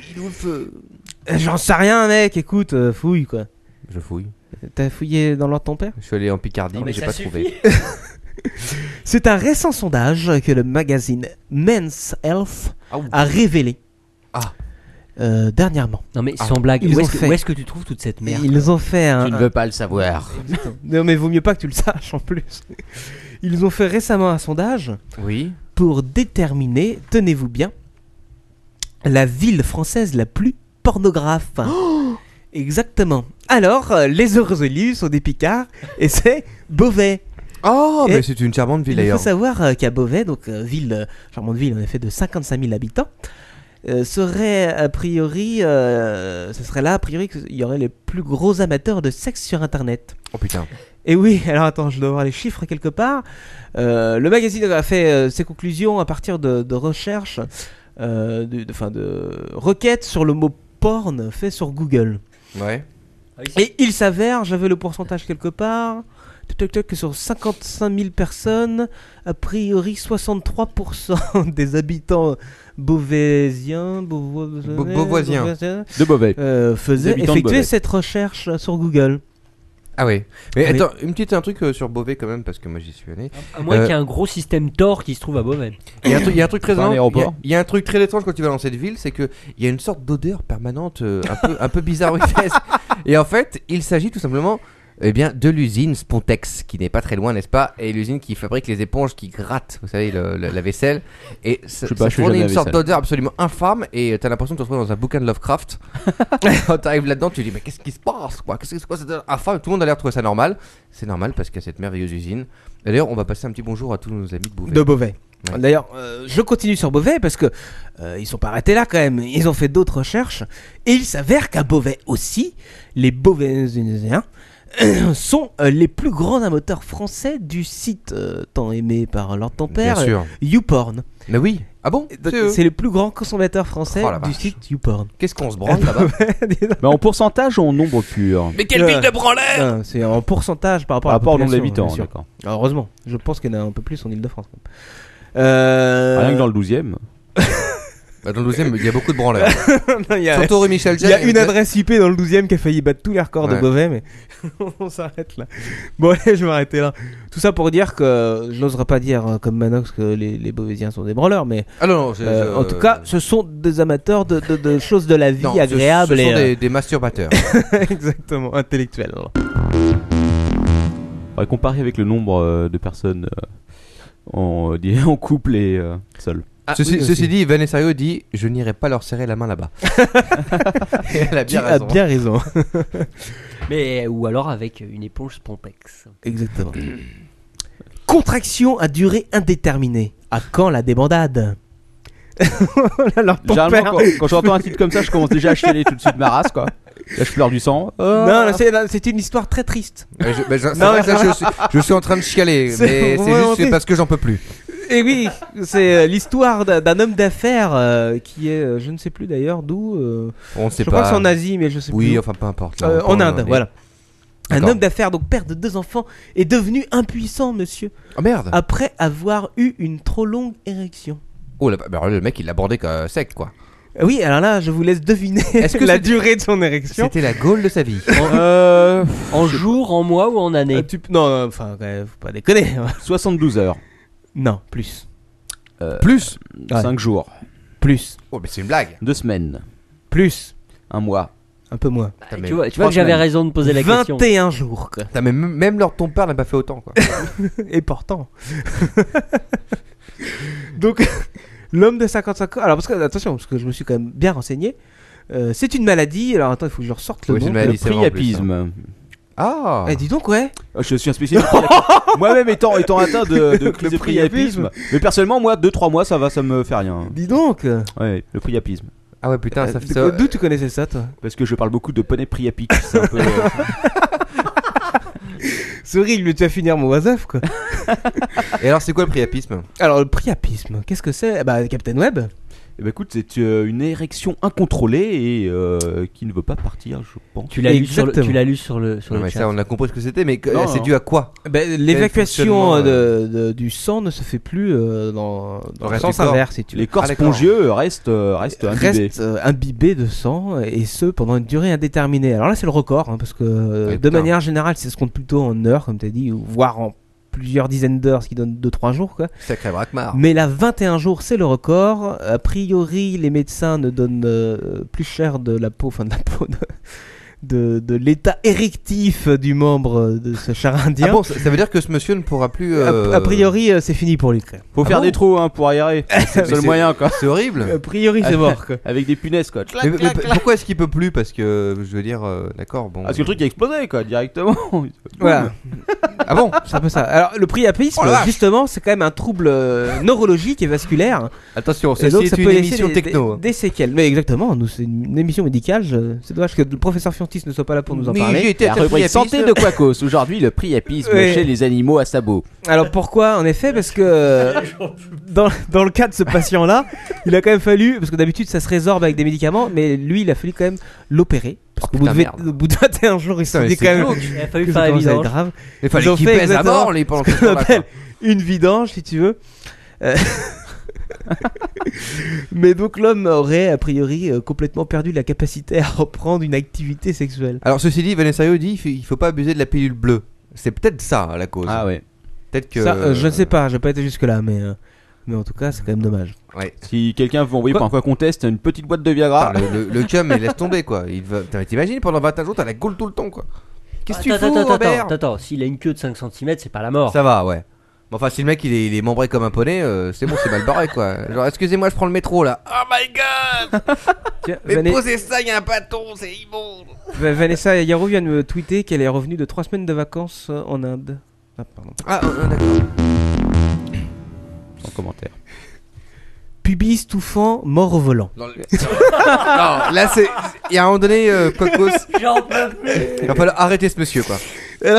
J'en sais rien, mec. Écoute, euh, fouille quoi.
Je fouille.
T'as fouillé dans l'ordre de ton père
Je suis allé en Picardie,
Non,
mais,
mais
j'ai
ça
pas trouvé.
C'est un récent sondage que le magazine Men's Health
Ah, ouh.
a révélé.
Ah.
Euh, dernièrement.
Non mais sans blague,
Ils
où
ont
est-ce que,
fait-
où est-ce que tu trouves toute cette merde
Ils ont fait un,
Tu ne veux pas le savoir.
Non mais vaut mieux pas que tu le saches en plus. Ils ont fait récemment un sondage
Oui.
pour déterminer, tenez-vous bien, la ville française la plus pornographe. Exactement. Alors, euh, les heureux élus sont des Picards et c'est Beauvais.
Oh,
Et-
mais c'est une charmante ville
Il faut
d'ailleurs.
savoir euh, qu'à Beauvais, donc euh, ville, euh, charmante ville en effet de 55 000 habitants, euh, serait a priori, euh, ce serait là a priori qu'il y aurait les plus gros amateurs de sexe sur Internet.
Oh putain.
Et oui, alors attends, je dois voir les chiffres quelque part. Euh, le magazine a fait euh, ses conclusions à partir de, de recherches, euh, de, de- enfin, de requêtes sur le mot porn fait sur Google.
Ouais.
Ah
Et il s'avère, j'avais le pourcentage quelque part, toc, toc, toc, que sur 55 000 personnes, a priori 63% des habitants beauvaisiens, beauvo-
Beau- beauvoisiens.
beauvoisiens,
De Beauvais.
euh,
Des
faisaient
habitants de
effectuer
Beauvais.
cette recherche euh, sur Google.
Ah oui. Mais
Oui.
attends, une petite un truc euh, sur Beauvais quand même parce que moi j'y suis allé.
À moins
Euh,
qu'il y ait un gros système Tor qui se trouve à Beauvais.
Il y a un truc, il y a un truc très
Pas un
étrange. Il y a-
aéroport.
il y, a un truc très étrange quand tu vas dans cette ville, c'est que il y a une sorte d'odeur permanente, euh, un peu, un peu bizarre aux fesses. Et en fait, il s'agit tout simplement. Eh bien, de l'usine Spontex, qui n'est pas très loin, n'est-ce pas Et l'usine qui fabrique les éponges qui grattent, vous savez, le- le- la vaisselle. Et ça,
Je sais pas,
ça
je fais jamais
fournit une
la
sorte
vaisselle.
d'odeur absolument infâme, et euh, t'as l'impression de te retrouver dans un bouquin de Lovecraft. Quand t'arrives là-dedans, tu dis, mais qu'est-ce qui se passe quoi Qu'est-ce que c'est quoi cette odeur infâme Tout le monde a l'air de trouver ça normal. C'est normal, parce qu'il y a cette merveilleuse usine. D'ailleurs, on va passer un petit bonjour à tous nos amis de Beauvais.
De Beauvais.
Ouais.
D'ailleurs, euh, je continue sur Beauvais parce que euh, ils sont pas arrêtés là quand même. Ils ont fait d'autres recherches et il s'avère qu'à Beauvais aussi, les Beauvaisiens sont euh, les plus grands amateurs français du site euh, tant aimé par leur ton
Bien
père, euh,
sûr.
YouPorn.
Mais oui. Ah bon
Donc, C'est le plus grand consommateur français
Oh la
du
vache.
site YouPorn.
Qu'est-ce qu'on se branle là-bas
Bah, en pourcentage ou en nombre pur
Mais quelle
Ouais.
ville de branleur
Non, C'est en pourcentage par rapport,
Par rapport
à
au
la
nombre
population,
d'habitants,
bien sûr.
d'accord.
hein,
Heureusement, je pense qu'il y en a un peu plus en Ile-de-France. Euh,
Rien que dans le 12ème.
Bah, Dans le 12 il y a beaucoup de branleurs.
Euh, Non, il y a-
Surtout rue Michel
Il y a une adresse IP dans le 12ème qui a failli battre tous les records de
Ouais.
Beauvais, mais on s'arrête là. Bon, allez, je vais m'arrêter là. Tout ça pour dire que je n'oserais pas dire euh, comme Manox que les, les Beauvaisiens sont des branleurs, mais
Ah non, non, je-
euh,
je-
en tout cas, ce sont des amateurs de, de- de choses de la vie
non, ce-
agréables
Ce,
et
sont
euh,
des, des masturbateurs.
exactement intellectuelles.
Faudrait comparer avec le nombre euh, de personnes euh, en, euh, dis- en couple et euh, seul.
ceci
Ah, oui, aussi.
ceci dit, Vanessario dit Je n'irai pas leur serrer la main là-bas. Et elle a
Tu
bien
as
raison.
bien raison.
Mais ou alors avec une éponge Spontex.
Exactement. Contraction à durée indéterminée. À quand la débandade Alors, ton
Généralement,
père-
quand, quand j'entends un titre comme ça, je commence déjà à chialer tout de suite ma race, quoi. Là, je pleure du sang.
Non, non, c'est- c'est une histoire très triste.
Ouais, je, mais je- c'est
Non,
vrai
mais-
que là, je, suis, je suis en train de chialer,
C'est
mais c'est
vraiment
juste c'est
triste.
parce que j'en peux plus.
Et Eh oui, c'est euh, l'histoire d'un- d'un homme d'affaires euh, qui est, euh, je ne sais plus d'ailleurs d'où. euh,
On ne
je
sait
crois que
pas.
c'est en Asie, mais je sais
oui,
plus. où.
enfin peu importe.
Euh, en Inde, voilà. Un
D'accord.
homme d'affaires, donc père de deux enfants, est devenu impuissant, monsieur,
Oh merde
après avoir eu une trop longue érection.
Oh, là, bah, le mec il l'a bordé euh, sec quoi.
Euh, Oui, alors là, je vous laisse deviner
Est-ce que
la
c'est-
durée de son érection.
C'était la gaule de sa vie.
Euh,
En jour, en mois ou en année
Euh, tu p- Non, non, enfin, quand même, faut pas déconner.
72 heures,
non, plus.
Plus
5 jours,
Plus.
Oh, mais c'est une blague
2 semaines,
Plus.
1 mois.
Un peu moins.
T'as
Tu
même-
vois, tu vois que j'avais
semaines.
raison de poser la question.
21 jours, quoi.
t'as même, même leur ton père n'a pas fait autant quoi.
Et pourtant. Donc, l'homme de 55 ans. Alors, parce que, attention, parce que je me suis quand même bien renseigné. Euh, c'est une maladie. Alors, attends, il faut que je ressorte le
Bah, Oui, c'est
nom.
une maladie.
Le
c'est vrai en plus, hein.
priapisme.
Ah
Eh, dis donc, ouais.
Ah, Je suis un spécialiste. du priapisme. Moi-même étant, étant atteint de, de crise de
priapisme.
priapisme. Mais personnellement, moi, 2-3 mois, ça va, ça me fait rien.
Dis donc. euh,
Ouais, le priapisme.
Ah ouais putain, ça fait ça.
D'où tu connaissais ça, toi
Parce que je parle beaucoup de poney priapique. C'est un peu. euh,
C'est horrible, tu vas finir mon wasaf, quoi.
Et alors c'est quoi le priapisme
Alors, le priapisme, qu'est-ce que c'est Eh Bah, ben, Captain Web.
Eh ben écoute, c'est euh, une érection incontrôlée et euh, qui ne veut pas partir, je pense.
Tu l'as lu sur le, tu
Exactement.
l'as lu sur le, sur
Non,
le
mais
chat.
ça, on a compris ce que c'était, mais que- euh,
Non,
c'est
non.
dû à quoi
Ben, L'évacuation euh, de- de- du sang ne se fait plus euh, dans, dans le
reste
sens
du corps.
inverse, si tu veux.
Les corps
Ah, d'accord.
spongieux restent, euh, restent imbibés.
reste euh, imbibé de sang et ce pendant une durée indéterminée. Alors là, c'est le record hein, parce que euh,
Ouais,
de
putain.
manière générale, ça se compte plutôt en heures, comme tu as dit, ou voire en plusieurs dizaines d'heures, ce qui donne 2-3 jours. Quoi.
Sacré braquemar.
Mais là, 21 jours, c'est le record. A priori, les médecins ne donnent euh, plus cher de la peau, enfin de la peau, de, de- de l'état érectif du membre de ce char indien.
Ah bon, ça ça veut dire que ce monsieur ne pourra plus. euh,
A, a priori, euh, c'est fini pour lui. quoi.
Ah
Faut faire
bon
des trous hein, pour aérer. c'est le
mais
seul moyen, quoi.
C'est
A
horrible.
priori, c'est mort. quoi.
Avec des punaises, quoi.
Mais, mais pourquoi est-ce qu'il peut plus Parce que je veux dire, euh, d'accord, bon.
Ah, parce que le truc a explosé, quoi, directement.
Voilà.
Ah bon
C'est un peu ça. Alors, le priapisme,
Oh la vache
justement, c'est quand même un trouble euh, neurologique et vasculaire.
Attention,
Et
ceci
donc,
est
ça
une
peut laisser
émission
des,
techno. hein.
Des, des séquelles. Mais exactement, nous, c'est une une émission médicale. je- C'est dommage que le professeur Fiontis ne soit pas là pour nous en
Mais j'ai
parler.
été
La rubrique santé de Quacos. Aujourd'hui, le priapisme
Ouais.
chez les animaux à sabots.
Alors, pourquoi En effet, parce que euh, dans, dans le cas de ce patient-là, il a quand même fallu. Parce que d'habitude, ça se résorbe avec des médicaments, mais lui, il a fallu quand même l'opérer. Parce qu'au bout,
Oh, putain,
de
merde.
vingt- au bout de 21 jours, il s'est
Putain, mais
dit quand
c'est
même.
Donc, il a fallu
que
faire
ça
la
commence à être
vidange.
grave.
Il
Ils
fallait
ont
qu'il
fait
pèse à
exactement
mort, Oh, les pendant
qu'on
Ben,
appelle une vidange, si tu veux. Euh, Mais donc l'homme aurait a priori euh, complètement perdu la capacité à reprendre une activité sexuelle.
Alors, ceci dit, Vanessa dit il faut- il faut pas abuser de la pilule bleue. C'est peut-être ça la cause.
Ah ouais.
Peut-être que.
Ça, euh, je ne sais pas, j'ai pas été jusque là, mais euh, mais en tout cas c'est quand même dommage.
Ouais.
Si quelqu'un veut envoyer pour un quoi conteste une petite boîte de Viagra.
Putain, le, le, le cum, il laisse tomber quoi. Il va... Putain, mais T'imagines pendant 21 jours, t'as la gaule tout le temps quoi. Qu'est-ce que tu fous,
attends, attends,
Robert
attends, attends, s'il a une queue de 5 cm, c'est pas la mort.
Ça va, ouais. Mais enfin, si le mec il est, il est membré comme un poney, euh, c'est bon, c'est mal barré quoi. Genre, excusez-moi, je prends le métro là. Oh my god
Tiens,
Mais
Vané-
posez ça, il y a un bâton, c'est immonde
Va- Vanessa Yaro vient de me tweeter qu'elle est revenue de 3 semaines de vacances euh, en Inde. Ah, pardon.
Ah, euh, d'accord.
Sans commentaire.
Pubis touffant, mort au volant.
Dans le- non, là c'est. Il y a un moment donné, euh, Cocos,
J'en peux plus.
il va falloir arrêter ce monsieur quoi.
Ce-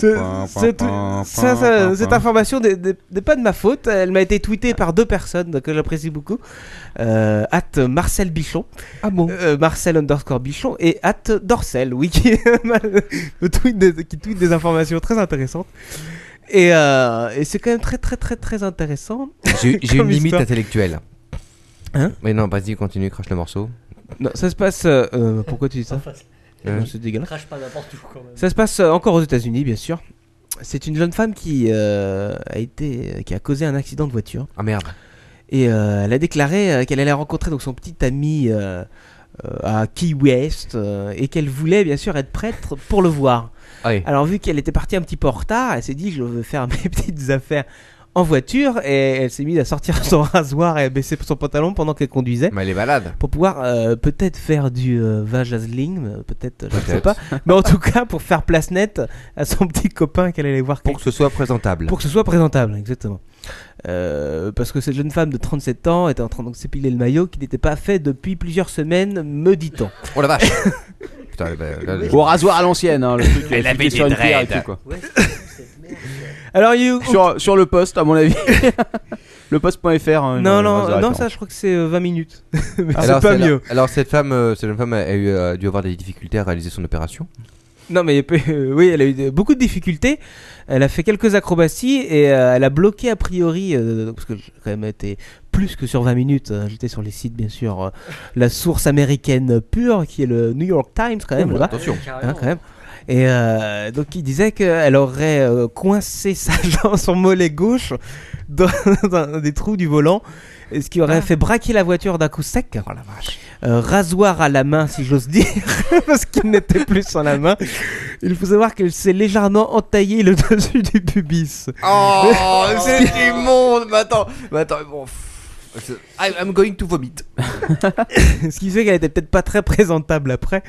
ce tu- ça, ça- cette information n'est- n'est n'est pas de ma faute. Elle m'a été tweetée par deux personnes que j'apprécie beaucoup. Euh, at Marcel Bichon. Ah bon Marcel underscore Bichon et at Dorcel, oui, qui, le tweet des- qui tweet des informations très intéressantes. Et, euh, et c'est quand même très très très très intéressant.
J'ai j'ai
Comme
une limite
histoire.
intellectuelle.
Hein
Mais non, vas-y, continue, crache le morceau.
Non, ça se passe. euh, euh, pourquoi tu dis ça
Euh,
Non, C'est dégueulasse.
Crache pas n'importe où quand même.
Ça se passe euh, encore aux États-Unis, bien sûr. C'est une jeune femme qui euh, a été, qui a causé un accident de voiture.
Ah merde.
Et euh, elle a déclaré euh, qu'elle allait rencontrer donc son petit ami euh, euh, à Key West euh, et qu'elle voulait bien sûr être prête pour le voir.
Allez.
Alors vu qu'elle était partie un petit peu en retard, elle s'est dit je veux faire mes petites affaires en voiture et elle s'est mise à sortir son rasoir et à baisser son pantalon pendant qu'elle conduisait.
Ah, Mais elle est malade.
Pour pouvoir euh, peut-être faire du euh, vajazzling, euh, peut-être, je ne sais
Peut-être.
pas, mais en tout cas pour faire place nette à son petit copain qu'elle allait voir
Pour que ce soit présentable.
pour que ce soit présentable, exactement. Euh, parce que cette jeune femme de 37 ans était en train donc de s'épiler le maillot qui n'était pas fait depuis plusieurs semaines, me dit-on.
Oh la vache Putain, bah, là, le-
Au rasoir à l'ancienne, hein, le truc. Elle avait sur une pierre et tout, quoi.
Alors, il y a eu-
Sur, sur le poste, à mon avis. le poste.fr. hein,
non,
une-
non,
une
non,
référence.
ça, je crois que c'est euh, 20 minutes. Mais
Alors,
c'est pas
celle-là-
mieux.
Alors cette femme, euh, cette jeune femme a, a eu, a dû avoir des difficultés à réaliser son opération.
Non, mais il y a peu- euh, oui, elle a eu de- beaucoup de difficultés. Elle a fait quelques acrobaties et euh, elle a bloqué a priori, euh, parce que j'ai quand même été plus que sur 20 minutes. euh, J'étais sur les sites, bien sûr, euh, la source américaine pure qui est le New York Times, quand même, là-bas.
Attention.
Hein, quand même. Et euh, donc il disait qu'elle aurait euh, coincé sa jambe, son mollet gauche dans un des trous du volant, et ce qui
Ah.
aurait fait braquer la voiture d'un coup sec.
Oh,
Euh, rasoir à la main, si j'ose dire, parce qu'il n'était plus sans la main. Il faut savoir qu'elle s'est légèrement entaillée le dessus du pubis.
Oh, c'est immonde Mais attends, mais Bah, attends, bon... pff, je- I- I'm going to vomit.
ce qui fait qu'elle était peut-être pas très présentable après,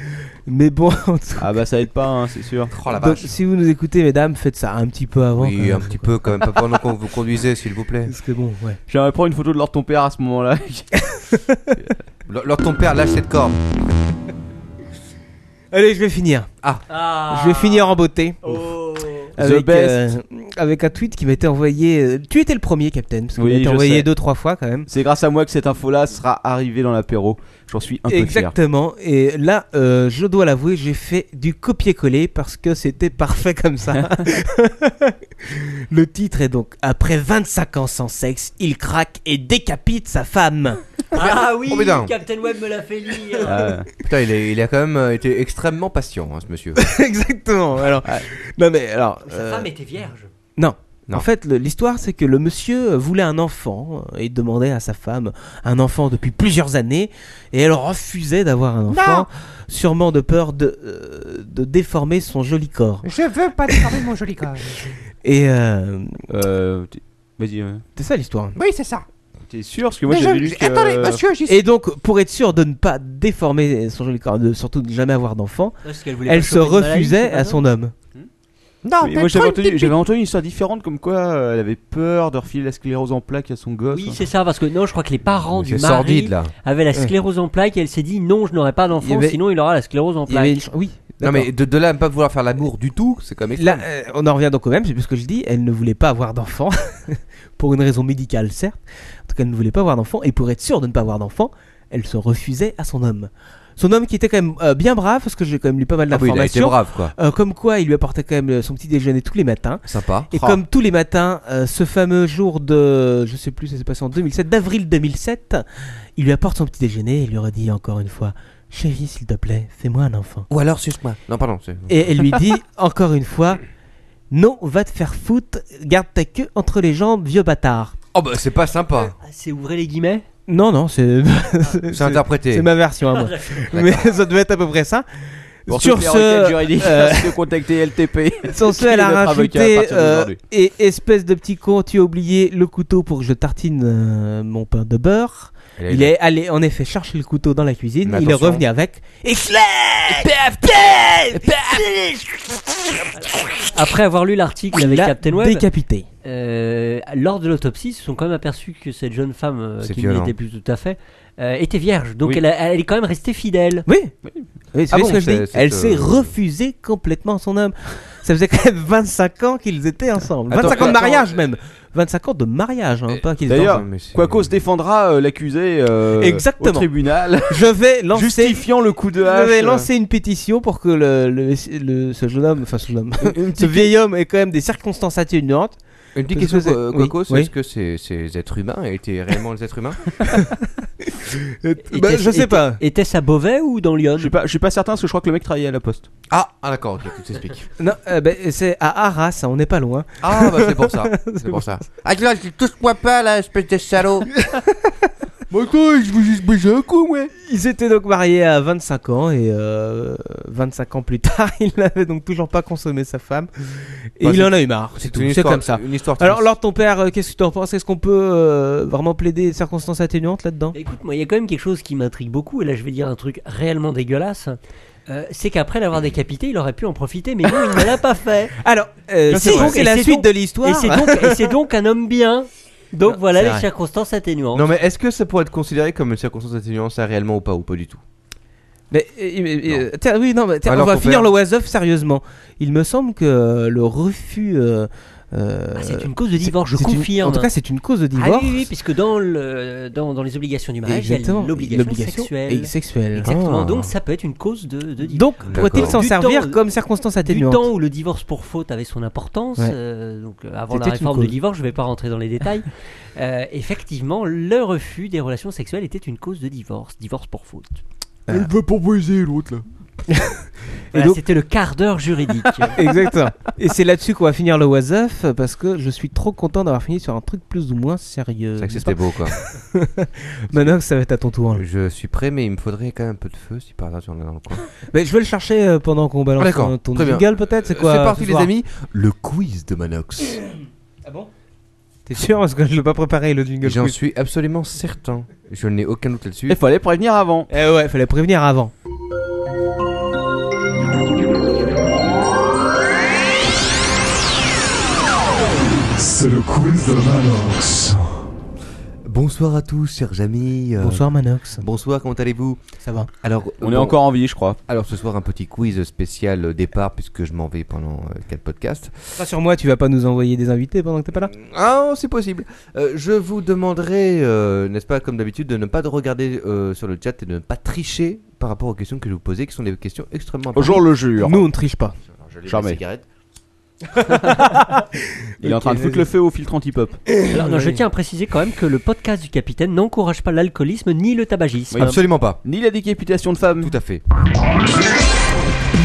mais bon, en tout
Ah bah ça aide pas, hein, c'est sûr.
Oh la
Donc,
vache.
si vous nous écoutez, mesdames, faites ça un petit peu avant. quand
Oui,
même.
un petit peu quand même, pas pendant que vous conduisez, s'il vous plaît.
Parce que bon, ouais.
J'aimerais prendre une photo de leur ton père à ce moment-là.
L- Lors ton père lâche cette corde.
Allez, je vais finir.
Ah.
Je vais finir en beauté.
Oh.
avec,
best.
euh, avec un tweet qui m'a été envoyé. euh, tu étais le premier, Captain, parce qu'on
Oui,
m'a été
je
envoyé
sais.
deux, trois fois quand même.
C'est grâce à moi que cette info-là sera arrivée dans l'apéro. J'en suis un peu fier.
Exactement. Et là, euh, je dois l'avouer, j'ai fait du copier-coller parce que c'était parfait comme ça. le titre est donc Après 25 ans sans sexe, il craque et décapite sa femme.
Ah oui,
Oh, putain.
Captain Web me l'a fait lire.
Euh,
Ah,
Putain, il, est- il a quand même euh, été extrêmement patient, hein, ce monsieur.
Exactement. Alors, non mais alors.
Oh, Sa
euh,
femme était vierge.
Non.
Non.
En fait, le- l'histoire, c'est que le monsieur euh, voulait un enfant euh, et demandait à sa femme un enfant depuis plusieurs années et elle refusait d'avoir un enfant, sûrement de peur de, euh, de déformer son joli corps.
Je veux pas déformer mon joli corps.
Et euh,
euh, t'es- Vas-y. ouais.
c'est ça l'histoire.
Oui, c'est ça.
T'es sûr Parce que moi j'avais lu que.
j'y
Et donc, pour être sûre de ne pas déformer son joli corps, de surtout ne jamais avoir d'enfant,
Parce qu'elle voulait pas
elle se
choper de maladie, c'est
refusait
pas
à
ça
son homme.
Non,
Oui, moi j'avais entendu, j'avais entendu une histoire différente comme quoi euh, elle avait peur de refiler la sclérose en plaques à son gosse. hein.
Oui, c'est ça, parce que non, je crois que les parents du
C'est
mari
sordide là.
avaient la sclérose en plaques et elle s'est dit non, je n'aurai pas
Il y
d'enfant,
avait-
sinon il aura la sclérose en
Il y avait
plaques.
une ch- Oui.
Non
d'accord.
mais de, de là à ne pas vouloir faire l'amour du tout, c'est comme
Là, euh, on en revient donc au même, c'est plus ce que je dis, elle ne voulait pas avoir d'enfant, pour une raison médicale certes, en tout cas elle ne voulait pas avoir d'enfant, et pour être sûre de ne pas avoir d'enfant, elle se refusait à son homme. Son homme qui était quand même euh, bien brave, parce que j'ai quand même lu pas mal
Ah oui, il a été
d'informations,
brave quoi.
euh, comme quoi il lui apportait quand même euh, son petit déjeuner tous les matins,
Sympa. Oh.
et comme tous les matins, euh, ce fameux jour de, je sais plus, ça s'est passé en 2007, d'avril 2007, il lui apporte son petit déjeuner et il lui redit encore une fois, chérie s'il te plaît, fais-moi un enfant.
Ou alors suce-moi. Non pardon. c'est-
Et elle lui dit encore une fois Non, va te faire foutre, garde ta queue entre les jambes, vieux bâtard.
Oh bah c'est pas sympa.
Ah, c'est ouvrez les guillemets
Non, non, c'est
C'est interprété.
c'est ma version à moi. Mais ça devait être à peu près ça.
Pour
Sur
toutes les requêtes
ce,
juridiques,
euh,
merci de contacter LTP.
sur ce,
Qui est
elle a
notre avocat à
rajouté
partir d'aujourd'hui.
euh, Et espèce de petit con, tu as oublié le couteau pour que je tartine euh, mon pain de beurre.
Elle a-
Il est allé en effet chercher le couteau dans la cuisine,
Mais
il est
attention.
revenu avec. Et
Après avoir lu l'article
il
avec
l'a
Captain Web,
décapité.
euh, lors de l'autopsie, ils se sont quand même aperçus que cette jeune femme, euh,
C'est
qui
violent.
n'était plus tout à fait, euh, était vierge. Donc
Oui.
elle, a- elle est quand même restée fidèle.
Oui. Oui, c'est
Ah
bien
bon,
ce que je
c'est-
dis.
c'est,
Elle
euh,
s'est refusée complètement à son homme. Ça faisait quand même 25 ans qu'ils étaient ensemble.
Attends,
25 ans de
attends,
mariage
euh,
même. 25 ans de mariage, hein,
euh,
pas qu'ils étaient
D'ailleurs,
ensemble.
mais c'est-
Quaco se défendra euh, l'accusé euh,
Exactement.
au tribunal,
Je vais lancer.
justifiant le euh. coup de hache.
Je vais lancer une pétition pour que le, le- le- ce jeune homme, enfin ce jeune homme, ce vieil homme ait quand même des circonstances atténuantes.
Une petite
Parce
question,
que c'est-
Qua- Quaco,
oui,
c'est
oui.
est-ce que ces, ces êtres humains étaient réellement des êtres humains
Bah, je sais pas.
Était-ce à Beauvais ou dans Lyon
Je suis pas, je suis pas certain parce que je crois que le mec travaillait à la poste.
Ah, ah d'accord, ok, tout s'explique.
Non, euh, bah, c'est à Arras, hein, on n'est pas loin.
Ah bah c'est pour ça, c'est pour ça. Ah tu là, tu touches-moi pas là, espèce de salaud.
Bon, toi, je veux juste bouger un coup, ouais.
Ils étaient donc mariés à 25 ans et euh, 25 ans plus tard, il n'avait donc toujours pas consommé sa femme. Et
Bah,
il
c'est-
en a eu marre. C'est
C'est
tout.
une
C'est
histoire
comme ça.
Une histoire triste.
Alors, Laure, ton père, euh, qu'est-ce que tu en penses Est-ce qu'on peut euh, vraiment plaider des circonstances atténuantes là-dedans
Écoute, moi, il y a quand même quelque chose qui m'intrigue beaucoup, et là, je vais dire un truc réellement dégueulasse. Euh, c'est qu'après l'avoir décapité, il aurait pu en profiter, mais non, il ne l'a pas fait.
Alors, euh,
Non, c'est
si,
vrai.
c'est
Et
la
c'est
suite
donc-
de
Et
l'histoire.
c'est donc, et c'est donc un homme bien. Donc
Non,
voilà
c'est
les
vrai.
circonstances atténuantes.
Non mais est-ce que ça pourrait être considéré comme une circonstance atténuante ça réellement ou pas ou pas du tout
Mais, euh, mais, euh, tiens, oui, non, mais, tiens,
Alors,
on va
ton
finir
père-
le was off sérieusement. Il me semble que euh, le refus. euh, euh,
Ah, c'est une cause de divorce, je
c'est une-
confirme.
en tout cas, c'est une cause de
ah
divorce.
oui, oui, puisque dans, le, dans, dans les obligations du mariage, il y a
Exactement.
Bah l'obligation sexuelle.
et sexuelle.
Exactement,
Ah.
donc ça peut être une cause de, de divorce.
Donc,
D'accord.
pourrait-il s'en
Du
servir
temps-
comme circonstance
du
atténuante
temps où le divorce pour faute avait son importance,
Ouais.
euh, donc euh, avant la
C'était une
réforme du
cause.
divorce, je ne vais pas rentrer dans les détails, euh, effectivement, le refus des relations sexuelles était une cause de divorce, divorce pour faute.
Elle
veut pas baiser l'autre là.
Voilà,
donc-
C'était le quart d'heure juridique.
Exactement. Et c'est là-dessus qu'on va finir le was off parce que je suis trop content d'avoir fini sur un truc plus ou moins sérieux. Bah,
C'est vrai que c'était beau quoi.
Manox, ça va être à ton tour. hein. là.
Je suis prêt mais il me faudrait quand même un peu de feu si par hasard tu en as dans le coin.
Mais je vais le chercher euh, pendant qu'on balance
Ah, d'accord.
ton- ton
Très bien. Euh,
jingle peut-être. C'est quoi
C'est parti
ce
les
soir
amis, le quiz de Manox.
T'es sûr parce que je l'ai pas préparé le jingle.
J'en
quiz.
suis absolument certain. Je n'ai aucun doute là-dessus.
Il fallait prévenir avant.
Eh ouais, fallait prévenir avant.
C'est le quiz de Manox.
Bonsoir à tous, chers amis. euh,
Bonsoir Manox.
Bonsoir, comment allez-vous
Ça va
Alors,
On est
bon,
encore en vie, je crois.
Alors, ce soir, un petit quiz spécial euh, départ, puisque je m'en vais pendant 4 podcasts.
Pas sur moi, tu vas pas nous envoyer des invités pendant que t'es pas là
Ah, c'est possible. Euh, je vous demanderai, euh, n'est-ce pas, comme d'habitude, de ne pas de regarder euh, sur le chat et de ne pas tricher par rapport aux questions que je vous posais, qui sont des questions extrêmement importantes.
Bonjour le jure.
Nous, on ne triche pas.
Alors, je lève la
Jamais.
cigarette.
Il est en train de
Ok,
foutre
vas-y.
le feu au filtre anti-pop.
Alors, non, je tiens à préciser quand même que le podcast du capitaine n'encourage pas l'alcoolisme ni le tabagisme.
Oui.
Absolument pas.
Ni la décapitation de femmes.
Tout à fait.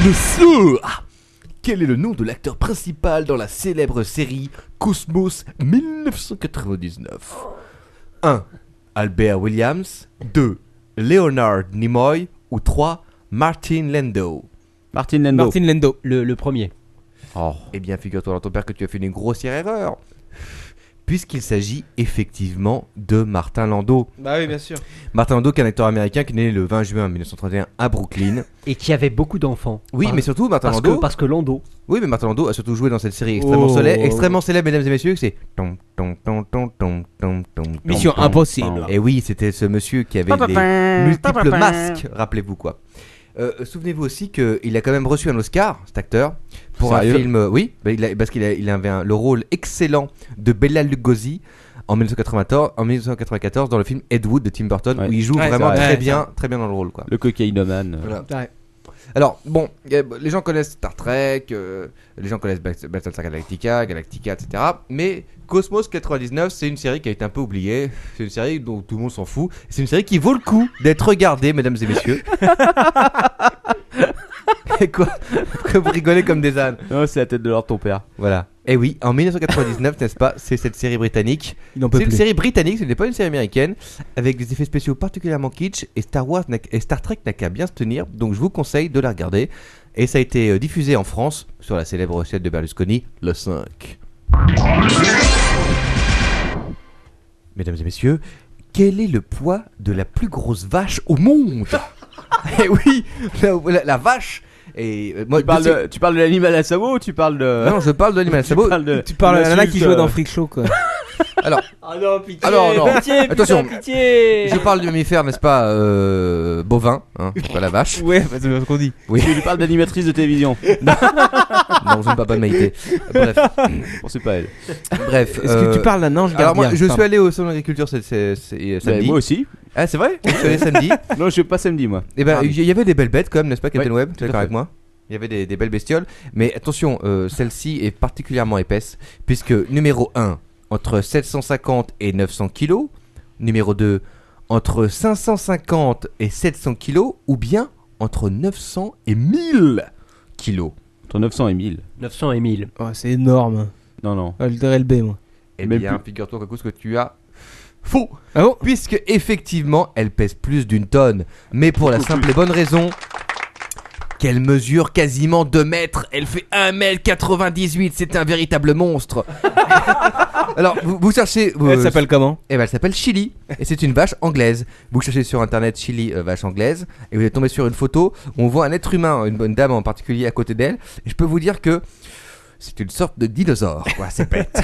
Le soir Quel est le nom de l'acteur principal dans la célèbre série Cosmos 1999 1. Albert Williams 2. Leonard Nimoy ou 3. Martin Landau
Martin Lando.
Martin Lendo.
Le, le premier.
Eh bien, figure-toi dans ton père que tu as fait une grossière erreur Puisqu'il s'agit effectivement de Martin Landau.
Bah oui, bien sûr.
Martin Landau, qui est un acteur américain qui est né le 20 juin 1931 à Brooklyn.
Et qui avait beaucoup d'enfants.
Oui,
Par-
mais surtout, Martin
parce
Landau.
que, parce que Lando.
Oui, mais Martin Landau a surtout joué dans cette série extrêmement,
Oh.
célèbre, extrêmement célèbre, mesdames et messieurs, que c'est... Tom, tom, tom, tom, tom, tom, tom,
Mission
tom, tom.
impossible.
Et oui, c'était ce monsieur qui avait des
Euh,
multiples masques, rappelez-vous quoi. Euh, Souvenez-vous aussi qu'il a quand même reçu un Oscar, cet acteur, pour
Sérieux
un film... euh, Oui, bah, il a- parce qu'il a- il avait un- le rôle excellent de Bella Lugosi en 1994, en 1994 dans le film Ed Wood de Tim Burton,
Ouais.
où il joue
Ouais,
vraiment
c'est vrai.
très
Ouais,
bien, très bien dans le rôle quoi.
Le cocaïnomane.
Voilà. Alors, bon, y a- les gens connaissent Star Trek, euh, les gens connaissent Bast- Battlestar Galactica, Galactica, etc. Mais Cosmos 99, c'est une série qui a été un peu oubliée. C'est une série dont tout le monde s'en fout. C'est une série qui vaut le coup d'être regardée, mesdames et messieurs. Et quoi Pourquoi vous rigolez comme des ânes
Oh, c'est la tête de l'or de ton père.
Voilà. Et oui, en 1999, n'est-ce pas C'est cette série britannique
Il n'en peut
c'est une
plus.
série britannique, ce n'est pas une série américaine, avec des effets spéciaux particulièrement kitsch, et Star, Wars n'a- et Star Trek n'a qu'à bien se tenir, donc je vous conseille de la regarder. Et ça a été euh, diffusé en France sur la célèbre recette de Berlusconi, le 5. Mesdames et messieurs, quel est le poids de la plus grosse vache au monde Eh oui, la, la- la vache et euh, moi,
Tu parles
je sais-
de, tu parles de l'animal à sabot ou tu parles de.
Non, je parle de l'animal à
tu
sabot.
parles de-
Tu parles à la nana qui
l'insulte,
jouait
euh,
dans Freak Show, quoi.
Ah non, pitié,
Alors, non.
pitié, putain,
Oh. Attention.
pitié.
Je parle du mammifère, n'est-ce pas, euh, bovin, hein, pas la vache.
ouais, c'est ce qu'on dit.
Tu lui parles d'animatrice de télévision.
Non, je ne parle pas de Maïté. Bref.
Bon, c'est pas elle.
Bref.
Est-ce
euh,
que tu parles d'un ange
Alors
gardien
moi, je suis
Pardon. Ben,
allé au salon d'agriculture c'est- c'est- c'est-
Bah,
samedi.
moi aussi.
ah, c'est vrai Je suis allé samedi.
Non, je suis pas samedi, moi.
Et ben,
Mardi.
il y avait des belles bêtes quand même, n'est-ce pas, Captain Web Tu es
à
d'accord
fait.
avec moi Il y avait des, des belles bestioles. Mais attention, euh, celle-ci est particulièrement épaisse, puisque numéro 1, entre 750 et 900 kilos. Numéro 2, entre 550 et 700 kilos. Ou bien entre 900 et 1000 kilos.
Entre 900 et 1000.
900 et 1000.
Oh, c'est énorme.
Non, non.
Ah, je dirais le B, moi.
Eh
Même
bien,
plus.
figure-toi que ce que tu as faux
Ah bon
puisque effectivement elle pèse plus d'une tonne, mais pour la simple et bonne raison qu'elle mesure quasiment 2 mètres, elle fait 1m98, c'est un véritable monstre. Alors, vous, vous cherchez... vous-
Elle s'appelle comment
eh ben, elle s'appelle Chili, et c'est une vache anglaise. Vous cherchez sur internet Chili euh, vache anglaise, et vous allez tomber sur une photo où on voit un être humain, une bonne dame en particulier à côté d'elle, et je peux vous dire que c'est une sorte de dinosaure, quoi, c'est bête.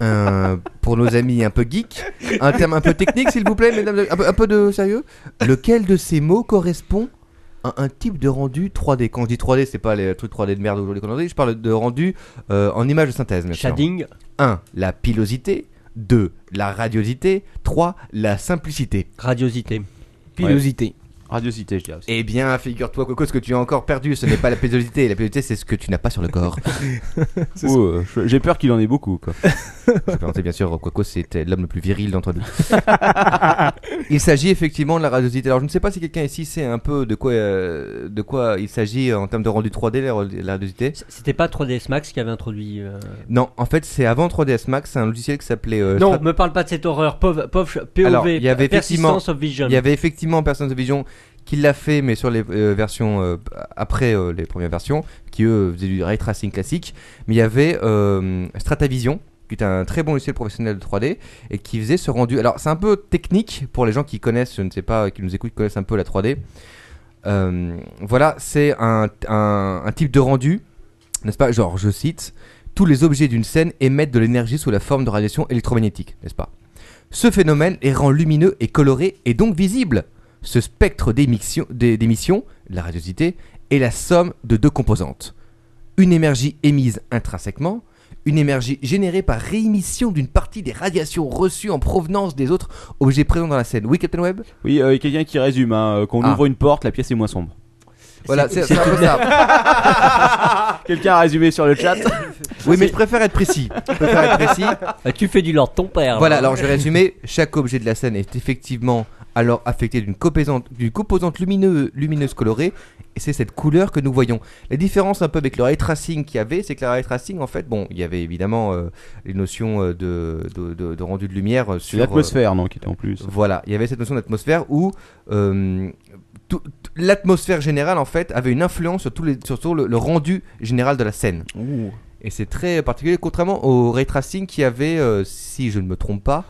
Euh, pour nos amis un peu geeks, un terme un peu technique, s'il vous plaît, mesdames, un peu, un peu de sérieux. Lequel de ces mots correspond à un type de rendu 3D Quand je dis 3D, c'est pas les trucs 3D de merde aujourd'hui qu'on en dit, je parle de rendu euh, en image de synthèse. bien sûr.
Shading.
1. La pilosité. 2. La radiosité. 3. La simplicité.
Radiosité.
Pilosité.
Radiosité, je dirais aussi.
Eh bien, figure-toi, Coco, ce que tu as encore perdu, ce n'est pas la pilosité. La pilosité, c'est ce que tu n'as pas sur le corps.
Oh, euh, je- J'ai peur qu'il en ait beaucoup, quoi.
Je présentais bien sûr Quaco, c'était l'homme le plus viril d'entre nous. il s'agit effectivement de la radiosité. Alors je ne sais pas si quelqu'un ici sait un peu de quoi, euh, de quoi il s'agit en termes de rendu 3D, la, la radiosité.
C- C'était pas 3ds Max qui avait introduit. euh,
Non, en fait c'est avant 3ds Max, c'est un logiciel qui s'appelait... euh,
Non,
Strat-
me parle pas de cette horreur. POV, POV, POV
Alors, il y avait
Persistence of Vision.
il y avait effectivement Persons of Vision qui l'a fait, mais sur les euh, versions euh, après euh, les premières versions, qui eux faisaient du ray tracing classique. Mais il y avait euh, Stratavision, qui est un très bon logiciel professionnel de 3D et qui faisait ce rendu. Alors c'est un peu technique pour les gens qui connaissent, je ne sais pas, qui nous écoutent, connaissent un peu la 3D. Euh, voilà, c'est un, un- un type de rendu, n'est-ce pas Genre, je cite, tous les objets d'une scène émettent de l'énergie sous la forme de radiation électromagnétique, n'est-ce pas Ce phénomène les rend lumineux et colorés et donc visibles. Ce spectre d'émission- d'é- d'émission, de la radiosité, est la somme de deux composantes. Une énergie émise intrinsèquement, une énergie générée par réémission d'une partie des radiations reçues en provenance des autres objets présents dans la scène. Oui, Captain Webb
Oui, euh, quelqu'un qui résume, hein, euh, qu'on
Ah.
ouvre une porte, la pièce est moins sombre.
Voilà, c'est c'est un peu ça.
Quelqu'un a résumé sur le chat
Oui, mais je préfère être précis. Je préfère être précis.
Ah, tu fais du lord ton père.
Voilà,
hein.
alors je vais résumer. Chaque objet de la scène est effectivement alors affecté d'une composante, d'une composante lumineuse, lumineuse colorée, et c'est cette couleur que nous voyons. La différence un peu avec le ray tracing qu'il y avait, c'est que le ray tracing, en fait, bon, il y avait évidemment euh, les notions euh, de, de, de- de rendu de lumière euh,
C'est
sur... euh,
l'atmosphère, non, qui était en plus.
voilà, il y avait cette notion d'atmosphère où euh, tout- tout- l'atmosphère générale en fait avait une influence sur, tous les, sur, sur le, le rendu général de la scène. Et c'est très particulier, contrairement au ray tracing qui avait, euh, si je ne me trompe pas,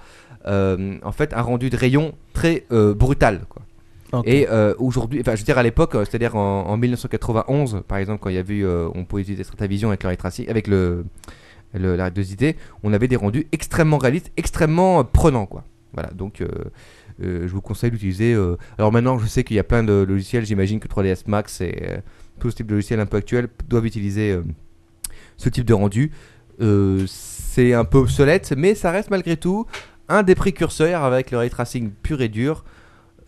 euh, en fait un rendu de rayon très euh, brutal. Quoi.
Ok.
Et euh, aujourd'hui, enfin je veux dire à l'époque, euh, c'est-à-dire en, en 1991 par exemple, quand il y avait eu, euh, on pouvait utiliser Stratavision avec le ray tracing, avec le, le- la radiosité, on avait des rendus extrêmement réalistes, extrêmement euh, prenants quoi. Voilà, donc euh, euh, je vous conseille d'utiliser. euh, Alors maintenant, je sais qu'il y a plein de logiciels, j'imagine que 3ds Max et euh, tout ce type de logiciels un peu actuels p- doivent utiliser euh, ce type de rendu. Euh, c'est un peu obsolète, mais ça reste malgré tout un des précurseurs avec le ray tracing pur et dur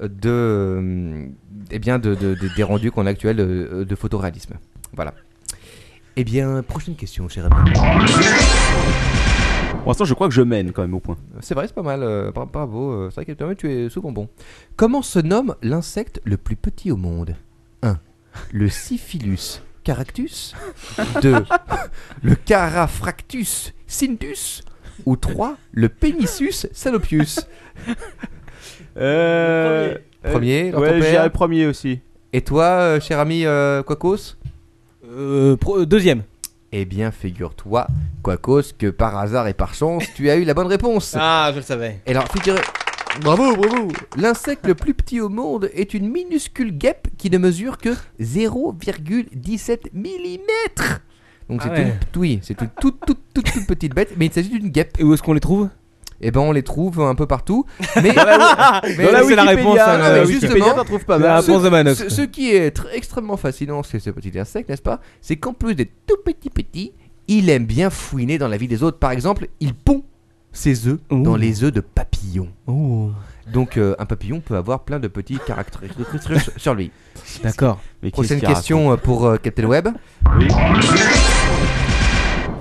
euh, de, euh, eh bien de, de- de- des rendus qu'on a actuels euh, de, photoréalisme. Voilà. Eh bien, prochaine question, cher ami.
Pour l'instant, je crois que je mène quand même au point.
C'est vrai, c'est pas mal. euh, bra- bravo. euh, c'est vrai que tu es souvent bon. Comment se nomme l'insecte le plus petit au monde 1. Le syphilus caractus 2. Le carafractus cindus ou 3. Le pénissus salopius
Euh.
Premier, dans ton
Ouais,
père.
j'irai premier aussi.
Et toi, euh, cher ami euh, Quacos
Euh, pro- euh, deuxième.
Eh bien, figure-toi, Quacos, que par hasard et par chance, tu as eu la bonne réponse.
Ah, je le savais.
Et alors, figurez. Bravo, bravo L'insecte le plus petit au monde est une minuscule guêpe qui ne mesure que 0,17 mm Donc
Ah
c'est
ouais.
une, oui, c'est une toute, toute, toute, toute petite bête, mais il s'agit d'une guêpe.
Et où est-ce qu'on les trouve
Et ben on les trouve un peu partout, mais, mais-
Dans la
mais-
Wikipédia, réponse, hein,
non, mais
la
justement,
Wikipédia, t'en trouves pas
La
mal.
ce-
réponse de Manox.
ce, ce qui est tr- extrêmement fascinant chez ce petit insecte, n'est-ce pas C'est qu'en plus d'être tout petit petit, il aime bien fouiner dans la vie des autres. Par exemple, il pond ses œufs
Ouh.
dans les œufs de papillons. Donc euh, un papillon peut avoir plein de petits caractéristiques sur lui.
D'accord.
Mais qu'est-ce
Prochaine
qu'il raconte
question euh, pour euh, Captain Webb.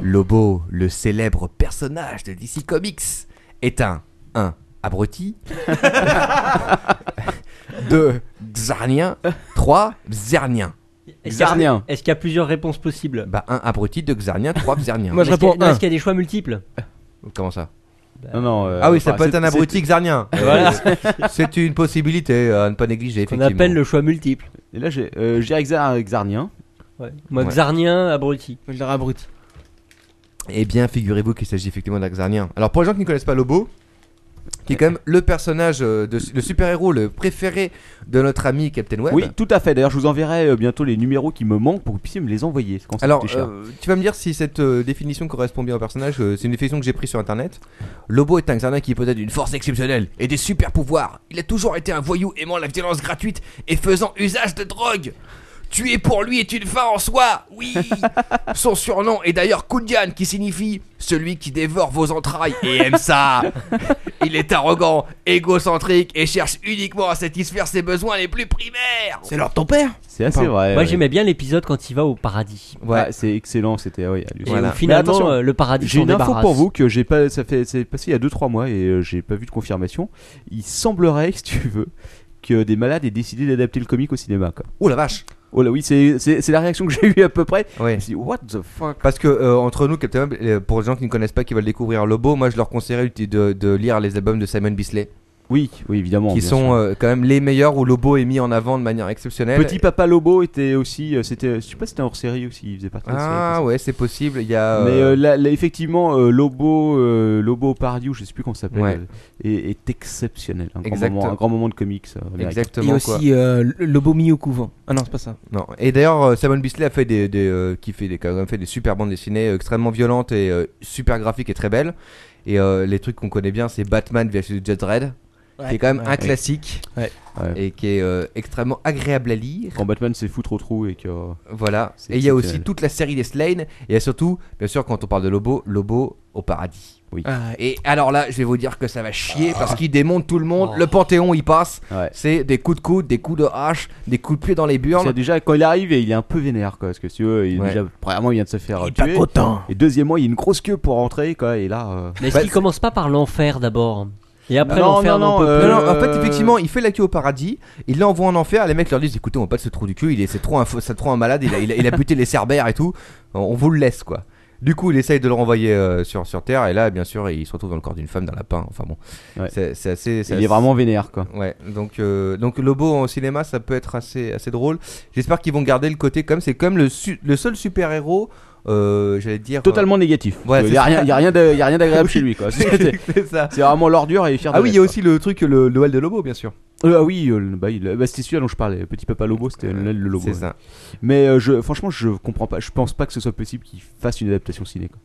Lobo, le célèbre personnage de DC Comics, est un 1. Abruti 2. Xarnien 3. Xarnien
Est-ce qu'il y a-
Xarnien.
Est-ce qu'il y a plusieurs réponses possibles
Bah 1. Abruti 2. Xarnien 3. Xarnien
Moi, je
Est-ce qu'il y a-
réponds
non,
un.
Est-ce qu'il y a des choix multiples
Comment ça
Non, non. euh,
Ah oui, ça
enfin,
peut être
c'est-
un abruti Xarnien
Voilà.
C'est une possibilité euh, à ne pas négliger,
Qu'on
effectivement.
appelle le choix multiple.
c'est- Et là, j'ai euh, j'irai Xar- Xarnien.
Moi,
Ouais.
Xarnien, abruti.
Je leur abruti.
Eh bien, figurez-vous qu'il s'agit effectivement d'un Xarnien. Alors, pour les gens qui ne connaissent pas Lobo, qui est quand même le personnage, euh, de, le super-héros, le préféré de notre ami Captain Web.
Oui, tout à fait. D'ailleurs, je vous enverrai euh, bientôt les numéros qui me manquent pour que vous puissiez me les envoyer. parce qu'en fait,
Alors,
c'est cher.
euh, tu vas me dire si cette euh, définition correspond bien au personnage. euh, c'est une définition que j'ai prise sur internet. Lobo est un Xarnien qui possède une force exceptionnelle et des super-pouvoirs. Il a toujours été un voyou aimant la violence gratuite et faisant usage de drogue. Tuer pour lui est une fin en soi, oui Son surnom est d'ailleurs Kundian, qui signifie celui qui dévore vos entrailles et aime ça. Il est arrogant, égocentrique et cherche uniquement à satisfaire ses besoins les plus primaires.
C'est leur ton père
c'est assez
Eh
vrai.
Moi,
ouais.
j'aimais bien l'épisode quand il va au paradis.
Ah, c'est excellent. C'était oui,
Et
hallucinant.
Voilà.
où,
Mais
finalement,
attention,
euh, le paradis
J'ai
s'en
une info
débarrasse.
pour vous que j'ai pas, ça fait, c'est passé il y a 2-3 mois et euh, j'ai pas vu de confirmation. Il semblerait, si tu veux, que des malades aient décidé d'adapter le comic au cinéma. Quoi.
Oh la vache
Oh là oui, c'est c'est- c'est la réaction que j'ai eue à peu près. Je
Ouais.
me suis dit, what the fuck
Parce que euh, entre nous, Captain Web, euh, pour les gens qui ne connaissent pas, qui veulent découvrir Lobo, moi je leur conseillerais de, de lire les albums de Simon Bisley.
Oui, oui, évidemment.
qui
bien
sont
sûr.
euh, quand même les meilleurs où Lobo est mis en avant de manière exceptionnelle.
Petit Papa Lobo était aussi. euh, C'était, je sais pas si c'était hors série ou s'il faisait partie de la série.
Ah ouais, c'est possible. Il y a.
Mais
euh,
euh, là, là, effectivement, euh, Lobo, euh, Lobo Pardieu, je sais plus comment ça s'appelle,
Ouais.
euh, est, est exceptionnel. Un grand,
Exact.
moment, un grand moment de comics. euh, américain.
exactement
Et
quoi.
aussi euh, le- Lobo mis au couvent. Ah non, c'est pas ça.
Non. Et d'ailleurs, euh, Simon Bisley a fait des, des, euh, qui fait des, quand même fait des super bandes dessinées euh, extrêmement violentes et euh, super graphiques et très belles. Et euh, les trucs qu'on connaît bien, c'est Batman vs Jet Red, qui est quand même un classique
Ouais.
Ouais.
et qui est euh, extrêmement agréable à lire.
Quand Batman s'est foutre au trou et que. euh,
Voilà.
C'est euh,
Et il y a aussi
exceptionnel.
toute la série des Slane. Et surtout, bien sûr, quand on parle de Lobo, Lobo au paradis.
Ah,
Et alors là, je vais vous dire que ça va chier parce qu'il démonte tout le
Ah.
monde. Le Panthéon, il passe.
Ouais.
C'est des coups de coude, des coups de hache, des coups de pied dans les burnes.
c'est déjà, quand il arrive, il est un peu vénère, quoi. Parce que si tu veux, il,
Ouais.
déjà, premièrement, il vient de se faire.
il est
tuer,
pas content.
Et deuxièmement, il y a une grosse queue pour rentrer, quoi. Et là. euh,
Mais est-ce
Bah,
qu'il commence pas par l'enfer d'abord Et après
Non,
l'enfer,
non,
n'en
non,
peut
euh,
plus.
Non, non, en fait, effectivement, il fait la queue au paradis, il l'envoie en enfer, les mecs leur disent écoutez, on va pas de ce trou du cul, il est, c'est trop un, faux- c'est trop un malade, il a, il a- il a buté les cerbères et tout, on- on vous le laisse quoi. Du coup, il essaye de le renvoyer euh, sur, sur Terre, et là, bien sûr, il se retrouve dans le corps d'une femme, d'un lapin, enfin bon.
Ouais.
C'est, c'est assez. c'est
il est
assez-
vraiment vénère, quoi.
Ouais, donc, euh, donc Lobo en cinéma, ça peut être assez, assez drôle. J'espère qu'ils vont garder le côté comme c'est comme le, su- le seul super-héros, euh, j'allais dire. euh,
Totalement négatif.
Ouais,
il
c'est
n'y a,
ça.
rien- il y a rien de- il y a rien d'agréable chez lui, quoi. C'est
c'est ça.
c'est vraiment l'ordure et il est fier
Ah
de
oui, il y a
l'être,
aussi le truc, le le Noël de Lobo, bien sûr.
quoi. Euh, ah oui, euh, le- bah, il- bah, c'était celui dont je parlais. Petit Papa Lobo, c'était le, le Lobo.
C'est
ouais.
ça.
Mais euh, je, franchement, je comprends pas. Je pense pas que ce soit possible qu'ils fassent une adaptation ciné. quoi.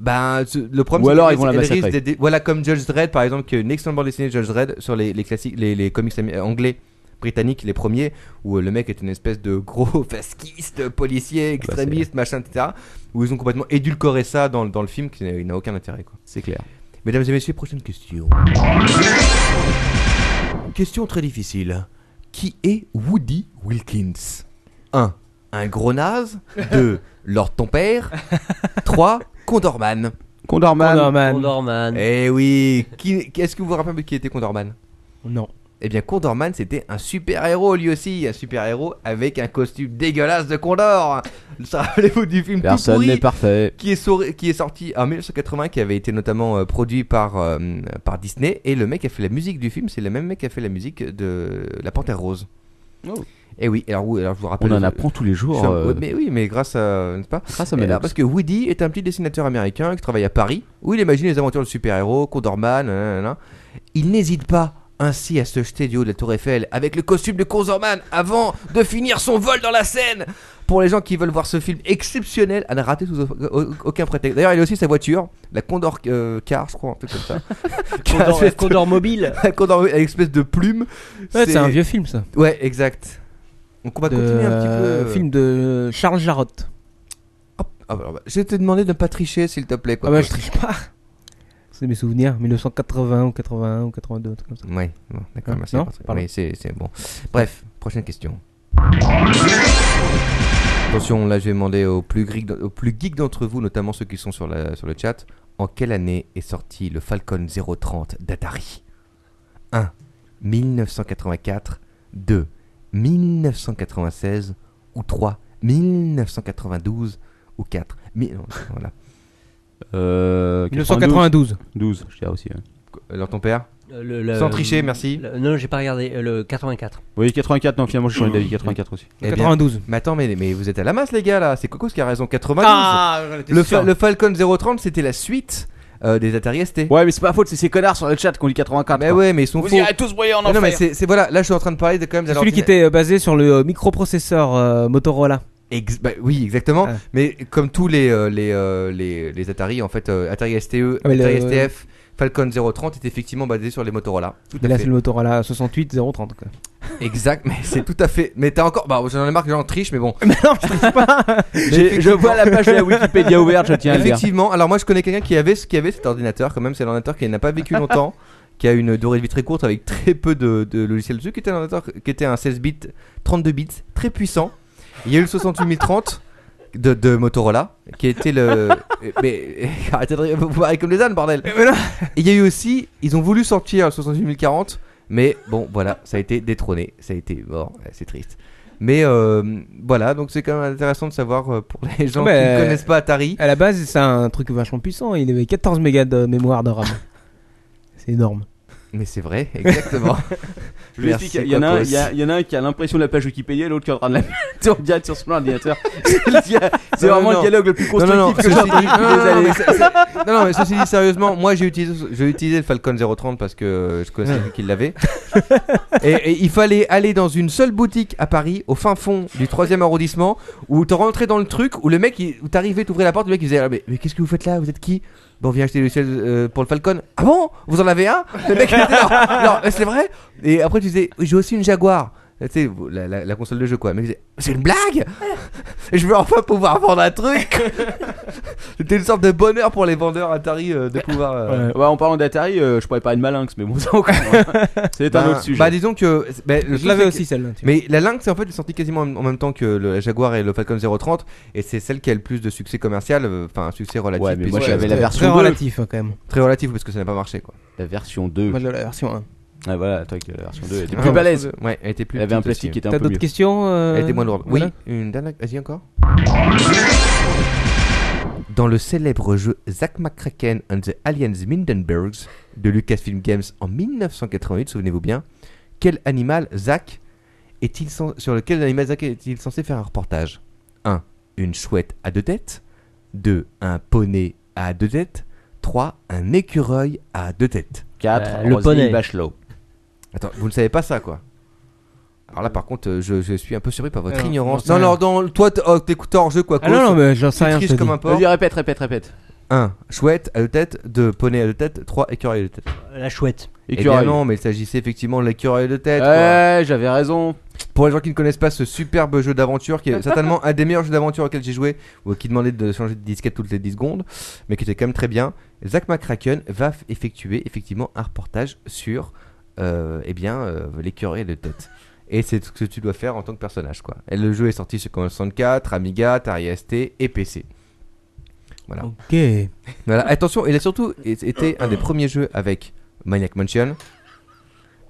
Bah, ce- le problème,
Ou
c'est
alors,
qu'elle
ils vont la
risque- elle risque
massacrer.
d'aider- Voilà, comme Judge Dredd, par exemple, qui est une excellente bande dessinée de Judge Dredd sur les, les classiques, les, les comics ami- anglais, britanniques, les premiers, où euh, le mec est une espèce de gros fasquiste,
Ah
policier,
bah,
extrémiste, machin, etc. Où ils ont complètement édulcoré ça dans, dans le film, qui n'a- il n'a aucun intérêt, quoi.
C'est clair.
Mesdames et messieurs, prochaine question. Question très difficile. Qui est Woody Wilkins 1. Un gros naze. 2. Lord ton père. 3. Condorman.
Condorman.
Condorman.
Condorman.
Eh oui, qui, est-ce que vous vous rappelez qui était Condorman
Non.
Eh bien, Condorman, c'était un super-héros lui aussi, un super-héros avec un costume dégueulasse de Condor. Ça rappelez-vous du film tout
Personne
pourri
n'est parfait.
qui est, souri- qui est sorti en 1980, qui avait été notamment euh, produit par, euh, par Disney. Et le mec qui a fait la musique du film, c'est le même mec qui a fait la musique de La Panthère Rose.
Oh.
Eh oui, alors, oui, alors je vous rappelle.
On en
je-
apprend tous les
je suis
jours.
un-
euh,
ouais, mais oui, mais grâce à, n'est-ce pas
Grâce à
et
Manox.
alors, parce que Woody est un petit dessinateur américain qui travaille à Paris, où il imagine les aventures de super-héros, Condorman, nanana. Il n'hésite pas ainsi à se jeter du haut de la tour Eiffel avec le costume de Condorman avant de finir son vol dans la Seine. Pour les gens qui veulent voir ce film exceptionnel, à ne rater sous au- aucun prétexte. D'ailleurs, il a aussi sa voiture, la Condor euh, Car, je crois, un truc comme ça. Qui a un
Condor,
espèce de-
Condor mobile.
la Condor, une espèce de plume.
Ouais, c'est un vieux film ça.
Ouais, exact. Donc on va
De-
continuer un petit peu.
euh, Film de Charles Jarotte.
Hop. Ah, bah, alors, bah, je t'ai demandé de ne pas tricher, s'il te plaît. Quoi.
Ah bah je triche pas. C'est mes souvenirs, 1980 ou 81 ou 82, un truc comme ça.
Ouais, bon, d'accord,
Hein,
merci.
non
Patrick.
Pardon.
Oui, c'est c'est bon. Bref, prochaine question. Attention, là, je vais demander aux plus, geeks d'en- aux plus geeks d'entre vous, notamment ceux qui sont sur, la, sur le chat, en quelle année est sorti le Falcon 030 d'Atari 1. 1984. 2. 1996. Ou 3. 1992. Ou 4. Mi- non, voilà.
Euh,
1992.
12, je dirais aussi. ouais.
Alors, ton père
Euh, le- le-
Sans tricher, merci.
le- non, j'ai pas regardé. euh, Le 84.
Oui, 84, non, finalement, j'ai changé d'avis. 84 aussi.
Eh bien,
92.
Mais attends, mais, mais vous êtes à la masse, les gars, là. C'est Coco qui a raison. 92.
Ah,
le, fa- le Falcon 030, c'était la suite euh, des Atari ST.
Ouais, mais c'est pas faute, c'est ces connards sur le chat qu'on dit 84.
mais
quoi.
ouais, mais ils sont faux.
tous broyer en
Mais non, mais c'est c'est- voilà. Là, je suis en train de parler de quand même.
C'est
d'un
celui qui
ordinateur.
était euh, basé sur le euh, microprocesseur euh, Motorola.
Ex- bah oui, exactement.
Ah.
Mais comme tous les euh, les, euh, les les Atari, en fait, euh, Atari STE,
Ah, mais le-
Atari STF, Falcon 030 est effectivement basé sur les Motorola. Tout à
Là, c'est
fait.
le Motorola 68 030. Quoi.
Exact. Mais c'est tout à fait. Mais t'as encore. Bah, j'en ai marre que j'en triche, mais bon.
J'ai- Je vois la page de la Wikipédia ouverte, je tiens à le dire.
Effectivement, alors moi je connais quelqu'un qui avait, ce- qui avait cet ordinateur quand même, c'est l'ordinateur qui n'a pas vécu longtemps, qui a une durée de vie très courte avec très peu de, de logiciels dessus, qui était un ordinateur qui était un 16 bits, 32 bits, très puissant. Il y a eu le 68030 de, de Motorola, qui était le... Mais arrêtez de rire, vous parlez comme les ânes, bordel Et il y a eu aussi, ils ont voulu sortir le 68040, mais bon voilà, ça a été détrôné, ça a été mort, c'est triste. Mais euh, voilà, donc c'est quand même intéressant de savoir euh, pour les gens qui
Ben,
ne connaissent pas Atari.
À la base, c'est un truc vachement puissant. Il avait 14 mégas de mémoire de RAM. c'est énorme.
Mais c'est vrai, exactement.
Je vous explique, il y, en a un- il y a- il y en a un qui a l'impression de la page Wikipédia, l'autre qui est en train de la tour direct sur son ordinateur. C'est le dia- c'est
Non, non,
vraiment
non.
le dialogue le plus
Non, non,
constructif
non,
que j'ai
ceci
entendu
dit-
depuis
non,
des
non, non,
années.
mais ça- ça- non, non, mais ceci dit, sérieusement, moi j'ai utilisé, j'ai utilisé le Falcon 030 parce que euh, je connaissais lui qui l'avait. Et, et il fallait aller dans une seule boutique à Paris, au fin fond du 3ème arrondissement, où tu rentrais dans le truc, où le mec, il- où t'arrivais, t'ouvrais la porte, le mec il faisait ah, Mais, mais qu'est-ce que vous faites là Vous êtes qui Bon, on vient acheter le logiciel euh, pour le Falcon. Ah bon Vous en avez un Le mec il était là. Non, mais c'est vrai Et après tu disais Oui, J'ai aussi une Jaguar. Tu sais, la, la- la console de jeu quoi. Mais il disait, c'est une blague Je vais enfin pouvoir vendre un truc c'était une sorte de bonheur pour les vendeurs Atari euh, de pouvoir. euh,
Ouais, en parlant d'Atari, euh, je pourrais parler de ma lynx, mais bon, ça encore. C'est
ben,
un autre sujet.
Bah, disons que. c'est- ben, le
Je
truc,
l'avais
c'est
aussi celle-là.
que- Mais la Lynx, en fait, est sortie quasiment en en même temps que le Jaguar et le Falcon 030, et c'est celle qui a le plus de succès commercial, euh, enfin un succès relatif.
Ouais, mais moi,
puisque-
j'avais la
très-
version
Très
2.
relatif hein, quand même.
Très relatif parce que ça n'a pas marché quoi.
La version 2.
Moi j'avais la version 1.
Ah, voilà, toi qui as la version 2, elle était
Ah,
plus
ouais.
balèze.
Ouais, elle était plus.
Elle avait un
petite
plastique qui
aussi.
était un
T'as
peu
d'autres
mieux.
questions euh,
Elle était moins lourde.
voilà.
Oui, une dernière. Vas-y encore. Dans le célèbre jeu Zack McCracken and the Aliens Mindenbergs de Lucasfilm Games en 1988, souvenez-vous bien, quel animal Zack est-il cen- sur lequel animal Zack est-il censé faire un reportage 1. Une chouette à deux têtes. 2. Un poney à deux têtes. 3. Un écureuil à deux têtes.
4.
Euh, le poney.
Bachelot.
Attends, vous ne savez pas ça, quoi Alors là, par contre, euh, je, je suis un peu surpris par votre
Ah non,
ignorance.
j'en
Non,
sais
non, dans, toi, t- oh, t'écoutes hors jeu, quoi.
Ah non, non, mais j'en sais rien. je te
triche comme
dis.
un porc.
Vas-y, répète, répète, répète.
1. Chouette à deux têtes. 2. Poney à deux têtes. 3. Écureuil à deux têtes.
La chouette.
Eh bien non, mais il s'agissait effectivement de l'écureuil à deux têtes. quoi.
Ouais, j'avais raison.
Pour les gens qui ne connaissent pas ce superbe jeu d'aventure, qui est certainement un des meilleurs jeux d'aventure auxquels j'ai joué, ou qui demandait de changer de disquette toutes les 10 secondes, mais qui était quand même très bien, Zach McCracken va f- effectuer effectivement un reportage sur euh, eh bien, euh, l'écureuil à deux têtes. Et c'est ce que tu dois faire en tant que personnage. quoi. Et le jeu est sorti sur Commodore 64, Amiga, Atari ST et PC. Voilà.
Ok. Et
Voilà, attention, il a surtout é- été un des premiers jeux avec Maniac Mansion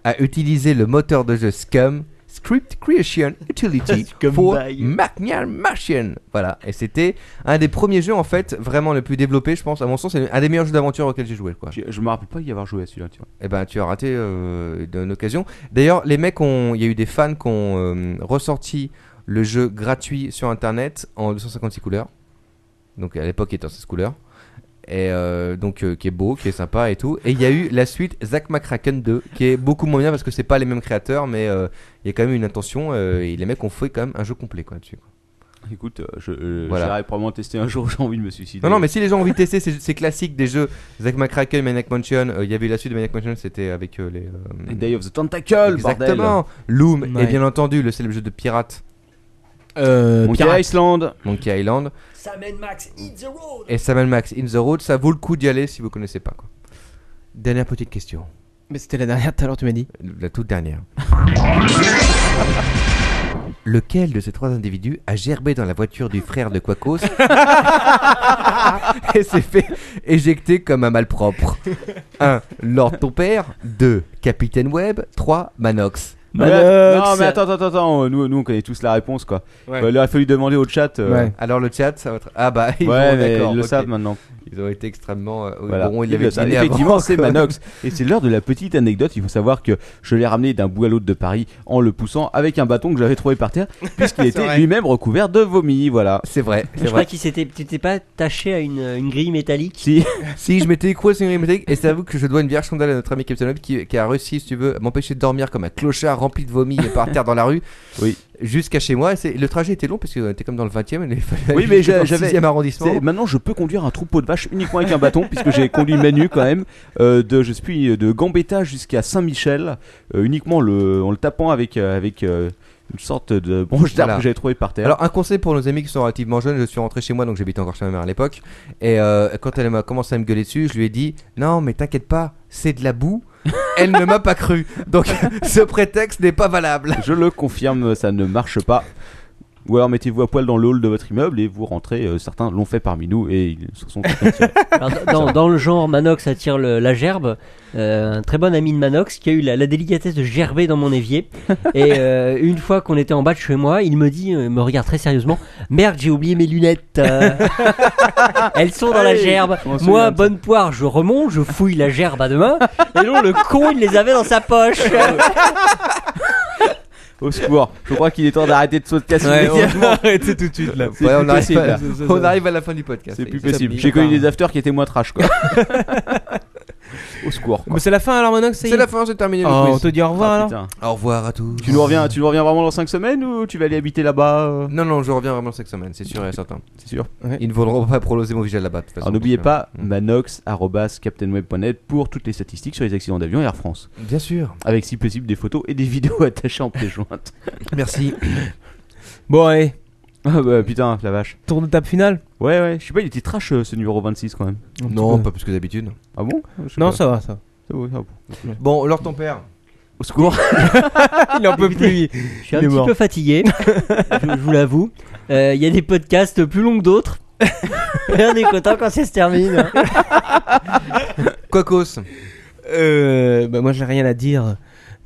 à utiliser le moteur de jeu Scum, Script Creation Utility pour Maniac Mansion. Voilà, et c'était un des premiers jeux en fait vraiment le plus développé, je pense. À mon sens, c'est un des meilleurs jeux d'aventure auxquels j'ai joué. Quoi.
Je, je me rappelle pas y avoir joué à celui-là, tu vois.
Eh ben, tu as raté euh, une occasion. D'ailleurs, les mecs ont, il y a eu des fans qui ont euh, ressorti le jeu gratuit sur internet en 256 couleurs. Donc à l'époque, il était en 16 couleurs. Et euh, donc, euh, qui est beau, qui est sympa et tout. Et il y a eu la suite Zack McCracken 2, qui est beaucoup moins bien parce que c'est pas les mêmes créateurs, mais euh, il y a quand même une intention. euh, et les mecs ont fait quand même un jeu complet quoi, dessus.
Écoute, euh, je, euh,
Voilà.
j'irai probablement tester un jour, j'ai envie de me suicider.
Non, non, mais si les gens ont envie de tester ces, ces classiques des jeux Zack McCracken, Maniac Mansion, euh, il y avait eu la suite de Maniac Mansion, c'était avec euh, les. euh,
Day of the Tentacle,
Exactement. Loom
Ouais.
et bien entendu le célèbre jeu de pirate
bordel.
Euh,
Monkey
Pirate.
Island.
Monkey Island
Sam Max, eat the road.
et Sam Max In the Road. Ça vaut le coup d'y aller si vous connaissez pas. Quoi. Dernière petite question,
Mais c'était la dernière tout à l'heure, tu m'as dit.
la toute dernière. Lequel de ces trois individus a gerbé dans la voiture du frère de Quacos et s'est fait éjecter comme un malpropre 1. Lord ton père 2. Capitaine Web 3. Manox
Manox.
Non, mais attends, attends, attends, nous, nous on connaît tous la réponse quoi.
Ouais.
Bah, il aurait fallu demander au chat. euh,
Ouais.
Alors le chat, ça va être... Ah bah, ils
ouais,
vont-
mais
d'accord,
ils le
ok.
savent maintenant.
Ils ont été extrêmement. euh,
Voilà.
Bon, ils
Ils le
l'avaient
savent.
deviné
Effectivement,
avant.
c'est Manox. Et c'est l'heure de la petite anecdote. Il faut savoir que je l'ai ramené d'un bout à l'autre de Paris en le poussant avec un bâton que j'avais trouvé par terre, puisqu'il était
vrai.
lui-même recouvert de vomi. Voilà.
C'est vrai,
Je
c'est
crois
vrai.
qu'il s'était, tu t'es pas attaché à une, une grille métallique.
Si,
si je m'étais écroué sur une métallique, et c'est à vous que je dois une bière scandale à notre ami Captain Hook qui, qui a réussi, si tu veux, à m'empêcher de dormir comme un clochard rempli de vomi et par terre dans la rue.
Oui.
Jusqu'à chez moi. Et c'est- le trajet était long parce qu'on était comme dans le 20 e
Oui, mais j'a- j'avais-
6 arrondissement.
C'est- Maintenant, je peux conduire un troupeau de vaches uniquement avec un bâton, puisque j'ai conduit Manu quand même, euh, de, je suis de Gambetta jusqu'à Saint-Michel, euh, uniquement le, en le tapant avec, euh, avec euh, une sorte de branche d'arbre
Voilà.
que j'avais trouvé par terre.
Alors un conseil pour nos amis qui sont relativement jeunes, je suis rentré chez moi donc j'habitais encore chez ma mère à l'époque et euh, quand elle m'a commencé à me gueuler dessus, je lui ai dit "Non, mais t'inquiète pas, c'est de la boue." elle ne m'a pas cru. Donc ce prétexte n'est pas valable.
je le confirme, ça ne marche pas. Ou alors mettez-vous à poil dans le hall de votre immeuble et vous rentrez. euh, certains l'ont fait parmi nous et ils se sont.
Alors, dans, dans le genre Manox attire le- la gerbe, euh, un très bon ami de Manox qui a eu la, la délicatesse de gerber dans mon évier. Et euh, une fois qu'on était en bas de chez moi, il me dit, euh, me regarde très sérieusement, merde j'ai oublié mes lunettes, euh, elles sont dans la gerbe. Moi, bonne poire, je remonte, je fouille la gerbe à deux mains. Et non, le con, il les avait dans sa poche.
Au secours, je crois qu'il est temps d'arrêter de sauter casser immédiatement.
Arrêtez tout de suite là.
C'est
Ouais,
plus
on, arrive
possible,
pas-
là.
on arrive à la fin du podcast.
C'est
Ça
plus
y est, ça hein.
possible.
plie.
J'ai connu
Enfin,
des afters qui étaient moins trash quoi. Au secours. quoi.
Mais c'est la fin alors, Manox ça y
C'est
est
la fin, c'est terminé
Oh,
le
on
quiz.
te dit au revoir
Ah,
alors.
putain.
Au revoir à tous.
Tu nous reviens, tu nous reviens vraiment dans 5 semaines ou tu vas aller habiter là-bas euh,
Non, non, je reviens vraiment cette semaine, c'est sûr et certain.
C'est sûr.
Ils ne voudront pas prolonger mon vigile là-bas. de toute façon.
Alors n'oubliez
Donc,
pas
Mm.
manox@captainweb.net pour toutes les statistiques sur les accidents d'avion et Air France.
euh, Bien sûr.
avec si possible des photos et des vidéos attachées en pièce jointe.
Merci.
Bon, allez,
Ah bah putain, la vache.
tourne de table finale.
Ouais, ouais, je sais pas, il était trash euh, ce numéro 26 quand même.
non, pas plus que d'habitude.
Ah bon
Non, ça va, ça. va.
C'est bon, ça va. Bah,
Bon, alors ton père.
Au secours
Il en peut plus.
Je suis un
Il est
petit
mort.
peu fatigué, je, je vous l'avoue. Euh, Il y a des podcasts plus longs que d'autres. Et on est content quand ça se termine. hein.
Quacos.
Euh, bah, moi, j'ai rien à dire.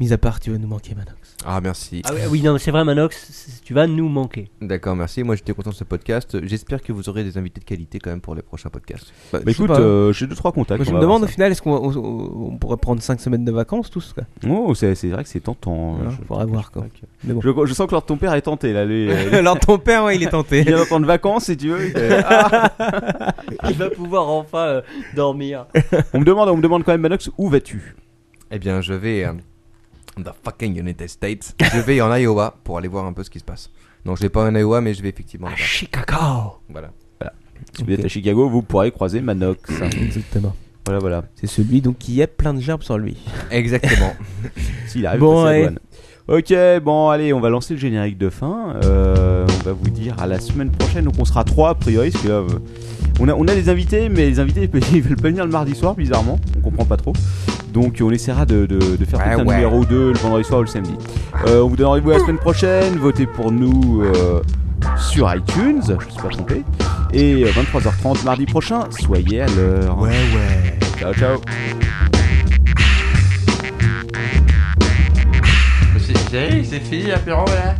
Mis à part, tu vas nous manquer, Manox.
Ah, merci.
Ah oui, oui, non, c'est vrai, Manox, c'est- tu vas nous manquer.
D'accord, merci. Moi, j'étais content de ce podcast. J'espère que vous aurez des invités de qualité quand même pour les prochains podcasts.
Bah écoute,
pas.
euh, j'ai 2-3 contacts.
Moi, je
on
me
va
demande au
voir
final, est-ce qu'on on- on- on pourrait prendre 5 semaines de vacances tous quoi
ça. Oh, c'est c'est vrai que c'est tentant. euh,
Hein,
je-
Faudra voir quoi. Mais bon.
je, je sens que l'heure de ton père est tenté là. lui, euh,
Alors, ton père, ouais, il est
il
tenté.
vient d'entendre vacances si tu veux.
Il va pouvoir enfin euh, dormir.
on, me demande, on me demande quand même, Manox, où vas-tu
Eh bien, je vais. euh, the fucking United States. je vais en Iowa pour aller voir un peu ce qui se passe. Non, je vais pas en Iowa, mais je vais effectivement. là-bas.
Chicago
Voilà.
Si vous êtes à Chicago, vous pourrez croiser Manox.
Exactement.
voilà, voilà.
C'est celui donc qui a plein de gerbes sur lui.
Exactement.
S'il arrive
Bon,
à passer la
ouais.
douane. Ok, bon, allez, on va lancer le générique de fin. Euh, on va vous dire à la semaine prochaine. Donc, on sera trois a priori, parce que là, euh, on a, on a des invités, mais les invités ils veulent pas venir le mardi soir, bizarrement. On comprend pas trop. Donc, on essaiera de, de- de faire
Ouais,
peut-être un
ouais.
numéro 2 le vendredi soir ou le samedi. Euh, on vous donne rendez-vous la semaine prochaine. Votez pour nous euh, sur iTunes, je suis pas trompé. Et euh, 23h30 mardi prochain, soyez à l'heure. Ouais, ouais. Ciao, ciao.
C'est c'est fini l'apéro là